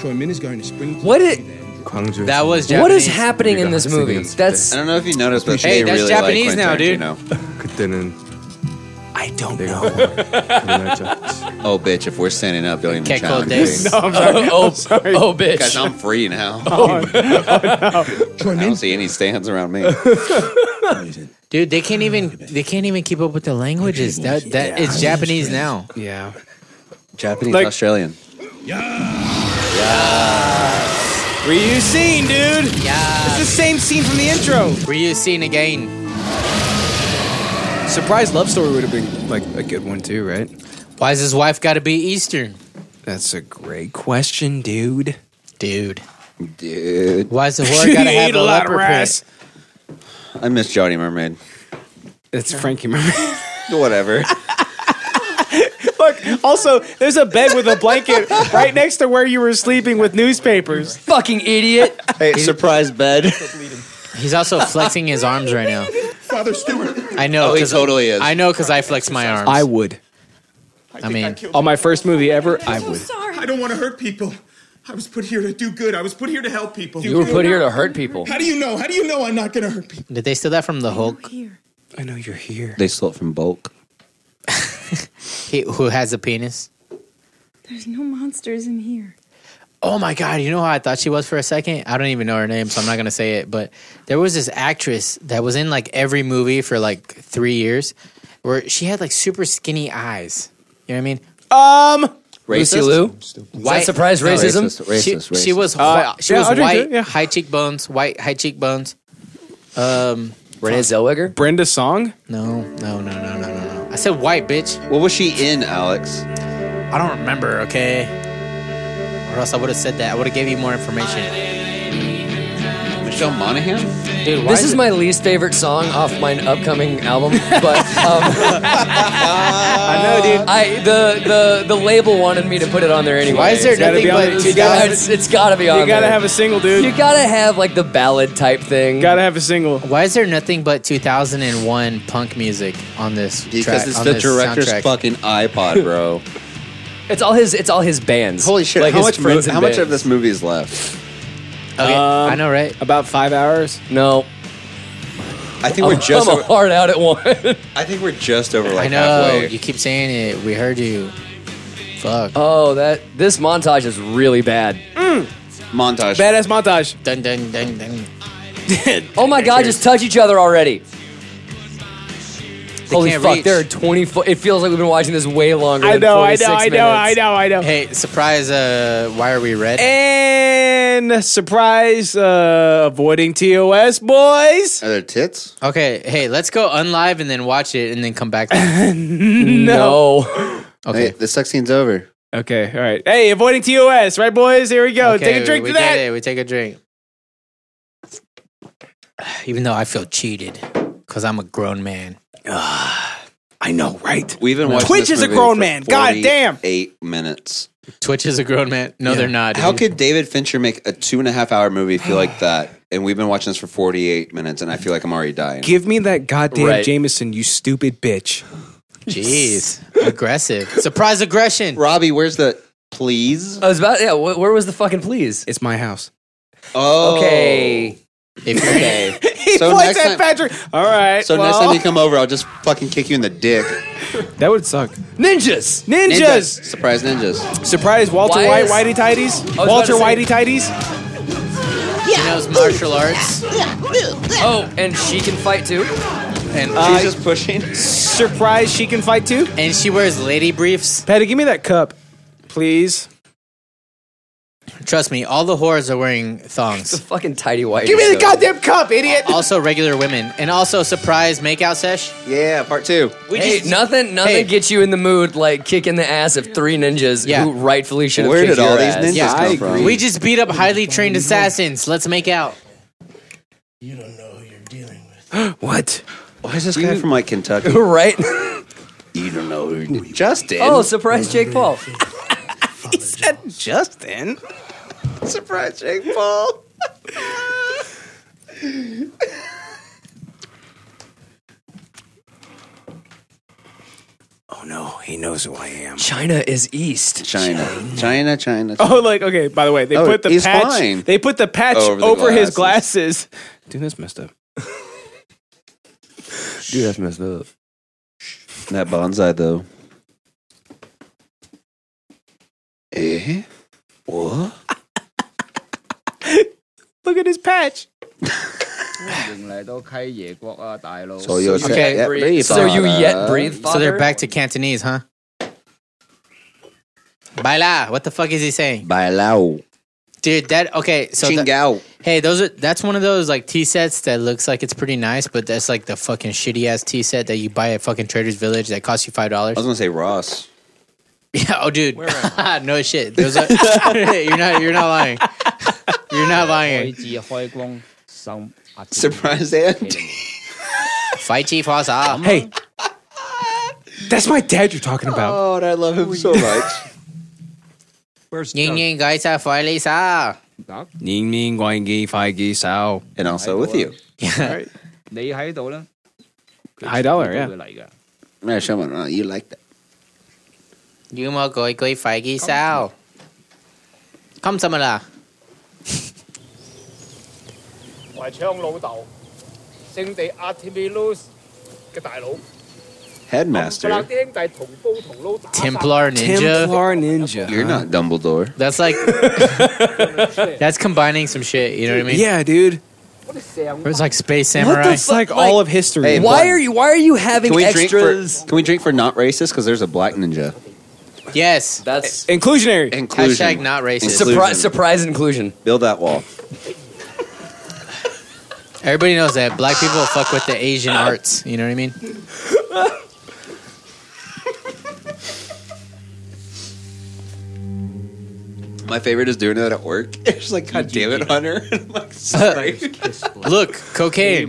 [SPEAKER 17] Troy Min is going to spring.
[SPEAKER 4] what is
[SPEAKER 1] That was Japanese.
[SPEAKER 4] what is happening in this movie? That's
[SPEAKER 2] I don't know if you noticed, but
[SPEAKER 1] Hey,
[SPEAKER 2] they
[SPEAKER 1] that's
[SPEAKER 2] really
[SPEAKER 1] Japanese
[SPEAKER 2] like
[SPEAKER 1] now,
[SPEAKER 2] Quentin
[SPEAKER 1] dude.
[SPEAKER 2] Tarantino.
[SPEAKER 5] I don't know.
[SPEAKER 2] Oh, bitch! If we're standing up, don't even
[SPEAKER 1] Can't call
[SPEAKER 2] challenge
[SPEAKER 1] it
[SPEAKER 2] me.
[SPEAKER 1] this.
[SPEAKER 5] No, I'm sorry.
[SPEAKER 4] oh,
[SPEAKER 5] I'm sorry.
[SPEAKER 4] oh, bitch.
[SPEAKER 2] Guys, I'm free now.
[SPEAKER 5] Oh, no.
[SPEAKER 2] I don't see any stands around me.
[SPEAKER 1] Dude, they can't even they can't even keep up with the languages. That that it's Japanese now.
[SPEAKER 5] Yeah.
[SPEAKER 2] Japanese,
[SPEAKER 1] Like-
[SPEAKER 2] Australian.
[SPEAKER 5] Were you seen, dude?
[SPEAKER 1] Yeah.
[SPEAKER 5] It's the same scene from the intro.
[SPEAKER 1] Were you seen again?
[SPEAKER 5] Surprise love story would have been like a good one too, right?
[SPEAKER 1] Why does his wife got to be Eastern?
[SPEAKER 5] That's a great question, dude.
[SPEAKER 1] Dude.
[SPEAKER 2] Dude.
[SPEAKER 1] Why is the whore gotta have a leopard print?
[SPEAKER 2] I miss Johnny Mermaid.
[SPEAKER 5] It's Frankie Mermaid.
[SPEAKER 2] Whatever.
[SPEAKER 5] Look, also, there's a bed with a blanket right next to where you were sleeping with newspapers.
[SPEAKER 4] Fucking idiot.
[SPEAKER 2] Hey, surprise bed.
[SPEAKER 1] He's also flexing his arms right now.
[SPEAKER 7] Father Stewart.
[SPEAKER 1] I know.
[SPEAKER 2] Oh, he
[SPEAKER 1] 'cause-
[SPEAKER 2] totally is.
[SPEAKER 1] I know because I flex my arms.
[SPEAKER 5] I would.
[SPEAKER 1] I mean,
[SPEAKER 5] On my first movie ever, I would.
[SPEAKER 7] Sorry. I don't want to hurt people. I was put here to do good. I was put here to help people.
[SPEAKER 1] You were put here to hurt people.
[SPEAKER 7] How do you know? How do you know I'm not going to hurt people?
[SPEAKER 1] did they steal that from the Hulk?
[SPEAKER 5] I know you're here.
[SPEAKER 2] They stole it from Bulk.
[SPEAKER 1] He, who has a penis?
[SPEAKER 11] There's no monsters in here.
[SPEAKER 1] Oh my god! You know how I thought she was for a second? I don't even know her name, so I'm not gonna say it. But there was this actress that was in like every movie for like three years, where she had like super skinny eyes. You know what I mean?
[SPEAKER 5] Um,
[SPEAKER 1] Lucy
[SPEAKER 4] Racist?
[SPEAKER 1] Liu.
[SPEAKER 4] Is that surprise
[SPEAKER 1] No,
[SPEAKER 4] racism? Racist,
[SPEAKER 1] She,
[SPEAKER 4] racist,
[SPEAKER 1] she was whi-
[SPEAKER 4] racist.
[SPEAKER 1] she
[SPEAKER 4] Uh,
[SPEAKER 1] was
[SPEAKER 4] yeah, I'll drink
[SPEAKER 1] white,
[SPEAKER 4] it, yeah.
[SPEAKER 1] high cheekbones, white high cheekbones. Um,
[SPEAKER 4] Renee Zellweger,
[SPEAKER 5] Brenda Song.
[SPEAKER 1] No, no, no, no, no, no, no. I said white bitch.
[SPEAKER 2] What was she in, Alex?
[SPEAKER 1] I don't remember. Okay, or else I would have said that. I would have gave you more information.
[SPEAKER 2] Michelle Monaghan.
[SPEAKER 1] Dude, why
[SPEAKER 4] This is my least favorite song off my upcoming album, but um, I know,
[SPEAKER 5] Uh,
[SPEAKER 4] dude. I the the the label wanted me to put it on there anyway.
[SPEAKER 1] Why is there
[SPEAKER 4] It's gotta
[SPEAKER 1] nothing
[SPEAKER 4] be on
[SPEAKER 1] but
[SPEAKER 4] there.
[SPEAKER 1] two
[SPEAKER 4] It's gotta-
[SPEAKER 1] guys?
[SPEAKER 4] it's- it's gotta be on.
[SPEAKER 5] You gotta
[SPEAKER 4] there.
[SPEAKER 5] have a single, dude.
[SPEAKER 4] You gotta have like the ballad type thing.
[SPEAKER 5] Gotta have a single.
[SPEAKER 1] Why is there nothing but 2001 punk music on this? track,
[SPEAKER 2] Because it's
[SPEAKER 1] on
[SPEAKER 2] the
[SPEAKER 1] this
[SPEAKER 2] director's
[SPEAKER 1] soundtrack?
[SPEAKER 2] fucking iPod, bro.
[SPEAKER 4] It's all his. It's all his bands.
[SPEAKER 2] Holy shit!
[SPEAKER 4] Like
[SPEAKER 2] how
[SPEAKER 4] his
[SPEAKER 2] much,
[SPEAKER 4] friends and
[SPEAKER 2] how much of
[SPEAKER 4] bands.
[SPEAKER 2] this movie is left?
[SPEAKER 1] I know, right?
[SPEAKER 5] About five hours.
[SPEAKER 4] No,
[SPEAKER 2] I think we're
[SPEAKER 4] I'm-
[SPEAKER 2] just.
[SPEAKER 4] I'm
[SPEAKER 2] over,
[SPEAKER 4] hard out at one.
[SPEAKER 2] I think we're just over like
[SPEAKER 1] I know.
[SPEAKER 2] halfway.
[SPEAKER 1] You keep saying it. We heard you. Fuck.
[SPEAKER 4] Oh, that this montage is really bad.
[SPEAKER 2] Montage.
[SPEAKER 5] Badass montage.
[SPEAKER 1] Dun dun dun dun.
[SPEAKER 4] Oh my god, just touch each other already. Holy
[SPEAKER 1] can't
[SPEAKER 4] fuck,
[SPEAKER 1] reach.
[SPEAKER 4] there are 20 fo- It feels like we've been watching this way longer
[SPEAKER 5] I
[SPEAKER 4] than
[SPEAKER 5] know, I
[SPEAKER 4] 46
[SPEAKER 5] know, I
[SPEAKER 4] minutes.
[SPEAKER 5] know, I know, I know.
[SPEAKER 1] Hey, surprise! Uh, why are we red?
[SPEAKER 2] Eh.
[SPEAKER 5] And surprise, uh, avoiding TOS, boys.
[SPEAKER 2] Are there tits?
[SPEAKER 1] Okay. Hey, let's go unlive and then watch it and then come back.
[SPEAKER 4] no.
[SPEAKER 1] Okay.
[SPEAKER 2] Hey, the sex scene's over.
[SPEAKER 5] Okay, all right. Hey, avoiding TOS, right, boys? Here we go.
[SPEAKER 1] Okay,
[SPEAKER 5] Take a drink
[SPEAKER 1] we
[SPEAKER 5] to
[SPEAKER 1] did
[SPEAKER 5] that.
[SPEAKER 1] it. We take a drink. Even though I feel cheated because I'm a grown man.
[SPEAKER 5] I know, right?
[SPEAKER 2] We've been watching
[SPEAKER 5] Twitch
[SPEAKER 2] this
[SPEAKER 5] is a
[SPEAKER 2] movie
[SPEAKER 5] grown
[SPEAKER 2] for
[SPEAKER 5] man. God damn.
[SPEAKER 2] 48 minutes.
[SPEAKER 1] Twitch is a grown man. No, they're not.
[SPEAKER 2] How
[SPEAKER 1] dude.
[SPEAKER 2] could David Fincher make a two and a half hour movie feel like that? And we've been watching this for 48 minutes, and I feel like I'm already dying.
[SPEAKER 5] Give me that goddamn
[SPEAKER 2] Right.
[SPEAKER 5] Jameson, you stupid bitch.
[SPEAKER 1] Jeez, aggressive. Surprise aggression.
[SPEAKER 2] Robbie, where's the please?
[SPEAKER 4] I was about, yeah, wh- where was the fucking please?
[SPEAKER 5] It's my house.
[SPEAKER 2] Oh,
[SPEAKER 4] Okay.
[SPEAKER 1] If
[SPEAKER 2] Okay.
[SPEAKER 5] He
[SPEAKER 2] So
[SPEAKER 5] points
[SPEAKER 2] next
[SPEAKER 5] at
[SPEAKER 2] time-
[SPEAKER 5] Patrick. All right.
[SPEAKER 2] So next time you come over, I'll just fucking kick you in the dick.
[SPEAKER 5] that would suck.
[SPEAKER 4] Ninjas!
[SPEAKER 5] Ninjas.
[SPEAKER 2] Surprise ninjas.
[SPEAKER 5] Surprise, Walter White,
[SPEAKER 4] Why is-
[SPEAKER 5] Whitey Tidies.
[SPEAKER 4] about
[SPEAKER 5] Walter
[SPEAKER 4] to say-
[SPEAKER 5] Whitey Tidies.
[SPEAKER 1] She knows martial arts
[SPEAKER 4] Oh, and she can fight too?
[SPEAKER 1] and
[SPEAKER 2] She's just pushing.
[SPEAKER 5] Surprise, she can fight too.
[SPEAKER 1] and she wears lady briefs.
[SPEAKER 5] Patty, give me that cup, please.
[SPEAKER 1] Trust me, all the whores are wearing
[SPEAKER 4] It's a
[SPEAKER 1] thongs.
[SPEAKER 4] fucking tidy white.
[SPEAKER 5] Give me the
[SPEAKER 4] so-
[SPEAKER 5] goddamn cup, idiot.
[SPEAKER 1] Also regular women, and also surprise makeout sesh.
[SPEAKER 2] Yeah, part two.
[SPEAKER 1] We
[SPEAKER 4] Hey,
[SPEAKER 1] just
[SPEAKER 4] nothing, nothing
[SPEAKER 1] Hey.
[SPEAKER 4] gets you in the mood like kicking the ass of three ninjas
[SPEAKER 1] Yeah.
[SPEAKER 4] who rightfully should have
[SPEAKER 2] Where
[SPEAKER 4] kicked
[SPEAKER 2] did all
[SPEAKER 4] your
[SPEAKER 2] these
[SPEAKER 4] ass.
[SPEAKER 2] ninjas
[SPEAKER 1] Yeah,
[SPEAKER 2] come
[SPEAKER 5] I
[SPEAKER 2] from?
[SPEAKER 5] agree.
[SPEAKER 1] we just beat up highly trained assassins. Let's make out.
[SPEAKER 5] What?
[SPEAKER 2] Why is this guy from like Kentucky?
[SPEAKER 4] right?
[SPEAKER 2] you don't know. who you- Justin.
[SPEAKER 4] Oh, surprise, Jake Paul.
[SPEAKER 5] Justin.
[SPEAKER 2] surprise, Jake Paul.
[SPEAKER 5] Oh no, he knows who I am.
[SPEAKER 4] China is east.
[SPEAKER 2] China, China, China.
[SPEAKER 5] Oh, like okay. By the way, they
[SPEAKER 2] Oh,
[SPEAKER 5] put the
[SPEAKER 2] he's
[SPEAKER 5] patch.
[SPEAKER 2] flying.
[SPEAKER 5] They put the patch over,
[SPEAKER 2] Over the
[SPEAKER 5] his glasses. Dude, that's messed up.
[SPEAKER 2] Dude, that's messed up. That bonsai though. Eh? What?
[SPEAKER 5] Look at his patch.
[SPEAKER 2] So you're
[SPEAKER 1] Okay.
[SPEAKER 2] saying- yet breathe, father.
[SPEAKER 1] So they're back to Cantonese, huh? Baila. What the fuck is he saying?
[SPEAKER 2] Bailao.
[SPEAKER 1] Dude, that okay. So the- hey, those are that's one of those like tea sets that looks like it's pretty nice, but that's like the fucking shitty ass tea set that you buy at fucking Trader's Village that costs you five dollars.
[SPEAKER 2] I was gonna say Ross.
[SPEAKER 1] Yeah. Oh, dude. no shit. Those are, you're not. You're not lying. You're not lying.
[SPEAKER 2] Surprise Ant.
[SPEAKER 1] Fight Chief Hasa.
[SPEAKER 5] Hey, that's my dad you're talking about.
[SPEAKER 2] Oh, and I love him so much.
[SPEAKER 1] Where's Ying Ying Gaisa Fai Lisa?
[SPEAKER 5] Ning ning guang gi fai gi sao.
[SPEAKER 2] And also with you.
[SPEAKER 5] Yeah. High dollar, yeah.
[SPEAKER 2] Yeah, someone, uh, you like that.
[SPEAKER 1] Yumo Goi Goi Fai Gi Sao. Come some of that.
[SPEAKER 2] Headmaster.
[SPEAKER 1] Templar Ninja.
[SPEAKER 5] Templar Ninja.
[SPEAKER 2] You're not Dumbledore.
[SPEAKER 1] That's like that's combining some shit. You know what I mean?
[SPEAKER 5] Yeah, dude.
[SPEAKER 1] It's like space samurai.
[SPEAKER 5] It's like, all of history.
[SPEAKER 2] Hey,
[SPEAKER 1] Why
[SPEAKER 2] button.
[SPEAKER 1] are
[SPEAKER 4] you? Why are you having
[SPEAKER 2] Can we
[SPEAKER 4] extras?
[SPEAKER 2] Drink for, can we drink for not racist? Because there's a black ninja.
[SPEAKER 1] Yes,
[SPEAKER 4] that's
[SPEAKER 5] inclusionary.
[SPEAKER 2] Inclusion.
[SPEAKER 1] Hashtag not racist.
[SPEAKER 2] Inclusion.
[SPEAKER 4] Surprise, surprise inclusion.
[SPEAKER 2] Build that wall.
[SPEAKER 1] Everybody knows that black people fuck with the Asian arts. You know what I mean?
[SPEAKER 2] My favorite is doing that at work. It's like, God damn it, Hunter. I'm like, sorry.
[SPEAKER 1] Look, cocaine.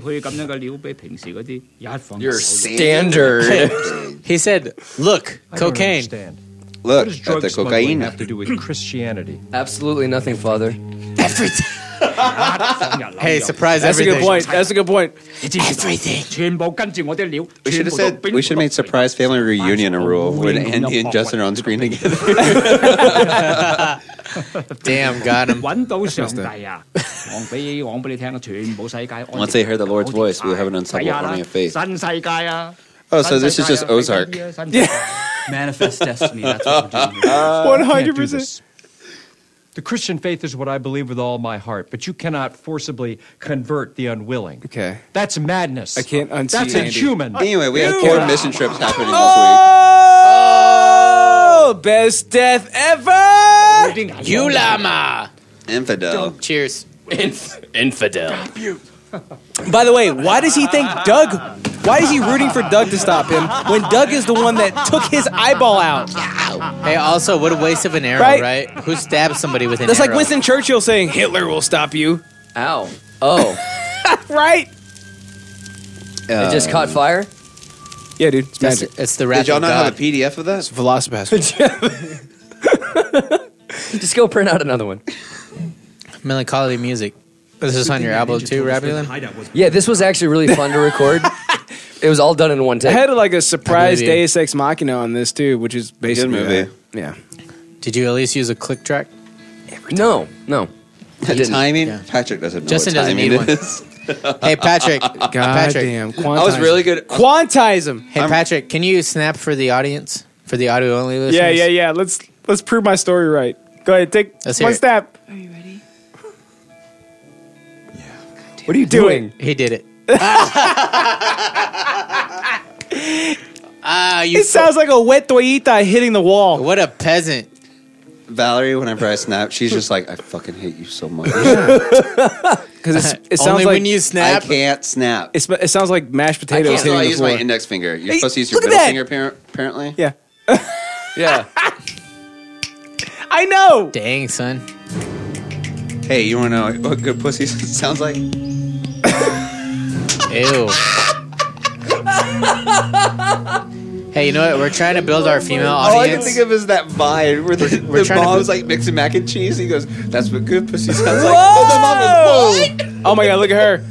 [SPEAKER 4] Your standard.
[SPEAKER 1] he said, "Look,
[SPEAKER 13] I don't
[SPEAKER 1] cocaine."
[SPEAKER 13] understand.
[SPEAKER 2] Look
[SPEAKER 13] what does drug
[SPEAKER 2] the
[SPEAKER 13] smuggling
[SPEAKER 2] cocaine.
[SPEAKER 13] have to do with Christianity?
[SPEAKER 4] Absolutely nothing, Father.
[SPEAKER 1] Hey, surprise!
[SPEAKER 5] That's a good
[SPEAKER 1] everything.
[SPEAKER 5] point. That's a good point.
[SPEAKER 1] Everything.
[SPEAKER 2] We should have said we should have made surprise family reunion a rule when Andy and Justin are on screen together.
[SPEAKER 1] Damn, got him.
[SPEAKER 2] Once they hear the Lord's voice, we'll have an unstoppable army of faith. Oh, so this is just Ozark.
[SPEAKER 13] Manifest destiny. That's
[SPEAKER 2] what we're doing.
[SPEAKER 5] One hundred
[SPEAKER 13] percent. The Christian faith is what I believe with all my heart, but you cannot forcibly convert the unwilling.
[SPEAKER 5] Okay.
[SPEAKER 13] That's madness.
[SPEAKER 5] I can't unsee
[SPEAKER 13] That's
[SPEAKER 5] Andy.
[SPEAKER 13] inhuman.
[SPEAKER 2] Anyway, we have
[SPEAKER 13] Dude.
[SPEAKER 2] four mission trips happening this week.
[SPEAKER 5] Oh, best death ever.
[SPEAKER 1] You llama.
[SPEAKER 2] Infidel.
[SPEAKER 1] Cheers.
[SPEAKER 4] infidel.
[SPEAKER 5] By the way, why does he think Doug? Why is he rooting for Doug to stop him when Doug is the one that took his eyeball out?
[SPEAKER 1] Hey, also, what a waste of an arrow,
[SPEAKER 5] Right?
[SPEAKER 1] right? Who stabbed somebody with an
[SPEAKER 5] That's
[SPEAKER 1] arrow?
[SPEAKER 5] like Winston Churchill saying Hitler will stop you.
[SPEAKER 4] Ow. Oh.
[SPEAKER 5] right?
[SPEAKER 4] it just caught fire?
[SPEAKER 5] Yeah, dude. It's
[SPEAKER 1] That's-
[SPEAKER 5] magic.
[SPEAKER 1] it's the wrath
[SPEAKER 2] Did y'all
[SPEAKER 1] of
[SPEAKER 2] not
[SPEAKER 1] God.
[SPEAKER 2] have a PDF of that?
[SPEAKER 5] It's Velocipastor.
[SPEAKER 4] Just go print out another one.
[SPEAKER 1] Melancholy music. This is on your album too, Rapulin?
[SPEAKER 4] Yeah, this was actually really fun to record. it was all done in one
[SPEAKER 5] I
[SPEAKER 4] take.
[SPEAKER 5] had like a surprise
[SPEAKER 1] I believe you.
[SPEAKER 5] Deus Ex Machina on this too, which is basically
[SPEAKER 2] movie.
[SPEAKER 5] that. Yeah.
[SPEAKER 1] Did you at least use a click track?
[SPEAKER 4] No, no. I didn't.
[SPEAKER 2] timing? Patrick doesn't know
[SPEAKER 1] Justin
[SPEAKER 2] what
[SPEAKER 1] doesn't
[SPEAKER 2] timing
[SPEAKER 1] need one.
[SPEAKER 2] it is. Uh,
[SPEAKER 1] Hey, Patrick.
[SPEAKER 5] Uh,
[SPEAKER 1] Patrick.
[SPEAKER 5] Goddamn.
[SPEAKER 2] I was really good.
[SPEAKER 5] Quantize him.
[SPEAKER 1] Hey, Patrick, can you snap for the audience? For the audio only listeners?
[SPEAKER 5] Yeah, yeah, yeah. Let's let's prove my story right. Go ahead, take
[SPEAKER 1] Let's hear
[SPEAKER 5] one
[SPEAKER 1] it.
[SPEAKER 5] step.
[SPEAKER 11] Are you ready?
[SPEAKER 5] What are you doing?
[SPEAKER 1] He did it. Ah, you.
[SPEAKER 5] It sounds like a wet toallita hitting the wall.
[SPEAKER 1] what a peasant.
[SPEAKER 2] Valerie, whenever I snap, she's just like, I fucking hate you so much.
[SPEAKER 5] Because it sounds
[SPEAKER 1] Only
[SPEAKER 5] like
[SPEAKER 1] when you
[SPEAKER 2] I
[SPEAKER 1] snap.
[SPEAKER 2] can't snap.
[SPEAKER 5] it's, it sounds like mashed
[SPEAKER 2] I
[SPEAKER 5] potatoes
[SPEAKER 2] can't. So
[SPEAKER 5] hitting
[SPEAKER 2] I
[SPEAKER 5] the
[SPEAKER 2] use
[SPEAKER 5] floor.
[SPEAKER 2] my index finger. You're
[SPEAKER 5] Hey,
[SPEAKER 2] supposed to use your
[SPEAKER 5] look at
[SPEAKER 2] middle
[SPEAKER 5] that.
[SPEAKER 2] finger, appar- apparently.
[SPEAKER 5] yeah,
[SPEAKER 4] Yeah.
[SPEAKER 5] I know.
[SPEAKER 1] Dang, son.
[SPEAKER 2] Hey, you want to know what good pussy sounds like?
[SPEAKER 1] Ew. hey, you know what? We're trying to build our female
[SPEAKER 2] All I can
[SPEAKER 1] audience.
[SPEAKER 2] think of is that vine where the,
[SPEAKER 1] we're
[SPEAKER 2] the
[SPEAKER 1] trying to-
[SPEAKER 2] mom's like mixing mac and cheese. He goes, "That's what good pussy sounds like."
[SPEAKER 5] Whoa!
[SPEAKER 2] But the mom goes,
[SPEAKER 5] Oh my god, look at her.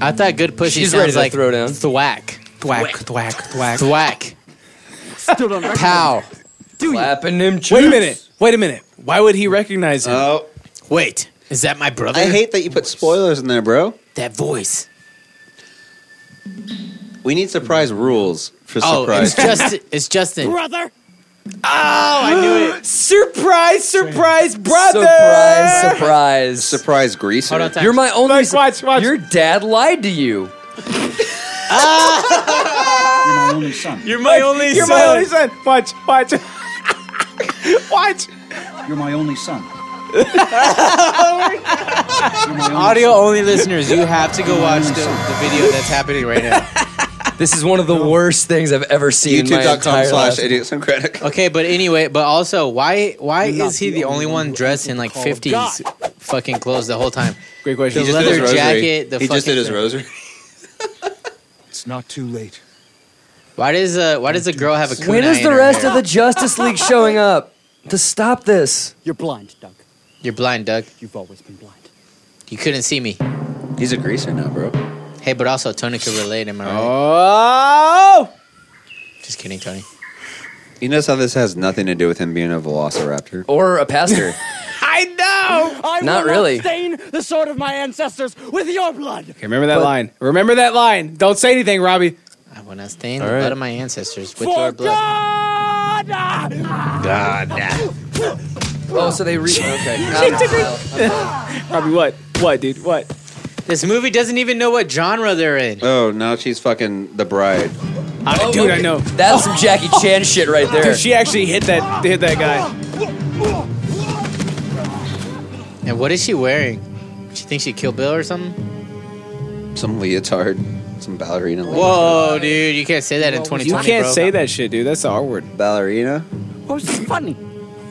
[SPEAKER 1] I thought good pussy
[SPEAKER 4] She's ready
[SPEAKER 1] sounds
[SPEAKER 4] to
[SPEAKER 1] like
[SPEAKER 4] throw down.
[SPEAKER 1] thwack,
[SPEAKER 5] Thwack, thwack, thwack.
[SPEAKER 1] thwack,
[SPEAKER 6] Still don't recognize
[SPEAKER 1] pow.
[SPEAKER 4] Clapping them cheeks.
[SPEAKER 5] Wait a minute. Wait a minute. Why would he recognize him?
[SPEAKER 2] "What?" Oh,
[SPEAKER 1] Wait, is that my brother?
[SPEAKER 2] I hate that you put spoilers in there, bro.
[SPEAKER 1] that voice.
[SPEAKER 2] We need surprise rules for
[SPEAKER 1] Oh, it's
[SPEAKER 2] surprise.
[SPEAKER 1] Oh, Justin. It's Justin.
[SPEAKER 6] Brother!
[SPEAKER 5] Oh, I knew it. surprise, surprise, brother.
[SPEAKER 4] Surprise, surprise.
[SPEAKER 2] Surprise greaser.
[SPEAKER 4] Hold on, You're my only s- Your dad lied to you.
[SPEAKER 5] you're my only son. You're my only you're my only son. Watch, watch. watch.
[SPEAKER 18] You're my only son.
[SPEAKER 1] Audio only listeners, you have to go watch the, the video that's happening right now.
[SPEAKER 4] This is one of the worst things I've ever seen. in my entire life.
[SPEAKER 2] idiosyncratic.
[SPEAKER 1] Okay, but anyway, but also, why why is he the only one dressed in like fifties fucking clothes the whole time?
[SPEAKER 5] Great
[SPEAKER 1] The leather jacket. The fucking,
[SPEAKER 2] rosary.
[SPEAKER 1] It's not too late. Why does uh why does the girl have a? Kunai
[SPEAKER 4] When is
[SPEAKER 1] in
[SPEAKER 4] the
[SPEAKER 1] her
[SPEAKER 4] rest
[SPEAKER 1] hair?
[SPEAKER 4] of the Justice League showing up to stop this?
[SPEAKER 18] You're blind, Doug.
[SPEAKER 1] You're blind, Doug.
[SPEAKER 18] You've always been blind.
[SPEAKER 1] You couldn't see me.
[SPEAKER 2] He's a greaser now, bro.
[SPEAKER 1] Hey, but also Tony could relate. Am I right?
[SPEAKER 5] Oh.
[SPEAKER 1] Just kidding, Tony.
[SPEAKER 2] You notice how this has nothing to do with him being a velociraptor?
[SPEAKER 4] Or a pastor.
[SPEAKER 5] I know.
[SPEAKER 18] I
[SPEAKER 2] Not
[SPEAKER 18] will
[SPEAKER 2] really.
[SPEAKER 18] stain the sword of my ancestors with your blood.
[SPEAKER 5] Okay, remember that line. Remember that line. Don't say anything, Robbie.
[SPEAKER 1] I want to stay in the
[SPEAKER 5] All right.
[SPEAKER 1] blood of my ancestors with
[SPEAKER 5] For
[SPEAKER 1] your blood.
[SPEAKER 5] God.
[SPEAKER 4] Oh, so they re. Okay.
[SPEAKER 5] Robbie, what? What, dude? What?
[SPEAKER 1] This movie doesn't even know what genre they're in.
[SPEAKER 2] Oh, now she's fucking the bride.
[SPEAKER 5] Oh, dude, I know.
[SPEAKER 4] That's some Jackie Chan shit right there.
[SPEAKER 5] Dude, she actually hit that hit that guy.
[SPEAKER 1] And what is she wearing? She thinks she Kill Bill or something?
[SPEAKER 2] Some leotard, some ballerina.
[SPEAKER 1] Whoa, dude, you can't say that in 2020.
[SPEAKER 5] You can't
[SPEAKER 1] bro.
[SPEAKER 5] say that shit, dude. That's the R word.
[SPEAKER 2] Ballerina,
[SPEAKER 18] What's Oh, funny?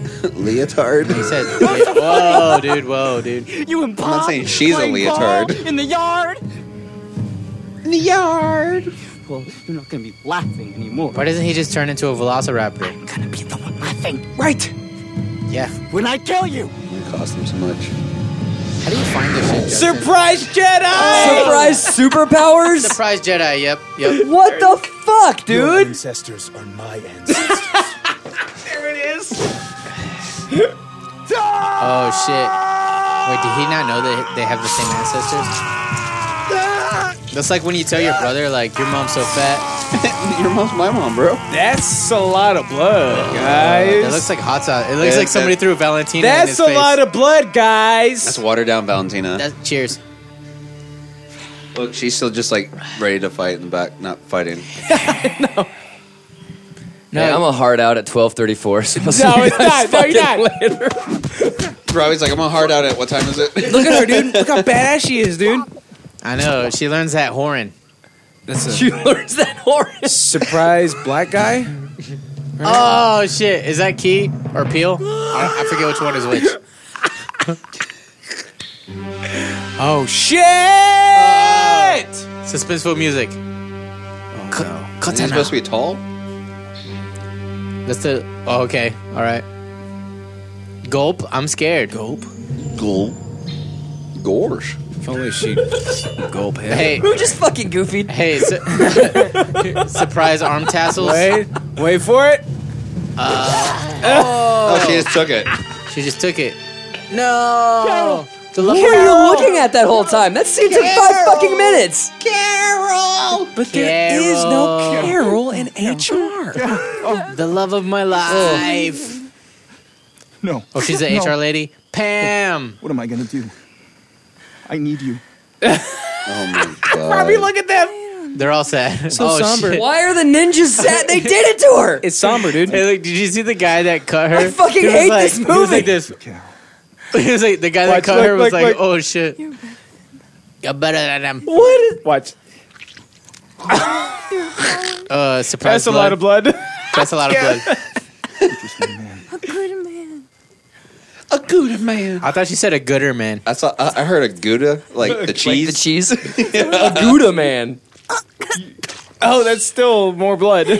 [SPEAKER 2] leotard. He
[SPEAKER 1] said, "Whoa, dude, whoa, dude."
[SPEAKER 18] You and
[SPEAKER 2] I'm not
[SPEAKER 18] Pop
[SPEAKER 2] saying she's a
[SPEAKER 18] playing
[SPEAKER 2] leotard.
[SPEAKER 18] ball in the yard. In the yard. Well, you're not gonna be laughing anymore.
[SPEAKER 1] Why doesn't he just turn into a velociraptor?
[SPEAKER 18] laughing? Right.
[SPEAKER 1] Yeah.
[SPEAKER 18] When I kill you.
[SPEAKER 2] It cost him so much.
[SPEAKER 1] How do you find this shit? Justin?
[SPEAKER 5] Surprise Jedi!
[SPEAKER 4] Surprise superpowers?
[SPEAKER 1] Surprise Jedi, yep, yep.
[SPEAKER 4] What the fuck,
[SPEAKER 1] Your
[SPEAKER 4] dude?
[SPEAKER 7] ancestors are my ancestors.
[SPEAKER 5] There it is.
[SPEAKER 1] Oh, shit. Wait, did he not know that they have the same ancestors? That's like when you tell your brother, like, your mom's so fat.
[SPEAKER 2] your mom's my mom, bro.
[SPEAKER 5] That's a lot of blood,
[SPEAKER 1] It
[SPEAKER 5] guys.
[SPEAKER 1] looks like hot sauce. It looks like somebody threw Valentina in
[SPEAKER 5] That's
[SPEAKER 1] his
[SPEAKER 5] a
[SPEAKER 1] face.
[SPEAKER 5] lot of blood, guys.
[SPEAKER 2] That's watered down Valentina.
[SPEAKER 1] That- cheers.
[SPEAKER 2] Look, she's still just like ready to fight in the back, not fighting.
[SPEAKER 4] No, I'm a hard out at 12:34. So I'll see
[SPEAKER 5] No,
[SPEAKER 4] you
[SPEAKER 5] it's
[SPEAKER 4] guys
[SPEAKER 5] not. No, you're
[SPEAKER 4] fucking
[SPEAKER 5] not.
[SPEAKER 4] later.
[SPEAKER 2] Robbie's like, I'm a hard out at what time is it?
[SPEAKER 5] Look at her, dude. Look how badass she is, dude.
[SPEAKER 1] I know. She learns that horn.
[SPEAKER 5] That's a-
[SPEAKER 1] she
[SPEAKER 4] learns that horn.
[SPEAKER 5] Surprise black guy?
[SPEAKER 1] Oh shit! Is that Key or Peel? I, I forget which one is which.
[SPEAKER 5] oh shit!
[SPEAKER 1] Suspenseful music. Oh, no.
[SPEAKER 2] Is he supposed to be tall?
[SPEAKER 1] That's the. Oh, okay. All right. Gulp. I'm scared. Gulp.
[SPEAKER 2] Gulp. Gorge.
[SPEAKER 5] If only she gulp him.
[SPEAKER 1] Hey.
[SPEAKER 4] Who just fucking goofied?
[SPEAKER 1] Hey, su- surprise arm tassels.
[SPEAKER 5] Wait, wait for it.
[SPEAKER 1] Uh,
[SPEAKER 2] oh. she just took it.
[SPEAKER 1] She just took it. No. The
[SPEAKER 4] What
[SPEAKER 1] lo-
[SPEAKER 4] were you looking at that whole time? That scene took five fucking minutes.
[SPEAKER 12] Carol!
[SPEAKER 4] But there is no Carol in
[SPEAKER 5] HR.
[SPEAKER 1] The love of my life.
[SPEAKER 7] No.
[SPEAKER 1] Oh, she's the
[SPEAKER 7] No.
[SPEAKER 1] HR lady. Pam.
[SPEAKER 7] What am I gonna do? I need you.
[SPEAKER 2] oh my god.
[SPEAKER 5] Robbie, look at them.
[SPEAKER 1] They're all sad.
[SPEAKER 5] So
[SPEAKER 1] oh,
[SPEAKER 5] somber.
[SPEAKER 1] Shit.
[SPEAKER 4] Why are the ninjas sad? They did it to her.
[SPEAKER 5] It's somber, dude.
[SPEAKER 1] Hey, look, did you see the guy that cut her?
[SPEAKER 4] I fucking
[SPEAKER 1] He was
[SPEAKER 4] hate
[SPEAKER 1] like-
[SPEAKER 4] this
[SPEAKER 1] He was
[SPEAKER 4] movie.
[SPEAKER 1] like this. He was like, the guy
[SPEAKER 4] Watch,
[SPEAKER 1] that cut
[SPEAKER 4] look,
[SPEAKER 1] her was
[SPEAKER 4] look,
[SPEAKER 1] like,
[SPEAKER 4] look.
[SPEAKER 1] oh shit. You're better than them.
[SPEAKER 5] What? Watch.
[SPEAKER 1] Uh, surprise.
[SPEAKER 5] That's a lot of blood.
[SPEAKER 1] That's a lot of blood.
[SPEAKER 11] A good man.
[SPEAKER 2] A Gouda man.
[SPEAKER 1] I thought she said a gooder man.
[SPEAKER 2] I saw. I I heard a Gouda, like the cheese.
[SPEAKER 4] the cheese. a Gouda man.
[SPEAKER 5] Oh, that's still more blood. a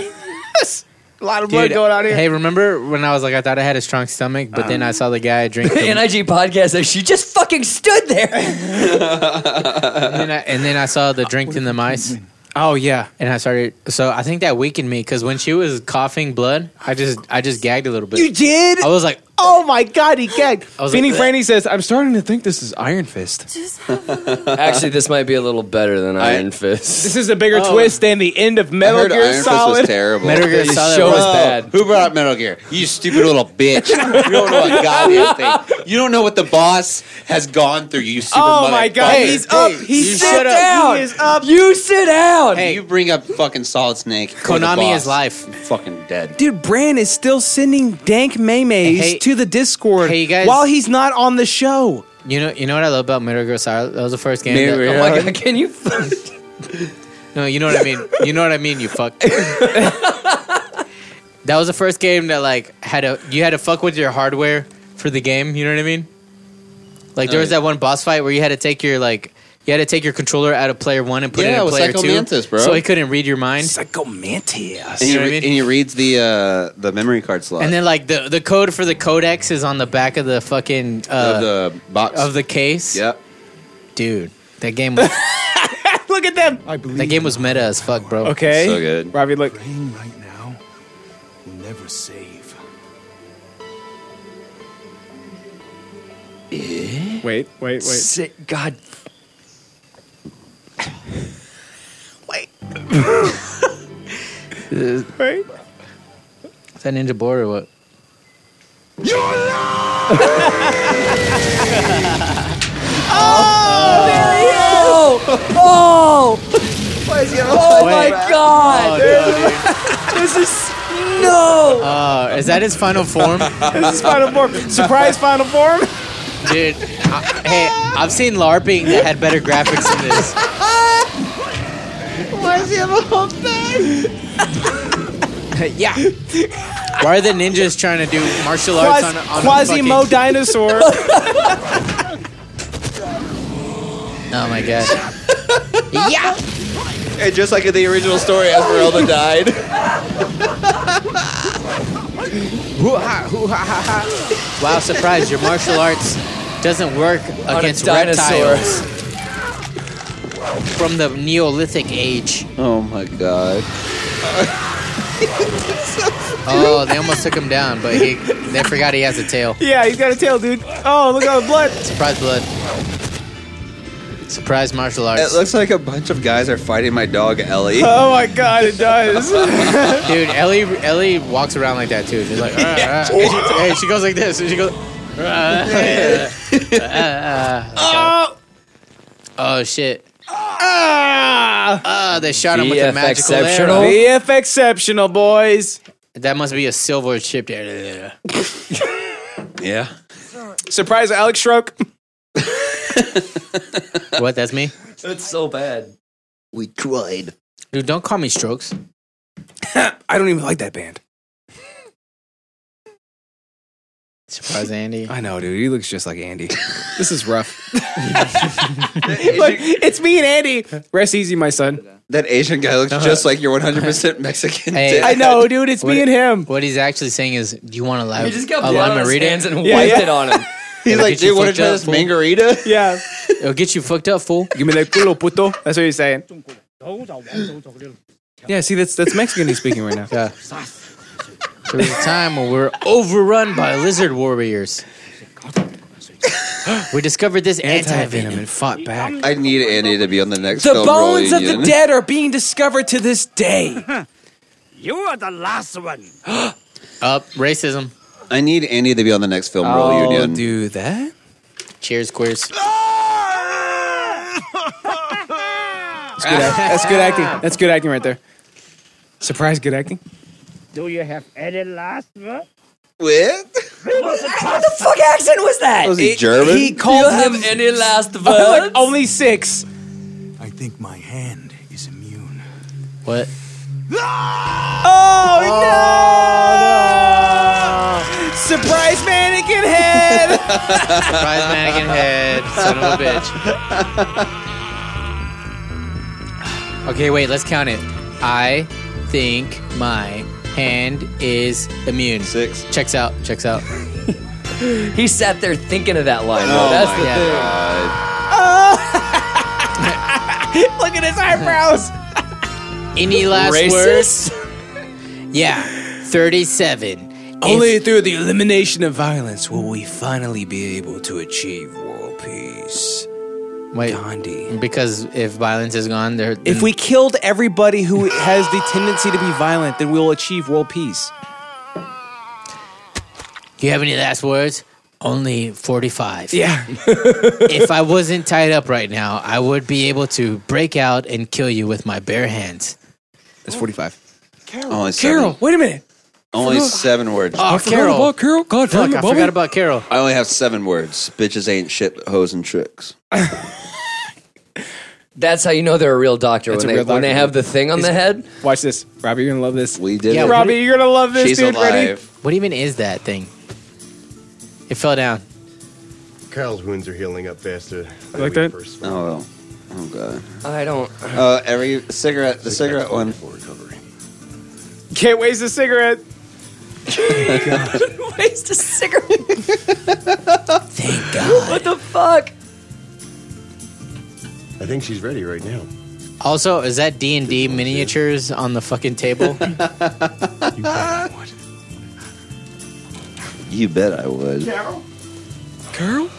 [SPEAKER 5] lot of blood
[SPEAKER 1] Dude,
[SPEAKER 5] going on here.
[SPEAKER 1] Hey, remember when I was like, I thought I had a strong stomach, but then I saw the guy drink. The,
[SPEAKER 4] NIG podcast. and She just fucking stood there.
[SPEAKER 1] and, then I, and then I saw the drink in the mice.
[SPEAKER 5] Oh yeah.
[SPEAKER 1] And I started. So I think that weakened me because when she was coughing blood, I just I just gagged a little bit.
[SPEAKER 5] You did?
[SPEAKER 1] I was like,
[SPEAKER 5] Oh my god, he gagged.
[SPEAKER 4] I was
[SPEAKER 5] Feeny
[SPEAKER 4] like,
[SPEAKER 5] Franny says, "I'm starting to think this is Iron Fist."
[SPEAKER 4] Actually, this might be a little better than Iron Fist.
[SPEAKER 5] This is a bigger twist than the end of Metal Gear Solid.
[SPEAKER 4] Metal Gear Solid show was bad.
[SPEAKER 2] Who brought up Metal Gear? You stupid little bitch. You don't know a goddamn thing. You don't know what the boss has gone through. You super
[SPEAKER 5] Oh my
[SPEAKER 2] motherfucker.
[SPEAKER 5] God, he's up. He
[SPEAKER 2] you
[SPEAKER 5] sit
[SPEAKER 2] shut
[SPEAKER 5] down. He is up.
[SPEAKER 4] You sit down.
[SPEAKER 2] Hey, you bring up fucking Solid Snake. or the
[SPEAKER 5] Konami
[SPEAKER 2] boss,
[SPEAKER 5] is life.
[SPEAKER 2] you're Fucking dead.
[SPEAKER 5] Dude, Bran is still sending dank maymays
[SPEAKER 1] Hey-
[SPEAKER 5] to the Discord
[SPEAKER 1] hey, you guys-
[SPEAKER 5] while he's not on the show.
[SPEAKER 1] You know, you know what I love about Metal Gear Solid? That was the first game.
[SPEAKER 4] Metal
[SPEAKER 1] that-
[SPEAKER 4] Gear
[SPEAKER 1] oh my
[SPEAKER 4] Solid.
[SPEAKER 1] God,
[SPEAKER 4] can you?
[SPEAKER 1] no, you know what I mean. You know what I mean. You fuck. that was the first game that like had a you had to fuck with your hardware for the game. You know what I mean? Like there was
[SPEAKER 2] Oh, yeah.
[SPEAKER 1] that one boss fight where you had to take your like you had to take your controller out of player one and put
[SPEAKER 2] Yeah,
[SPEAKER 1] it
[SPEAKER 2] it
[SPEAKER 1] in
[SPEAKER 2] was
[SPEAKER 1] player
[SPEAKER 2] Psycho
[SPEAKER 1] two,
[SPEAKER 2] Mantis, bro.
[SPEAKER 1] so he couldn't read your mind.
[SPEAKER 2] And
[SPEAKER 1] You
[SPEAKER 2] you,
[SPEAKER 1] know what I
[SPEAKER 2] re-
[SPEAKER 1] mean?
[SPEAKER 2] and you reads the uh, the memory card slot.
[SPEAKER 1] And then like the the code for the codex is on the back of the fucking uh,
[SPEAKER 2] Of the box
[SPEAKER 1] of the case.
[SPEAKER 2] Yep.
[SPEAKER 1] Dude, that game was
[SPEAKER 5] Look at them.
[SPEAKER 1] I believe that game was meta as fuck, bro.
[SPEAKER 5] Okay.
[SPEAKER 2] So good.
[SPEAKER 5] Robbie, look.
[SPEAKER 17] right now will never save.
[SPEAKER 1] Eh?
[SPEAKER 5] Wait, wait, wait.
[SPEAKER 4] Sit, God.
[SPEAKER 1] Is
[SPEAKER 5] Right?
[SPEAKER 1] that Ninja Board or what?
[SPEAKER 4] Oh! Oh! Oh my God! This is no.
[SPEAKER 1] Uh, is that his final form?
[SPEAKER 5] This is final form. Surprise final form.
[SPEAKER 1] Dude, I, hey, I've seen LARPing that had better graphics than this.
[SPEAKER 12] Why does he have a whole thing?
[SPEAKER 1] yeah. Why are the ninjas trying to do martial arts Oh, on, a- on
[SPEAKER 5] Quasimo
[SPEAKER 1] a fucking...
[SPEAKER 5] dinosaur.
[SPEAKER 1] Oh my god. yeah.
[SPEAKER 2] And just like in the original story, Esmeralda died.
[SPEAKER 1] Wow, surprise! Your martial arts doesn't work
[SPEAKER 4] a
[SPEAKER 1] against
[SPEAKER 4] dinosaur.
[SPEAKER 1] reptiles from the Neolithic age.
[SPEAKER 2] Oh my god.
[SPEAKER 1] Oh, they almost took him down, but he they forgot he has a tail.
[SPEAKER 5] yeah, he's got a tail, dude. Oh, look at the blood.
[SPEAKER 1] Surprise blood. Surprise martial
[SPEAKER 2] It
[SPEAKER 1] arts.
[SPEAKER 2] looks like a bunch of guys are fighting my dog Ellie.
[SPEAKER 5] Oh my god, it does.
[SPEAKER 1] Dude, Ellie Ellie walks around like that too. She's like, "Ah, ah." And she, hey, she goes like this. and she goes. "Ah, ah, ah." oh shit!
[SPEAKER 5] Ah!
[SPEAKER 1] Ah, they shot him with a
[SPEAKER 4] VF
[SPEAKER 1] magical
[SPEAKER 4] exceptional.
[SPEAKER 1] arrow.
[SPEAKER 5] VF exceptional, boys.
[SPEAKER 1] That must be a silver chip. there.
[SPEAKER 2] Yeah.
[SPEAKER 5] Surprise, Alex Stroke.
[SPEAKER 1] What? That's me.
[SPEAKER 4] It's so bad.
[SPEAKER 1] We tried. Dude, don't call me Strokes.
[SPEAKER 5] I don't even like that band.
[SPEAKER 1] Surprise, Andy.
[SPEAKER 5] I know, dude. He looks just like Andy. this is rough.
[SPEAKER 2] Look,
[SPEAKER 5] it's me and Andy. Rest easy, my son.
[SPEAKER 2] that Asian guy looks just like your 100% Mexican.
[SPEAKER 1] Hey,
[SPEAKER 2] dad.
[SPEAKER 5] I know, dude. It's me and him.
[SPEAKER 1] What he's actually saying is, do you want a lime?
[SPEAKER 4] He just got
[SPEAKER 1] a
[SPEAKER 4] blood
[SPEAKER 1] lime
[SPEAKER 4] on his
[SPEAKER 1] margarita?
[SPEAKER 4] hands and
[SPEAKER 5] Yeah,
[SPEAKER 4] wiped
[SPEAKER 5] yeah.
[SPEAKER 4] it on him.
[SPEAKER 2] He's
[SPEAKER 1] It'll
[SPEAKER 2] like,
[SPEAKER 1] get you
[SPEAKER 2] dude, want
[SPEAKER 1] fucked
[SPEAKER 2] to try
[SPEAKER 1] up,
[SPEAKER 2] this
[SPEAKER 1] fool.
[SPEAKER 2] margarita?
[SPEAKER 5] Yeah.
[SPEAKER 1] It'll get you fucked up, fool.
[SPEAKER 5] Give me that culo puto. That's what he's saying. Yeah, see, that's that's Mexican he's speaking right now.
[SPEAKER 1] Yeah. There was a time when we were overrun by lizard warriors. we discovered this anti venom and fought back.
[SPEAKER 2] I need Andy to be on the next
[SPEAKER 5] The
[SPEAKER 2] film Roll
[SPEAKER 5] bones of the
[SPEAKER 2] Union.
[SPEAKER 5] dead are being discovered to this day.
[SPEAKER 6] You are the last one.
[SPEAKER 1] Up, racism.
[SPEAKER 2] I need Andy to be on the next film
[SPEAKER 5] Oh,
[SPEAKER 2] Roll Union.
[SPEAKER 5] do that.
[SPEAKER 1] Cheers, queers.
[SPEAKER 5] That's good, act- that's good acting. That's good acting right there. Surprise, good acting.
[SPEAKER 6] Do you have any last word?
[SPEAKER 2] With?
[SPEAKER 4] What the fuck accent was that?
[SPEAKER 2] Was he German?
[SPEAKER 5] He
[SPEAKER 4] Do you
[SPEAKER 5] called him
[SPEAKER 4] have any last
[SPEAKER 5] like
[SPEAKER 4] words?
[SPEAKER 5] only six.
[SPEAKER 17] I think my hand is immune.
[SPEAKER 1] What?
[SPEAKER 5] Oh, no! Surprise mannequin head!
[SPEAKER 1] Surprise mannequin head, son of a bitch. Okay, wait, let's count it. I think my hand is immune.
[SPEAKER 2] Six.
[SPEAKER 1] Checks out, checks out.
[SPEAKER 4] He sat there thinking of that line.
[SPEAKER 2] Oh
[SPEAKER 4] though. That's the
[SPEAKER 2] my
[SPEAKER 4] thing.
[SPEAKER 2] God.
[SPEAKER 5] Look at his eyebrows.
[SPEAKER 1] Any last
[SPEAKER 4] Racist?
[SPEAKER 1] words? Yeah, 37.
[SPEAKER 5] Only through the elimination of violence will we finally be able to achieve world peace.
[SPEAKER 1] Wait, Gandhi. Because if violence is gone, there.
[SPEAKER 5] If we killed everybody who has the tendency to be violent, then we'll achieve world peace.
[SPEAKER 1] Do you have any last words? Only 45.
[SPEAKER 5] Yeah.
[SPEAKER 1] if I wasn't tied up right now, I would be able to break out and kill you with my bare hands.
[SPEAKER 5] That's 45.
[SPEAKER 2] Carol. Only seven.
[SPEAKER 5] Carol, wait a minute.
[SPEAKER 2] Only
[SPEAKER 5] Forgot-
[SPEAKER 2] seven words.
[SPEAKER 1] Oh, Carol.
[SPEAKER 5] about Carol. God,
[SPEAKER 1] Fuck,
[SPEAKER 5] damn it,
[SPEAKER 1] I
[SPEAKER 5] Bobby.
[SPEAKER 1] forgot about Carol.
[SPEAKER 2] I only have seven words. Bitches ain't shit, hoes and tricks.
[SPEAKER 4] That's how you know they're a real doctor
[SPEAKER 5] That's a
[SPEAKER 4] when they
[SPEAKER 5] real
[SPEAKER 4] when they
[SPEAKER 5] doctor.
[SPEAKER 4] have the thing on
[SPEAKER 5] It's-
[SPEAKER 4] the head.
[SPEAKER 5] Watch this. Robbie, you're going to love this.
[SPEAKER 2] We did
[SPEAKER 1] Yeah,
[SPEAKER 2] it.
[SPEAKER 1] Rob-
[SPEAKER 5] Robbie, you're going to love this,
[SPEAKER 2] She's
[SPEAKER 5] dude. Ready?
[SPEAKER 2] alive.
[SPEAKER 1] What even is that thing? It fell down.
[SPEAKER 19] Carol's wounds are healing up faster. than
[SPEAKER 1] Like
[SPEAKER 19] we
[SPEAKER 1] that?
[SPEAKER 19] First.
[SPEAKER 2] Oh, well. Oh, God.
[SPEAKER 4] I don't.
[SPEAKER 2] Uh, every cigarette, the cigarette one.
[SPEAKER 5] Can't waste a cigarette.
[SPEAKER 4] Waste a cigarette. Thank God. What the fuck?
[SPEAKER 19] I think she's ready right now.
[SPEAKER 1] Also, is that D and D miniatures on the fucking table?
[SPEAKER 2] You bet I would.
[SPEAKER 5] Carol? Carol?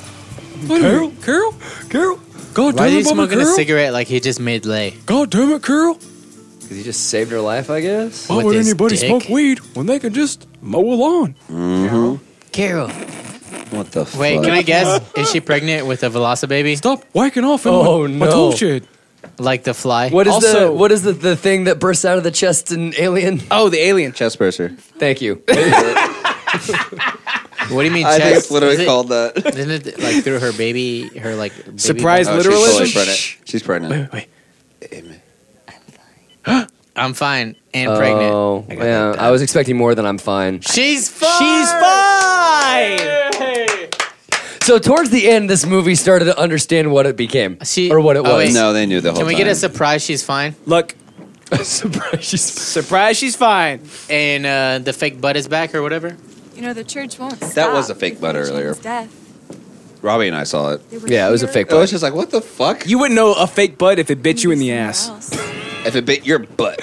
[SPEAKER 5] Carol? Carol? Carol? God
[SPEAKER 1] Why
[SPEAKER 5] damn
[SPEAKER 1] is he
[SPEAKER 5] it, Bobby,
[SPEAKER 1] smoking a
[SPEAKER 5] Carol?
[SPEAKER 1] cigarette like he just made lay?
[SPEAKER 5] God damn it, Carol.
[SPEAKER 4] Because he just saved her life, I guess.
[SPEAKER 5] Why would anybody smoke weed when they could just mow a lawn?
[SPEAKER 2] Mm-hmm.
[SPEAKER 1] Carol.
[SPEAKER 2] What the
[SPEAKER 1] Wait, can I guess? Is she pregnant with a Velocibaby?
[SPEAKER 5] Stop whacking off
[SPEAKER 1] in my-
[SPEAKER 4] Oh,
[SPEAKER 1] my
[SPEAKER 4] no.
[SPEAKER 1] tool shed. Like the fly.
[SPEAKER 4] What is
[SPEAKER 1] also,
[SPEAKER 4] the what is the, the thing that bursts out of the chest in Alien?
[SPEAKER 5] Oh, the alien.
[SPEAKER 2] Chest burster.
[SPEAKER 4] Thank you.
[SPEAKER 1] What do you mean?
[SPEAKER 2] I
[SPEAKER 1] chest?
[SPEAKER 2] think it's literally
[SPEAKER 1] Is it-
[SPEAKER 2] called that.
[SPEAKER 1] Isn't it like through her baby? Her like baby
[SPEAKER 5] Surprise
[SPEAKER 1] bump?
[SPEAKER 2] Oh, She's totally pregnant. She's pregnant.
[SPEAKER 5] Wait, wait.
[SPEAKER 1] I'm fine and pregnant.
[SPEAKER 4] Oh, yeah. I was expecting more than I'm fine.
[SPEAKER 1] She's fine.
[SPEAKER 5] She's fine.
[SPEAKER 4] So towards the end, this movie started to understand what it became or what it
[SPEAKER 1] oh,
[SPEAKER 4] was.
[SPEAKER 1] wait. No,
[SPEAKER 2] they knew the
[SPEAKER 1] Can we get a surprise? She's fine.
[SPEAKER 5] Look.
[SPEAKER 4] surprise? She's
[SPEAKER 5] surprise. She's fine.
[SPEAKER 1] And uh, the fake butt is back or whatever.
[SPEAKER 11] You know, the church won't stop.
[SPEAKER 2] That was a fake butt
[SPEAKER 11] before
[SPEAKER 2] earlier.
[SPEAKER 11] Jim's Death.
[SPEAKER 2] Robbie and I saw it.
[SPEAKER 11] They were Yeah, it was a here. fake
[SPEAKER 2] I
[SPEAKER 11] butt.
[SPEAKER 2] was just like, what the fuck?
[SPEAKER 5] You wouldn't know a fake butt if it bit you in the ass.
[SPEAKER 2] If it bit your butt.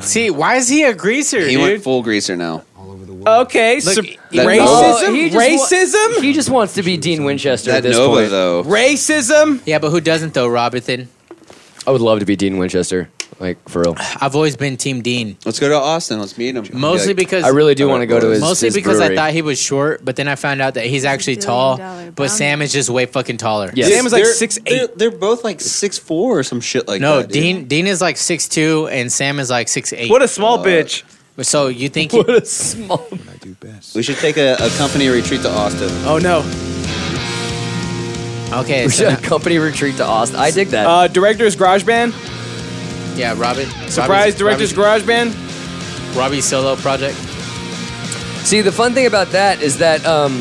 [SPEAKER 1] See, why is he a greaser,
[SPEAKER 2] He
[SPEAKER 1] dude?
[SPEAKER 2] went full greaser now.
[SPEAKER 5] Okay.
[SPEAKER 1] Look,
[SPEAKER 5] sur-
[SPEAKER 1] that-
[SPEAKER 5] racism?
[SPEAKER 4] Oh, he just
[SPEAKER 5] racism?
[SPEAKER 4] He just wants to be Dean Winchester
[SPEAKER 2] That
[SPEAKER 4] at this
[SPEAKER 2] Nova,
[SPEAKER 4] point.
[SPEAKER 2] though.
[SPEAKER 5] Racism?
[SPEAKER 1] Yeah, but who doesn't though, Robinson?
[SPEAKER 4] I would love to be Dean Winchester, like for real.
[SPEAKER 1] I've always been Team Dean.
[SPEAKER 2] Let's go to Austin. Let's meet him.
[SPEAKER 1] Mostly
[SPEAKER 2] Be like,
[SPEAKER 1] because
[SPEAKER 4] I really do want to go to his.
[SPEAKER 1] Mostly
[SPEAKER 4] his
[SPEAKER 1] because I
[SPEAKER 4] brewery.
[SPEAKER 1] thought he was short, but then I found out that he's actually tall. But Sam is just way fucking taller.
[SPEAKER 4] Yes. Sam is
[SPEAKER 2] They're-
[SPEAKER 1] eight.
[SPEAKER 2] They're, they're both like six four or some shit like
[SPEAKER 1] No,
[SPEAKER 2] that. dude.
[SPEAKER 1] Dean Dean is like six two, and Sam is like six eight.
[SPEAKER 5] What a small bitch.
[SPEAKER 1] So you think?
[SPEAKER 4] What a small.
[SPEAKER 2] We should take a, a company retreat to Austin.
[SPEAKER 5] Oh, no.
[SPEAKER 1] Okay,
[SPEAKER 4] We
[SPEAKER 1] so
[SPEAKER 4] should
[SPEAKER 1] now-
[SPEAKER 4] have company retreat to Austin. I dig that.
[SPEAKER 5] Uh, director's Garage Band.
[SPEAKER 1] yeah, Robin.
[SPEAKER 5] Surprise Director's Garage Band.
[SPEAKER 1] Robbie, Robbie's solo project.
[SPEAKER 4] See, the fun thing about that is that um,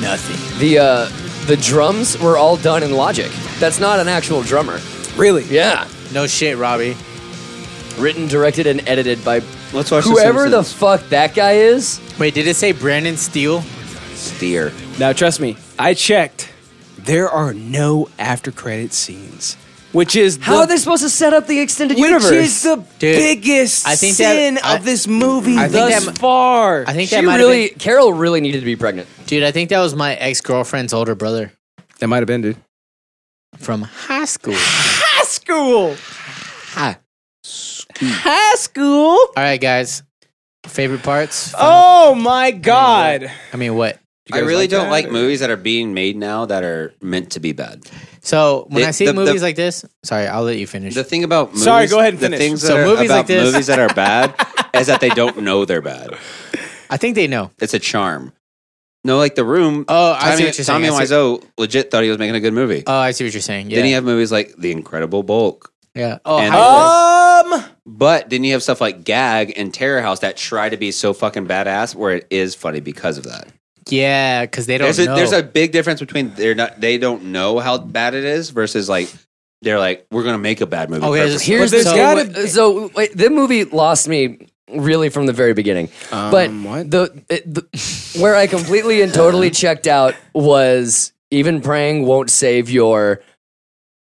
[SPEAKER 1] Nothing.
[SPEAKER 4] the uh, the drums were all done in Logic. That's not an actual drummer.
[SPEAKER 5] Really?
[SPEAKER 4] Yeah.
[SPEAKER 1] No shit, Robbie.
[SPEAKER 4] Written, directed, and edited by
[SPEAKER 2] Let's watch
[SPEAKER 4] whoever
[SPEAKER 2] the,
[SPEAKER 4] the fuck that guy is.
[SPEAKER 1] Wait, did it say Brandon Steele?
[SPEAKER 2] steer.
[SPEAKER 5] Now, trust me, I checked. There are no after credit scenes, which is
[SPEAKER 4] How are
[SPEAKER 5] the,
[SPEAKER 4] they supposed to set up the extended
[SPEAKER 5] which
[SPEAKER 4] universe?
[SPEAKER 5] is the
[SPEAKER 1] Dude,
[SPEAKER 5] biggest
[SPEAKER 1] I think that-
[SPEAKER 5] sin
[SPEAKER 1] I-
[SPEAKER 5] of this movie
[SPEAKER 1] I think
[SPEAKER 5] thus
[SPEAKER 1] that-
[SPEAKER 5] far.
[SPEAKER 1] I think
[SPEAKER 4] she
[SPEAKER 1] that might
[SPEAKER 4] really, Carol really needed to be pregnant.
[SPEAKER 1] have been, dude. I think that was my ex girlfriend's older brother
[SPEAKER 5] that might have been, dude.
[SPEAKER 1] from high school.
[SPEAKER 5] High school.
[SPEAKER 1] Hi.
[SPEAKER 5] High school.
[SPEAKER 1] All right, guys. Favorite parts?
[SPEAKER 5] Oh my God.
[SPEAKER 1] I mean, what?
[SPEAKER 2] I
[SPEAKER 5] guys
[SPEAKER 2] really
[SPEAKER 5] like
[SPEAKER 2] don't
[SPEAKER 5] that,
[SPEAKER 2] like
[SPEAKER 5] or-
[SPEAKER 2] movies that are being made now that are meant to be bad.
[SPEAKER 1] So when
[SPEAKER 2] It-
[SPEAKER 1] I see
[SPEAKER 2] the- the-
[SPEAKER 1] movies like this, sorry, I'll let you finish.
[SPEAKER 2] The thing about movies,
[SPEAKER 5] Sorry, go ahead and
[SPEAKER 2] the
[SPEAKER 5] finish.
[SPEAKER 2] things that
[SPEAKER 1] So
[SPEAKER 2] are
[SPEAKER 1] movies
[SPEAKER 2] about
[SPEAKER 1] like this-
[SPEAKER 2] movies that are bad is that they don't know they're bad.
[SPEAKER 1] I think they know.
[SPEAKER 2] It's a charm. No, like The Room.
[SPEAKER 1] Oh, I see
[SPEAKER 2] Tommy,
[SPEAKER 1] what you're saying.
[SPEAKER 2] Tommy
[SPEAKER 1] I see-
[SPEAKER 2] Wiseau legit thought he was making a good movie.
[SPEAKER 1] Oh, I see what you're saying. Yeah.
[SPEAKER 2] Then you have movies like The Incredible Bulk.
[SPEAKER 1] yeah. Oh,
[SPEAKER 2] and-
[SPEAKER 1] High
[SPEAKER 5] Um.
[SPEAKER 2] But then you have stuff like Gag and Terror House that try to be so fucking badass where it is funny because of that.
[SPEAKER 1] School. yeah, because they don't
[SPEAKER 2] There's a,
[SPEAKER 1] know.
[SPEAKER 2] there's a big difference between they're not they don't know how bad it is versus like they're like we're gonna make a bad movie.
[SPEAKER 1] Okay,
[SPEAKER 2] purposely."
[SPEAKER 1] here's
[SPEAKER 5] But there's
[SPEAKER 1] so,
[SPEAKER 5] gotta-
[SPEAKER 4] Wait, so wait, the movie lost me really from the very beginning.
[SPEAKER 5] Um,
[SPEAKER 4] but the, it, the where I completely and totally checked out was even praying won't save your.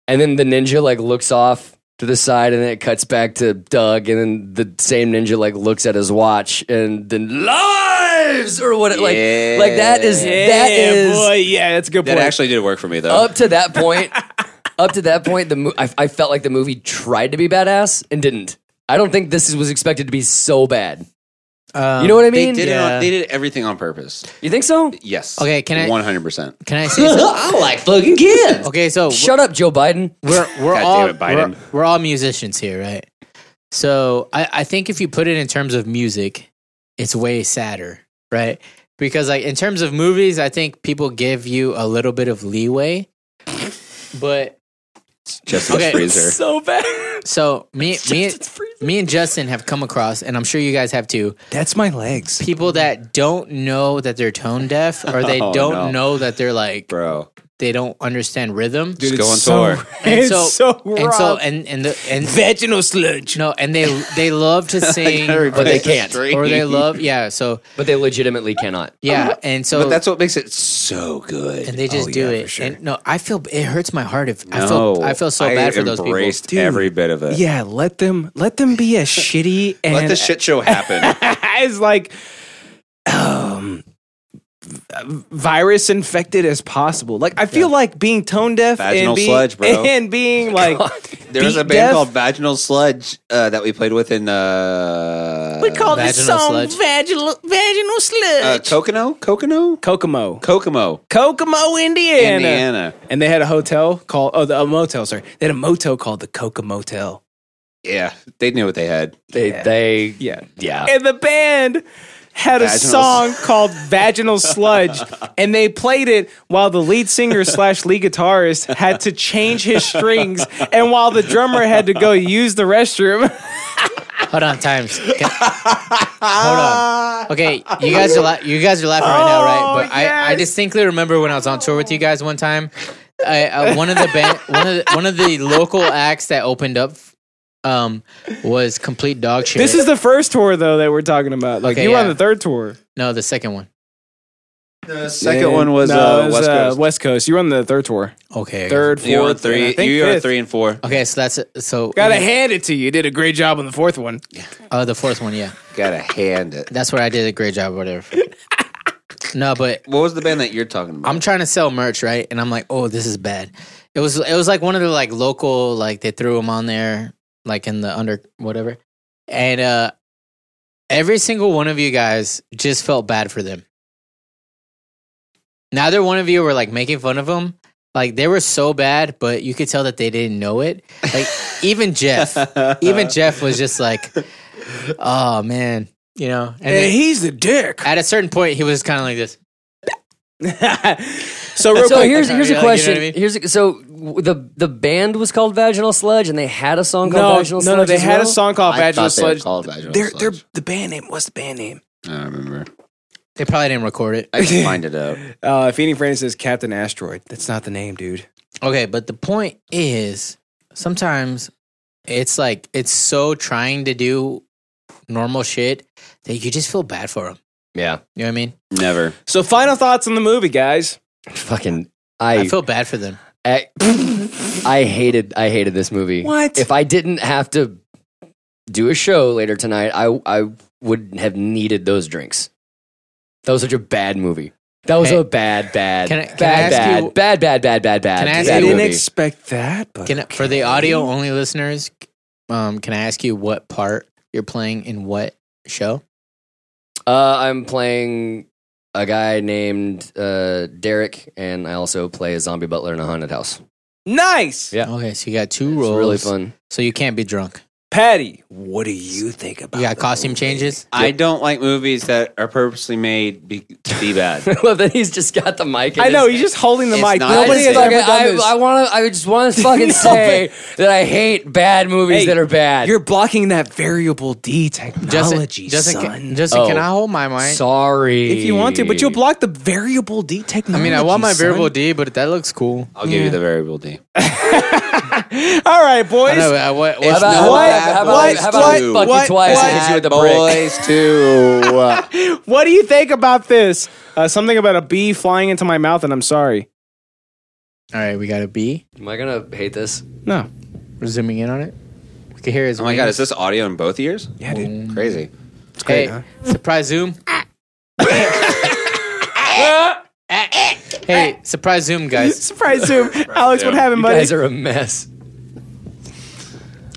[SPEAKER 4] And then the ninja like looks off to the side, and then it cuts back to Doug, and then the same ninja like looks at his watch, and then live. lives or what? Like, like that is that is
[SPEAKER 5] yeah, that's a good
[SPEAKER 2] That actually did work for me though.
[SPEAKER 4] up to that point. up to that point, the mo- I, I felt like the movie tried to be badass and didn't. I don't think this is- was expected to be so bad.
[SPEAKER 1] Um,
[SPEAKER 4] you know what I mean?
[SPEAKER 2] They did, it on- they did everything on purpose.
[SPEAKER 4] You think so?
[SPEAKER 2] Yes.
[SPEAKER 4] Okay, can I-
[SPEAKER 2] One hundred percent.
[SPEAKER 1] Can I say something?
[SPEAKER 4] I like fucking kids.
[SPEAKER 1] Okay, so
[SPEAKER 4] shut up, Joe Biden.
[SPEAKER 1] We're we're
[SPEAKER 2] God
[SPEAKER 1] all
[SPEAKER 2] damn it, Biden.
[SPEAKER 1] We're, we're all musicians here, right? So I, I think if you put it in terms of music, it's way sadder, right? Because like in terms of movies, I think people give you a little bit of leeway, but
[SPEAKER 2] Justin's freezer.
[SPEAKER 4] so bad.
[SPEAKER 1] So me, me, me, and Justin have come across, and I'm sure you guys have too.
[SPEAKER 5] That's my legs.
[SPEAKER 1] People that don't know that they're tone deaf, or they
[SPEAKER 2] Oh,
[SPEAKER 1] don't
[SPEAKER 2] no.
[SPEAKER 1] know that they're like,
[SPEAKER 2] bro,
[SPEAKER 1] they don't understand rhythm.
[SPEAKER 2] Dude, Just go it's on so- tour.
[SPEAKER 1] And
[SPEAKER 2] it's
[SPEAKER 1] so,
[SPEAKER 2] so
[SPEAKER 1] and so,
[SPEAKER 2] rough.
[SPEAKER 1] and and the and vaginal sludge. No, and they they love to sing,
[SPEAKER 4] but they can't.
[SPEAKER 1] or they love, yeah. So,
[SPEAKER 4] but they legitimately cannot.
[SPEAKER 1] yeah, and so
[SPEAKER 2] But that's what makes it so good. Oh,
[SPEAKER 1] and they just do it. And no, I feel it hurts my heart if I feel
[SPEAKER 2] No,
[SPEAKER 1] I feel so
[SPEAKER 2] I
[SPEAKER 1] bad for those people.
[SPEAKER 2] embraced every bit of it.
[SPEAKER 5] Yeah, let them let them be a shitty and
[SPEAKER 2] Let the shit show happen.
[SPEAKER 5] as like um virus infected as possible. Like I feel like being tone deaf
[SPEAKER 2] Vaginal
[SPEAKER 5] and being,
[SPEAKER 2] sludge, bro.
[SPEAKER 5] and being like
[SPEAKER 2] There was a
[SPEAKER 5] beat
[SPEAKER 2] band
[SPEAKER 5] deaf.
[SPEAKER 2] called Vaginal Sludge uh, that we played with in. Uh,
[SPEAKER 14] We call this song vaginal, vaginal sludge.
[SPEAKER 2] uh, Kokomo, Kokomo,
[SPEAKER 5] Kokomo,
[SPEAKER 2] Kokomo,
[SPEAKER 5] Kokomo, Indiana.
[SPEAKER 2] Indiana.
[SPEAKER 5] And they had a hotel called oh the a motel, sorry. They had a motel called the Coca Motel.
[SPEAKER 2] Yeah, they knew what they had.
[SPEAKER 4] They, they,
[SPEAKER 5] yeah,
[SPEAKER 4] yeah.
[SPEAKER 5] And the band had a
[SPEAKER 2] Vaginal
[SPEAKER 5] song called Vaginal Sludge, and they played it while the lead singer slash lead guitarist had to change his strings, and while the drummer had to go use the restroom.
[SPEAKER 1] Hold on, times. Can- Hold on. Okay, you guys are la- you guys are laughing right now,
[SPEAKER 2] Oh,
[SPEAKER 1] right? But I, I distinctly remember when I was on tour with you guys one time. I, uh, one of the band, one of the, one of the local acts that opened up, um, was complete dog shit.
[SPEAKER 5] This is the first tour though that we're talking about. Like
[SPEAKER 1] Okay,
[SPEAKER 5] you were on
[SPEAKER 1] yeah.
[SPEAKER 5] the third tour.
[SPEAKER 1] no the second one.
[SPEAKER 2] The second
[SPEAKER 5] Yeah.
[SPEAKER 2] one was,
[SPEAKER 5] No,
[SPEAKER 2] uh,
[SPEAKER 5] it was,
[SPEAKER 2] West Coast.
[SPEAKER 5] West Coast. You were on the third tour.
[SPEAKER 1] Okay,
[SPEAKER 5] Third, fourth,
[SPEAKER 2] You are
[SPEAKER 5] and I
[SPEAKER 2] three.
[SPEAKER 5] think
[SPEAKER 2] You are
[SPEAKER 5] fifth.
[SPEAKER 2] three and four.
[SPEAKER 1] Okay, so that's so.
[SPEAKER 5] Gotta hand it to you. You did a great job on the fourth one.
[SPEAKER 1] Oh, the fourth one, yeah.
[SPEAKER 2] Gotta hand it.
[SPEAKER 1] That's where I did a great job, whatever. no, but
[SPEAKER 2] What was the band that you're talking about?
[SPEAKER 1] I'm trying to sell merch, right? And I'm like, oh, this is bad. It was it was like one of the like local like they threw them on there like in the under whatever, and uh every single one of you guys just felt bad for them. Neither one of you were like making fun of them. Like they were so bad, but you could tell that they didn't know it. Like even Jeff,
[SPEAKER 5] Uh,
[SPEAKER 1] even Jeff was just like, "Oh man," you know. And then-
[SPEAKER 5] he's the dick.
[SPEAKER 1] at a certain point, he was kind of like this.
[SPEAKER 5] So
[SPEAKER 1] real
[SPEAKER 4] so
[SPEAKER 1] quick-
[SPEAKER 4] here's here's
[SPEAKER 1] Yeah, you know
[SPEAKER 4] a
[SPEAKER 1] what
[SPEAKER 4] question.
[SPEAKER 1] I mean?
[SPEAKER 4] Here's a, so w- the the band was called Vaginal Sludge, and they had a song called
[SPEAKER 5] No,
[SPEAKER 4] Vaginal
[SPEAKER 5] no, no,
[SPEAKER 4] Sludge.
[SPEAKER 5] they
[SPEAKER 4] as
[SPEAKER 5] had a
[SPEAKER 4] well?
[SPEAKER 5] song called
[SPEAKER 2] I
[SPEAKER 5] Vaginal
[SPEAKER 2] thought they were
[SPEAKER 5] Sludge.
[SPEAKER 2] called Vaginal
[SPEAKER 5] They're,
[SPEAKER 2] Sludge.
[SPEAKER 5] they're the band name. What's the band name?
[SPEAKER 2] I don't remember.
[SPEAKER 1] They probably didn't record it.
[SPEAKER 2] I can find it out.
[SPEAKER 5] Uh, Feeding Fran says Captain Asteroid. That's not the name, dude.
[SPEAKER 1] Okay, but the point is sometimes it's like it's so trying to do normal shit that you just feel bad for them.
[SPEAKER 4] Yeah,
[SPEAKER 1] You know what I mean?
[SPEAKER 2] Never.
[SPEAKER 5] So, final thoughts on the movie, guys.
[SPEAKER 4] fucking.
[SPEAKER 1] I,
[SPEAKER 4] I
[SPEAKER 1] feel bad for them.
[SPEAKER 4] I, I hated I hated this movie.
[SPEAKER 5] What?
[SPEAKER 4] If I didn't have to do a show later tonight, I I would have needed those drinks. That was such a bad movie. That was
[SPEAKER 1] Hey.
[SPEAKER 4] a bad, bad,
[SPEAKER 1] Can I- can I
[SPEAKER 4] bad,
[SPEAKER 1] ask
[SPEAKER 4] bad,
[SPEAKER 1] you-
[SPEAKER 4] bad, bad, bad, bad, bad,
[SPEAKER 1] Can I ask
[SPEAKER 4] bad
[SPEAKER 1] you-
[SPEAKER 4] movie.
[SPEAKER 1] Didn't
[SPEAKER 5] expect that, but
[SPEAKER 1] Can I- for the audio only listeners, um, can I ask you what part you're playing in what show?
[SPEAKER 4] Uh, I'm playing a guy named uh, Derek, and I also play a zombie butler in a haunted house.
[SPEAKER 5] nice.
[SPEAKER 4] Yeah.
[SPEAKER 1] Okay, so you got two
[SPEAKER 4] It's
[SPEAKER 1] roles.
[SPEAKER 4] really fun.
[SPEAKER 1] So you can't be drunk.
[SPEAKER 5] Patty, what do you think about
[SPEAKER 1] You got costume changes.
[SPEAKER 2] I don't like movies that are purposely made be, to be bad.
[SPEAKER 4] I love that he's just got the mic. In
[SPEAKER 5] I
[SPEAKER 4] his
[SPEAKER 5] know,
[SPEAKER 4] hand.
[SPEAKER 5] he's just holding the
[SPEAKER 2] It's
[SPEAKER 5] mic.
[SPEAKER 2] not
[SPEAKER 5] Nobody
[SPEAKER 2] his
[SPEAKER 5] has
[SPEAKER 2] fault.
[SPEAKER 5] ever
[SPEAKER 4] Fucking-
[SPEAKER 5] done
[SPEAKER 4] I,
[SPEAKER 5] this.
[SPEAKER 4] I want to. I just want to fucking say that I hate bad movies
[SPEAKER 5] Hey,
[SPEAKER 4] that are bad.
[SPEAKER 5] You're blocking that variable D technology,
[SPEAKER 1] Justin,
[SPEAKER 5] son.
[SPEAKER 1] Can, Justin, can
[SPEAKER 4] Oh.
[SPEAKER 1] I hold my mic?
[SPEAKER 4] Sorry,
[SPEAKER 5] if you want to, but you'll block the variable D
[SPEAKER 1] I
[SPEAKER 5] technology.
[SPEAKER 1] mean, I want my
[SPEAKER 5] son.
[SPEAKER 1] variable D, but that looks cool.
[SPEAKER 2] I'll give you the variable D.
[SPEAKER 5] All
[SPEAKER 1] I
[SPEAKER 5] right,
[SPEAKER 1] know,
[SPEAKER 5] boys.
[SPEAKER 1] I- what-
[SPEAKER 4] How
[SPEAKER 1] what-
[SPEAKER 4] about, how
[SPEAKER 5] What?
[SPEAKER 4] about, how about,
[SPEAKER 5] What?
[SPEAKER 4] how about
[SPEAKER 5] What?
[SPEAKER 4] fucking
[SPEAKER 5] What?
[SPEAKER 4] twice
[SPEAKER 5] What?
[SPEAKER 4] and hit you with a brick?
[SPEAKER 2] Boys too. Oh
[SPEAKER 5] What do you think about this? Uh, something about a bee flying into my mouth, and I'm sorry.
[SPEAKER 1] All right, we got a B.
[SPEAKER 4] Am I gonna hate this?
[SPEAKER 5] No.
[SPEAKER 1] We're zooming in on it. We can hear his.
[SPEAKER 2] Oh my god, is this audio in both ears?
[SPEAKER 5] Yeah, dude.
[SPEAKER 2] Crazy.
[SPEAKER 1] hey, surprise zoom. hey, surprise Zoom, guys.
[SPEAKER 5] Surprise Zoom. Alex, what happened,
[SPEAKER 1] You
[SPEAKER 5] buddy?
[SPEAKER 1] guys are a mess.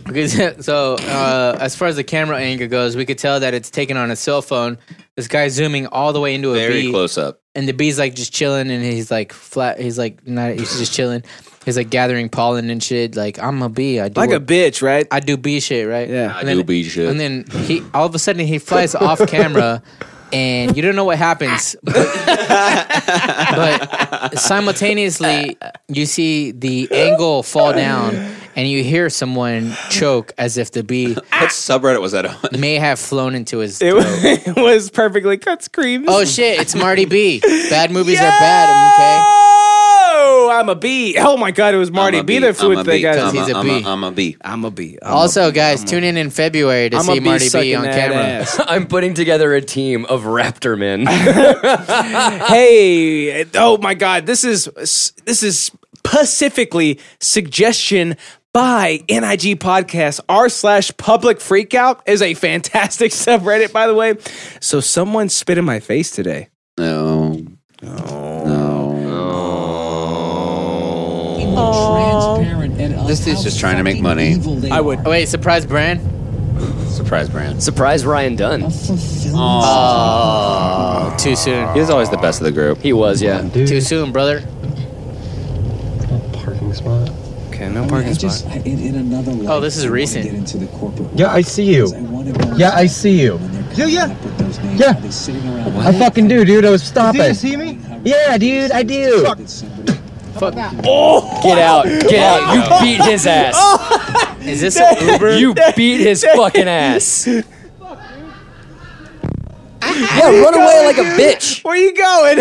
[SPEAKER 1] Okay, so uh, as far as the camera angle goes, we could tell that it's taken on a cell phone. This guy's zooming all the way into a
[SPEAKER 2] Very
[SPEAKER 1] bee,
[SPEAKER 2] close up.
[SPEAKER 1] and the bee's like just chilling, and he's like flat. He's like not. He's just chilling. He's like gathering pollen and shit. Like I'm a bee. I do
[SPEAKER 5] Like a
[SPEAKER 1] bitch, right? I do bee shit, right? Yeah,
[SPEAKER 2] I do bee shit.
[SPEAKER 1] And then he all of a sudden he flies off camera, and you don't know what happens, but simultaneously you see the angle fall down and you hear someone choke as if the bee
[SPEAKER 2] What subreddit was that on?
[SPEAKER 1] may have flown into his
[SPEAKER 5] It
[SPEAKER 1] throat.
[SPEAKER 5] was, it was perfectly cut screams.
[SPEAKER 1] oh shit it's marty b bad movies are bad
[SPEAKER 5] Oh, I'm a bee. Oh my god, it was Marty B that flew into the guy's.
[SPEAKER 1] he's a bee
[SPEAKER 2] I'm a bee.
[SPEAKER 5] I'm a bee.
[SPEAKER 1] also guys tune in in february to
[SPEAKER 4] I'm a
[SPEAKER 1] see
[SPEAKER 4] bee
[SPEAKER 1] marty b
[SPEAKER 4] sucking
[SPEAKER 1] on
[SPEAKER 4] that
[SPEAKER 1] camera
[SPEAKER 4] ass. I'm putting together a team of raptor men.
[SPEAKER 5] hey, oh my god, this is this is specifically suggestion by NIG Podcast r slash Public Freakout is a fantastic subreddit, by the way. So someone spit in my face today.
[SPEAKER 2] No. Oh. This dude's just trying to make money.
[SPEAKER 1] i would wait surprise brand
[SPEAKER 2] Surprise brand.
[SPEAKER 4] Surprise Ryan Dunn.
[SPEAKER 1] oh too soon
[SPEAKER 2] He was always the best of the group.
[SPEAKER 4] He was, yeah.
[SPEAKER 1] too soon brother
[SPEAKER 20] Parking spot.
[SPEAKER 5] Okay, no parking spot.
[SPEAKER 1] oh this is recent
[SPEAKER 20] Yeah, I see you. Yeah, I see you.
[SPEAKER 16] Yeah, yeah.
[SPEAKER 20] Yeah, I fucking do, dude. I was stopping.
[SPEAKER 16] Do you see me?
[SPEAKER 20] Yeah, dude, I do.
[SPEAKER 1] Fuck.
[SPEAKER 20] Oh,
[SPEAKER 4] Get out. Get out. You beat his ass.
[SPEAKER 5] Oh.
[SPEAKER 1] Is this an Uber?
[SPEAKER 4] You beat his fucking ass. Yeah, run away like a bitch.
[SPEAKER 5] Where you going?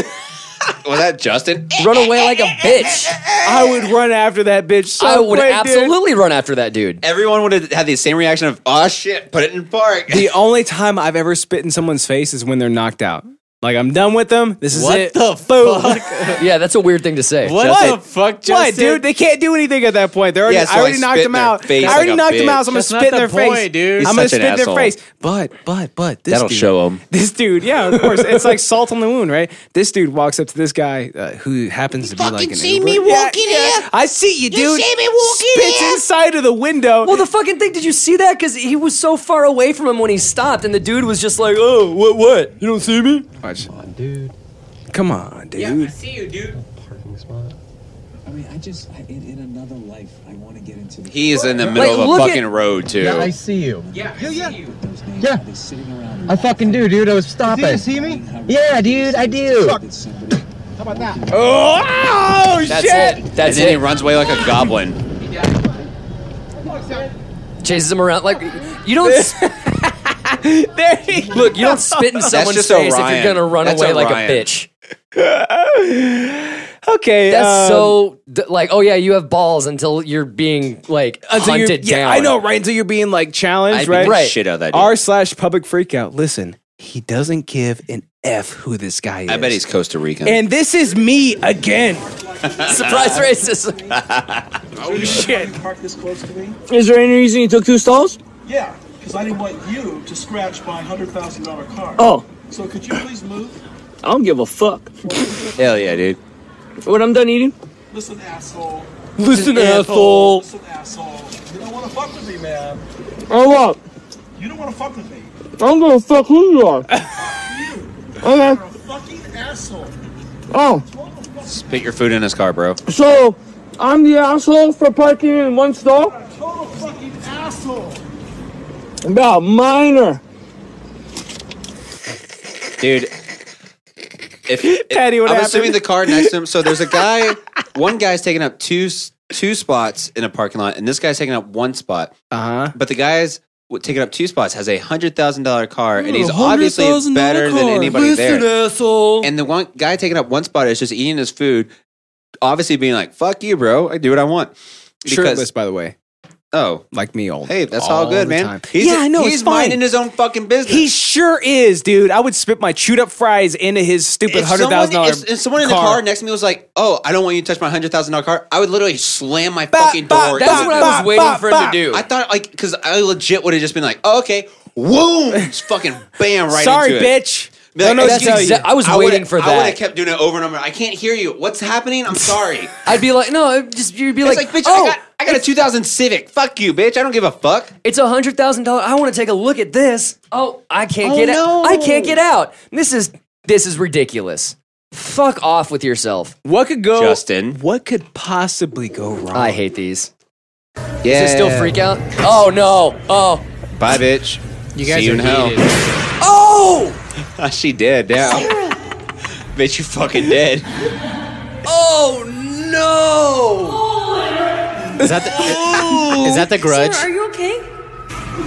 [SPEAKER 2] Was that Justin?
[SPEAKER 4] Run away like a bitch.
[SPEAKER 5] I would run after that bitch. So
[SPEAKER 4] I would
[SPEAKER 5] quick, dude.
[SPEAKER 4] absolutely run after that dude.
[SPEAKER 2] Everyone would have had the same reaction of, oh shit, put it in park.
[SPEAKER 5] The only time I've ever spit in someone's face is when they're knocked out. Like I'm done with them. This is
[SPEAKER 4] What
[SPEAKER 5] it.
[SPEAKER 4] the
[SPEAKER 5] Boom.
[SPEAKER 4] Yeah, that's a weird thing to say.
[SPEAKER 5] What What, dude? They can't do anything at that point. They're already,
[SPEAKER 4] Yeah, so
[SPEAKER 5] I already
[SPEAKER 4] I
[SPEAKER 5] knocked
[SPEAKER 4] spit
[SPEAKER 5] them
[SPEAKER 4] in their
[SPEAKER 5] out. I
[SPEAKER 4] face
[SPEAKER 5] already
[SPEAKER 4] like a
[SPEAKER 5] knocked them
[SPEAKER 4] bitch.
[SPEAKER 5] out. So I'm gonna
[SPEAKER 4] That's
[SPEAKER 5] spit
[SPEAKER 4] not
[SPEAKER 5] in
[SPEAKER 4] the
[SPEAKER 5] their face,
[SPEAKER 4] point, dude. He's
[SPEAKER 5] I'm gonna
[SPEAKER 4] such
[SPEAKER 5] spit
[SPEAKER 4] an
[SPEAKER 5] in their
[SPEAKER 4] asshole.
[SPEAKER 5] face. But, but, but this
[SPEAKER 2] That'll
[SPEAKER 5] dude,
[SPEAKER 2] show 'em.
[SPEAKER 5] This dude, yeah, of course. it's like salt on the wound, right? This dude walks up to this guy uh, who happens to be like an Uber. Yeah,
[SPEAKER 4] here?
[SPEAKER 5] I see you, dude. Spits
[SPEAKER 4] here?
[SPEAKER 5] inside of the window.
[SPEAKER 4] Well, the fucking thing. Did you see that? Because he was so far away from him when he stopped, and the dude was just like, "Oh, what? What? You don't see me?"
[SPEAKER 5] Watch. Come on, dude. Come on, dude.
[SPEAKER 1] see you dude
[SPEAKER 21] I mean, I just, I, in, in another life, I want to get into the.
[SPEAKER 2] He is in the
[SPEAKER 20] Like,
[SPEAKER 2] middle of a
[SPEAKER 20] look at-
[SPEAKER 2] fucking road too.
[SPEAKER 20] Yeah, I see you.
[SPEAKER 21] Yeah,
[SPEAKER 20] yeah.
[SPEAKER 21] Yeah.
[SPEAKER 20] I fucking do, dude. I was stopping.
[SPEAKER 16] Do you see me?
[SPEAKER 20] Yeah, dude, I do.
[SPEAKER 16] How about that?
[SPEAKER 2] Oh
[SPEAKER 4] That's shit! it. That's
[SPEAKER 2] and then he
[SPEAKER 4] it.
[SPEAKER 2] runs away like a goblin.
[SPEAKER 4] Chases him around like you don't. s- Look, you don't spit in
[SPEAKER 2] That's
[SPEAKER 4] someone's
[SPEAKER 2] just
[SPEAKER 4] face if
[SPEAKER 2] Orion.
[SPEAKER 4] you're gonna run
[SPEAKER 2] That's
[SPEAKER 4] away like
[SPEAKER 2] Orion.
[SPEAKER 4] a bitch.
[SPEAKER 5] Okay,
[SPEAKER 4] That's
[SPEAKER 5] um,
[SPEAKER 4] so d- like, oh yeah, you have balls until you're being like
[SPEAKER 5] Until uh, you're-
[SPEAKER 4] hunted
[SPEAKER 5] yeah,
[SPEAKER 4] down.
[SPEAKER 5] I know, right? Until you're being like challenged,
[SPEAKER 4] I'd beat
[SPEAKER 5] right?
[SPEAKER 4] the Right. shit out of that dude.
[SPEAKER 5] R slash public freakout. Listen, he doesn't give an f who this guy is.
[SPEAKER 2] I bet he's Costa Rican.
[SPEAKER 5] And this is me again.
[SPEAKER 4] Surprise
[SPEAKER 2] racist.
[SPEAKER 5] Oh shit!
[SPEAKER 7] Park this close to me?
[SPEAKER 22] Is there any reason you took two stalls?
[SPEAKER 7] Yeah, because I didn't want you to scratch my hundred thousand dollar car.
[SPEAKER 22] Oh.
[SPEAKER 7] So could you please move?
[SPEAKER 22] I don't give a fuck.
[SPEAKER 2] Hell yeah, dude.
[SPEAKER 22] When I'm done eating,
[SPEAKER 7] Listen, asshole.
[SPEAKER 22] Listen, asshole.
[SPEAKER 7] Listen, asshole. You don't want to fuck with me, man.
[SPEAKER 22] I walk.
[SPEAKER 7] You don't want to fuck with me.
[SPEAKER 22] I don't give a fuck who you are. okay.
[SPEAKER 7] Fucking asshole.
[SPEAKER 22] Oh,
[SPEAKER 2] Spit your food in his car, bro.
[SPEAKER 22] so I'm the asshole for parking in one stall?
[SPEAKER 7] Total fucking asshole.
[SPEAKER 22] No, minor.
[SPEAKER 2] Dude. If,
[SPEAKER 5] Patty, what
[SPEAKER 2] I'm
[SPEAKER 5] happened?
[SPEAKER 2] assuming the car next to him. So there's a guy, one guy's taking up two s- two spots in a parking lot, and this guy's taking up one spot.
[SPEAKER 5] Uh
[SPEAKER 22] Uh-huh.
[SPEAKER 5] huh.
[SPEAKER 2] But the guy's w- taking up two spots has a hundred thousand dollar car, and he's
[SPEAKER 4] Ooh,
[SPEAKER 2] obviously
[SPEAKER 4] $100,000
[SPEAKER 2] better than
[SPEAKER 4] car.
[SPEAKER 2] anybody
[SPEAKER 4] Listen,
[SPEAKER 2] there. And the one guy taking up one spot is just eating his food, obviously being like, "Fuck you, bro. I do what I want."
[SPEAKER 5] Shirtless, by the way.
[SPEAKER 2] Oh,
[SPEAKER 5] like me old.
[SPEAKER 2] Hey, that's
[SPEAKER 5] all
[SPEAKER 2] all good,
[SPEAKER 5] the
[SPEAKER 2] man.
[SPEAKER 5] time.
[SPEAKER 2] He's,
[SPEAKER 5] Yeah, I know, it's
[SPEAKER 2] He's
[SPEAKER 5] fine.
[SPEAKER 2] minding his own fucking business.
[SPEAKER 5] He sure is, dude. I would spit my chewed up fries into his stupid
[SPEAKER 2] If
[SPEAKER 5] hundred
[SPEAKER 2] someone,
[SPEAKER 5] thousand dollar.
[SPEAKER 2] if, if someone in the car next to me was like, "Oh, I don't want you to touch my hundred thousand dollar car," I would literally slam my fucking door.
[SPEAKER 4] That's
[SPEAKER 2] into
[SPEAKER 4] what I
[SPEAKER 2] it.
[SPEAKER 4] was Bop, waiting bop, for him to bop. do.
[SPEAKER 2] I thought like because I legit would have just been like, oh, "Okay, whoom, just fucking bam right
[SPEAKER 5] Sorry,
[SPEAKER 2] into it."
[SPEAKER 5] bitch.
[SPEAKER 2] Be like,
[SPEAKER 4] No, no, that's
[SPEAKER 2] "Excuse
[SPEAKER 4] exa-
[SPEAKER 2] me."
[SPEAKER 4] I was
[SPEAKER 2] would've-
[SPEAKER 4] waiting for
[SPEAKER 2] I would
[SPEAKER 4] that.
[SPEAKER 2] have kept doing it over and over. I can't hear you. What's happening? I'm sorry.
[SPEAKER 4] I'd be like, no, it just you'd be
[SPEAKER 2] It's
[SPEAKER 4] like,
[SPEAKER 2] like, bitch, I
[SPEAKER 4] oh,
[SPEAKER 2] got- I got a 2000 Civic. Fuck you, bitch. I don't give a fuck.
[SPEAKER 4] It's a hundred thousand dollars. I want to take a look at this. Oh, I can't
[SPEAKER 2] Oh,
[SPEAKER 4] get
[SPEAKER 2] no.
[SPEAKER 4] out. I can't get out. This is this is ridiculous. Fuck off with yourself.
[SPEAKER 5] What could go?
[SPEAKER 2] Justin.
[SPEAKER 5] What could possibly go wrong?
[SPEAKER 4] I hate these.
[SPEAKER 2] Yeah.
[SPEAKER 4] Is it still freak out? Oh no. Oh.
[SPEAKER 2] Bye, bitch. You
[SPEAKER 4] guys
[SPEAKER 2] See you
[SPEAKER 4] are
[SPEAKER 2] in hell.
[SPEAKER 4] Oh.
[SPEAKER 2] she dead now. bitch, you fucking dead.
[SPEAKER 4] Oh no.
[SPEAKER 1] Is that the, is that the grudge?
[SPEAKER 12] Sir, are you okay?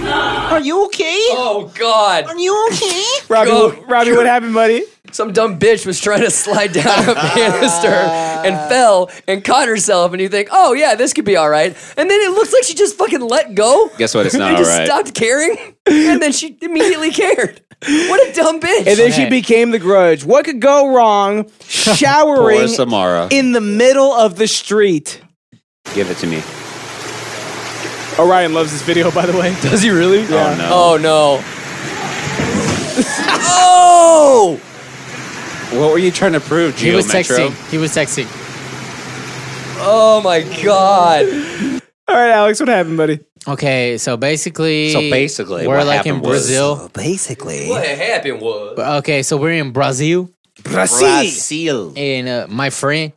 [SPEAKER 2] Are you okay?
[SPEAKER 4] Oh God.
[SPEAKER 12] Are you okay?
[SPEAKER 5] Robbie,
[SPEAKER 4] Go.
[SPEAKER 5] what- Robbie, what happened, buddy?
[SPEAKER 4] Some dumb bitch was trying to slide down a banister and fell and caught herself, and you think, oh yeah, this could be all right. And then it looks like she just fucking let go.
[SPEAKER 2] Guess what? It's not
[SPEAKER 4] and
[SPEAKER 2] all
[SPEAKER 4] just
[SPEAKER 2] right.
[SPEAKER 4] stopped caring, and then she immediately cared. What a dumb bitch.
[SPEAKER 5] And then she became the grudge. What could go wrong? Showering
[SPEAKER 2] Samara.
[SPEAKER 5] in the middle of the street.
[SPEAKER 2] Give it to me.
[SPEAKER 5] Orion loves this video, by the way. Does he really? Yeah.
[SPEAKER 4] Oh no. oh.
[SPEAKER 2] What were you trying to prove,
[SPEAKER 1] He
[SPEAKER 2] Geo
[SPEAKER 1] was
[SPEAKER 2] Metro?
[SPEAKER 1] texting. He was texting.
[SPEAKER 4] Oh my god.
[SPEAKER 5] All right, Alex, what happened, buddy?
[SPEAKER 1] Okay, so basically,
[SPEAKER 2] So basically,
[SPEAKER 1] we're
[SPEAKER 2] what
[SPEAKER 1] like in
[SPEAKER 2] happened was-
[SPEAKER 1] Brazil.
[SPEAKER 5] basically,
[SPEAKER 4] What happened was
[SPEAKER 1] Okay, so we're in Brazil.
[SPEAKER 5] Brazil.
[SPEAKER 2] Brazil.
[SPEAKER 1] And uh, my friend,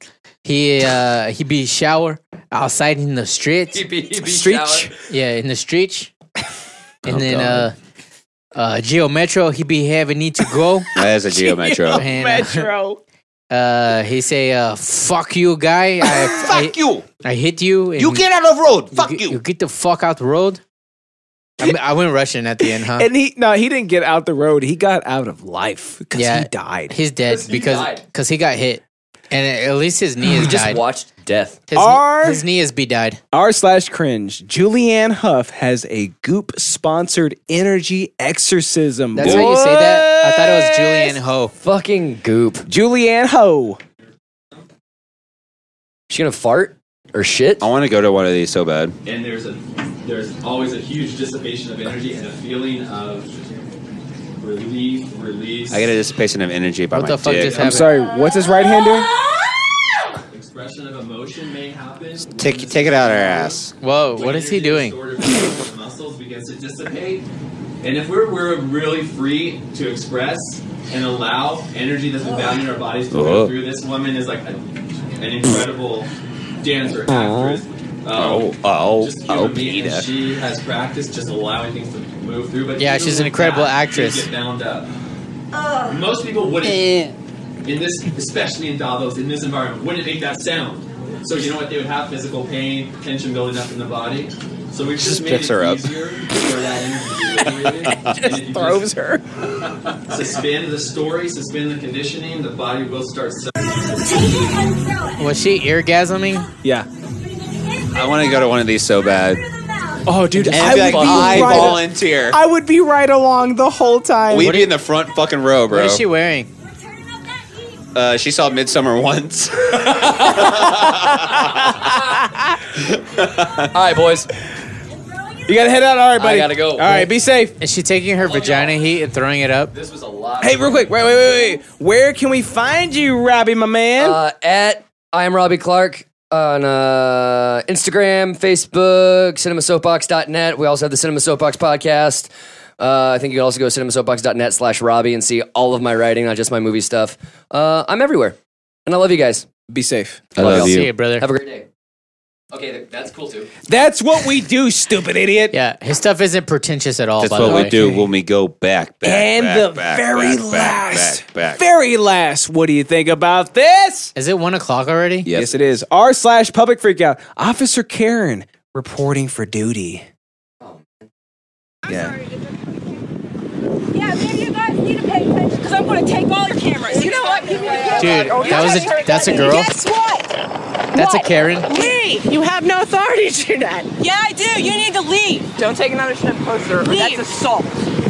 [SPEAKER 1] he uh, he be shower outside in the street.
[SPEAKER 4] He be- he be shower.
[SPEAKER 1] Yeah, in the street. And
[SPEAKER 2] Oh,
[SPEAKER 1] then
[SPEAKER 2] God.
[SPEAKER 1] uh, uh, Geo Metro, he be having need to go.
[SPEAKER 2] That is a Geo Metro.
[SPEAKER 1] And, uh, Uh, he say, uh, "Fuck you, guy! I,
[SPEAKER 2] Fuck you!
[SPEAKER 1] I hit you. and
[SPEAKER 2] You get out of road. Fuck
[SPEAKER 1] get-
[SPEAKER 2] you.
[SPEAKER 1] You get the fuck out the road." I, I went Russian at the end, huh?
[SPEAKER 5] And he no, he didn't get out the road. He got out of life because
[SPEAKER 1] Yeah.
[SPEAKER 5] he died.
[SPEAKER 1] He's dead
[SPEAKER 4] he
[SPEAKER 1] because
[SPEAKER 4] died.
[SPEAKER 1] because he got hit, and at least his knee is
[SPEAKER 4] just
[SPEAKER 1] died.
[SPEAKER 4] watched death.
[SPEAKER 1] His,
[SPEAKER 5] Our-
[SPEAKER 1] his knee is be died.
[SPEAKER 5] R slash cringe. Julianne Huff has a Goop sponsored energy exorcism.
[SPEAKER 1] That's how you say that. I thought it was Julianne Ho.
[SPEAKER 4] Fucking goop.
[SPEAKER 5] Julianne Ho.
[SPEAKER 4] She gonna fart or shit?
[SPEAKER 2] I want to go to one of these so bad.
[SPEAKER 3] and there's a there's always a huge dissipation of energy and a feeling of relief, release.
[SPEAKER 2] I get a dissipation of energy by
[SPEAKER 3] What
[SPEAKER 2] my
[SPEAKER 3] the fuck
[SPEAKER 2] dick.
[SPEAKER 3] just
[SPEAKER 5] I'm sorry. What's his right hand doing?
[SPEAKER 3] Expression of emotion may happen.
[SPEAKER 2] Take take it out of her ass.
[SPEAKER 1] Whoa, what is he doing?
[SPEAKER 3] Sort of muscles begins to dissipate, and if we're we're really free to express and allow energy that's been bound in our bodies to
[SPEAKER 2] Oh.
[SPEAKER 3] go through, this woman is like a, an incredible dancer, actress. Um,
[SPEAKER 2] Oh, oh,
[SPEAKER 3] just
[SPEAKER 2] oh,
[SPEAKER 3] human being, and
[SPEAKER 2] Peter.
[SPEAKER 3] She has practiced just allowing things to move through. But
[SPEAKER 1] Yeah,
[SPEAKER 3] even
[SPEAKER 1] she's an
[SPEAKER 3] with
[SPEAKER 1] incredible
[SPEAKER 3] that, you
[SPEAKER 1] actress.
[SPEAKER 3] Get bound up. Most people wouldn't. In this, especially in Davos, in this environment, wouldn't make that sound. So you know what? They would have physical pain, tension building up in the body. So we've just,
[SPEAKER 2] Just
[SPEAKER 3] made
[SPEAKER 2] picks
[SPEAKER 3] it
[SPEAKER 2] her up.
[SPEAKER 3] easier for that energy to be liberated. And if you
[SPEAKER 5] Throws her.
[SPEAKER 3] Suspend the story, suspend the conditioning. The body will start.
[SPEAKER 1] Was she orgasming?
[SPEAKER 5] Yeah.
[SPEAKER 2] I want to go to one of these so bad.
[SPEAKER 5] Oh, dude,
[SPEAKER 2] And
[SPEAKER 5] I
[SPEAKER 2] I'd be
[SPEAKER 5] would
[SPEAKER 2] like,
[SPEAKER 5] be
[SPEAKER 2] I
[SPEAKER 5] right.
[SPEAKER 2] volunteer.
[SPEAKER 5] I would be right along the whole time.
[SPEAKER 2] We'd be in the front fucking row, bro.
[SPEAKER 1] What is she wearing?
[SPEAKER 2] Uh, she saw Midsummer once.
[SPEAKER 4] All right, boys.
[SPEAKER 5] you gotta head out. All right,
[SPEAKER 4] I
[SPEAKER 5] buddy.
[SPEAKER 4] gotta go.
[SPEAKER 5] All right, be safe.
[SPEAKER 1] Is she taking her vagina heat and throwing it up?
[SPEAKER 3] This was a lot.
[SPEAKER 5] Hey, real quick. Wait, wait, wait, wait. Where can we find you, Robbie, my man?
[SPEAKER 4] Uh, at I am Robbie Clark on uh, Instagram, Facebook, cinemasoapbox.net. We also have the Cinema Soapbox podcast. Uh, I think you can also go to cinemasoapbox.net slash Robbie and see all of my writing, not just my movie stuff. Uh, I'm everywhere. And I love you guys.
[SPEAKER 2] Uh,
[SPEAKER 5] be safe.
[SPEAKER 2] I love
[SPEAKER 1] See
[SPEAKER 2] you.
[SPEAKER 1] you, brother.
[SPEAKER 4] Have a great day. Okay, th- that's cool too.
[SPEAKER 5] That's what we do, stupid idiot.
[SPEAKER 1] Yeah, his stuff isn't pretentious at all.
[SPEAKER 2] That's
[SPEAKER 1] Oh, by the
[SPEAKER 2] what
[SPEAKER 1] way.
[SPEAKER 2] we do when we go back, back,
[SPEAKER 5] And
[SPEAKER 2] back,
[SPEAKER 5] the
[SPEAKER 2] back,
[SPEAKER 5] very
[SPEAKER 2] back, back,
[SPEAKER 5] last,
[SPEAKER 2] back, back.
[SPEAKER 5] very last. What do you think about this?
[SPEAKER 1] Is it one o'clock already?
[SPEAKER 2] Yes.
[SPEAKER 5] Yes, it is. R slash public freakout. Officer Karen reporting for duty. Yeah.
[SPEAKER 12] Yeah, maybe you guys need to pay attention because I'm going to take all your cameras. You know what? Give me the camera.
[SPEAKER 1] Dude,
[SPEAKER 12] Oh, you
[SPEAKER 1] that was a-
[SPEAKER 12] guys heard
[SPEAKER 1] that's a
[SPEAKER 12] that.
[SPEAKER 1] girl?
[SPEAKER 12] Guess what?
[SPEAKER 1] That's a
[SPEAKER 12] What?
[SPEAKER 1] Karen.
[SPEAKER 12] Leave. You have no authority to do that. Yeah, I do. You need to leave. Don't take another step closer. Leave. That's assault.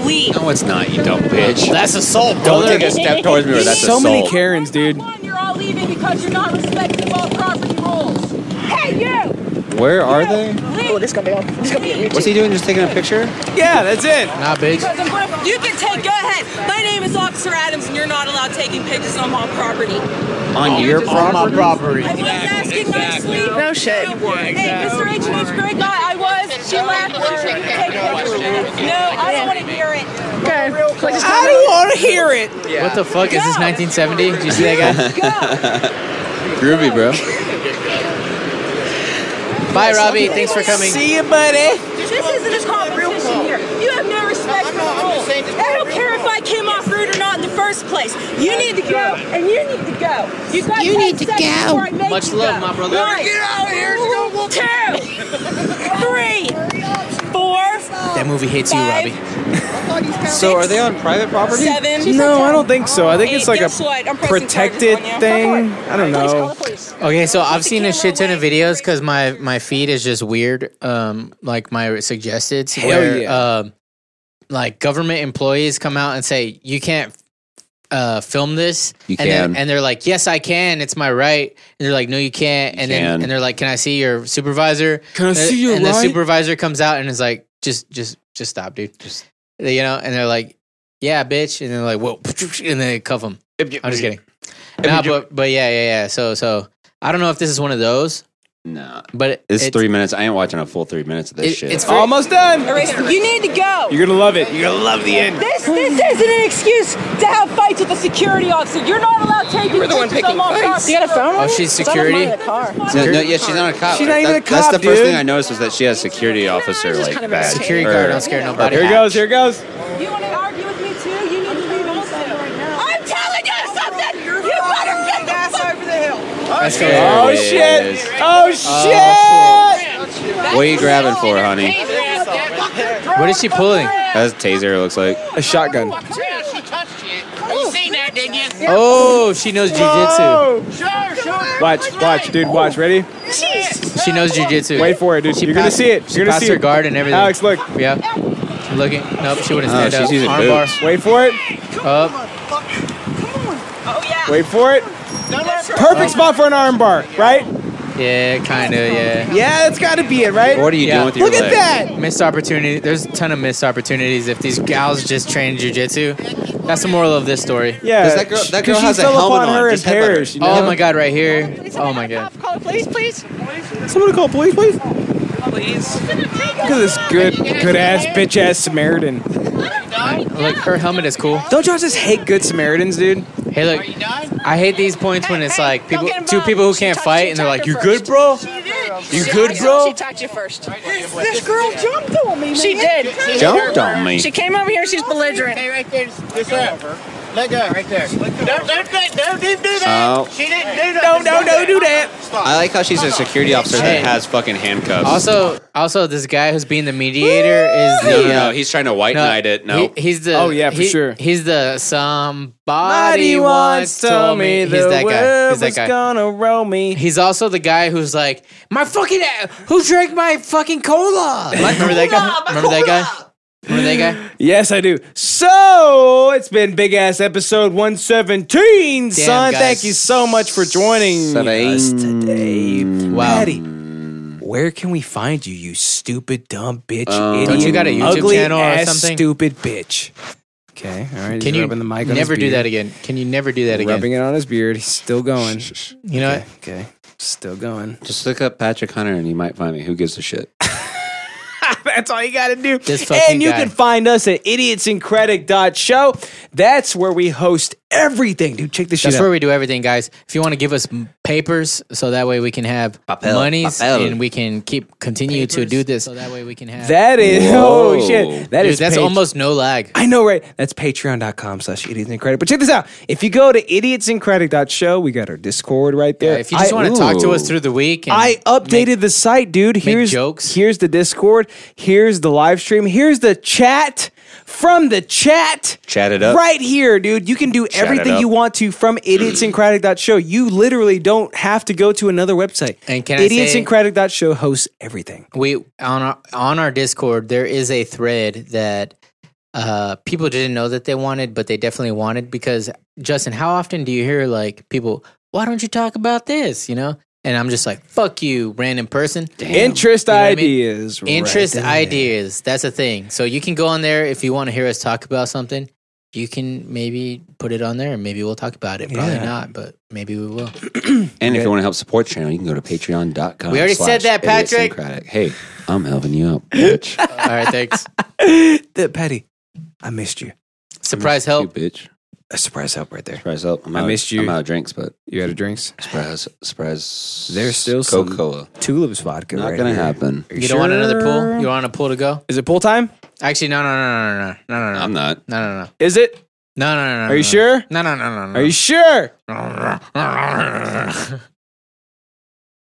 [SPEAKER 12] Leave.
[SPEAKER 2] No, it's not, you dumb bitch.
[SPEAKER 1] That's assault,
[SPEAKER 2] Don't
[SPEAKER 1] brother.
[SPEAKER 2] take a step towards me or that's
[SPEAKER 5] so
[SPEAKER 2] assault.
[SPEAKER 5] many Karens, dude.
[SPEAKER 12] You're all leaving because you're not respecting all property rules. Hey, you!
[SPEAKER 2] Where are they?
[SPEAKER 12] Oh, this gonna be on. This gonna be on YouTube.
[SPEAKER 2] What's he doing? Just taking a picture?
[SPEAKER 5] Yeah, that's it.
[SPEAKER 1] Nah, bitch.
[SPEAKER 12] You can take. Go ahead. My name is Officer Adams, and you're not allowed taking pictures on my property.
[SPEAKER 2] On your
[SPEAKER 1] On my property.
[SPEAKER 12] I was asking nicely.
[SPEAKER 1] No shit.
[SPEAKER 12] Hey, Mr. H and H Greg, I, I was. She laughed. She shouldn't take pictures. No, I don't want to hear it. Okay.
[SPEAKER 1] I
[SPEAKER 12] don't want
[SPEAKER 1] to hear it. What the fuck is this? 1970? Did you see that guy?
[SPEAKER 2] Groovy, bro.
[SPEAKER 1] Bye, Robbie. Thanks for coming.
[SPEAKER 12] See you, buddy. This isn't a competition here. You have no respect for the rules. I don't care if I came off rude or not in the first place. You need to go, and you need to go. You got
[SPEAKER 1] You
[SPEAKER 12] ten
[SPEAKER 1] need to
[SPEAKER 12] seconds
[SPEAKER 1] go.
[SPEAKER 12] before I make
[SPEAKER 1] Much
[SPEAKER 12] you
[SPEAKER 1] love,
[SPEAKER 12] go.
[SPEAKER 1] my brother.
[SPEAKER 12] One,
[SPEAKER 1] Get
[SPEAKER 12] out of here. Two, three, four.
[SPEAKER 1] That movie hates you, Robbie.
[SPEAKER 2] So are they on private property?
[SPEAKER 12] Seven.
[SPEAKER 5] No, I don't think so. I think
[SPEAKER 12] Hey,
[SPEAKER 5] it's like
[SPEAKER 12] guess what?
[SPEAKER 5] a
[SPEAKER 12] I'm pressing
[SPEAKER 5] protected
[SPEAKER 12] charges on you.
[SPEAKER 5] thing. I don't know.
[SPEAKER 1] Okay, so I've seen a shit ton of videos because my my feed is just weird. Um, like my suggested,
[SPEAKER 5] Hell
[SPEAKER 1] where
[SPEAKER 5] yeah.
[SPEAKER 1] um, like government employees come out and say you can't uh film this.
[SPEAKER 2] You
[SPEAKER 1] and then-
[SPEAKER 2] can.
[SPEAKER 1] and they're like, yes, I can. It's my right. And they're like, no, you can't. and then
[SPEAKER 2] can.
[SPEAKER 1] and they're like, can I see your supervisor?
[SPEAKER 2] Can I
[SPEAKER 1] And-
[SPEAKER 2] see your
[SPEAKER 1] And the
[SPEAKER 2] right?
[SPEAKER 1] supervisor comes out and is like, just just just stop, dude. Just you know. And they're like, yeah, bitch. And they're like, whoa, and they cuff them. I'm just kidding. Nah, but but yeah, yeah, yeah. So so I don't know if this is one of those.
[SPEAKER 2] No,
[SPEAKER 1] but it-
[SPEAKER 2] It's three minutes. I ain't watching a full three minutes of this
[SPEAKER 1] It-
[SPEAKER 2] shit.
[SPEAKER 1] it's very- Almost
[SPEAKER 5] done.
[SPEAKER 12] You need to go.
[SPEAKER 5] You're gonna love it. You're gonna love the end.
[SPEAKER 12] This this isn't an excuse to have fights with the security officer. You're not allowed taking
[SPEAKER 18] You were the one
[SPEAKER 12] pictures of
[SPEAKER 18] picking
[SPEAKER 12] my
[SPEAKER 18] fights.
[SPEAKER 12] property.
[SPEAKER 18] You got a phone
[SPEAKER 2] Oh, she's security? No, no, yeah, she's not a cop.
[SPEAKER 12] She's not even a
[SPEAKER 2] That's
[SPEAKER 12] cop,
[SPEAKER 2] the first
[SPEAKER 12] dude.
[SPEAKER 2] thing I noticed is that she has security officer like
[SPEAKER 12] kind of a
[SPEAKER 2] badge.
[SPEAKER 1] Security guard, don't scare
[SPEAKER 2] or
[SPEAKER 1] nobody.
[SPEAKER 2] patch.
[SPEAKER 1] Here
[SPEAKER 5] goes. Here goes.
[SPEAKER 12] You want to argue with me too? You need to leave also right now. I'm telling you something. You better get the fuck over the hill.
[SPEAKER 2] Let's go.
[SPEAKER 5] Oh shit. Oh shit.
[SPEAKER 2] What are you grabbing for, honey?
[SPEAKER 1] What is she pulling?
[SPEAKER 2] That's a taser. It looks like
[SPEAKER 5] a shotgun.
[SPEAKER 12] You seen that, didn't you?
[SPEAKER 1] Oh, she knows jujitsu.
[SPEAKER 5] Oh. Watch, watch, dude. Watch. Ready?
[SPEAKER 1] She knows jujitsu.
[SPEAKER 5] Wait for it, dude. You're gonna
[SPEAKER 1] passed-
[SPEAKER 5] see it.
[SPEAKER 1] She
[SPEAKER 5] You're gonna
[SPEAKER 1] passed
[SPEAKER 5] see
[SPEAKER 1] her
[SPEAKER 5] it.
[SPEAKER 1] guard and everything.
[SPEAKER 5] Alex, look.
[SPEAKER 1] Yeah. Looking. Nope, she wouldn't
[SPEAKER 2] Oh,
[SPEAKER 1] stand
[SPEAKER 2] she's
[SPEAKER 1] up.
[SPEAKER 2] using
[SPEAKER 1] Armbar. Oh,
[SPEAKER 2] boots.
[SPEAKER 5] Wait for it.
[SPEAKER 1] Up.
[SPEAKER 5] Wait for it. Perfect spot for an armbar, right?
[SPEAKER 1] Yeah, kind of. Yeah.
[SPEAKER 5] Yeah, that's got to be it, right?
[SPEAKER 1] What are you
[SPEAKER 2] doing with your
[SPEAKER 5] Look at
[SPEAKER 2] leg?
[SPEAKER 5] that.
[SPEAKER 1] Missed opportunity. There's a ton of missed opportunities if these gals just train jujitsu. That's the moral of this story.
[SPEAKER 5] Yeah, 'Cause that girl- that girl she has a fell helmet upon on. her Just in headbutt her. Paris, you know?
[SPEAKER 1] Oh my god, right here. Oh my god.
[SPEAKER 12] Call the police, please.
[SPEAKER 5] Someone call police, please. Look
[SPEAKER 12] Please.
[SPEAKER 5] at this good, good ass, bitch ass Samaritan.
[SPEAKER 1] Look, her helmet is cool.
[SPEAKER 5] Don't y'all just hate good Samaritans, dude?
[SPEAKER 1] Hey, look. I hate these points when it's like people, two people who can't fight, and they're like, "You good, bro? You good, bro?"
[SPEAKER 12] talked to you first. This, this girl jumped on me. She did.
[SPEAKER 2] Jumped on me. She
[SPEAKER 12] came over here. She's belligerent.
[SPEAKER 9] Hey, right there. Just let go. Let go right there. Don't, don't, don't, don't do that.
[SPEAKER 2] Oh.
[SPEAKER 9] She didn't do that.
[SPEAKER 5] No, no, no, do that.
[SPEAKER 2] I like how she's a security officer
[SPEAKER 1] Hey.
[SPEAKER 2] that has fucking handcuffs.
[SPEAKER 1] Also, also, this guy who's being the mediator is
[SPEAKER 2] no,
[SPEAKER 1] the.
[SPEAKER 2] no, no, he's trying to white
[SPEAKER 1] uh, no,
[SPEAKER 2] knight it. No,
[SPEAKER 1] he- he's the.
[SPEAKER 5] Oh, yeah, for
[SPEAKER 1] he-
[SPEAKER 5] sure.
[SPEAKER 1] He's the somebody
[SPEAKER 5] Body
[SPEAKER 1] once told me. He's that guy. He's that guy.
[SPEAKER 5] gonna roll me.
[SPEAKER 1] He's also the guy who's like, my fucking who drank my fucking cola? Like, remember that guy? Remember that guy? Remember that guy?
[SPEAKER 5] Yes, I do. So it's been big ass episode one seventeen,
[SPEAKER 1] Damn,
[SPEAKER 5] son.
[SPEAKER 1] guys.
[SPEAKER 5] Thank you so much for joining us today,
[SPEAKER 1] Wow.
[SPEAKER 5] Patty. Where can we find you, you stupid dumb bitch?
[SPEAKER 1] Um,
[SPEAKER 5] idiot,
[SPEAKER 1] Don't you got a YouTube
[SPEAKER 5] ugly
[SPEAKER 1] channel or
[SPEAKER 5] ass
[SPEAKER 1] something?
[SPEAKER 5] Stupid bitch. Okay, all right. he's
[SPEAKER 1] Can you
[SPEAKER 5] rubbing the mic on his
[SPEAKER 1] never do
[SPEAKER 5] beard.
[SPEAKER 1] that again? Can you never do that again?
[SPEAKER 5] Rubbing it on his beard. He's still going.
[SPEAKER 1] You know
[SPEAKER 5] okay, okay. Still going.
[SPEAKER 2] just look up Patrick Hunter and you might find me. Who gives a shit?
[SPEAKER 5] That's all you got to do.
[SPEAKER 1] This fucking
[SPEAKER 5] and you
[SPEAKER 1] guy.
[SPEAKER 5] can find us at idiotsyncretic.show. That's where we host everything. Dude, check this shit
[SPEAKER 1] That's
[SPEAKER 5] out.
[SPEAKER 1] where we do everything, guys. If you want to give us m- papers, so that way we can have
[SPEAKER 2] Papel,
[SPEAKER 1] monies
[SPEAKER 2] papel.
[SPEAKER 1] and we can keep continue to do this, so that way we can have.
[SPEAKER 5] That is
[SPEAKER 2] Whoa.
[SPEAKER 5] oh shit. That
[SPEAKER 1] Dude,
[SPEAKER 5] is
[SPEAKER 1] that's
[SPEAKER 5] page-
[SPEAKER 1] almost no lag.
[SPEAKER 5] I know, right? That's patreon.com slash idiots and credit. But check this out. If you go to idiotsyncredit.show, we got our Discord right there.
[SPEAKER 1] If you just
[SPEAKER 5] I-
[SPEAKER 1] want to talk to
[SPEAKER 2] ooh.
[SPEAKER 1] us through the week, and
[SPEAKER 5] I updated the site, dude. Here's
[SPEAKER 1] jokes.
[SPEAKER 5] Here's the Discord. Here's the live stream. Here's the chat from the chat.
[SPEAKER 2] Chat it up.
[SPEAKER 5] Right here, dude. You can do
[SPEAKER 2] Chat it
[SPEAKER 5] everything
[SPEAKER 2] up.
[SPEAKER 5] you want to from idiotsyncratic.show. You literally don't have to go to another website.
[SPEAKER 1] and can I say,
[SPEAKER 5] Idiotsyncratic.show hosts everything.
[SPEAKER 1] we on our on our Discord there is a thread that uh people didn't know that they wanted, but they definitely wanted because Justin, how often do you hear like people, why don't you talk about this? You know? and I'm just like, fuck you, random person.
[SPEAKER 5] Interest
[SPEAKER 1] You know what I mean?
[SPEAKER 5] ideas right
[SPEAKER 1] Interest
[SPEAKER 5] there.
[SPEAKER 1] ideas. That's a thing. So you can go on there if you want to hear us talk about something. You can maybe put it on there and maybe we'll talk about it. Probably
[SPEAKER 2] Yeah.
[SPEAKER 1] not, but maybe we will.
[SPEAKER 2] And if you want to help support the channel, you can go to patreon.com.
[SPEAKER 1] We already said
[SPEAKER 2] slash
[SPEAKER 1] that, Patrick.
[SPEAKER 2] idiosyncratic. Hey, I'm helping you out, bitch.
[SPEAKER 1] All right, thanks.
[SPEAKER 5] That Patty, I missed you.
[SPEAKER 1] Surprise help.
[SPEAKER 2] You, bitch.
[SPEAKER 5] A surprise help right there.
[SPEAKER 2] Surprise help. I'm
[SPEAKER 5] I
[SPEAKER 2] out-
[SPEAKER 5] missed you.
[SPEAKER 2] I'm out of drinks, but.
[SPEAKER 5] You out of drinks?
[SPEAKER 2] Surprise. Surprise.
[SPEAKER 5] There's still some
[SPEAKER 2] Coca-Cola.
[SPEAKER 5] tulips vodka.
[SPEAKER 2] Not
[SPEAKER 5] right
[SPEAKER 2] gonna
[SPEAKER 5] here.
[SPEAKER 2] happen.
[SPEAKER 5] Are
[SPEAKER 1] You don't want
[SPEAKER 5] sure?
[SPEAKER 1] another pool? You want a pool to go?
[SPEAKER 5] Is it pool time?
[SPEAKER 1] Actually, no, no, no, no, no, no, no, no.
[SPEAKER 2] I'm not.
[SPEAKER 1] No, no, no.
[SPEAKER 5] Is it?
[SPEAKER 1] No, no, no. no
[SPEAKER 5] Are
[SPEAKER 1] no.
[SPEAKER 5] you sure?
[SPEAKER 1] No, no, no, no. no.
[SPEAKER 5] Are you sure?